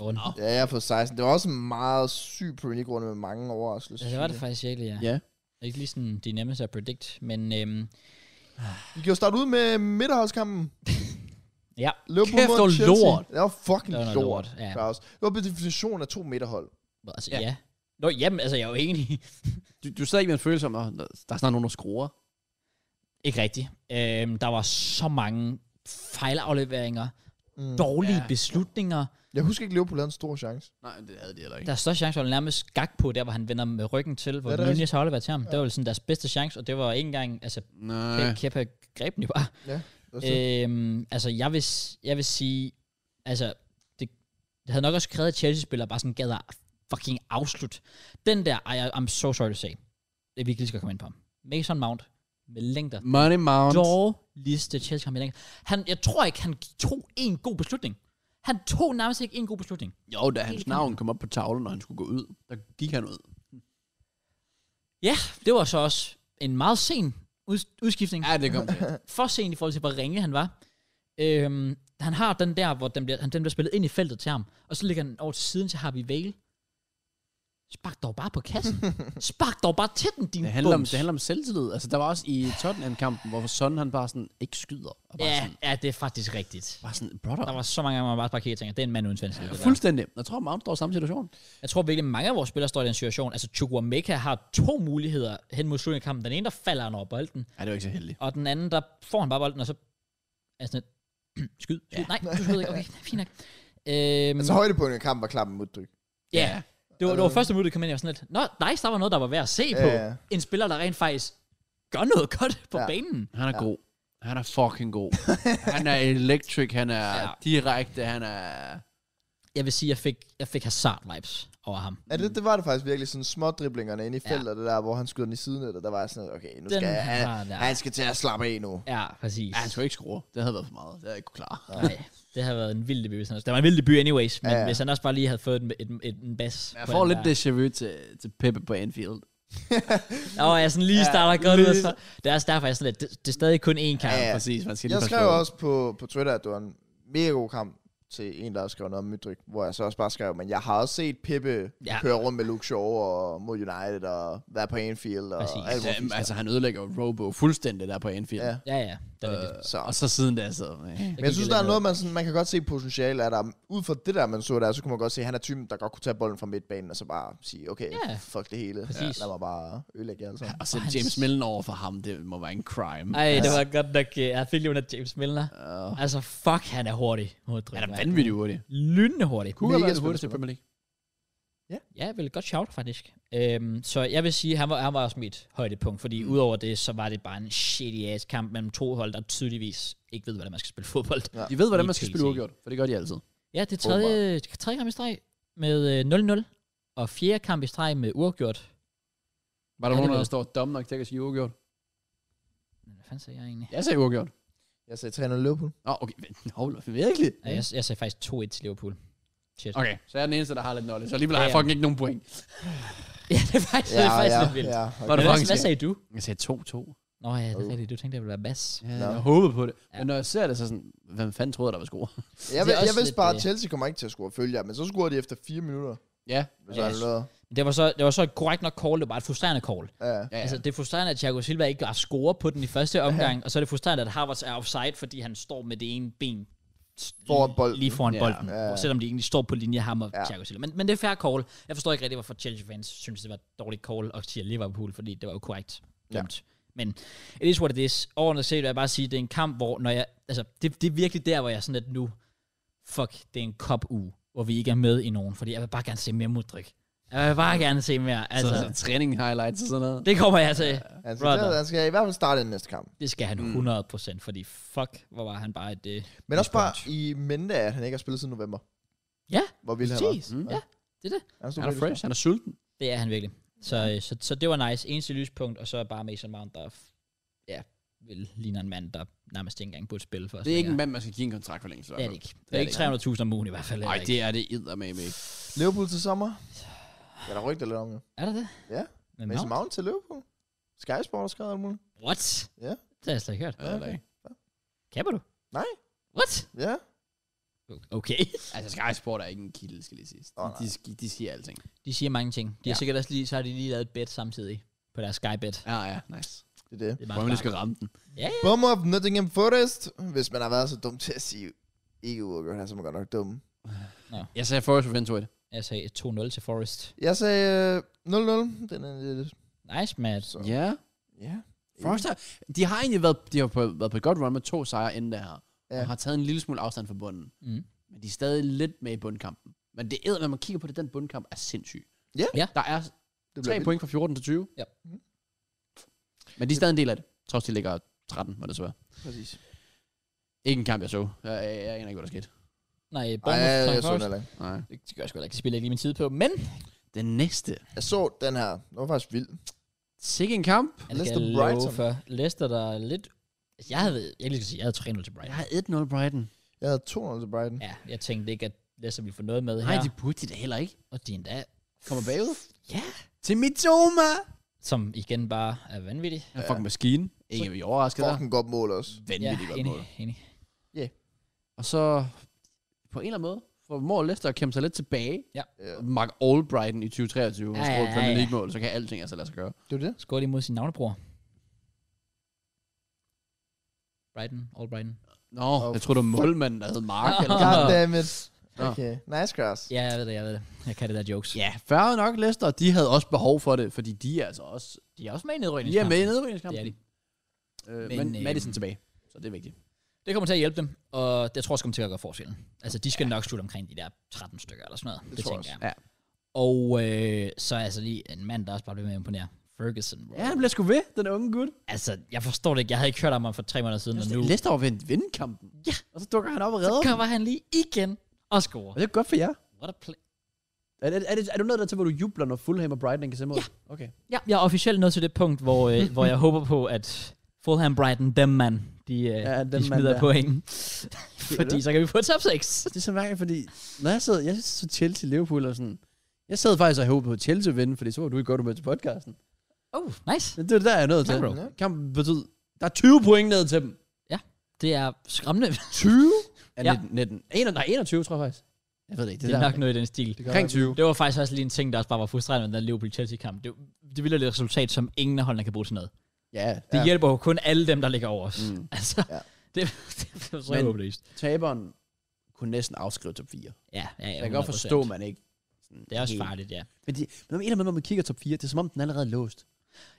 Rundt. Nå. Ja, jeg har fået 16. Det var også en meget syg Premier League-runde med mange overraskelser. Altså, det var det faktisk virkelig, ja. Ja. Ikke lige sådan, de er nemmest at predict, men øhm, Vi kan jo starte ud med midterholdskampen. Ja. Liverpool Kæft, mod det var Chelsea. lort. Det var fucking det var lort. noget lort. Ja. Klaus. Det var på definition af to midterhold. Altså, Ja. ja. Nå, jamen, altså, jeg er jo enig. Du, du sad ikke med en følelse om, at der er snart nogen, der skruer. Ikke rigtigt. Øhm, der var så mange fejlafleveringer, Mm. dårlige Ja. beslutninger. Jeg husker ikke, Liverpool havde en stor chance. Nej, det havde de heller Der er størst chance, at nærmest skak på, der hvor han vender med ryggen til, hvor Ja, det er Nunez har afleveret til ham. Det var vel sådan deres bedste chance, og det var ikke engang, altså, Nej. Ke- Kepa greb den jo bare. Det var så- Øhm, altså, jeg vil, s- jeg vil sige, altså, det, det havde nok også krævet, at Chelsea-spillere bare sådan gad at fucking afslut. Den der, I, I'm so sorry to say, det er virkelig skal komme ind på. Mason Mount med længder. Money Mount. Dårligste Chelsea kamp i længder. Han, jeg tror ikke, han tog en god beslutning. Han tog nærmest ikke en god beslutning. Jo, da hans navn kom op på tavlen, når han skulle gå ud, der gik han ud. Ja, det var så også en meget sen ud, udskiftning. Ja, det kom til. for sent i forhold til, hvor ringe han var. Øhm, han har den der, hvor den bliver, han, den bliver spillet ind i feltet til ham, og så ligger den over til siden til Harvey Vale. Spark dog bare på kassen. Spark dog bare til den, din Det handler, om, bums. det handler om selvtillid. Altså, der var også i Tottenham-kampen, hvor Son han bare sådan ikke skyder. Og bare, ja, sådan, ja, det er faktisk rigtigt. bare sådan, brother. Der var så mange gange, hvor man bare parkerer og tænker, det er en mand uden svensk. Ja, Fuldstændig. Jeg tror, Mount står i samme situation. Jeg tror virkelig, mange af vores spillere står i den situation. Altså, Chukwameka har to muligheder hen mod slutningen af kampen. Den ene, der falder han over bolden, Ja, det var ikke så heldigt. og den anden, der får han bare bolden, og så er sådan et, skyd, skyd. Ja. Nej, du skyder ikke. Okay, fint nok. Øhm, Altså, højdepunktet i kampen var klappen mod Dyk. Ja, yeah. det, var, det var første minut, det kom ind, jeg var sådan lidt, Nå, nice, der var noget, der var værd at se på. Ja, ja. En spiller, der rent faktisk gør noget godt på Ja. ja. banen. Han er ja. god. Han er fucking god. han er electric, han er Ja. ja. direkte, han er... Jeg vil sige, jeg fik, jeg fik Hazard-vibes over ham. Ja, det, det var det faktisk virkelig sådan små driblinger inde i Ja. feltet, det der, hvor han skyder den i siden af det, der var jeg sådan, okay, nu skal Den jeg, han, har der. han skal til at slappe af nu. Ja, præcis. Ja, han skulle ikke skrue. Det havde været for meget. Det havde jeg ikke kunne klare. Nej, det har været en vild debut. hvis han også- Det var en vild debut anyways, men Ja, ja. ja. hvis han også bare lige havde fået en, en, en, en bas. Jeg på får den lidt der. déjà vu til, til Peppe på Anfield. Nå, jeg sådan lige starter godt ud. og lige- så- Det er også derfor, jeg er sådan lidt, det, det er stadig kun én kamp. Ja, ja. Præcis, man skal lige Jeg passe skrev på. også på, på Twitter, at det var en mega god kamp til en, der skrev noget om Mydryk, hvor jeg så også bare skrev, men jeg har også set Pippe Ja. ja. køre rundt med Luke Shaw og mod United og være på Anfield og Præcis. alt Jamen, muligt. altså, han ødelægger jo Robo fuldstændig der på Anfield. Ja. Ja, Ja. ja. Det Øh, er rigtigt. Så. Og så siden da, så... Øh. Men jeg synes, der er noget, man, sådan, man kan godt se potentiale af der. Ud fra det der, man så der, så kunne man godt se, at han er typen, der godt kunne tage bolden fra midtbanen og så bare sige, okay, Ja. fuck det hele. Ja, Præcis. lad mig bare ødelægge jer alle sammen. Og så James Millen over for ham, det må være en crime. Altså, øh. Ej, det var godt nok. øh, Jeg fik lige under James Milner. Altså, fuck, han er hurtig. Han er vanvittigt hurtig. Lynende hurtig. Kunne Mega have været lidt spændende hurtigt til spiller. Premier League. Ja, vel godt shout, faktisk. Øhm, så jeg vil sige, at han var, han var også mit højdepunkt, fordi mm. udover det, så var det bare en shitty ass kamp mellem to hold, der tydeligvis ikke ved, hvordan man skal spille fodbold. De ved, hvordan Lige man skal pt. spille uafgjort, for det gør de altid. Ja, det er tredje, tredje kamp i streg med øh, 0-0. og fjerde kamp i streg med uafgjort. Var Ja, der det nogen, ved der jeg. står dumme nok til at sige uafgjort? Men Hvad fanden sagde jeg egentlig? Jeg sagde uafgjort. Jeg sagde 3-0 Liverpool. Nå, okay. Nå, virkelig? Ja, jeg, jeg sagde faktisk 2-1 til Liverpool. Shit. Okay, så jeg er den eneste, der har lidt knowledge. Så alligevel har Ja, jeg ja. fucking ikke nogen point. ja, det er faktisk, det er faktisk lidt vildt. ja. Var Men det Okay. hvad, faktisk- hvad sagde du? Jeg sagde 2-2. Nå ja, det er Oh. rigtigt. Du tænkte, det ville være bas. Ja, Nå. jeg håbede på det. Ja. Men når jeg ser det, så er sådan, hvem fanden troede, der var score? Jeg, Det er ved- jeg også vidste lidt, bare, øh, at Chelsea kommer ikke til at score følger, men så scorer de efter 4 minutter. Ja. Hvis ja. Ja. Det var, så, det var så et korrekt nok call, det var et frustrerende call. Ja. Ja. ja, ja. Altså, det er frustrerende, at Thiago Silva ikke har score på den i første omgang, ja. og så er det frustrerende, at Havertz er offside, fordi han står med det ene ben s- Foran li- bolden. lige foran Ja, bolden, ja, ja. ja. selvom de egentlig står på linje ham og ja. Ja. Thiago Silva. Men, men det er fair call. Jeg forstår ikke rigtig, hvorfor Chelsea-fans synes, det var et dårligt call og siger Liverpool, fordi det var jo korrekt Ja. dumt. Men it is what it is. Overordnet set vil jeg bare sige, at det er en kamp, hvor når jeg... Altså, det, det er virkelig der, hvor jeg er sådan lidt nu... Fuck, det er en cup-uge, hvor vi ikke er med i nogen, fordi jeg vil bare gerne se mere Mudrik. Jeg vil bare gerne se mere. altså, Altså, så, så træning highlights og sådan noget. det kommer jeg til. Altså, Brother. der, han skal i hvert fald starte i den næste kamp. Det skal han 100%, fordi fuck, hvor var han bare et... Øh, Men også et bare punch. i mente af, at han ikke har spillet siden november. Ja, Hvor vild han var. Præcis, Mm. ja. Han stod Han er virkelig fresh, han er sulten. Det er han virkelig. Så, øh, så, så det var nice. Eneste lyspunkt, og så er bare Mason Mount, der f- ja, vil ligner en mand, der nærmest ikke engang burde spille for os. Det er ikke en længere. mand, man skal give en kontrakt for længe. det er det ikke. Det er ikke 300.000 om ugen i hvert fald. Nej, heller ikke. det er det eddermame ikke. stor. Liverpool til sommer. Ja, der rygter lidt om det. Er der det? Ja. Men Mason Mount? Mount til Liverpool. Sky Sport har skrevet alt muligt. What? Ja. Det har jeg slet ikke hørt. Det er det ikke. Kapper du? Nej. What? Ja. Okay. Altså, Sky Sport er ikke en kilde, skal lige sige. Åh, nej. De, de, de siger alting. De siger mange ting. De ja. Ja. sikkert også lige, så har de lige lavet et bet samtidig på deres skybet. Ja, ja, nice. Det er det. Det er Prøv, bare man skal ramme den. Bum of Nottingham Forest. Hvis man har været så dum til at sige ikke uafgjort, han er man godt nok dum. Jeg sagde Forrest for Ventura. Jeg sagde 2-0 til Forest. Jeg sagde øh, 0-0. Den er lidt... Nice, Matt. Så. Ja. Ja. Forrest har, de har egentlig været, de har på, været på et godt run med to sejre inden det her. Ja. Og har taget en lille smule afstand fra bunden. Mm. Men de er stadig lidt med i bundkampen. Men det er, når man kigger på det, den bundkamp er sindssyg. Ja. Ja. Der er Det tre bliver vildt. point fra 14 til 20. Ja. Mhm. Men de er stadig en del af det. Trods de ligger 13, må det så være. Præcis. Ikke en kamp, jeg så. Jeg, jeg, jeg aner ikke, hvad der skete. Nej, Ej, Bournemouth til jeg så den Forest. heller ikke. Nej. Det det gør jeg sgu heller ikke. Det spiller jeg ikke lige min tid på, men... Den næste. Jeg så den her. Den var faktisk vild. Sikke en kamp. Ja, det Leicester skal jeg love Brighton. for. Leicester, der er lidt... Altså, Jeg havde, jeg lige skal sige, jeg havde 3-0 til Jeg Brighton. har 1-0 Brighton. Jeg havde 200 til Brighton. Ja, jeg tænkte ikke, at Leicester ville få noget med Nej, her. de burde de da heller ikke. Og de er endda, Kommer bagud. Ja. Til Mitoma. som igen bare er vanvittig. Han er fucking maskine. Ikke vi overrasket der. Fucking godt mål også. Vanvittigt godt enig, mål. enig. Og så på en eller anden måde formår Leicester at kæmpe sig lidt tilbage. Øh, Ja. Mark Albrighton i 2023, Ja, ja, ja, ja, ja, ja. ja. mål, så kan alting altså lade sig gøre. Det var det. Skår lige mod sin navnebror. Brighton, All Brighton. Nå, oh, jeg tror det var målmanden, der hed Mark. Åh. Eller Ja. sådan God noget. damn it. Nå. Okay. Nice cross. Ja, jeg ved det, jeg ved det. Jeg kan det der jokes. Ja, færre nok Leicester, de havde også behov for det, fordi de er altså også De er også med i de er nedrykningskampen. med i nedrykningskampen. Det Ja, øh, Men, men, men øh, Madison tilbage, så det er vigtigt. Det kommer til at hjælpe dem, og det tror jeg også kommer til at gøre forskellen. Altså, de skal nok slutte omkring de der 13 stykker eller sådan noget. Det, det tror jeg tænker jeg. også. Ja. Og øh, så er altså lige en mand, der også bare blev med at imponere. Ferguson. bro. Ja, han bliver sgu ved, den unge gut. Altså, jeg forstår det ikke. Jeg havde ikke hørt om ham for tre måneder siden, og nu Leicester var ved at vinde kampen. Ja. Og så dukker han op og så redder. kommer han lige igen og scorer. Og det er godt for jer. What a play. Er, er, er, det, er du nået dertil, hvor du jubler, når Fulham og Brighton kan se mod? Ja. Okay. Ja, jeg er officielt nået til det punkt, hvor, øh, hvor jeg håber på, at Fulham Brighton, dem mand, de, øh, Ja, ja, dem de mand smider der. point. Fordi så kan vi få top 6. Det er så mærkeligt, fordi når jeg sad, jeg så Chelsea Liverpool og sådan, jeg sad faktisk og håbede på at Chelsea vinde, fordi så var du i godt med til podcasten. Oh, nice. Men det er der, jeg er nødt til. Ja, bro. Ja. Kampen betød, der er 20 point ned til dem. Det er skræmmende. 20? Ja, Ja. 19, 19, 21, nej, 21 tror jeg faktisk. Jeg ved det ikke. Det er nok noget i den stil. Det gør Omkring jeg. 20. Det var faktisk også lige en ting, der også bare var frustrerende med den Liverpool-Chelsea-kamp. Det, det ville være et resultat, som ingen af holdene kan bruge til noget. Ja, Det Ja. ja. hjælper jo kun alle dem, der ligger over os. Mm. Mm. Altså, Ja. ja. det, det er så Men- håbløst. taberen kunne næsten afskrive top 4. Ja, ja, ja, Jeg kan godt 100%. forstå, man ikke. sådan Det er også helt- farligt, ja. Men, de, men om en eller anden måde, når man kigger top 4, det er som om, den er allerede låst.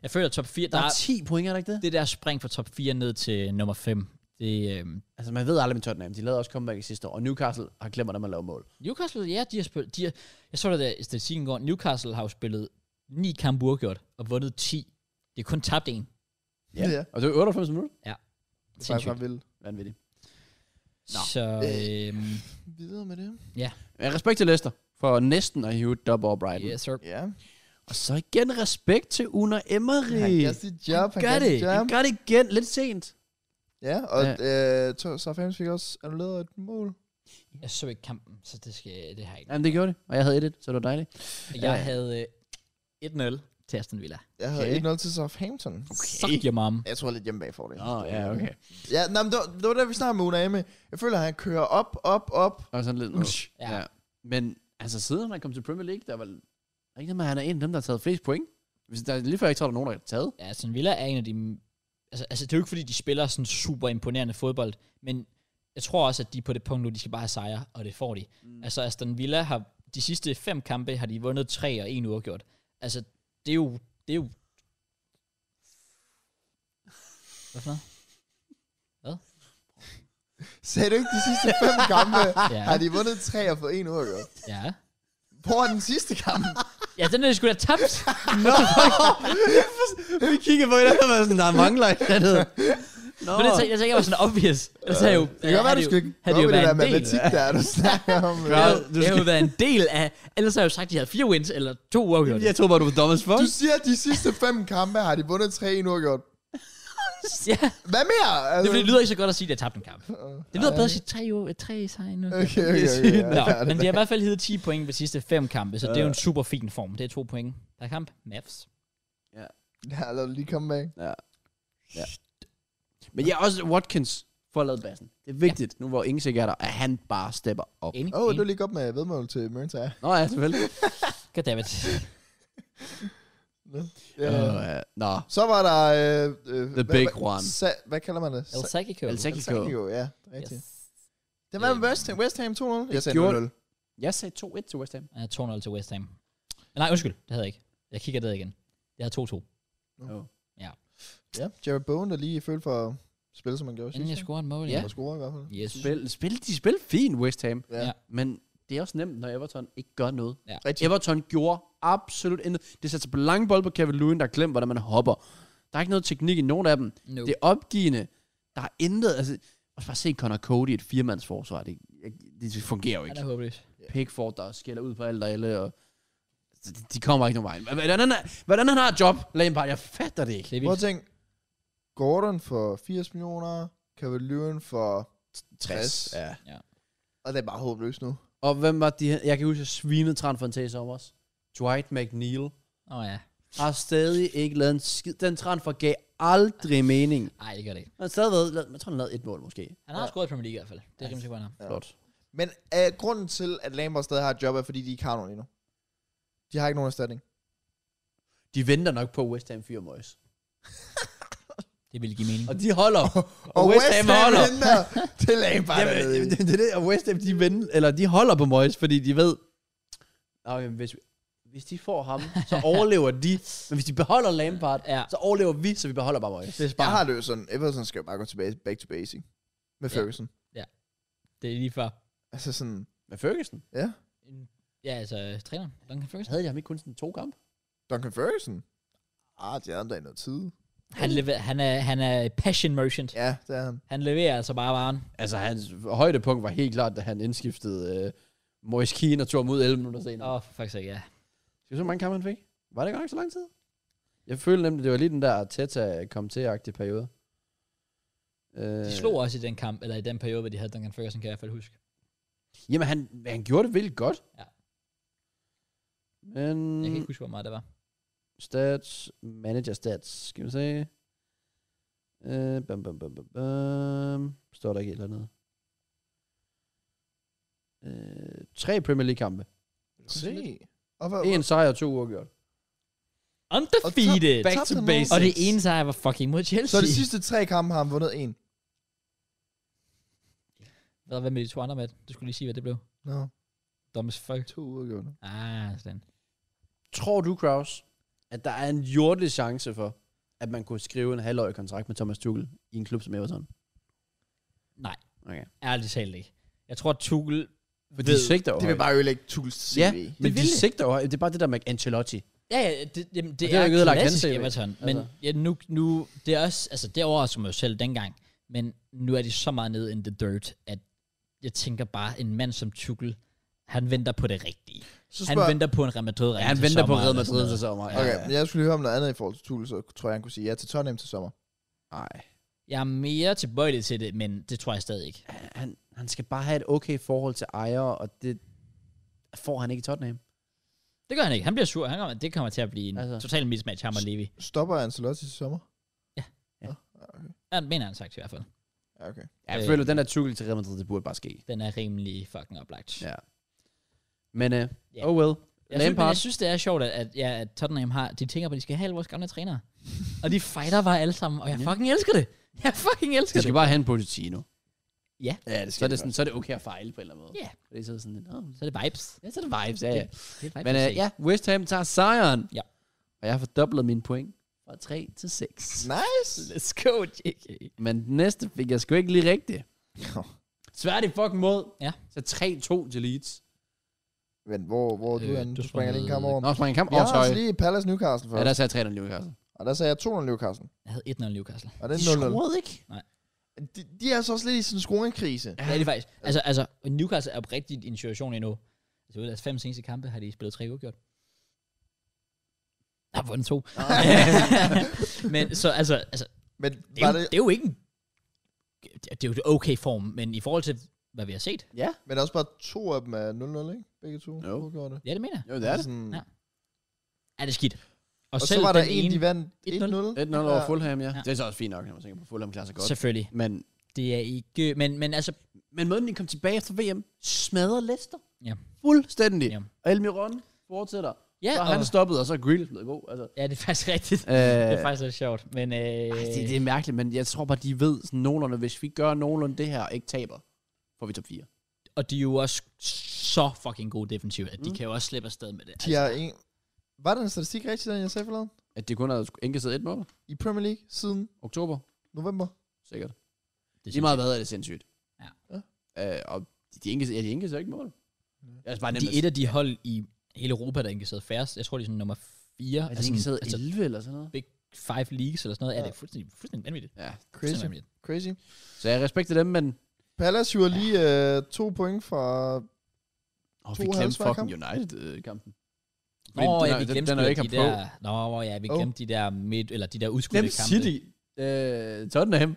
Jeg føler, at top 4, Der der, er 10 point, er der ikke det? det? det der spring fra top 4 ned til nummer 5, det, øh, Altså, man ved aldrig med Tottenham. De lavede også comeback i sidste år, og Newcastle har glemt, hvordan man laver mål. Newcastle, ja, de har spillet... De har, jeg så det der i statistikken i går. Newcastle har jo spillet 9 kampe uafgjort og vundet 10. Det er kun tabt en. Ja. Og det var 98 minutter. Det er faktisk Sindssygt. bare vildt. Vanvittigt. Nå. Så øhm, Videre med det. Men Øh, respekt til Leicester, for næsten at hive et double og Brighton. Yes, sir. Ja. Og så igen respekt til Una Emery. Han gør sit job. Han gør sit det. job. Han gør det igen. Lidt sent. Ja, og øh, to- Southampton fik også annulleret et mål. Jeg så ikke kampen, så det, skal, det har jeg ikke. Jamen, det gjorde det. Og jeg havde et så det var dejligt. Jeg Ja. havde øh, 1-0 til Aston Villa. Jeg havde Okay. 1-0 til Southampton. Suck your mom. Jeg tror lidt hjemme bag for det. Åh, oh, ja, okay. Ja, nej, men det var, det var der, vi snakkede med Uname. Jeg føler, at han kører op, op, op. Og sådan lidt. noget. Ja. ja. Men altså, siden han kom til Premier League, der var der er ikke noget med, at han er en af dem, der har taget flest point. Hvis der, lige før jeg ikke tror, der er nogen, der har taget. Ja, Aston Villa er en af de... Altså, altså, det er jo ikke, fordi de spiller sådan super imponerende fodbold, men jeg tror også, at de er på det punkt nu, de skal bare have sejre, og det får de. Mm. Altså, Aston Villa har... De sidste fem kampe har de vundet tre og en uafgjort. Altså, det er jo... Det er jo... Hvad for noget? Sagde du ikke de sidste fem kampe? Ja. Har de vundet tre og fået en uafgjort? Ja. Hvor er den sidste kamp? Ja, den er de sgu da tabt. Vi kigger på det, og var sådan, der mangler et eller andet. Nå. Men det, tæ- jeg tænker, jeg var sådan obvious. Jeg sagde jo... Øh, Det kan godt være, du skal Havde gå det jo op i det været der en del... matematik, der du snakker om. Ja, Ja, du det har jo skal- været en del af... Ellers har jeg jo sagt, at de havde fire wins, eller to uafgjort. Jeg tror bare, du var dummest for. Du siger, at de sidste fem kampe har de vundet tre en uafgjort. Ja. Hvad mere? Det, Altså, det lyder ikke så godt at sige, at jeg tabte en kamp. Det lyder nej. bedre at sige tre, uger, tre sejre nu. Okay. Okay, okay, okay. Det ja. Nå, men de har i hvert fald hivet 10 point ved sidste fem kampe, så det er jo en super fin form. Det er to point per kamp. Maths. Ja, lad det lige komme bag. Ja. ja. Men jeg er også Watkins for at lade bassen. Det er vigtigt, ja. nu hvor ingen sikker er der, at han bare stepper op. Enig? Åh, oh, Enig? du er lige godt med vedmål til Mørntag. Nå ja, selvfølgelig. Goddammit. Ja. Ja. Uh, Nå, Så var der... Øh, øh, The hvad- big hvad- one. Sa- hvad kalder man det? El Sa- Sagico. Øh. El Sagico. Sagico, ja. Rigtigt. Det var med West Ham, West Ham 2-0. Jeg sagde gjorde 0-0. jeg sagde 2-1 til West Ham. Jeg 2-0 til West Ham. Nej, undskyld. Det havde jeg ikke. Jeg kigger der igen. Jeg havde 2-2. Ja, Jared Bowen, der lige følte for at spille, som man gjorde Inden jeg sidst. scorer et mål. Ja. score i hvert fald. Yes. Spil, spil, de spil fint, West Ham. Ja. Ja. ja. Men det er også nemt, når Everton ikke gør noget. Rigtig. Everton gjorde absolut intet. Det satte sig på lange bold på Kevin Lewin, der glemte, hvordan man hopper. Der er ikke noget teknik i nogen af dem. No. Det er opgivende. Der er intet. Altså, også bare se Connor Cody i et firemandsforsvar. Det, det fungerer jo Han ikke. er håbløs. Pickford, der skælder ud på alt og alle, og altså, de- de kommer ikke nogen vej. Hvordan han, er, hvordan han har et job, Lampard, jeg fatter det ikke. Det er Prøv at vildt. tænke, Gordon for 80 millioner, Kevin Lewin for 60. Ja. Og det er bare håbløst nu. Og hvem var de her? Jeg kan huske, jeg svinede transfer til i sommer. også. Dwight McNeil Åh oh, ja. har stadig ikke lavet en skid. Den transfer gav aldrig mening. Nej, det gør det ikke. Han har stadig været, lavet- jeg tror, han lavede et mål måske. Han har scoret i Premier League i hvert fald. Det er rimelig sikkert, han har. Ja. Flot. Men øh, grunden til, at Lambert stadig har et job, er, fordi de ikke har nogen endnu. De har ikke nogen erstatning. De venter nok på West Ham 4 Moyes. Det ville give mening. Og de holder. og West Ham holder. venter til Lambert. Jamen, er det, ledige. det, det, er det, og West Ham, de, vender, eller de holder på Moyes, fordi de ved, "Nå, jamen, hvis, hvis de får ham, så overlever de. Men hvis de beholder Lampard, Ja. ja. så overlever vi, så vi beholder bare Moyes. Det er Jeg bare. har det jo sådan, Everton skal jo bare gå tilbage back to basic. Med Ja. Ferguson. Det er lige før. Altså sådan, Med Ferguson ja. Ja, altså, træneren. Duncan Ferguson. havde jeg ham ikke kun sådan to kampe. Duncan Ferguson. Ah, de havde ham da i noget tid. Han, lever, han, er, han er passion merchant. Ja, det er han. Han leverer altså bare varen. Altså, hans højdepunkt var helt klart, da han indskiftede øh, Moyes Keane og tog ham ud 11 minutter senere. Åh, oh, for faktisk ja. Skal vi se, hvor mange kampe han fik? Var det ikke nok så lang tid? Jeg følte nemlig, det var lige den der Teta kom til-agtige periode. Øh, De slog også i den kamp, eller i den periode, hvor de havde Duncan Ferguson, kan jeg i hvert fald huske. Jamen, han, han gjorde det vildt godt. Ja. Men... Jeg Mm. kan ikke huske, hvor meget det var. Stats, manager stats, skal vi se. Uh, bam, bam, bam, bam, bam. Står der ikke et eller andet? Uh, tre Premier League-kampe. Se. Og hvor, En sejr og to uafgjort. Undefeated! Back to Tottenham også. basics. Og det ene sejr var fucking mod Chelsea. Så de sidste tre kampe har han vundet en. Hvad, hvad med de to andre, Matt? Du skulle lige sige, hvad det blev. Nå, no. Dumb as fuck. to uafgjorte. Ah, sådan. Tror du, Kraus, at der er en jordig chance for, at man kunne skrive en halvårig kontrakt med Thomas Tuchel i en klub som Everton? Nej, Okay. ærligt talt ikke. Jeg tror, Tuchel... For de sigter jo Det vil højt. bare ødelægge Tuls CV. Ja, Det men vil de det. sigter jo højt. Det er bare det der med Ancelotti. Ja, ja, det, jamen, det, Og det det er har ikke ødelagt klassisk hans CV. Everton. Men Altså. ja, nu, nu, det er også... Altså, det overrasker mig jo selv dengang. Men nu er de så meget nede in the dirt, at jeg tænker bare, en mand som Tuchel, Han venter på det rigtige. Så Han spørger, venter på en Real Madrid Ja, han venter på Real Madrid til sommer. Ja, okay, ja. men jeg skulle lige høre om noget andet i forhold til Tuchel, så tror jeg, han kunne sige ja til Tottenham til sommer. Nej. Jeg er mere tilbøjelig til det, men det tror jeg stadig ikke. Han, han skal bare have et okay forhold til ejere, og det får han ikke i Tottenham. Det gør han ikke. Han bliver sur. Han kommer, det kommer til at blive en altså. Altså. total mismatch, ham og Levi. Stopper Ancelotti til sommer? Han mener han sagt i hvert fald. Ja, okay. Jeg Øh. øh. føler, den der tukkel til Real Madrid, det burde bare ske. Den er rimelig fucking oplagt. Ja. Ja. Men øh, Ja. yeah. oh well. Jeg, synes, men Lampard. jeg synes, det er sjort, at, at, ja, at Tottenham har, de tænker på, at de skal have alle vores gamle trænere. og de fighter bare alle sammen, og jeg Ja. fucking elsker det. Jeg fucking elsker De det. skal bare have en Pochettino. Ja. ja det skal så, er det sådan, så er det okay at fejle på en eller anden måde. Ja. Yeah. Så er det sådan, oh, Så er det vibes. ja, så er det vibes, ja, ja. Det er vibes Men at øh, se. ja, West Ham tager sejren. Ja. Og jeg har fordoblet mine point fra 3 til 6. Nice! Let's go, JK. Men den næste fik jeg sgu ikke lige rigtigt. Nå, Svært i fucking mod. Ja. Så 3-2 til Leeds. Men hvor, hvor er du Øh, øh, henne? du Du springer lige en kamp over. Nå, springer en kamp. Jeg Åh, har sorry. altså lige Palace Newcastle Ja, først. der sagde jeg 3 Newcastle. Og der sagde jeg 200 Newcastle. Jeg havde 1-0 Newcastle. Og det De er 0 scorede ikke. de, de, er altså også lidt i sådan en scoringkrise. Ja. Det er det faktisk. Altså, altså Newcastle er oprigtigt i en situation endnu. Altså, ud af deres fem seneste kampe har de spillet tre uafgjort. Har vundet to. Ah. men så, altså, altså Men det, er var jo, det, det... det er jo ikke en... Det er jo et okay form, men i forhold til, hvad vi har set, Ja. men der er også bare to af dem er 0-0, ikke? Begge to. Jo. Gjorde det. Altså ja, det mener jeg, Jo, det er det. Sådan, Ja. er det skidt. Og, Og så selv var der den en, de vandt 1-0. 1-0. 1-0 over Ja. Fulham, ja. Ja. Det er så også fint nok, når man tænker på, Fulham klarer sig godt. Selvfølgelig. Men, Det er ikke... Men, men altså... men måden, de kom tilbage efter VM, smadrer Leicester. Ja. Fuldstændig. Ja. Og Elmiron fortsætter. Ja, Så er og, han stoppet, og så er Grealish blevet god. Altså, ja, det er faktisk rigtigt. øh, Det er faktisk lidt sjovt, men... Øh, ej, det, det, er mærkeligt, men jeg tror bare, de ved sådan nogenlunde, hvis vi gør nogenlunde det her og ikke taber, får vi top 4. Og de er jo også så fucking gode defensivt, at de Mm. kan jo også slippe afsted med det. Altså, De har en... Var den statistik rigtig, den jeg sagde forleden? At de kun har indkasseret et mål. I Premier League siden Oktober, november? sikkert. det Lige meget hvad er det sindssygt. Ja. Øh, og de, de indkasserer, ja, de indkasserer ikke mål. Det er altså bare nemt De at er et af de hold i hele Europa, der er indkasseret færrest. Jeg tror, de er sådan nummer 4. Er de ikke siddet altså, 11 eller sådan noget? Big Five Leagues eller sådan noget. Ja. Er Ja. det er fuldstændig, fuldstændig vanvittigt. Ja. Crazy. Fuldstændig vanvittigt. Crazy. Så jeg respekterer dem, men... Palace hiver lige øh, to point fra... Åh, To vi halvfjerds glemte var fucking United-kampen. Nå, ja, vi den, glemte den sgu er jo da ikke de på. der... Nå, ja, vi Oh. glemte de der midt... Eller de der udskudte Glem kampe. City. Øh, Tottenham.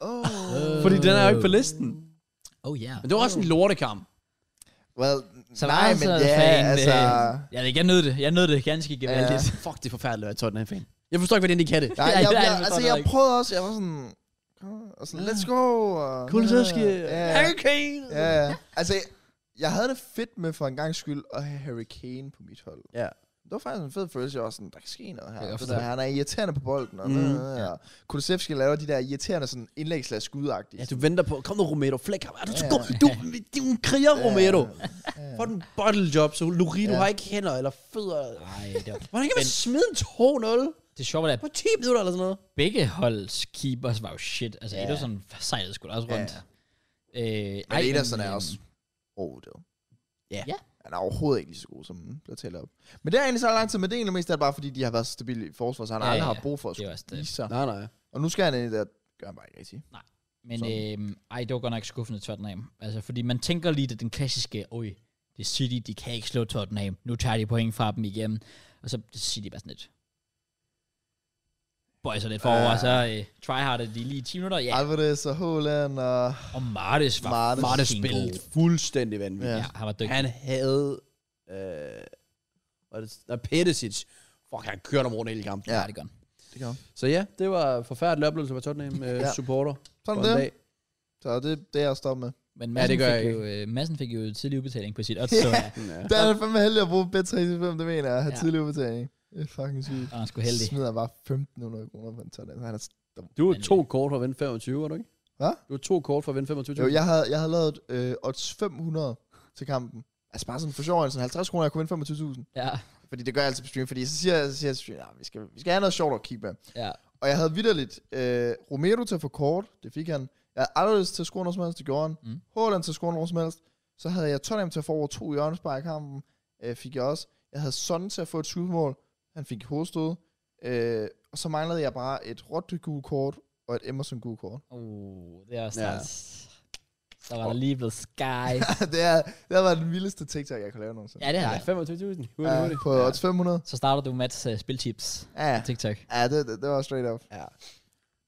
Oh. Øh. Fordi den er jo ikke på listen. Oh, ja. Men det var også en lortekamp. Well, Så var nej, han men så ja, fan, altså... øh, Ja, det- jeg nød det. Jeg nød det ganske gevaldigt. Ja. Fuck, det er forfærdeligt at være Tottenham-fan. Jeg forstår ikke, hvordan de kan det. Nej, Ja, jeg, det er jeg, det altså, godt jeg nok ikke. prøvede også, jeg var sådan, "Åh," og sådan, let's go. og- Kulisevski. Ja, Harry Kane. ja, ja. Altså, jeg, jeg havde det fedt med for en gang skyld at have Harry Kane på mit hold. Ja. Det var faktisk en fed følelse, jeg var sådan, der kan ske noget her. Jeg kan Det forstå der, han er irriterende på bolden, og, Mm. mm. og, og Kulisevski laver de der irriterende sådan indlæg slash skudagtige. Ja, du venter på. Kom nu, Romero. Flæk ham. Er du så Ja. god? Du, du er en kriger, Romero. Få Ja. den bottle job, så Lurino Ja. har ikke hænder eller fødder. Nej, det, var, Hvordan kan man smide en 2-0 det sjove var, at på 10 minutter eller sådan noget? begge holds keepers var jo shit. Altså, Ja. yeah. Ederson sejlede sgu da også Ja. rundt. Øh, Men ej, Ederson er øhm, også overvurderet. Ja. Ja. Han er overhovedet ikke lige så god, som den bliver talt op. Men det er egentlig så lang tid, men det er egentlig mest, at det bare fordi, de har været så stabile i forsvar, så han Ja, ja, aldrig ja. har brug for at Det er skulle også det. vise sig. Nej, nej. Og nu skal han ind i det, gør han bare ikke rigtigt. Men Sådan. øhm, ej, det var godt nok skuffende Tottenham. Altså, fordi man tænker lige, det den klassiske, oj, det er City, de kan ikke slå Tottenham. Nu tager de point fra dem igennem. Og så City bare sådan lidt. Boy, så lidt forover, Ja. så øh, tryharder de lige i 10 minutter. Ja, Alvarez og Haaland og... og Martes var fucking Martes. Martes god. spillede fuldstændig vanvittigt. Ja, han var dygtig. Han havde... Øh, var det, nej, Pettisic. Fuck, han kørte om rundt hele kampen. Ja, Ja. det gør han. Det kan Så ja, det var en forfærdelig oplevelse for Tottenham øh, Ja. ja. supporter. Sådan for en dag. det. Så det, det er jeg stoppet med. Men Ja, Madsen, det ja, gør fik, jeg jo, øh, Madsen fik jo tidlig udbetaling på sit odds, så ja. Ja. Der er jeg fandme heldig at bruge B365, det mener jeg. At have Ja. ja. tidlig udbetaling. Det er fucking sygt. og han skulle heldig. Smider bare 1.500 kroner på en tonnel. Han er Du er to kort for at vinde 25, er du ikke? Hvad? Du er to kort for at vinde 25. Jo, jeg havde, jeg havde lavet øh, odds 500 til kampen. Altså bare sådan for sjov, altså 50 kroner, jeg kunne vinde 25.000. Ja, Fordi det gør jeg altid på stream, fordi så siger jeg, så siger jeg til stream, nah, vi, skal, vi skal have noget sjovt at kigge med. ja. Og jeg havde vidderligt øh, Romero til at få kort, det fik han. Jeg havde Alvarez til at score noget som helst, det gjorde han. Mm. Mm. Haaland til at score noget som helst. Så havde jeg Tottenham til at få over to hjørnespark i kampen, øh, fik jeg også. Jeg havde Son til at få et skudmål, han fik hovedstød. Øh, og så manglede jeg bare et Rodri gul kort og et Emerson gul kort. Uh, det er også Ja. ja. Der var der lige blevet sky. det, er, det har været den vildeste TikTok, jeg kan lave nogensinde. ja, det har Ja, jeg. 25.000. Hurtigt, Ja, hurtigt. på Ja. odds 500. Så starter du Mats uh, spilchips Ja, ja. TikTok. ja det, det, det, var straight up. Ja.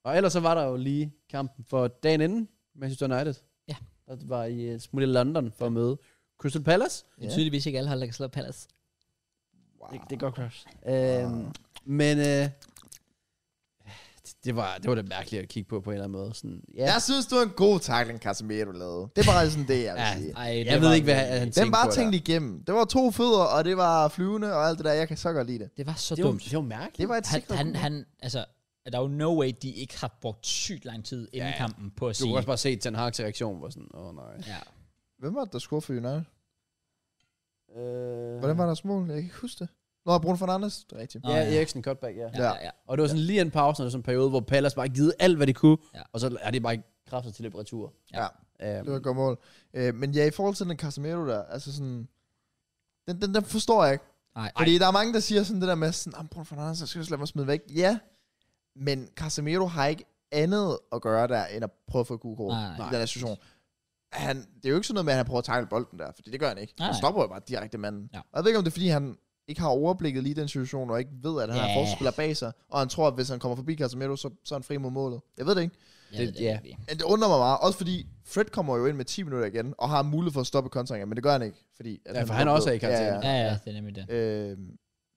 Og ellers så var der jo lige kampen for dagen inden, Manchester United. Ja. Der var i uh, smule i London for at møde Crystal Palace. Det er tydeligvis ikke alle hold, der kan slå Palace. Wow. Det, det går crush. Øhm, men uh, det, det, var, det var lidt mærkeligt at kigge på på en eller anden måde. Sådan, ja, Jeg synes, du var en god tackling, Casemiro lavede. Det var sådan det, jeg vil Ja, sige. Ej, jeg ved ikke, hvad han tænkte Den var på tænkt der. igennem. Det var to fødder, og det var flyvende og alt det der. Jeg kan så godt lide det. Det var så Det var, dumt. det var mærkeligt. Det var et Han, sikret han, mål. han, altså, der er jo no way, de ikke har brugt sygt lang tid inden Ja, ja. kampen på at Du sige. kunne også bare se Ten Hag's reaktion, var sådan, åh oh, nej. Ja. Hvem var det, der scorede for United? Øh, Hvordan var deres mål? Jeg kan ikke huske det. Nå, Bruno Fernandes. Det er rigtigt. Nå, Ja, ja. Eriksen cutback, ja. Ja, ja, ja. Og det var sådan lige en pause, og det var sådan en periode, hvor Palace bare givet alt, hvad de kunne, Ja. ja. og så er det bare ikke kræfter til litteratur. Ja. Øhm, Det var et godt mål. Øh, men ja, i forhold til den Casemiro der, altså sådan... Den, den, den forstår jeg ikke. Nej. Fordi der er mange, der siger sådan det der med sådan, "Ah, Bruno Fernandes, jeg skal også lade mig smide væk. Ja, men Casemiro har ikke andet at gøre der, end at prøve at få et gode kort Nej, i nej. den her situation. Han, det er jo ikke sådan noget med, at han prøver at takle bolden der, fordi det gør han ikke. Nej, han nej. stopper jo bare direkte manden. Ja. Og jeg ved ikke, om det er, fordi han ikke har overblikket lige den situation, og ikke ved, at han har Ja. en forspiller bag sig, og han tror, at hvis han kommer forbi Casemiro, så, så er han fri mod målet. Jeg ved det ikke. Jeg Det- ved det, ja. ikke. Men det undrer mig meget, også fordi Fred kommer jo ind med 10 minutter igen, og har mulighed for at stoppe kontringer, men det gør han ikke, fordi... At Ja, for han er er også i karantæne. Ja, ja, det er nemlig det. Øh,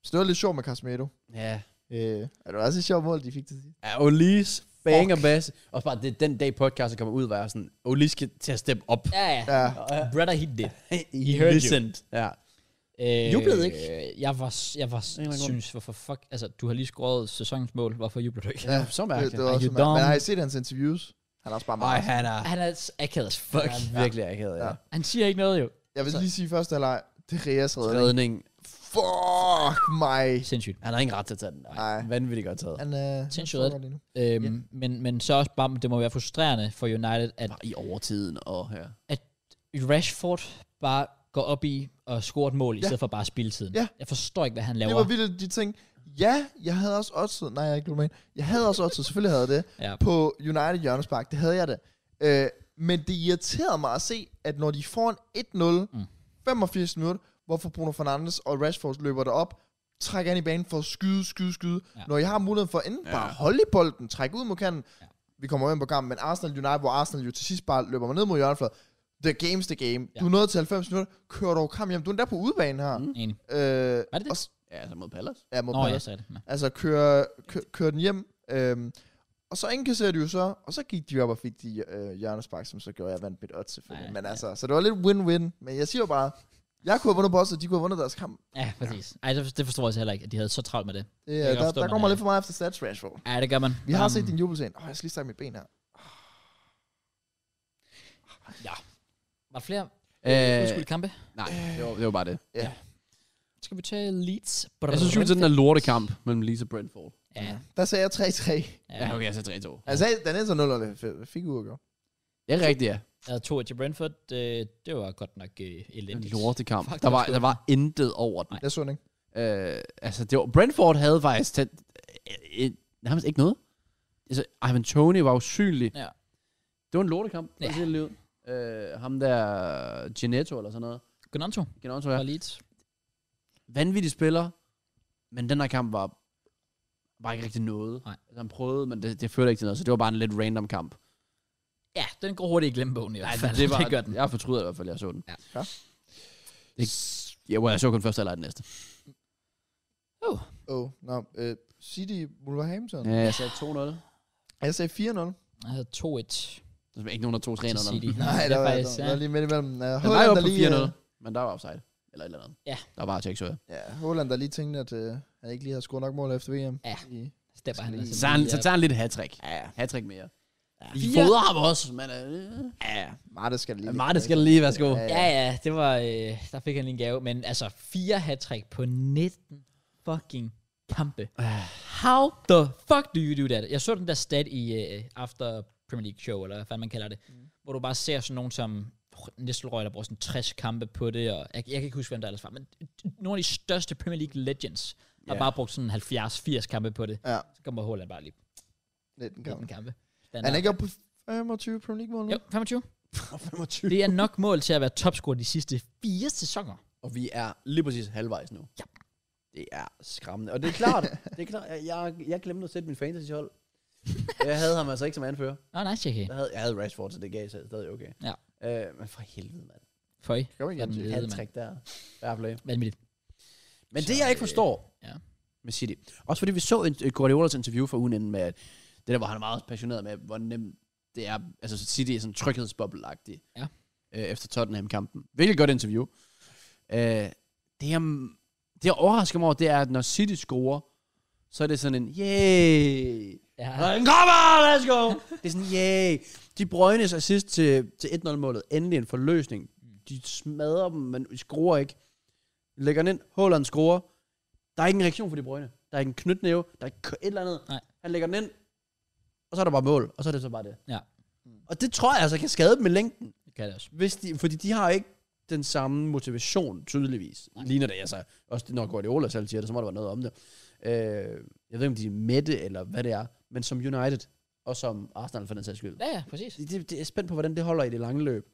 så det var lidt sjovt med Casemiro. ja. Øh, og det var også et sjovt mål, de fik til sidst. Ja, Olis, banger bass. Og bare det, den dag podcasten kommer ud, var jeg sådan, Olis skal til at steppe op. Ja, ja. Ja, Brother, he did. He heard you. Ja. Øh, Jublede ikke? Jeg var, s- jeg var s- eller anden grund. synes, hvorfor fuck... Altså, du har lige scoret sæsonens mål. Hvorfor jubler du ikke? ja, så mærkeligt. Det, det var Are også you mærkeligt. Men dumb? har I set hans interviews? Han er også bare Ej, meget. han er, Han er s- akavet as fuck. han er virkelig akavet, ja. Ja. Han siger ikke noget, jo. Jeg vil så- lige sige første halvleg. Det er Reas redning. Redning. Fuck mig. Sindssygt. Han har ingen ret til at tage den. Nej. Nej. Vanvittigt godt taget. Han, øh, Sindssygt han reddet. står godt lige nu. Øhm, men, men så også bare, det må være frustrerende for United, at Bare I overtiden og her. Rashford bare går op i og scorer et mål, i Ja. stedet for bare at spille tiden. Ja. Jeg forstår ikke, hvad han Det laver. var vildt, de ting. Ja, jeg havde også oddset. Nej, jeg er ikke glad Jeg havde også oddset. Selvfølgelig havde jeg det. Ja. på United Hjørnespark. Det havde jeg det. Øh, men det irriterede mig at se, at når de får en 1-0, Mm. mm. 85 minutter, hvorfor Bruno Fernandes og Rashford løber derop, trækker ind i banen for at skyde, skyde, skyde. Ja. Ja. Når I har muligheden for enten ja. bare at holde i bolden, trække ud mod kanten. Ja. Ja. Vi kommer ind på kampen, men Arsenal United, hvor Arsenal jo til sidst bare løber mig ned mod hjørnefladen. The game's the game. Ja. Ja. Du er nået til 90 minutter, kører dog kamp hjem. Du er endda på udebane her. Mm. Enig. Øh, Var det det? Og, s- Ja, så mod Palace. ja, mod Nå, Palace. jeg sagde det. Ja. Altså køre, kø- køre den hjem. Øhm, og så indkasserede de jo så, og så gik de op og fik de øh, hjørnespark, som så gjorde jeg vandt mit odds selvfølgelig. Nej, men ja. altså, så det var lidt win-win. Men jeg siger jo bare, jeg kunne have vundet på os, og de kunne have vundet deres kamp. Ja, præcis. Ej, det det forstår jeg så heller ikke, at de havde så travlt med det. Det, kan øh, godt der, forstå, der man kommer er- lidt for meget efter stats, Rashford. Ja, det gør man. Vi har Um, set din jubelscene. Åh, oh, jeg skal lige strække mit ben her. Var der flere Øh, udskudte kampe? nej, det var, det var bare det. Skal vi tage Leeds? Jeg synes jo, det er den der lortekamp mellem Lisa og Brentford. Ja, Der sagde jeg 3-3. ja. okay, jeg sagde 3-2. Jeg sagde, den er så 0 det fik uafgjort. Det er rigtigt, ja. Jeg havde to til Brentford. Det, Øh, det var godt nok øh, elendigt. Lortekamp. Fuck, Der det var var, der var intet over den. Nej. Jeg så den ikke. Øh, altså, det var, Brentford havde faktisk tæt, øh, øh, nærmest ikke noget. Altså, Ivan Tony var usynlig. Ja. Det var en lortekamp, for Ja. ja. det liv. Øh, ham der, Genetto eller sådan noget. Gunanto Genetto, fra ja. Leeds. Vanvittig spiller, men den her kamp var bare ikke rigtig noget. Nej. Altså, han prøvede, men det, det førte ikke til noget, så det var bare en lidt random kamp. Altså, Ja, den går hurtigt i glemmebogen i hvert fald. var, det gør den. Jeg fortryder i hvert fald, at jeg så den. Ja. Ja. Det, ja, well, jeg så kun første eller den næste. Åh, oh, nå. No. Øh, City Wolverhampton. Ja, Øh, jeg sagde 2-0. Jeg sagde 4-0. Jeg havde 2-1 Der er ikke nogen, der tog 3 til City. Nej, der var, faktisk... der, ja. var lige midt imellem. Uh, Han var jo på 4-0, men der var offside. Eller et eller andet. Ja. Der var check, så jeg. Ja, Holland der lige tænkte, at øh, han ikke lige havde scoret nok mål efter VM. Ja. I, Stepper han Så altså Så, han, lige så op. tager han lidt hat-trick. ja, Hat-trick mere. I Fire- fodrer ham også, men... Øh, ja. Marte skal det lige. Marte skal lige være sko. Ja, Ja, ja, det var, øh, der fik han lige en gave. Men altså, fire hat på 19 fucking kampe. How the fuck do you do that? Jeg så den der stat i øh, After Premier League Show, eller hvad fanden man kalder det, mm. hvor du bare ser sådan nogen som Nistelrøj, der bruger sådan 60 kampe på det, og jeg, jeg kan ikke huske, hvem der ellers var, men nogle af de største Premier League legends har Ja. bare brugt sådan 70-80 kampe på det. Ja, Så kommer Holland bare lige 19 19 kampe. kampe. Er han ikke oppe på 25 Premier League mål nu? Jo, 25. Og 25. Det er nok mål til at være topscorer de sidste fire sæsoner. Og vi er lige præcis halvvejs nu. Ja. Det er skræmmende. Og det er klart, det er klart jeg, jeg, jeg glemte at sætte min fantasy-hold. Jeg havde ham altså ikke som anfører. Nå, oh, nice, JK. Jeg havde, jeg havde Rashford, så det gav sig stadig okay. Ja. Øh, men for helvede, mand. Føj. Kom igen. Jamen, Helvede, Helvede, mand. trick der. Fair play. Vanvittigt. Men det, jeg ikke forstår øh, ja. med City, også fordi vi så en, et Guardiolas interview for ugen inden med, at det der, hvor han er meget passioneret med, hvor nemt det er, altså City er sådan tryghedsboble Ja. øh, efter Tottenham-kampen. Virkelig godt interview. Øh, det, jeg, det, jeg overrasker mig over, det er, at når City scorer, så er det sådan en, yay! Ja. Og Den kommer, let's go! det er sådan, yay! De brøgnes assist til, til 1-0-målet. Endelig en forløsning. De smadrer dem, men de skruer ikke. Lægger den ind, Haaland skruer. Der er ikke en reaktion for de brøgne. Der er ikke en knytnæve. Der er ikke et eller andet. Nej. Han lægger den ind, og så er der bare mål. Og så er det så bare det. Ja. Og det tror jeg altså kan skade dem i længden. Det kan det også. Hvis de, fordi de har ikke den samme motivation, tydeligvis. Nej. Ligner det, altså. Også når Guardiola selv siger det, så må der være noget om det. Øh, jeg ved ikke, om de er mætte, eller hvad det er. Men som United, og som Arsenal for den sags skyld. Ja, ja, præcis. Det, det, det er spændt på, hvordan det holder i det lange løb.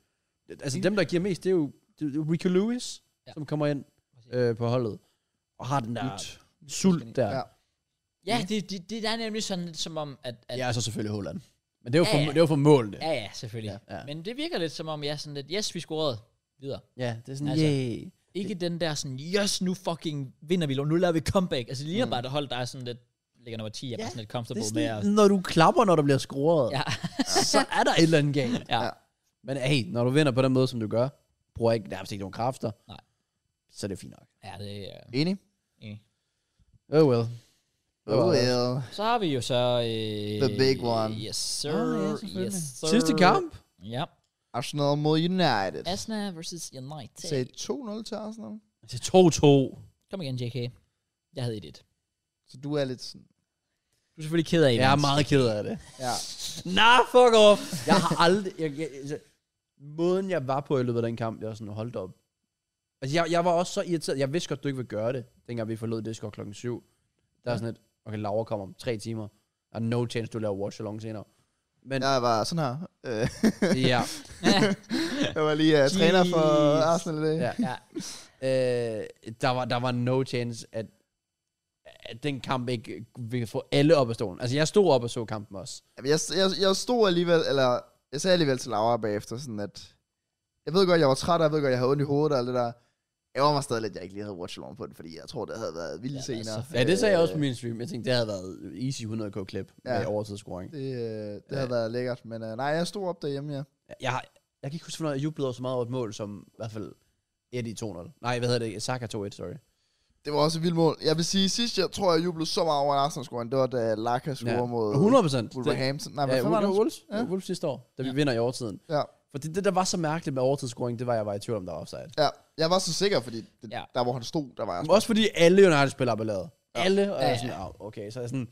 Det- Altså dem, der giver mest, det er jo det er jo Rico Lewis, Ja. ja. som kommer ind Præcis. øh, på holdet. Og har den der Nyt. sult der. Ja. Ja. Ja, det, det, det er nemlig sådan lidt som om, at... at ja, og så selvfølgelig Holland. Men det er jo Ja, for, ja. det er jo for målene. ja, ja, selvfølgelig. Ja, ja. Men det virker lidt som om, jeg er sådan lidt, yes, vi scorede videre. ja det er sådan, Altså. altså. yeah. Ikke den der sådan, yes, nu fucking vinder vi, nu laver vi comeback. Altså, det ligner mm. bare, der hold, der er sådan lidt, ligger nummer 10, jeg er Ja, bare sådan lidt Det comfortable er sådan, med. Og, sådan, når du klapper, når der bliver scoret, ja, så er der et eller andet galt. ja, Ja. Men hey, når du vinder på den måde, som du gør, bruger ikke nærmest ikke nogen kræfter, Nej. så er det fint nok. ja, det er... Enig? Uh, Oh well. Oh, well. Så har vi jo så... Øh, The big one. Yes, sir. Ah, ja, ja, selvfølgelig. yes, sir. Sidste kamp. Ja. Arsenal mod United. Asna versus United. Sagde 2-0 til Arsenal. Til 2-2. Kom igen, JK. Jeg havde et. Så du er lidt sådan... Du er selvfølgelig ked af Jeg er meget ked af det. Ja. Nah, fuck off. Jeg har aldrig... Jeg, jeg, altså, måden, jeg var på i løbet af den kamp, jeg var sådan, holdt op. Altså, jeg, jeg var også så irriteret. Jeg vidste godt, du ikke ville gøre det, dengang vi forlod Discord klokken 7. Der er sådan et, okay, Laura kommer om tre timer. Og no chance, du laver watch along senere. Men Jeg var sådan her. Øh, ja, jeg var lige uh, træner for Jeez. Arsenal i dag. ja. Ja, Øh, der, var, der var no chance, at, at den kamp ikke ville få alle op af stolen. Altså, jeg stod op og så kampen også. Jamen, Jeg, jeg, jeg stod alligevel, eller jeg sagde alligevel til Laura bagefter, sådan at, jeg ved godt, jeg var træt, og jeg ved godt, jeg havde ondt i hovedet og alt det der. Jeg var mig stadig lidt, at jeg ikke lige havde watch along på den, fordi jeg tror, det havde været vildt Ja, altså, ja, det er senere. Øh, så Altså, Ja, det sagde jeg også på min stream. Jeg tænkte, det havde været easy 100k-klip Ja. Øh. ja. med overtidsscoring. Det, øh, det havde Ja. været lækkert, men øh, nej, jeg stod op derhjemme, ja. Jeg, har- jeg kan ikke huske, hvornår jeg jublede over så meget over et mål, som i hvert fald Eddie 2-0. Nej, hvad hedder det? Saka 2-1, sorry. Det var også et vildt mål. Jeg vil sige, sidst jeg tror, jeg jublede så meget over, at Arsenal scoren, det var da Laka scorede Ja. mod 100 procent. Wolverhampton. Nej, hvad Ja, fanden var Wolves, det? Wolves, Ja. ja. Wolves sidste år, da vi Ja. vinder i overtiden. Ja. Fordi det, der var så mærkeligt med overtidsscoring, det var, at jeg var i tvivl om, der var offside. Ja, jeg var så sikker, fordi det, Ja. ja. der hvor han stod, der var jeg. Men Også fordi alle United-spillere er ballade. Ja. Ja. Alle, og Ja, jeg ja. er sådan, "Au, okay, så er jeg sådan,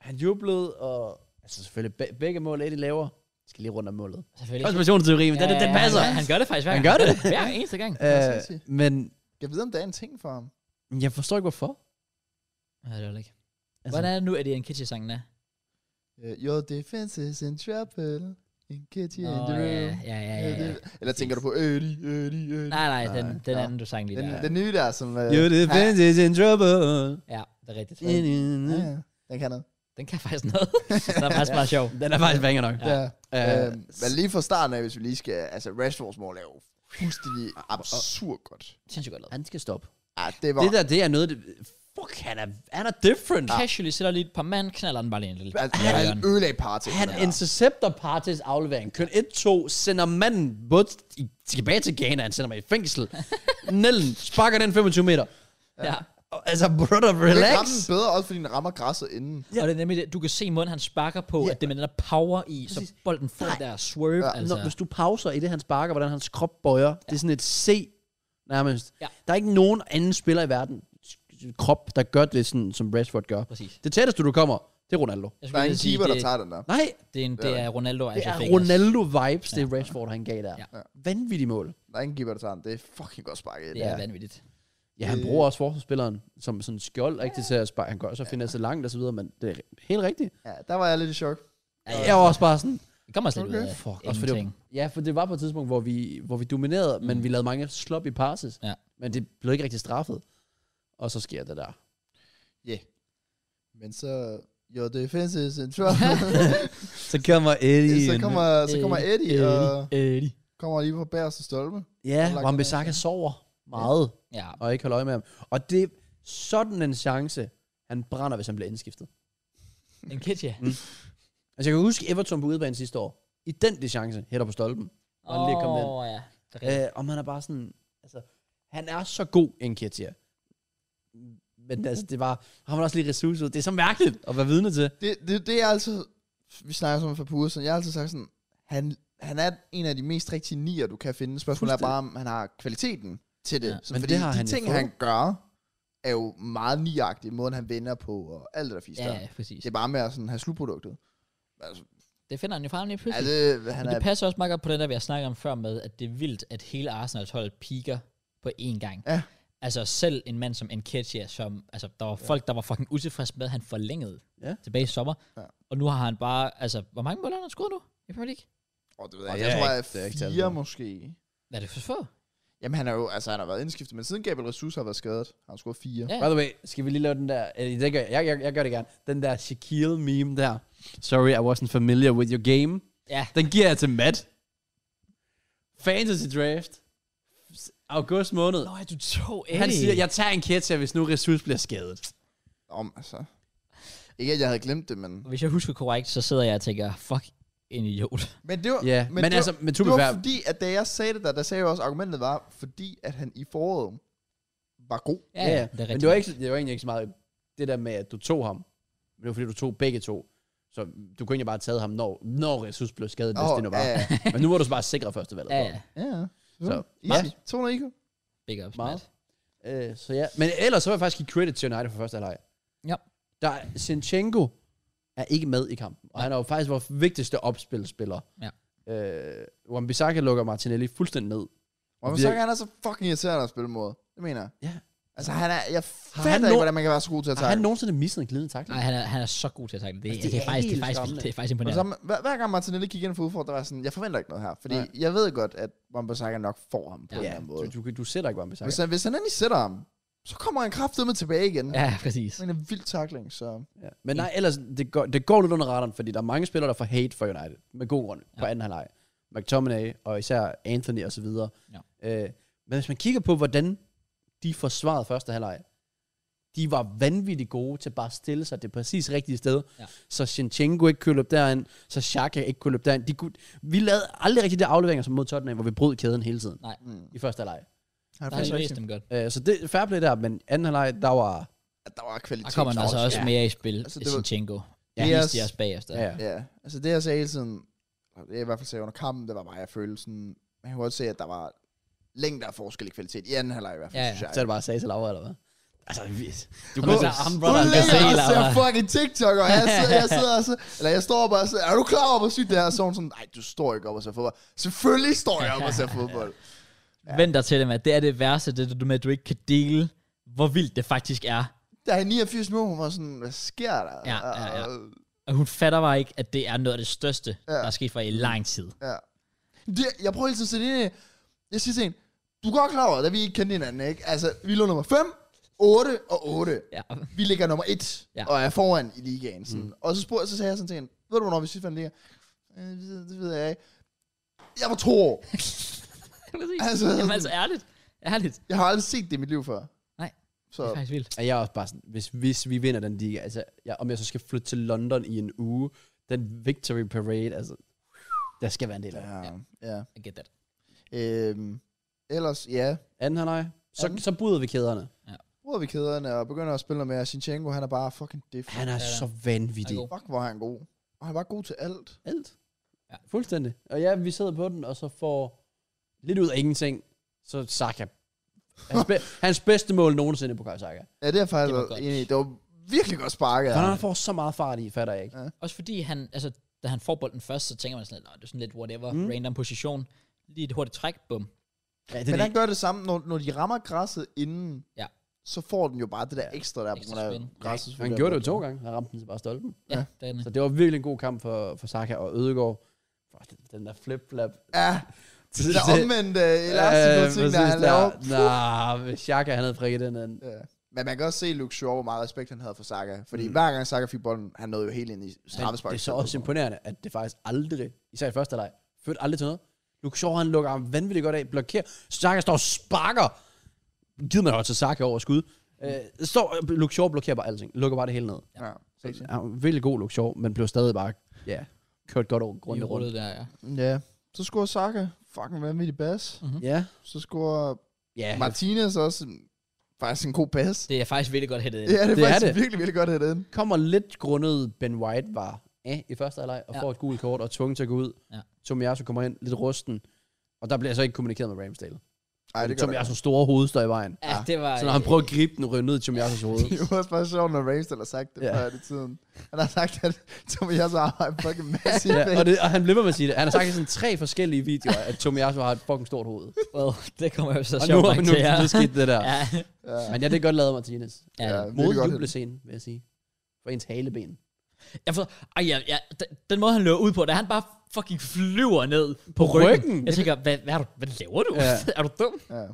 han jublede, og altså selvfølgelig be- begge mål, Eddie laver. Jeg skal lige rundt om målet. selvfølgelig. Konspirationsteori, men Ja, den, ja, den ja, passer. Han, han gør det faktisk hver Han gang. gør det. Hver eneste gang. er Øh, sindssygt. men Jeg ved, om det er en ting for ham. jeg forstår ikke, hvorfor. Ja, det er det ikke. Altså- Hvordan er det nu, at det er en kitchen-sangen er? Uh, your defense is in trouble. In kitchen in Nå, the room. ja, ja, ja, ja, ja. Øh, Eller tænker du på "Øh, Ødi, Ødi, Ødi? Nej, nej, den, den Nå. anden, du sang lige Den, der. den nye der, som... Øh, Your defense is in trouble. Ja, det er rigtigt. Mm. ja, ja, den kan noget. Den kan faktisk noget. den er faktisk meget sjov. Den er faktisk banger nok. Ja. Øh, ja. Øhm, men lige fra starten af, hvis vi lige skal... Altså, Rashfords mål er jo fuldstændig absurd godt. Sindssygt godt lavet. han skal stoppe. Ja, det var... Det der, det er noget, det, fuck, han er, han er different. Ja. Casually sætter lige et par mand, knaller den bare lige en lille. altså, Ja, han Jørgen. ødelagde party. Han intercepter Partys aflevering. Køn 1-2, sender manden både i, tilbage til Ghana, han sender mig i fængsel. Nellen sparker den 25 meter. Ja. Og, altså, brother, Det relax. rammer den bedre, også fordi den rammer græsset inden. Ja. Og det er nemlig det, du kan se måden, han sparker på, Ja. at det er med den der power i, så Præcis. bolden får Nej. der swerve, Ja, altså. Når, hvis du pauser i det, han sparker, hvordan hans krop bøjer, ja. det er sådan et C nærmest. Ja. Der er ikke nogen anden spiller i verden, krop, der gør det, sådan, som Rashford gør. Præcis. Det tætteste, du kommer, det er Ronaldo. Jeg Der skulle er lige ingen sige, keeper, der det- tager den der. Nej, Det er, en, det er Ronaldo, det altså. er fik os. Ronaldo-vibes, det er Rashford, han gav der. Ja. Ja. Vanvittig mål. Der er ingen keeper, der tager den. Det er fucking godt sparket. Det Ja. er vanvittigt. Ja, han Øh. bruger også forsvarsspilleren som sådan en skjold, ikke til at sparke. Han går så finder så langt og så videre, men det er helt rigtigt. ja, der var jeg lidt i chok. Jeg var også bare sådan, Det kommer også lidt Okay. ud af Fuck, også fordi- ingenting. Ja, for det var på et tidspunkt, hvor vi, hvor vi dominerede, mm. men vi lavede mange sloppy passes. Ja. Men det blev ikke rigtig straffet. Og så sker det der. Men så... Your defense is in trouble. Så kommer Eddie. så, kommer, så Øh, kommer Eddie, Eddie. og Eddie. kommer lige på bagerste stolpe. Ja, Hvor langt Wan er Bissaka det? sover meget, Ja, og ikke holder øje med ham. Og det er sådan en chance, han brænder, hvis han bliver indskiftet. en kitchen. Altså, jeg kan huske Everton på udebane sidste år. Identisk chance, hætter på stolpen. Og han lige kom ind. Åh, ja. Det er rigtigt. Øh, og man er bare sådan, altså, han er så god, Enketia. Men altså, det var, han var også lige ressource ud. Det er så mærkeligt at være vidne til. Det, det, det er altid... Vi snakker om for Pure, så jeg har altid sagt sådan... Han, han er en af de mest rigtige nier, du kan finde. Spørgsmålet er Fuldstændig. bare, om han har kvaliteten til det. Ja, Ja, så, men fordi det har de han jo ting, fået. han gør, er jo meget niagtige. Måden, han vender på, og alt det der fisk Ja, der. ja, præcis. Det er bare med at sådan have slutproduktet. Altså, Det finder han jo frem lige er pludselig. det, han Men er, det passer også meget godt på den der, vi har snakket om før med, at det er vildt, at hele Arsenals hold piker på én gang. Ja. Altså selv en mand som Enketia, som, altså der var folk, der var fucking utilfredse med, at han forlængede Ja. tilbage i sommer. Ja. Og nu har han bare, altså, hvor mange mål har han skudt nu i Premier League? oh, det ved Åh, jeg, det jeg er tror, ikke- jeg det er er ikke tal fire for. måske. Hvad er det for få? Jamen, han har jo altså, han har været indskiftet, men siden Gabriel Jesus har været skadet, har han scoret fire. Ja. Ja. By the way, skal vi lige lave den der, øh, det gør, jeg, jeg, jeg gør det gerne, den der Shaquille-meme der. Sorry, I wasn't familiar with your game. Ja. Den giver jeg til Matt. Fantasy draft. August måned. Nå, ja, du tog Eddie. Han siger, jeg tager en ketcher, hvis nu Ressus bliver skadet. Om, altså. Ikke, at jeg havde glemt det, men... Hvis jeg husker korrekt, så sidder jeg og tænker, fuck, en idiot. Men det var, Ja, men, men det altså, var, men to det be fair, var fordi, at da jeg sagde det der, der sagde jeg også, at argumentet var, fordi at han i foråret var god. Ja, ja. Det men det var, ikke, det var egentlig ikke så meget det der med, at du tog ham. Men det var fordi, du tog begge to. Så du kunne egentlig bare have taget ham, når, når Jesus blev skadet, hvis Åh, det nu var. ja, ja. Men nu var du så bare sikre første valg. Ja, ja. ja. Så, Så, meget. Easy. 200 IQ. Big ups, Meget. Matt. Øh, så ja. Men ellers så vil jeg faktisk give credit til United for første halvleg. Ja. Der er, Sinchenko er ikke med i kampen. Og han er jo faktisk vores vigtigste opspilspiller. Ja. Øh, Wan-Bissaka lukker Martinelli fuldstændig ned. Og man Virk- så han er så fucking irriterende at spille mod. Det mener jeg. Ja. Altså, han er, jeg fatter han ikke, no- hvordan man kan være så god til at Har han takke. nogensinde misset en glidende takling? Nej, han er, han er så god til at tackle. Det, Altså, det, det, er, faktisk, det, er, helt faktisk, skræmmende. det er faktisk Men imponerende. så, hver, hver gang Martinelli kigger ind for udfordring, der var jeg sådan, jeg forventer ikke noget her. Fordi Nej. Nej. jeg ved godt, at Wan-Bissaka nok får ham på Ja. ja. en eller Ja, anden du, måde. du, du sætter ikke Wan-Bissaka. Hvis han, hvis han endelig sætter ham, så kommer han kraftedeme tilbage igen. Ja. Ja, præcis. Det er en vild takling, så... Ja. Men nej, ellers, det går, det går lidt under radaren, fordi der er mange spillere, der får hate for United, med god grund, ja. på Ja. anden halvleg. McTominay, og især Anthony og så videre. Ja. Øh, men hvis man kigger på, hvordan de forsvarede første halvleg, de var vanvittigt gode til bare at stille sig det præcis rigtige sted. Ja. Så Shinchenko ikke kunne løbe derind, så Xhaka ikke kunne løbe derind. De kunne, vi lavede aldrig rigtig de afleveringer som mod Tottenham, hvor vi brød kæden hele tiden Mm. i første halvleg. Han Der har de læst dem godt. Øh, så det fair play der, men anden halvleg, der var... at der var Der kvalitet. kommer han altså også ja. mere i spil, Altså, altså, det var- Sinchenko. Ja. Det viste de Yes. også bagefter. Ja, ja. Ja, altså det jeg sagde hele tiden, og det jeg i hvert fald sagde under kampen, det var bare, jeg følte sådan, man kunne godt se, at der var længder af forskel i kvalitet, i anden halvleg i hvert Ja, fald, ja, ja. ja. synes jeg. Så er det bare sagde til Laura, eller hvad? Altså, vi, du Hvor- kunne- Du Brother, ligger Gazelle, altså, og ser eller hvad? fucking TikTok, og jeg sidder, jeg sidder og så, eller jeg står bare og siger, er du klar over, hvor sygt det er? Og så er hun sådan, nej, du står ikke op og ser fodbold. Selvfølgelig står jeg op og ser fodbold. Ja. Vent dig til det, at det er det værste, det du med, at du ikke kan dele, hvor vildt det faktisk er. Der er 89 mål, hun var sådan, hvad sker der? Ja, ja, ja. Og- Og hun fatter bare ikke, at det er noget af det største, ja. Ja. der er sket for i lang tid. Ja. Det, jeg prøver hele tiden at sætte ind i det. Jeg siger til en, du er godt klar over, at vi ikke kendte hinanden, ikke? Altså, vi lå nummer 5, 8 og 8. Ja. Vi ligger nummer 1 Ja. ja. og er foran i ligaen. Sådan. Mm. Og så, spurgte, så sagde jeg sådan til en, ved du, hvornår vi sidst vandt liga? "Øh, Det, ved- det ved jeg ikke. Jeg var to år. altså, Altså- Jamen altså, ærligt. Ærligt. Jeg har aldrig set det i mit liv før. Nej. Så, Det er faktisk vildt. Og jeg er også bare sådan, hvis, hvis vi vinder den liga, altså, jeg, om jeg så skal flytte til London i en uge, den victory parade, altså, der skal være en del af det. ja. ja. I get that. Øhm, ellers, ja. Anden halvleg, så, Anden. så bryder vi kæderne. Bruger vi kæderne og begynder at spille noget mere. Shinchenko, han er bare fucking diff. Han er Ja, ja. så vanvittig. Han er god. Fuck, hvor er han god. Og han var god til alt. Alt. Ja. Ja. Fuldstændig. Og ja, vi sidder på den, og så får lidt ud af ingenting, så Saka. Hans, be, hans bedste mål nogensinde på Kai Saka. Ja, det er jeg faktisk Det var godt. enig i. Det var virkelig godt sparket. af Ja. ham. Han får så meget fart i, fatter jeg ikke. Også fordi han, altså, da han får bolden først, så tænker man sådan, lidt, "Nå, det er sådan lidt whatever, Mm. mm. random position. Lige et hurtigt træk, bum. Ja, det, Men er han gør det samme, når, når de rammer græsset inden, Ja. så får den jo bare det der ekstra der, Ekstra på grund af spin. græsset. det. han gjorde det jo to gange. Han ramte den til bare stolpen. Ja, ja. Så det var virkelig en god kamp for, for Saka og Ødegaard. Fuck, den- den der flip-flap. Ja, det der omvendte uh, elastico-ting, der han laver. Nej, hvis Xhaka han havde prikket den anden. Ja. Men man kan også se Luke Shaw, hvor meget respekt han havde for Saka. Fordi mm. hver gang Saka fik bolden, han nåede jo helt ind i Men det er straffespark. så også imponerende, at det faktisk aldrig, især i første leg, førte aldrig til noget. Luke Shaw, han lukker ham vanvittigt godt af, blokerer. Saka står og sparker. Gider man også til Saka over skud. Øh, står, Luke Shaw blokerer bare alting. Lukker bare det hele ned. Ja. Ja, han var virkelig god Luke Shaw, men blev stadig bare ja, kørt godt over grunde I rundt. rullet der, ja. ja. Så scorer Saka. Fucking vanvittig bas. Ja, Så scorer ja han Martinez også en, faktisk en god bas. Det er faktisk virkelig godt hættet ind. Ja, det er Det er faktisk det. virkelig, virkelig godt hættet ind. kommer lidt grundet Ben White var af i første halvleg og Ja. ja. får et gult kort og er tvunget til at gå ud. Ja. Tomiasso kommer ind lidt rusten, og der bliver så ikke kommunikeret med Ramsdale. Ej, det gør det. Tomiasso store hoved står i vejen. Ja, det var... Så når han prøver at gribe den, ryger ned i Tomiassos hoved. Det er jo også bare sjovt, når Ramsdale har sagt det Ja. før i tiden. Han har sagt, at Tobias har en fucking massiv ja, ja, og, det, og han bliver med at sige det. Han har sagt i sådan tre forskellige videoer, at Tomiasso har et fucking stort hoved. Well, det kommer jo så Og nu, sjovt nu, nok til, ja. nu, nu skete det der. Ja, ja. Men ja, det er godt lavet, Martinez. ja. Ja. ja. virkelig Mod godt. jublescenen, vil jeg sige. For ens haleben. Jeg for, ej, ja, ja, den, den måde, han løber ud på, da han bare fucking flyver ned på, På ryggen. ryggen? Jeg tænker, hvad, hvad, er du, hvad laver du? Ja. er du dum? ja. Ja.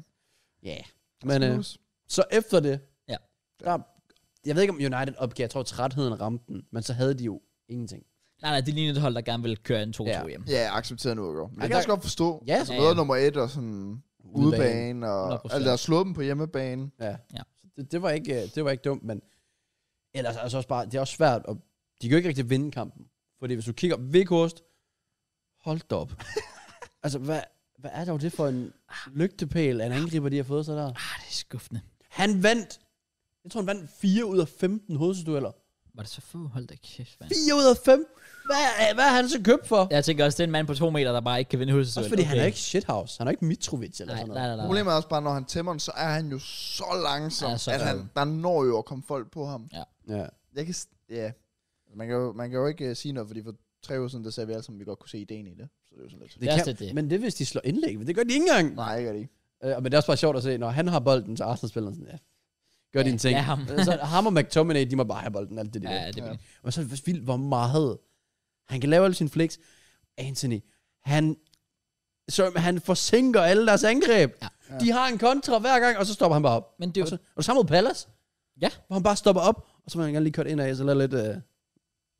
Yeah. Men øh, så efter det, Ja. der, jeg ved ikke, om United opgav, jeg tror, trætheden ramte den, men så havde de jo ingenting. Nej, nej, det ligner et hold, der gerne vil køre en 2-2 Ja. hjem. Ja, jeg accepterer nu, ikke? Men Ja, jeg kan også der- godt forstå. Ja, altså ja, noget ja. nummer et og sådan udebane, og 100%. altså, at slå dem på hjemmebane. Ja. Ja. Så Det, det, var ikke, øh, det var ikke dumt, men ellers altså også bare, det er også svært, og de kan jo ikke rigtig vinde kampen. Fordi hvis du kigger Vekhorst, hold da op. altså, hvad, hvad er dog det for en lygtepæl af en angriber, de har fået sig der? Ah, det er skuffende. Han vandt, jeg tror, han vandt 4 ud af 15 hovedstudueller. Var det så få? Hold da kæft, mand. 4 ud af 5? Hvad, er- hvad er han så købt for? Ja, Jeg tænker også, det er en mand på to meter, der bare ikke kan vinde huset. også fordi okay. han er ikke shithouse. Han er ikke Mitrovic eller Nej, sådan noget. nej, nej, nej. Problemet er også bare, når han tæmmer den, så er han jo så langsom, Han er ja, så så at han, ærgerlig. der når jo at komme folk på ham. Ja. Jeg kan, s- ja. Man kan, jo, man kan jo ikke uh, sige noget, fordi for tre uger siden, der sagde vi alle sammen, at vi godt kunne se ideen i det. Så det er jo sådan lidt. Det er også lidt det. Men det er, hvis de slår indlæg, men det gør de ikke engang. Nej, ikke er det ikke. Øh, men det er også bare sjovt at se, når han har bolden, så Arsenal spiller sådan, ja, Ja, gør ja, dine ting. lad ham. Øh, så ham og McTominay, de må bare have bolden, alt det der. Ja, Ja. det er Ja. vildt. Og så er det vildt, hvor meget han kan lave alle sine flicks. Anthony, han, så han forsinker alle deres angreb. Ja. Ja. De har en kontra hver gang, og så stopper han bare op. Men det er Og, jo... så, og det samme med Palace. Ja. Hvor han bare stopper op, og så må han gerne lige kørt ind af, så lader lidt... Øh,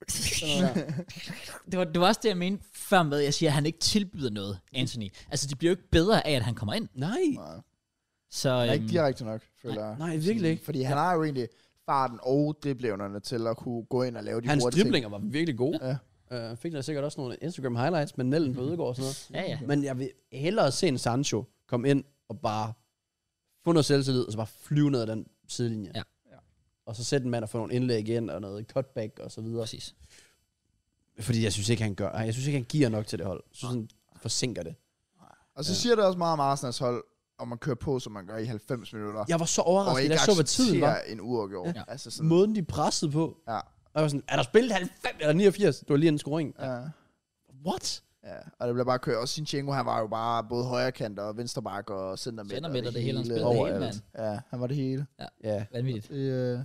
sådan noget der. det, var, det var også det, jeg mente før med, at jeg siger, at han ikke tilbyder noget, Anthony. Altså, det bliver jo ikke bedre af, at han kommer ind. nej, Nej. Så, Han er øhm, ikke direkte nok, føler jeg. nej, virkelig ikke. Fordi han har jo egentlig farten og driblevnerne til at kunne gå ind og lave de Hans hurtige driblinger var virkelig gode. Ja. Mhm. Ja. Uh, fik der sikkert også nogle Instagram highlights med Nellen på Ødegaard og sådan noget. ja, ja. Men jeg vil hellere se en Sancho komme ind og bare få noget selvtillid, og så bare flyve ned ad den sidelinje. Ja. Ja. Og så sætte en mand og få nogle indlæg ind, og noget cutback og så videre. Præcis. Fordi jeg synes ikke, han gør. ej, Jeg synes ikke, han giver nok til det hold. Jeg synes, han forsinker det. ting. Og så siger det også meget om Arsenals hold, om man kører på, som man gør i 90 minutter. Jeg var så og overrasket, da ikke jeg altså, så, hvad tiden var. accepterer en uafgjort. Ja. Ja. Altså sådan, Måden, de pressede på. ja, Og jeg var sådan, er der spillet 90 eller 89? Det var lige en scoring. ja, What? ja. Og det blev bare kørt. Og Sinchenko, han var jo bare både højrekant og venstreback og centermidt. Sender med dig det hele, han spiller det Overalt. hele, mand. Ja, han var det hele. Ja. Vanvittigt. Det, øh...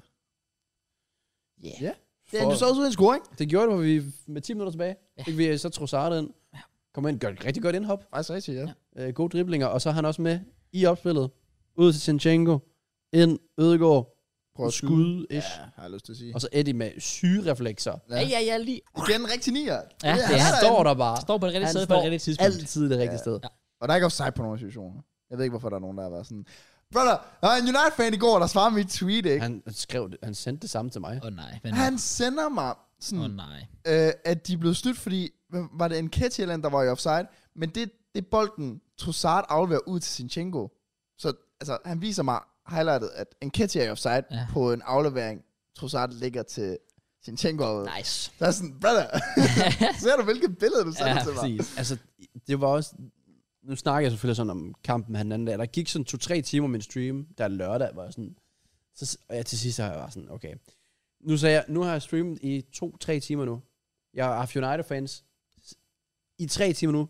Yeah. Ja. Det endte jo så også ud af en scoring. Det gjorde det, hvor vi med 10 minutter tilbage. Ja. Ja. Fik vi øh, så Trossard ind. Kom ind, gør et rigtig godt indhop. Faktisk rigtigt, ja. Ja. Øh, gode driblinger. Og så er han også med i opspillet. Ud til Sinchenko. Ind, Ødegaard. Prøv at skud. Skud, ish. Ja, har jeg lyst til at sige. Og så Eddie med sygereflekser. Ja, ja, ja, lige. Igen rigtig nier. Ja, det er Han han. står der bare. Han står på det rigtige Han sted på det står rigtige tidspunkt. Altid det rigtige Ja. sted. Og der er ikke offside på nogle situationer. Jeg ved ikke, hvorfor der er nogen, der har været sådan... Brother, der var en United-fan i går, der svarede mit tweet, ikke? Han skrev det. Han sendte det samme til mig. Åh oh, nej, men... Han, han sender mig sådan... Åh oh, nej. øh, at de er blevet snydt, fordi hvad var det en catch eller andet, der var i offside, men det, det er bolden Trossard afleverer ud til Sinchenko. Så altså, han viser mig highlightet, at en catch er i offside ja. Ja. på en aflevering, Trossard ligger til Sinchenko. Nej. Nice. Der er sådan, brother, ser du, hvilket billede du sender ja, Ja, til mig? Præcis. Altså, det var også... Nu snakker jeg selvfølgelig sådan om kampen han anden dag. Der gik sådan to-tre timer min stream, der lørdag var jeg sådan... Så, s- og jeg til sidst har jeg bare sådan, okay. Nu, sagde jeg, nu har jeg streamet i to-tre timer nu. Jeg har haft United-fans i tre timer nu.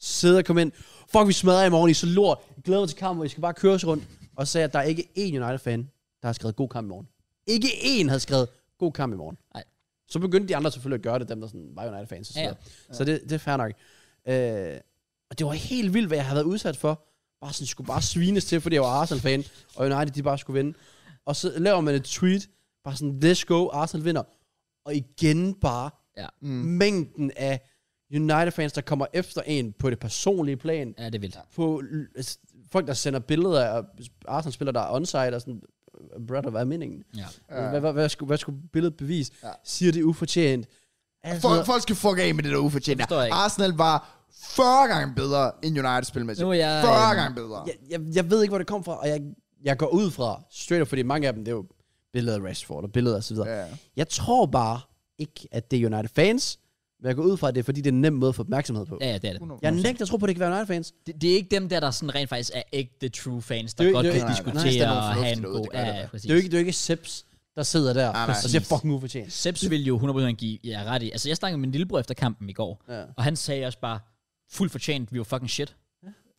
Sidder og kom ind. Fuck, vi smadrer i morgen, I er så lort. Jeg glæder mig til kampen, hvor I skal bare køre os rundt. Og så sagde jeg, at der er ikke én United-fan, der har skrevet god kamp i morgen. Ikke én havde skrevet god kamp i morgen. Nej. Så begyndte de andre selvfølgelig at gøre det, dem der sådan, var United-fans og så Ja. videre. Så det, det er fair nok. Øh, og det var helt vildt, hvad jeg havde været udsat for. Bare sådan, skulle bare svines til, fordi jeg var Arsenal-fan, og United, de bare skulle vinde. Og så laver man et tweet, bare sådan, let's go, Arsenal vinder. Og igen bare mm. Mm. mængden af United-fans, der kommer efter en på det personlige plan. Ja, det er vildt. På l- altså, folk, der sender billeder af Arsenal-spillere, der er onside og sådan, brother, hvad er meningen? Ja. Ja. Hvad, hvad, hvad, skulle, hvad skulle billedet bevise? Ja. Ja. Siger det ufortjent? Altså, Folk, folk skal fuck af med det der ufortjent. Det forstår jeg ikke. Arsenal var 40 gange bedre end United spilmæssigt. Nu er jeg, 40 øhm, gange bedre. jeg, jeg, jeg ved ikke, hvor det kom fra, og jeg, jeg går ud fra, straight up, fordi mange af dem, det er jo billeder af Rashford og billeder og så videre. Ja. Jeg tror bare ikke, at det er United-fans, men jeg går ud fra, at det er, fordi det er en nem måde at få opmærksomhed på. Ja, ja, det er det. 100%. Jeg nægter at tro på, at det kan være United-fans. det. Det er ikke dem der, der sådan rent faktisk er ægte true fans, der Det er jo- godt det er kan jo- nej, nej, nej. diskutere Der er nogle og have en god... fornuftige derude, det gør Ja, det ja, da. præcis. Det er jo ikke, det er jo ikke Seps, der sidder der nej. og siger fucking ufortjent. Seps vil jo 100% give jer ret i. Altså, jeg snakkede med min lillebror efter kampen i går, Ja. og han sagde også bare, fuldt fortjent, vi var fucking shit,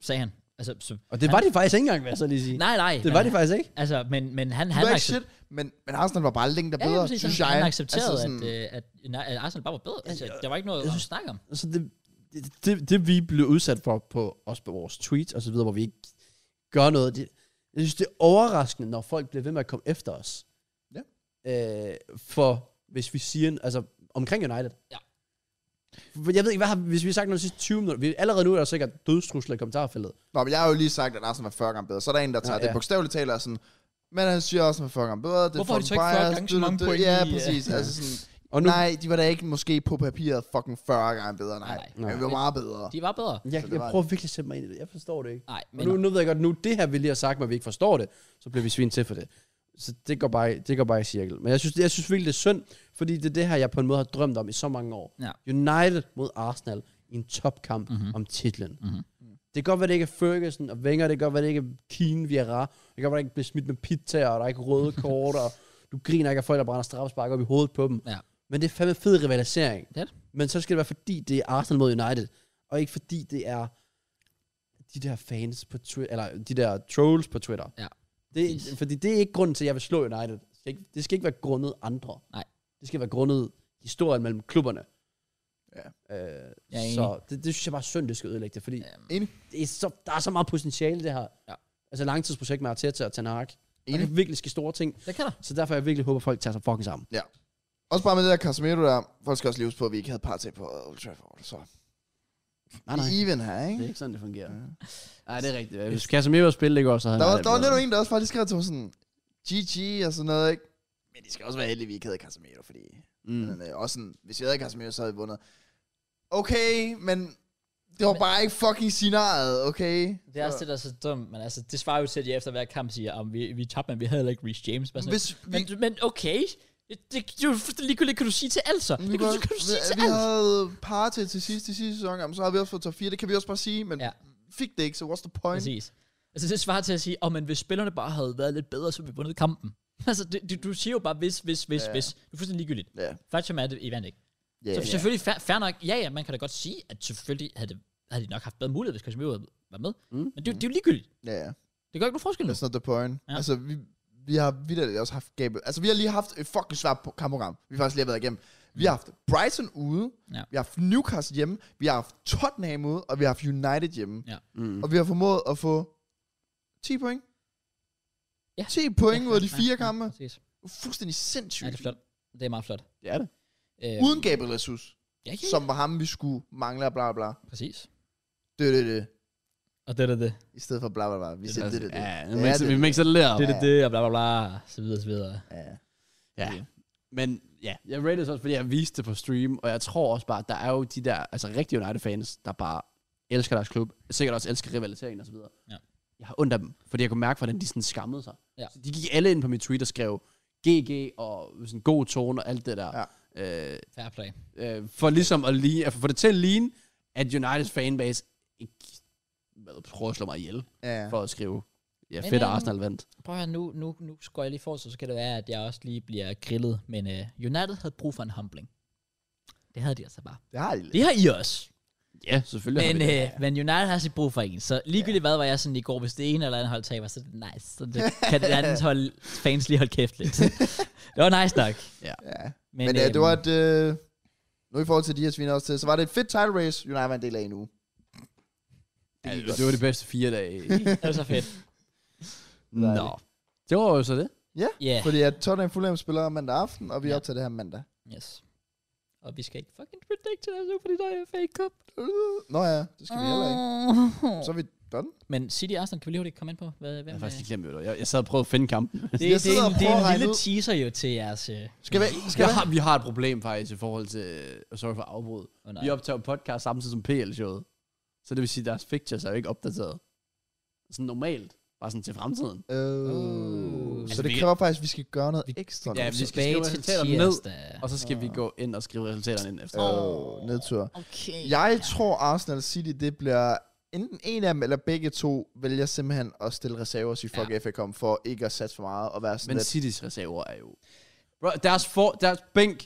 sagde han. Altså, så, Og det var de faktisk ikke engang, vil jeg så lige sige. nej, nej. det men- var de faktisk ikke. Altså, men, men han... Det han var ikke accep- shit, men, men Arsenal var bare længe der Ja, ja, bedre, præcis. synes Han, jeg. han accepterede, Altså at, øh, at, nej, at Arsenal bare var bedre. Altså, jeg- der var ikke noget jeg at synes- snakke om. Så det, det, det, det vi blev udsat for på, også på vores tweets og så videre, hvor vi ikke gør noget, det, jeg synes, det er overraskende, når folk bliver ved med at komme efter os. Ja. Øh, for hvis vi siger, altså omkring United. Ja. For Jeg ved ikke, hvad har, hvis vi har sagt noget de sidste 20 minutter, vi, allerede nu er der sikkert dødstrusler i kommentarfeltet. Nå, men jeg har jo lige sagt, at Arsenal var 40 gange bedre. Så er der en, der tager ja, Ja, ja. ja. det bogstaveligt taler sådan, men han siger også, at Arsenal var 40 gange bedre. Det er Hvorfor har de så ikke 40 fucking bias, gange du- så du- mange du- point Ja, i, øh, præcis. Altså sådan, Og nu, nej, de var da ikke måske på papiret fucking 40 gange bedre. Nej, Nej. men vi var meget bedre. De var bedre. jeg, Så det jeg var- prøver virkelig at sætte mig ind i det. Jeg forstår det ikke. Nej, men... Men nu, nu ved jeg godt, nu det her, vi lige har sagt, men vi ikke forstår det, så bliver vi svin til for det. Så det går bare, i- det går bare i cirkel. Men jeg synes, jeg synes virkelig, det er synd, fordi det er det her, jeg på en måde har drømt om i så mange år. Ja. United mod Arsenal i en topkamp mm-hmm. om titlen. Mhm. Det kan godt være, det ikke er Ferguson og Wenger, det kan godt være, det ikke er Keane, Vieira, det kan godt være, det ikke bliver smidt med pizza, og der er ikke røde kort, og du griner ikke af folk, der brænder straffespark op i hovedet på dem. Ja. Men det er fandme fed rivalisering. Det er det. Men så skal det være, fordi det er Arsenal mod United, og ikke fordi det er de der fans på Twitter, eller de der trolls på Twitter. Ja. Det, Præcis. Fordi det er ikke grunden til, at jeg vil slå United. Det skal ikke, det skal ikke være grundet andre. Nej. Det skal være grundet historien mellem klubberne. Ja. Øh, Jeg er så det, det synes jeg bare er synd, det skal ødelægge det, fordi Øhm, det er så, der er så meget potentiale i det her. Ja. Altså langtidsprojekt med Arteta og Ten Hag. Og Enig. det virkelig ske store ting. det kan der. Så derfor jeg virkelig håber, folk tager sig fucking sammen. Også bare med det der Casemiro der. Folk skal også lige huske på, at vi ikke havde par til på Old Trafford. Så Nej, nej. even her, Det ikke? er ikke sådan, det fungerer. Ja. Nej, det er rigtigt. Hvis Casemiro spillede ikke også, så havde Der han var, aldrig der var blevet- lidt en, der også faktisk skrev til mig sådan, GG og sådan noget, ikke? Men de skal også være heldige, at vi ikke havde Casemiro, fordi... Mm. Men, øh, også sådan, hvis vi havde Casemiro, så havde vi vundet. Okay, men det var bare ikke fucking scenariet, okay? Det er også det, der er så dumt, men altså, det svarer jo til, at de efter hver kamp siger, om vi, vi tabte, men vi havde heller ikke Reece James. Bare sådan, Hvis vi, men, men okay, det, det, det er jo fuldstændig ligegyldigt, kan du sige til alt så? Det kan, du, kan du sige vi, til vi alt. havde par til til sidste, til sidste sæson, jamen, så har vi også fået top 4, det kan vi også bare sige, men Ja. ja. fik det ikke, så what's the point? Præcis. Altså, det svarer til at sige, oh, men hvis spillerne bare havde været lidt bedre, så havde vi vundet kampen. Altså, det, du, du siger jo bare, hvis, hvis, hvis, Ja. hvis. Det er fuldstændig ligegyldigt. Ja. Faktum er, at I vandt ikke. Yeah. Så selvfølgelig, fair, fair nok, ja ja, man kan da godt sige, at selvfølgelig havde, det, havde de nok haft bedre mulighed, hvis Casemiro havde været med. Mm. Mm. Men det, er jo- det er jo ligegyldigt. Ja, ja. Det gør ikke nogen forskel nu. That's not the point. Ja. Ja. Altså, vi, vi har vidderligt også haft gabet. Altså, vi har lige haft et fucking svært pro- kampprogram. Vi har faktisk lige har været igennem. Vi har haft Brighton ude. Mm. Ja. Vi har haft Newcastle hjemme. Vi har haft Tottenham ude. Og vi har haft United hjemme. Ja. Mm. Og vi har formået at få 10 point. Ja. 10 point ud af de Ja, fire ja, kampe. Ja, præcis. Fuldstændig ja, sindssygt. det er flot. Det er meget flot. Det er det. Øh, Uden Gabriel Jesus, ja, ja, som var ham, vi skulle mangle og bla bla. Præcis. Det er det, det. Og det er det. I stedet for bla bla bla. Vi siger altså- Altså, det, det, det. Ja, Ja, det- vi mixer det lidt op. Det er det, det, og bla bla bla, så videre, så videre. Ja. Ja. Men ja, jeg rated det også, fordi jeg viste det på stream, og jeg tror også bare, at der er jo de der, altså rigtige United-fans, der bare elsker deres klub, sikkert også elsker rivaliseringen og så videre. Ja. Jeg har ondt af dem, fordi jeg kunne mærke, hvordan de sådan skammede sig. Ja. Så de gik alle ind på mit tweet og skrev GG og sådan god tone og alt det der. Ja. Øh, Fair play. øh, for ligesom at lige, for det til at ligne, at Uniteds fanbase ikke hvad, prøver at slå mig ihjel, ja. for at skrive, ja, Men, fedt at øhm, Arsenal vandt. Prøv at høre, nu, nu, nu skår jeg lige for, så så kan det være, at jeg også lige bliver grillet. Men uh, United havde brug for en humbling. Det havde de altså bare. Det har de lidt. Det har I også. Ja, selvfølgelig har Men, vi det. øh, men United har sit brug for en, så ligegyldigt hvad var jeg sådan i går, hvis det ene eller andet hold taber, så er det nice. Så det, kan det andet hold fans lige holde kæft lidt. det var nice nok. Ja. Men, Men øh, det øhm, var et... Øh, nu i forhold til de her sviner også til, så var det et fedt title race, United var en del af en uge. Ja, det var de bedste fire dage. øhm, Det var så fedt. Nå. Det var jo så det. Ja. Yeah. Fordi at Tottenham Fulham spiller mandag aften, og vi Ja. ja. optager det her mandag. Yes. Og vi skal ikke fucking predict til det, fordi der er FA Cup. Nå ja, det skal vi heller ikke. Så er vi done. Men City Arsenal, kan vi lige hurtigt komme ind på? Hvad, Jeg hvem, har øh, faktisk ikke glemt, hvad det var. jeg, jeg sad og prøvede at finde kampen. det, Altså, Jeg det, det, sidder er og en, det prøver er at en regne lille ud. teaser jo til jeres... Øh, Skal vi, skal Jeg vi? har, vi har et problem faktisk i forhold til... og Sorry for afbrud. oh, nej. Vi optager podcast samtidig som PL-showet. Så det vil sige, at deres pictures er jo ikke opdateret. Sådan normalt. Bare sådan til fremtiden. Øh, Altså, så det vi- kræver faktisk, at vi skal gøre noget Vi- ekstra. Ja, nu. vi skal Tilbage skrive til resultaterne ned. tirsdag. Og så skal Ah. vi gå ind og skrive resultaterne ind efter. Åh, Øh, nedtur. Okay. Jeg tror, Arsenal og City, det bliver enten en af dem, eller begge to, vælger simpelthen at stille reserver og sige, fuck ja. FA kom, for ikke at satse for meget og være sådan Men lidt. Citys reserver er jo... Bro, deres, for, deres bænk...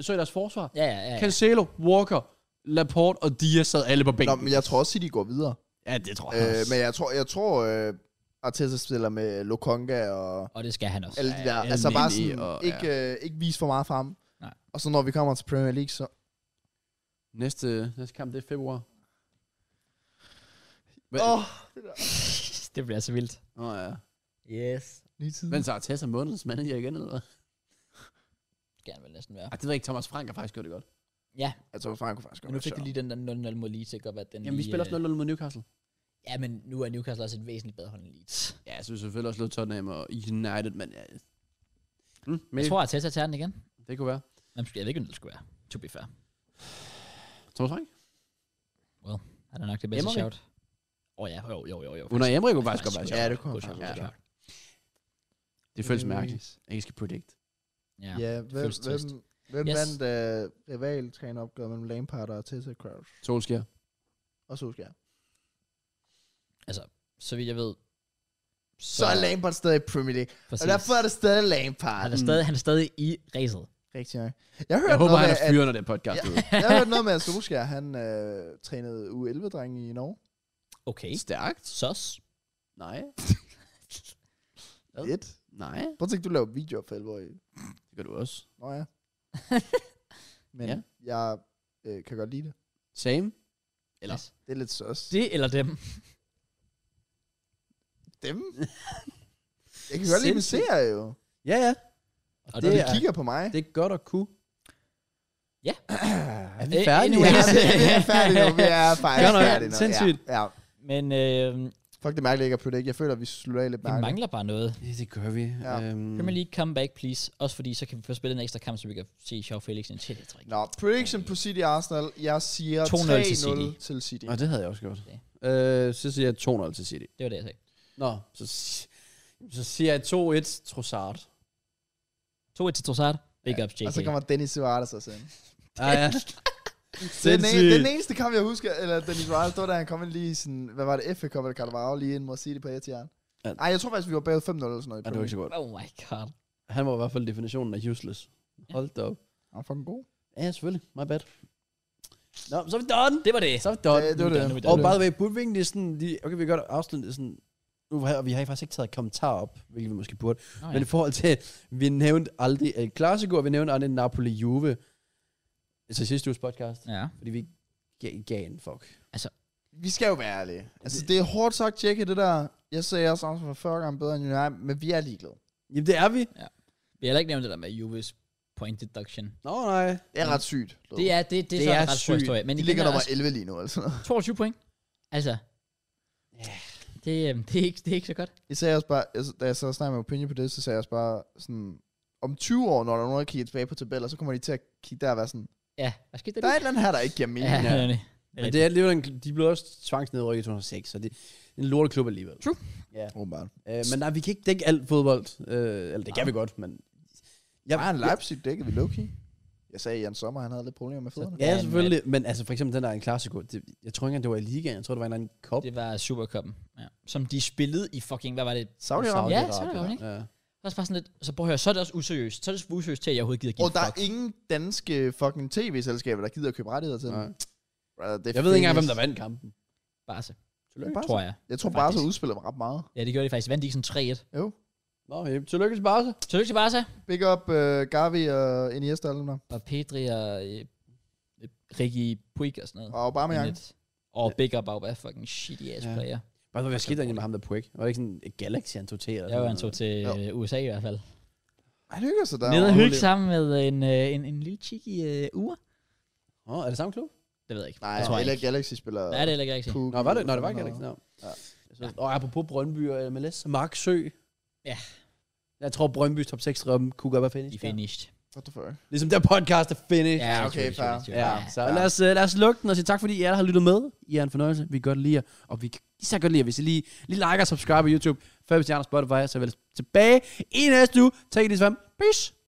Så er deres forsvar. Ja, ja, ja. Cancelo, Walker, Laporte og Dias sad alle på Nå, bænken. men jeg tror også, City går videre. Ja, det tror jeg Øh, også. men jeg tror, jeg tror øh, Arteta spiller med Lokonga og Og det skal han også. alle de der. ja, altså bare Elneny sådan, og- ikke, øh, ikke vise for meget frem. Nej. Og så når vi kommer til Premier League, så... Næste, næste kamp, det er februar. Men, Åh, oh. oh, det bliver så vildt. oh, ja. Yes. lige tid. Men så er Tessa månedens manager igen, eller hvad? Gerne vil næsten være. Ej, det ved jeg ikke. Thomas Frank har faktisk gjort det godt. Ja, Jeg tror, Frank kunne faktisk men godt nu være fik de sjov. lige den der 0-0 mod Leeds, ikke? Og hvad den Jamen, vi lige, spiller øh, også 0-0 mod Newcastle. Ja, men nu er Newcastle også et væsentligt bedre hold end Leeds. Ja, altså, så vi selvfølgelig også slået Tottenham og United, men ja. Mm, Jeg men tror, at Tessa tager den igen. det kunne være. Men jeg ved ikke, om det skulle være. To be fair. Thomas Frank? Er det nok det bedste Emery? shout? Åh oh, ja, jo, jo, jo, jo. Under Emery kunne Det er faktisk godt faktisk være sjovt. Ja, det kunne God han shout, faktisk. Ja. god shout. Det føles mærkeligt. at Jeg skal predict. Ja. Ja, hvem, føles hvem, trist. hvem Yes. yes. vandt øh, rivaltræneropgøret mellem Lampard og Tessa Crouch? Solskjaer. Og Solskjaer. Så vidt jeg ved. Så er Lampard stadig i Premier League. præcis. Og derfor er det Ah, stadig Han Lampard. er Mm. stadig, han er stadig i ræset. Rigtig nok. Jeg hørte, Jeg håber, noget han med, er fyret, når den podcast er ude. at, jeg hørte noget med, at Solskjaer, han øh, trænede U11-drenge i Norge. Okay. Stærkt? Sos. Nej. Et. Nej. Prøv at tænke, du laver videoer for 11 i. Det gør du også. Nå ja. Men Ja. ja. jeg øh, kan godt lide det. Same. Eller? Yes. Det er lidt søs. Det eller dem. Dem? Jeg kan godt lide min Sindssygt. serie jo. Ja, ja. Og Når Det de er- kigger på mig. Det er godt at kunne. Ja. er vi Eh, færdige? Ja, anyway. vi er- vi er færdige nu. Vi er faktisk Godt nok. færdige nu. Sindssygt. Ja, ja. Men øh, Fuck, det er mærkeligt ikke at putte ikke. Jeg føler, at vi slutter af lidt vi mærkeligt. mangler bare noget. Ja, det gør vi. Ja. Øhm, Premier League, come back, please. Også fordi, så kan vi få spillet en ekstra kamp, så vi kan se Shaw Felix en til. Jeg tror ikke. Nå, prediction på City Arsenal. Jeg siger 2-0 til 3-0 til City. Og det havde jeg også gjort. Okay. Øh, så siger jeg 2-0 til City. Det var det, jeg sagde. Nå, så, si- så siger jeg 2-1 Trossard. 2-1 til Trossard. Big ups, JK. Og så kommer Dennis Suarez også ind. Ah, ja. Det er den, Sindssygt. ene, den eneste kamp, jeg husker, eller Dennis Riles, det var da han kom ind lige i sådan, hvad var det, FA Cup eller Carabao, lige ind mod City på Etihad. Ja. Ja. Ej, jeg tror faktisk, vi var bagud 5-0 eller sådan noget. i Ja, det var Premier ikke så godt. Oh my god. Han var i hvert fald definitionen af useless. Hold da op. League. Han var fucking god. Ja, selvfølgelig. My bad. Nå, så er vi done. Det var det. Så er vi done. Ja, det var Nu er det. vi Og done. by the way, burde vi egentlig sådan lige... Okay, vi kan godt afslutte det sådan... Nu har vi har faktisk ikke taget kommentarer op, hvilket vi måske burde. Nå, ja. Men i forhold til, vi nævnte aldrig El Clasico, og vi nævnte aldrig Napoli-Juve. Altså sidste uges podcast. ja. Fordi vi gav, gav en fuck. Vi skal jo være ærlige. Altså, det er hårdt sagt, tjekke det der. Jeg sagde også, at han var 40 gange bedre end United, men vi er ligeglade. Jamen, det er vi. Vi har heller ikke nævnt det der med Juves point deduction. Nå, nej. Det er ret sygt. Det er, det, det, det Det er, så en er ret stor sygt. historie. Men Men de igen, ligger der er nummer også 11 lige nu, altså. 22 point. Altså. Det, øhm, det, er ikke, det er ikke så godt. Jeg sagde også bare, altså, da jeg så snakkede med opinion på det, så sagde jeg også bare sådan, om 20 år, når der er nogen, der kigger tilbage på tabeller, så kommer de til at kigge der og være sådan, Ja, hvad skete der der er et lige? eller andet her, der ikke giver mening. Ja, Ja. det er det. Men det er alligevel, en, de blev også tvangsnedrykket i 2006, så det er en lorteklub alligevel. True. Åbenbart. Øh, men nej, vi kan ikke dække alt fodbold. Øh, eller det kan vi godt, men... Jeg, Bayern Leipzig dækkede vi low-key. Jeg sagde, at Jan Sommer han havde lidt problemer med fødderne. Ja, selvfølgelig. Men altså, for eksempel den der en klassiko. Det, jeg tror ikke engang, det var i ligaen. Jeg tror, det var en eller anden kop. Det var Supercuppen, ja. som de spillede i fucking, hvad var det? Saudi-Arabien. Ja, Saudi-Arabien, ikke? Ja. Så er det bare sådan lidt, så prøv at høre, så er det også useriøst. Så er det så useriøst til, at jeg overhovedet gider give Og en der fuck. er ingen danske fucking tv-selskaber, der gider at købe rettigheder til den. Nej. Brother, det er Jeg ved ikke engang, finest. hvem der vandt kampen. Barse, Barca. tror jeg. Jeg tror bare, så Faktisk. udspiller mig ret meget. Ja, det gjorde de faktisk. Vandt de ikke sådan 3-1? Jo. Nå, ja, tillykke til Barca. Tillykke til Barca. Big up uh, Gavi og Iniesta og alle dem der. Og Pedri og øh, øh, Ricky Puig og sådan noget. Og Aubameyang. Lidt. Og Big Up Auba, fucking shitty ass Ja. player. Bare, hvad skete der egentlig med ham der Puig? Var det ikke sådan et Galaxy, han tog til? Eller Jeg var sådan han tog noget? til Jo. øh, USA i hvert fald. Han hygger sig der. Nede og hygge overhovedet. sammen med en, øh, en, en lille cheeky øh, ur. Åh, oh, er det samme klub? Det ved jeg ikke. Nej, det tror jeg eller ikke. Galaxy spiller. Nej, det er heller ikke rigtigt. Puk- Nå, var det? Nå, det var ikke Galaxy. Nå. Ja. Ja. Og apropos Brøndby og MLS, Mark Sø. Ja. Jeg tror, Brøndby top 6 drømme kunne godt være De finish. er finished. What the fuck? Ligesom der podcast er finish. Ja, okay, selvfølgelig, fair. selvfølgelig, Ja, selvfølgelig. så lad os, øh, lad os lukke den og sige tak, fordi I alle har lyttet med. I er en fornøjelse. Vi kan godt lide jer, og vi kan især godt lide jer, hvis I lige, lige liker og subscribe på YouTube. Før vi stjerner Spotify, så er vi ellers tilbage i næste uge. Tak i det Peace.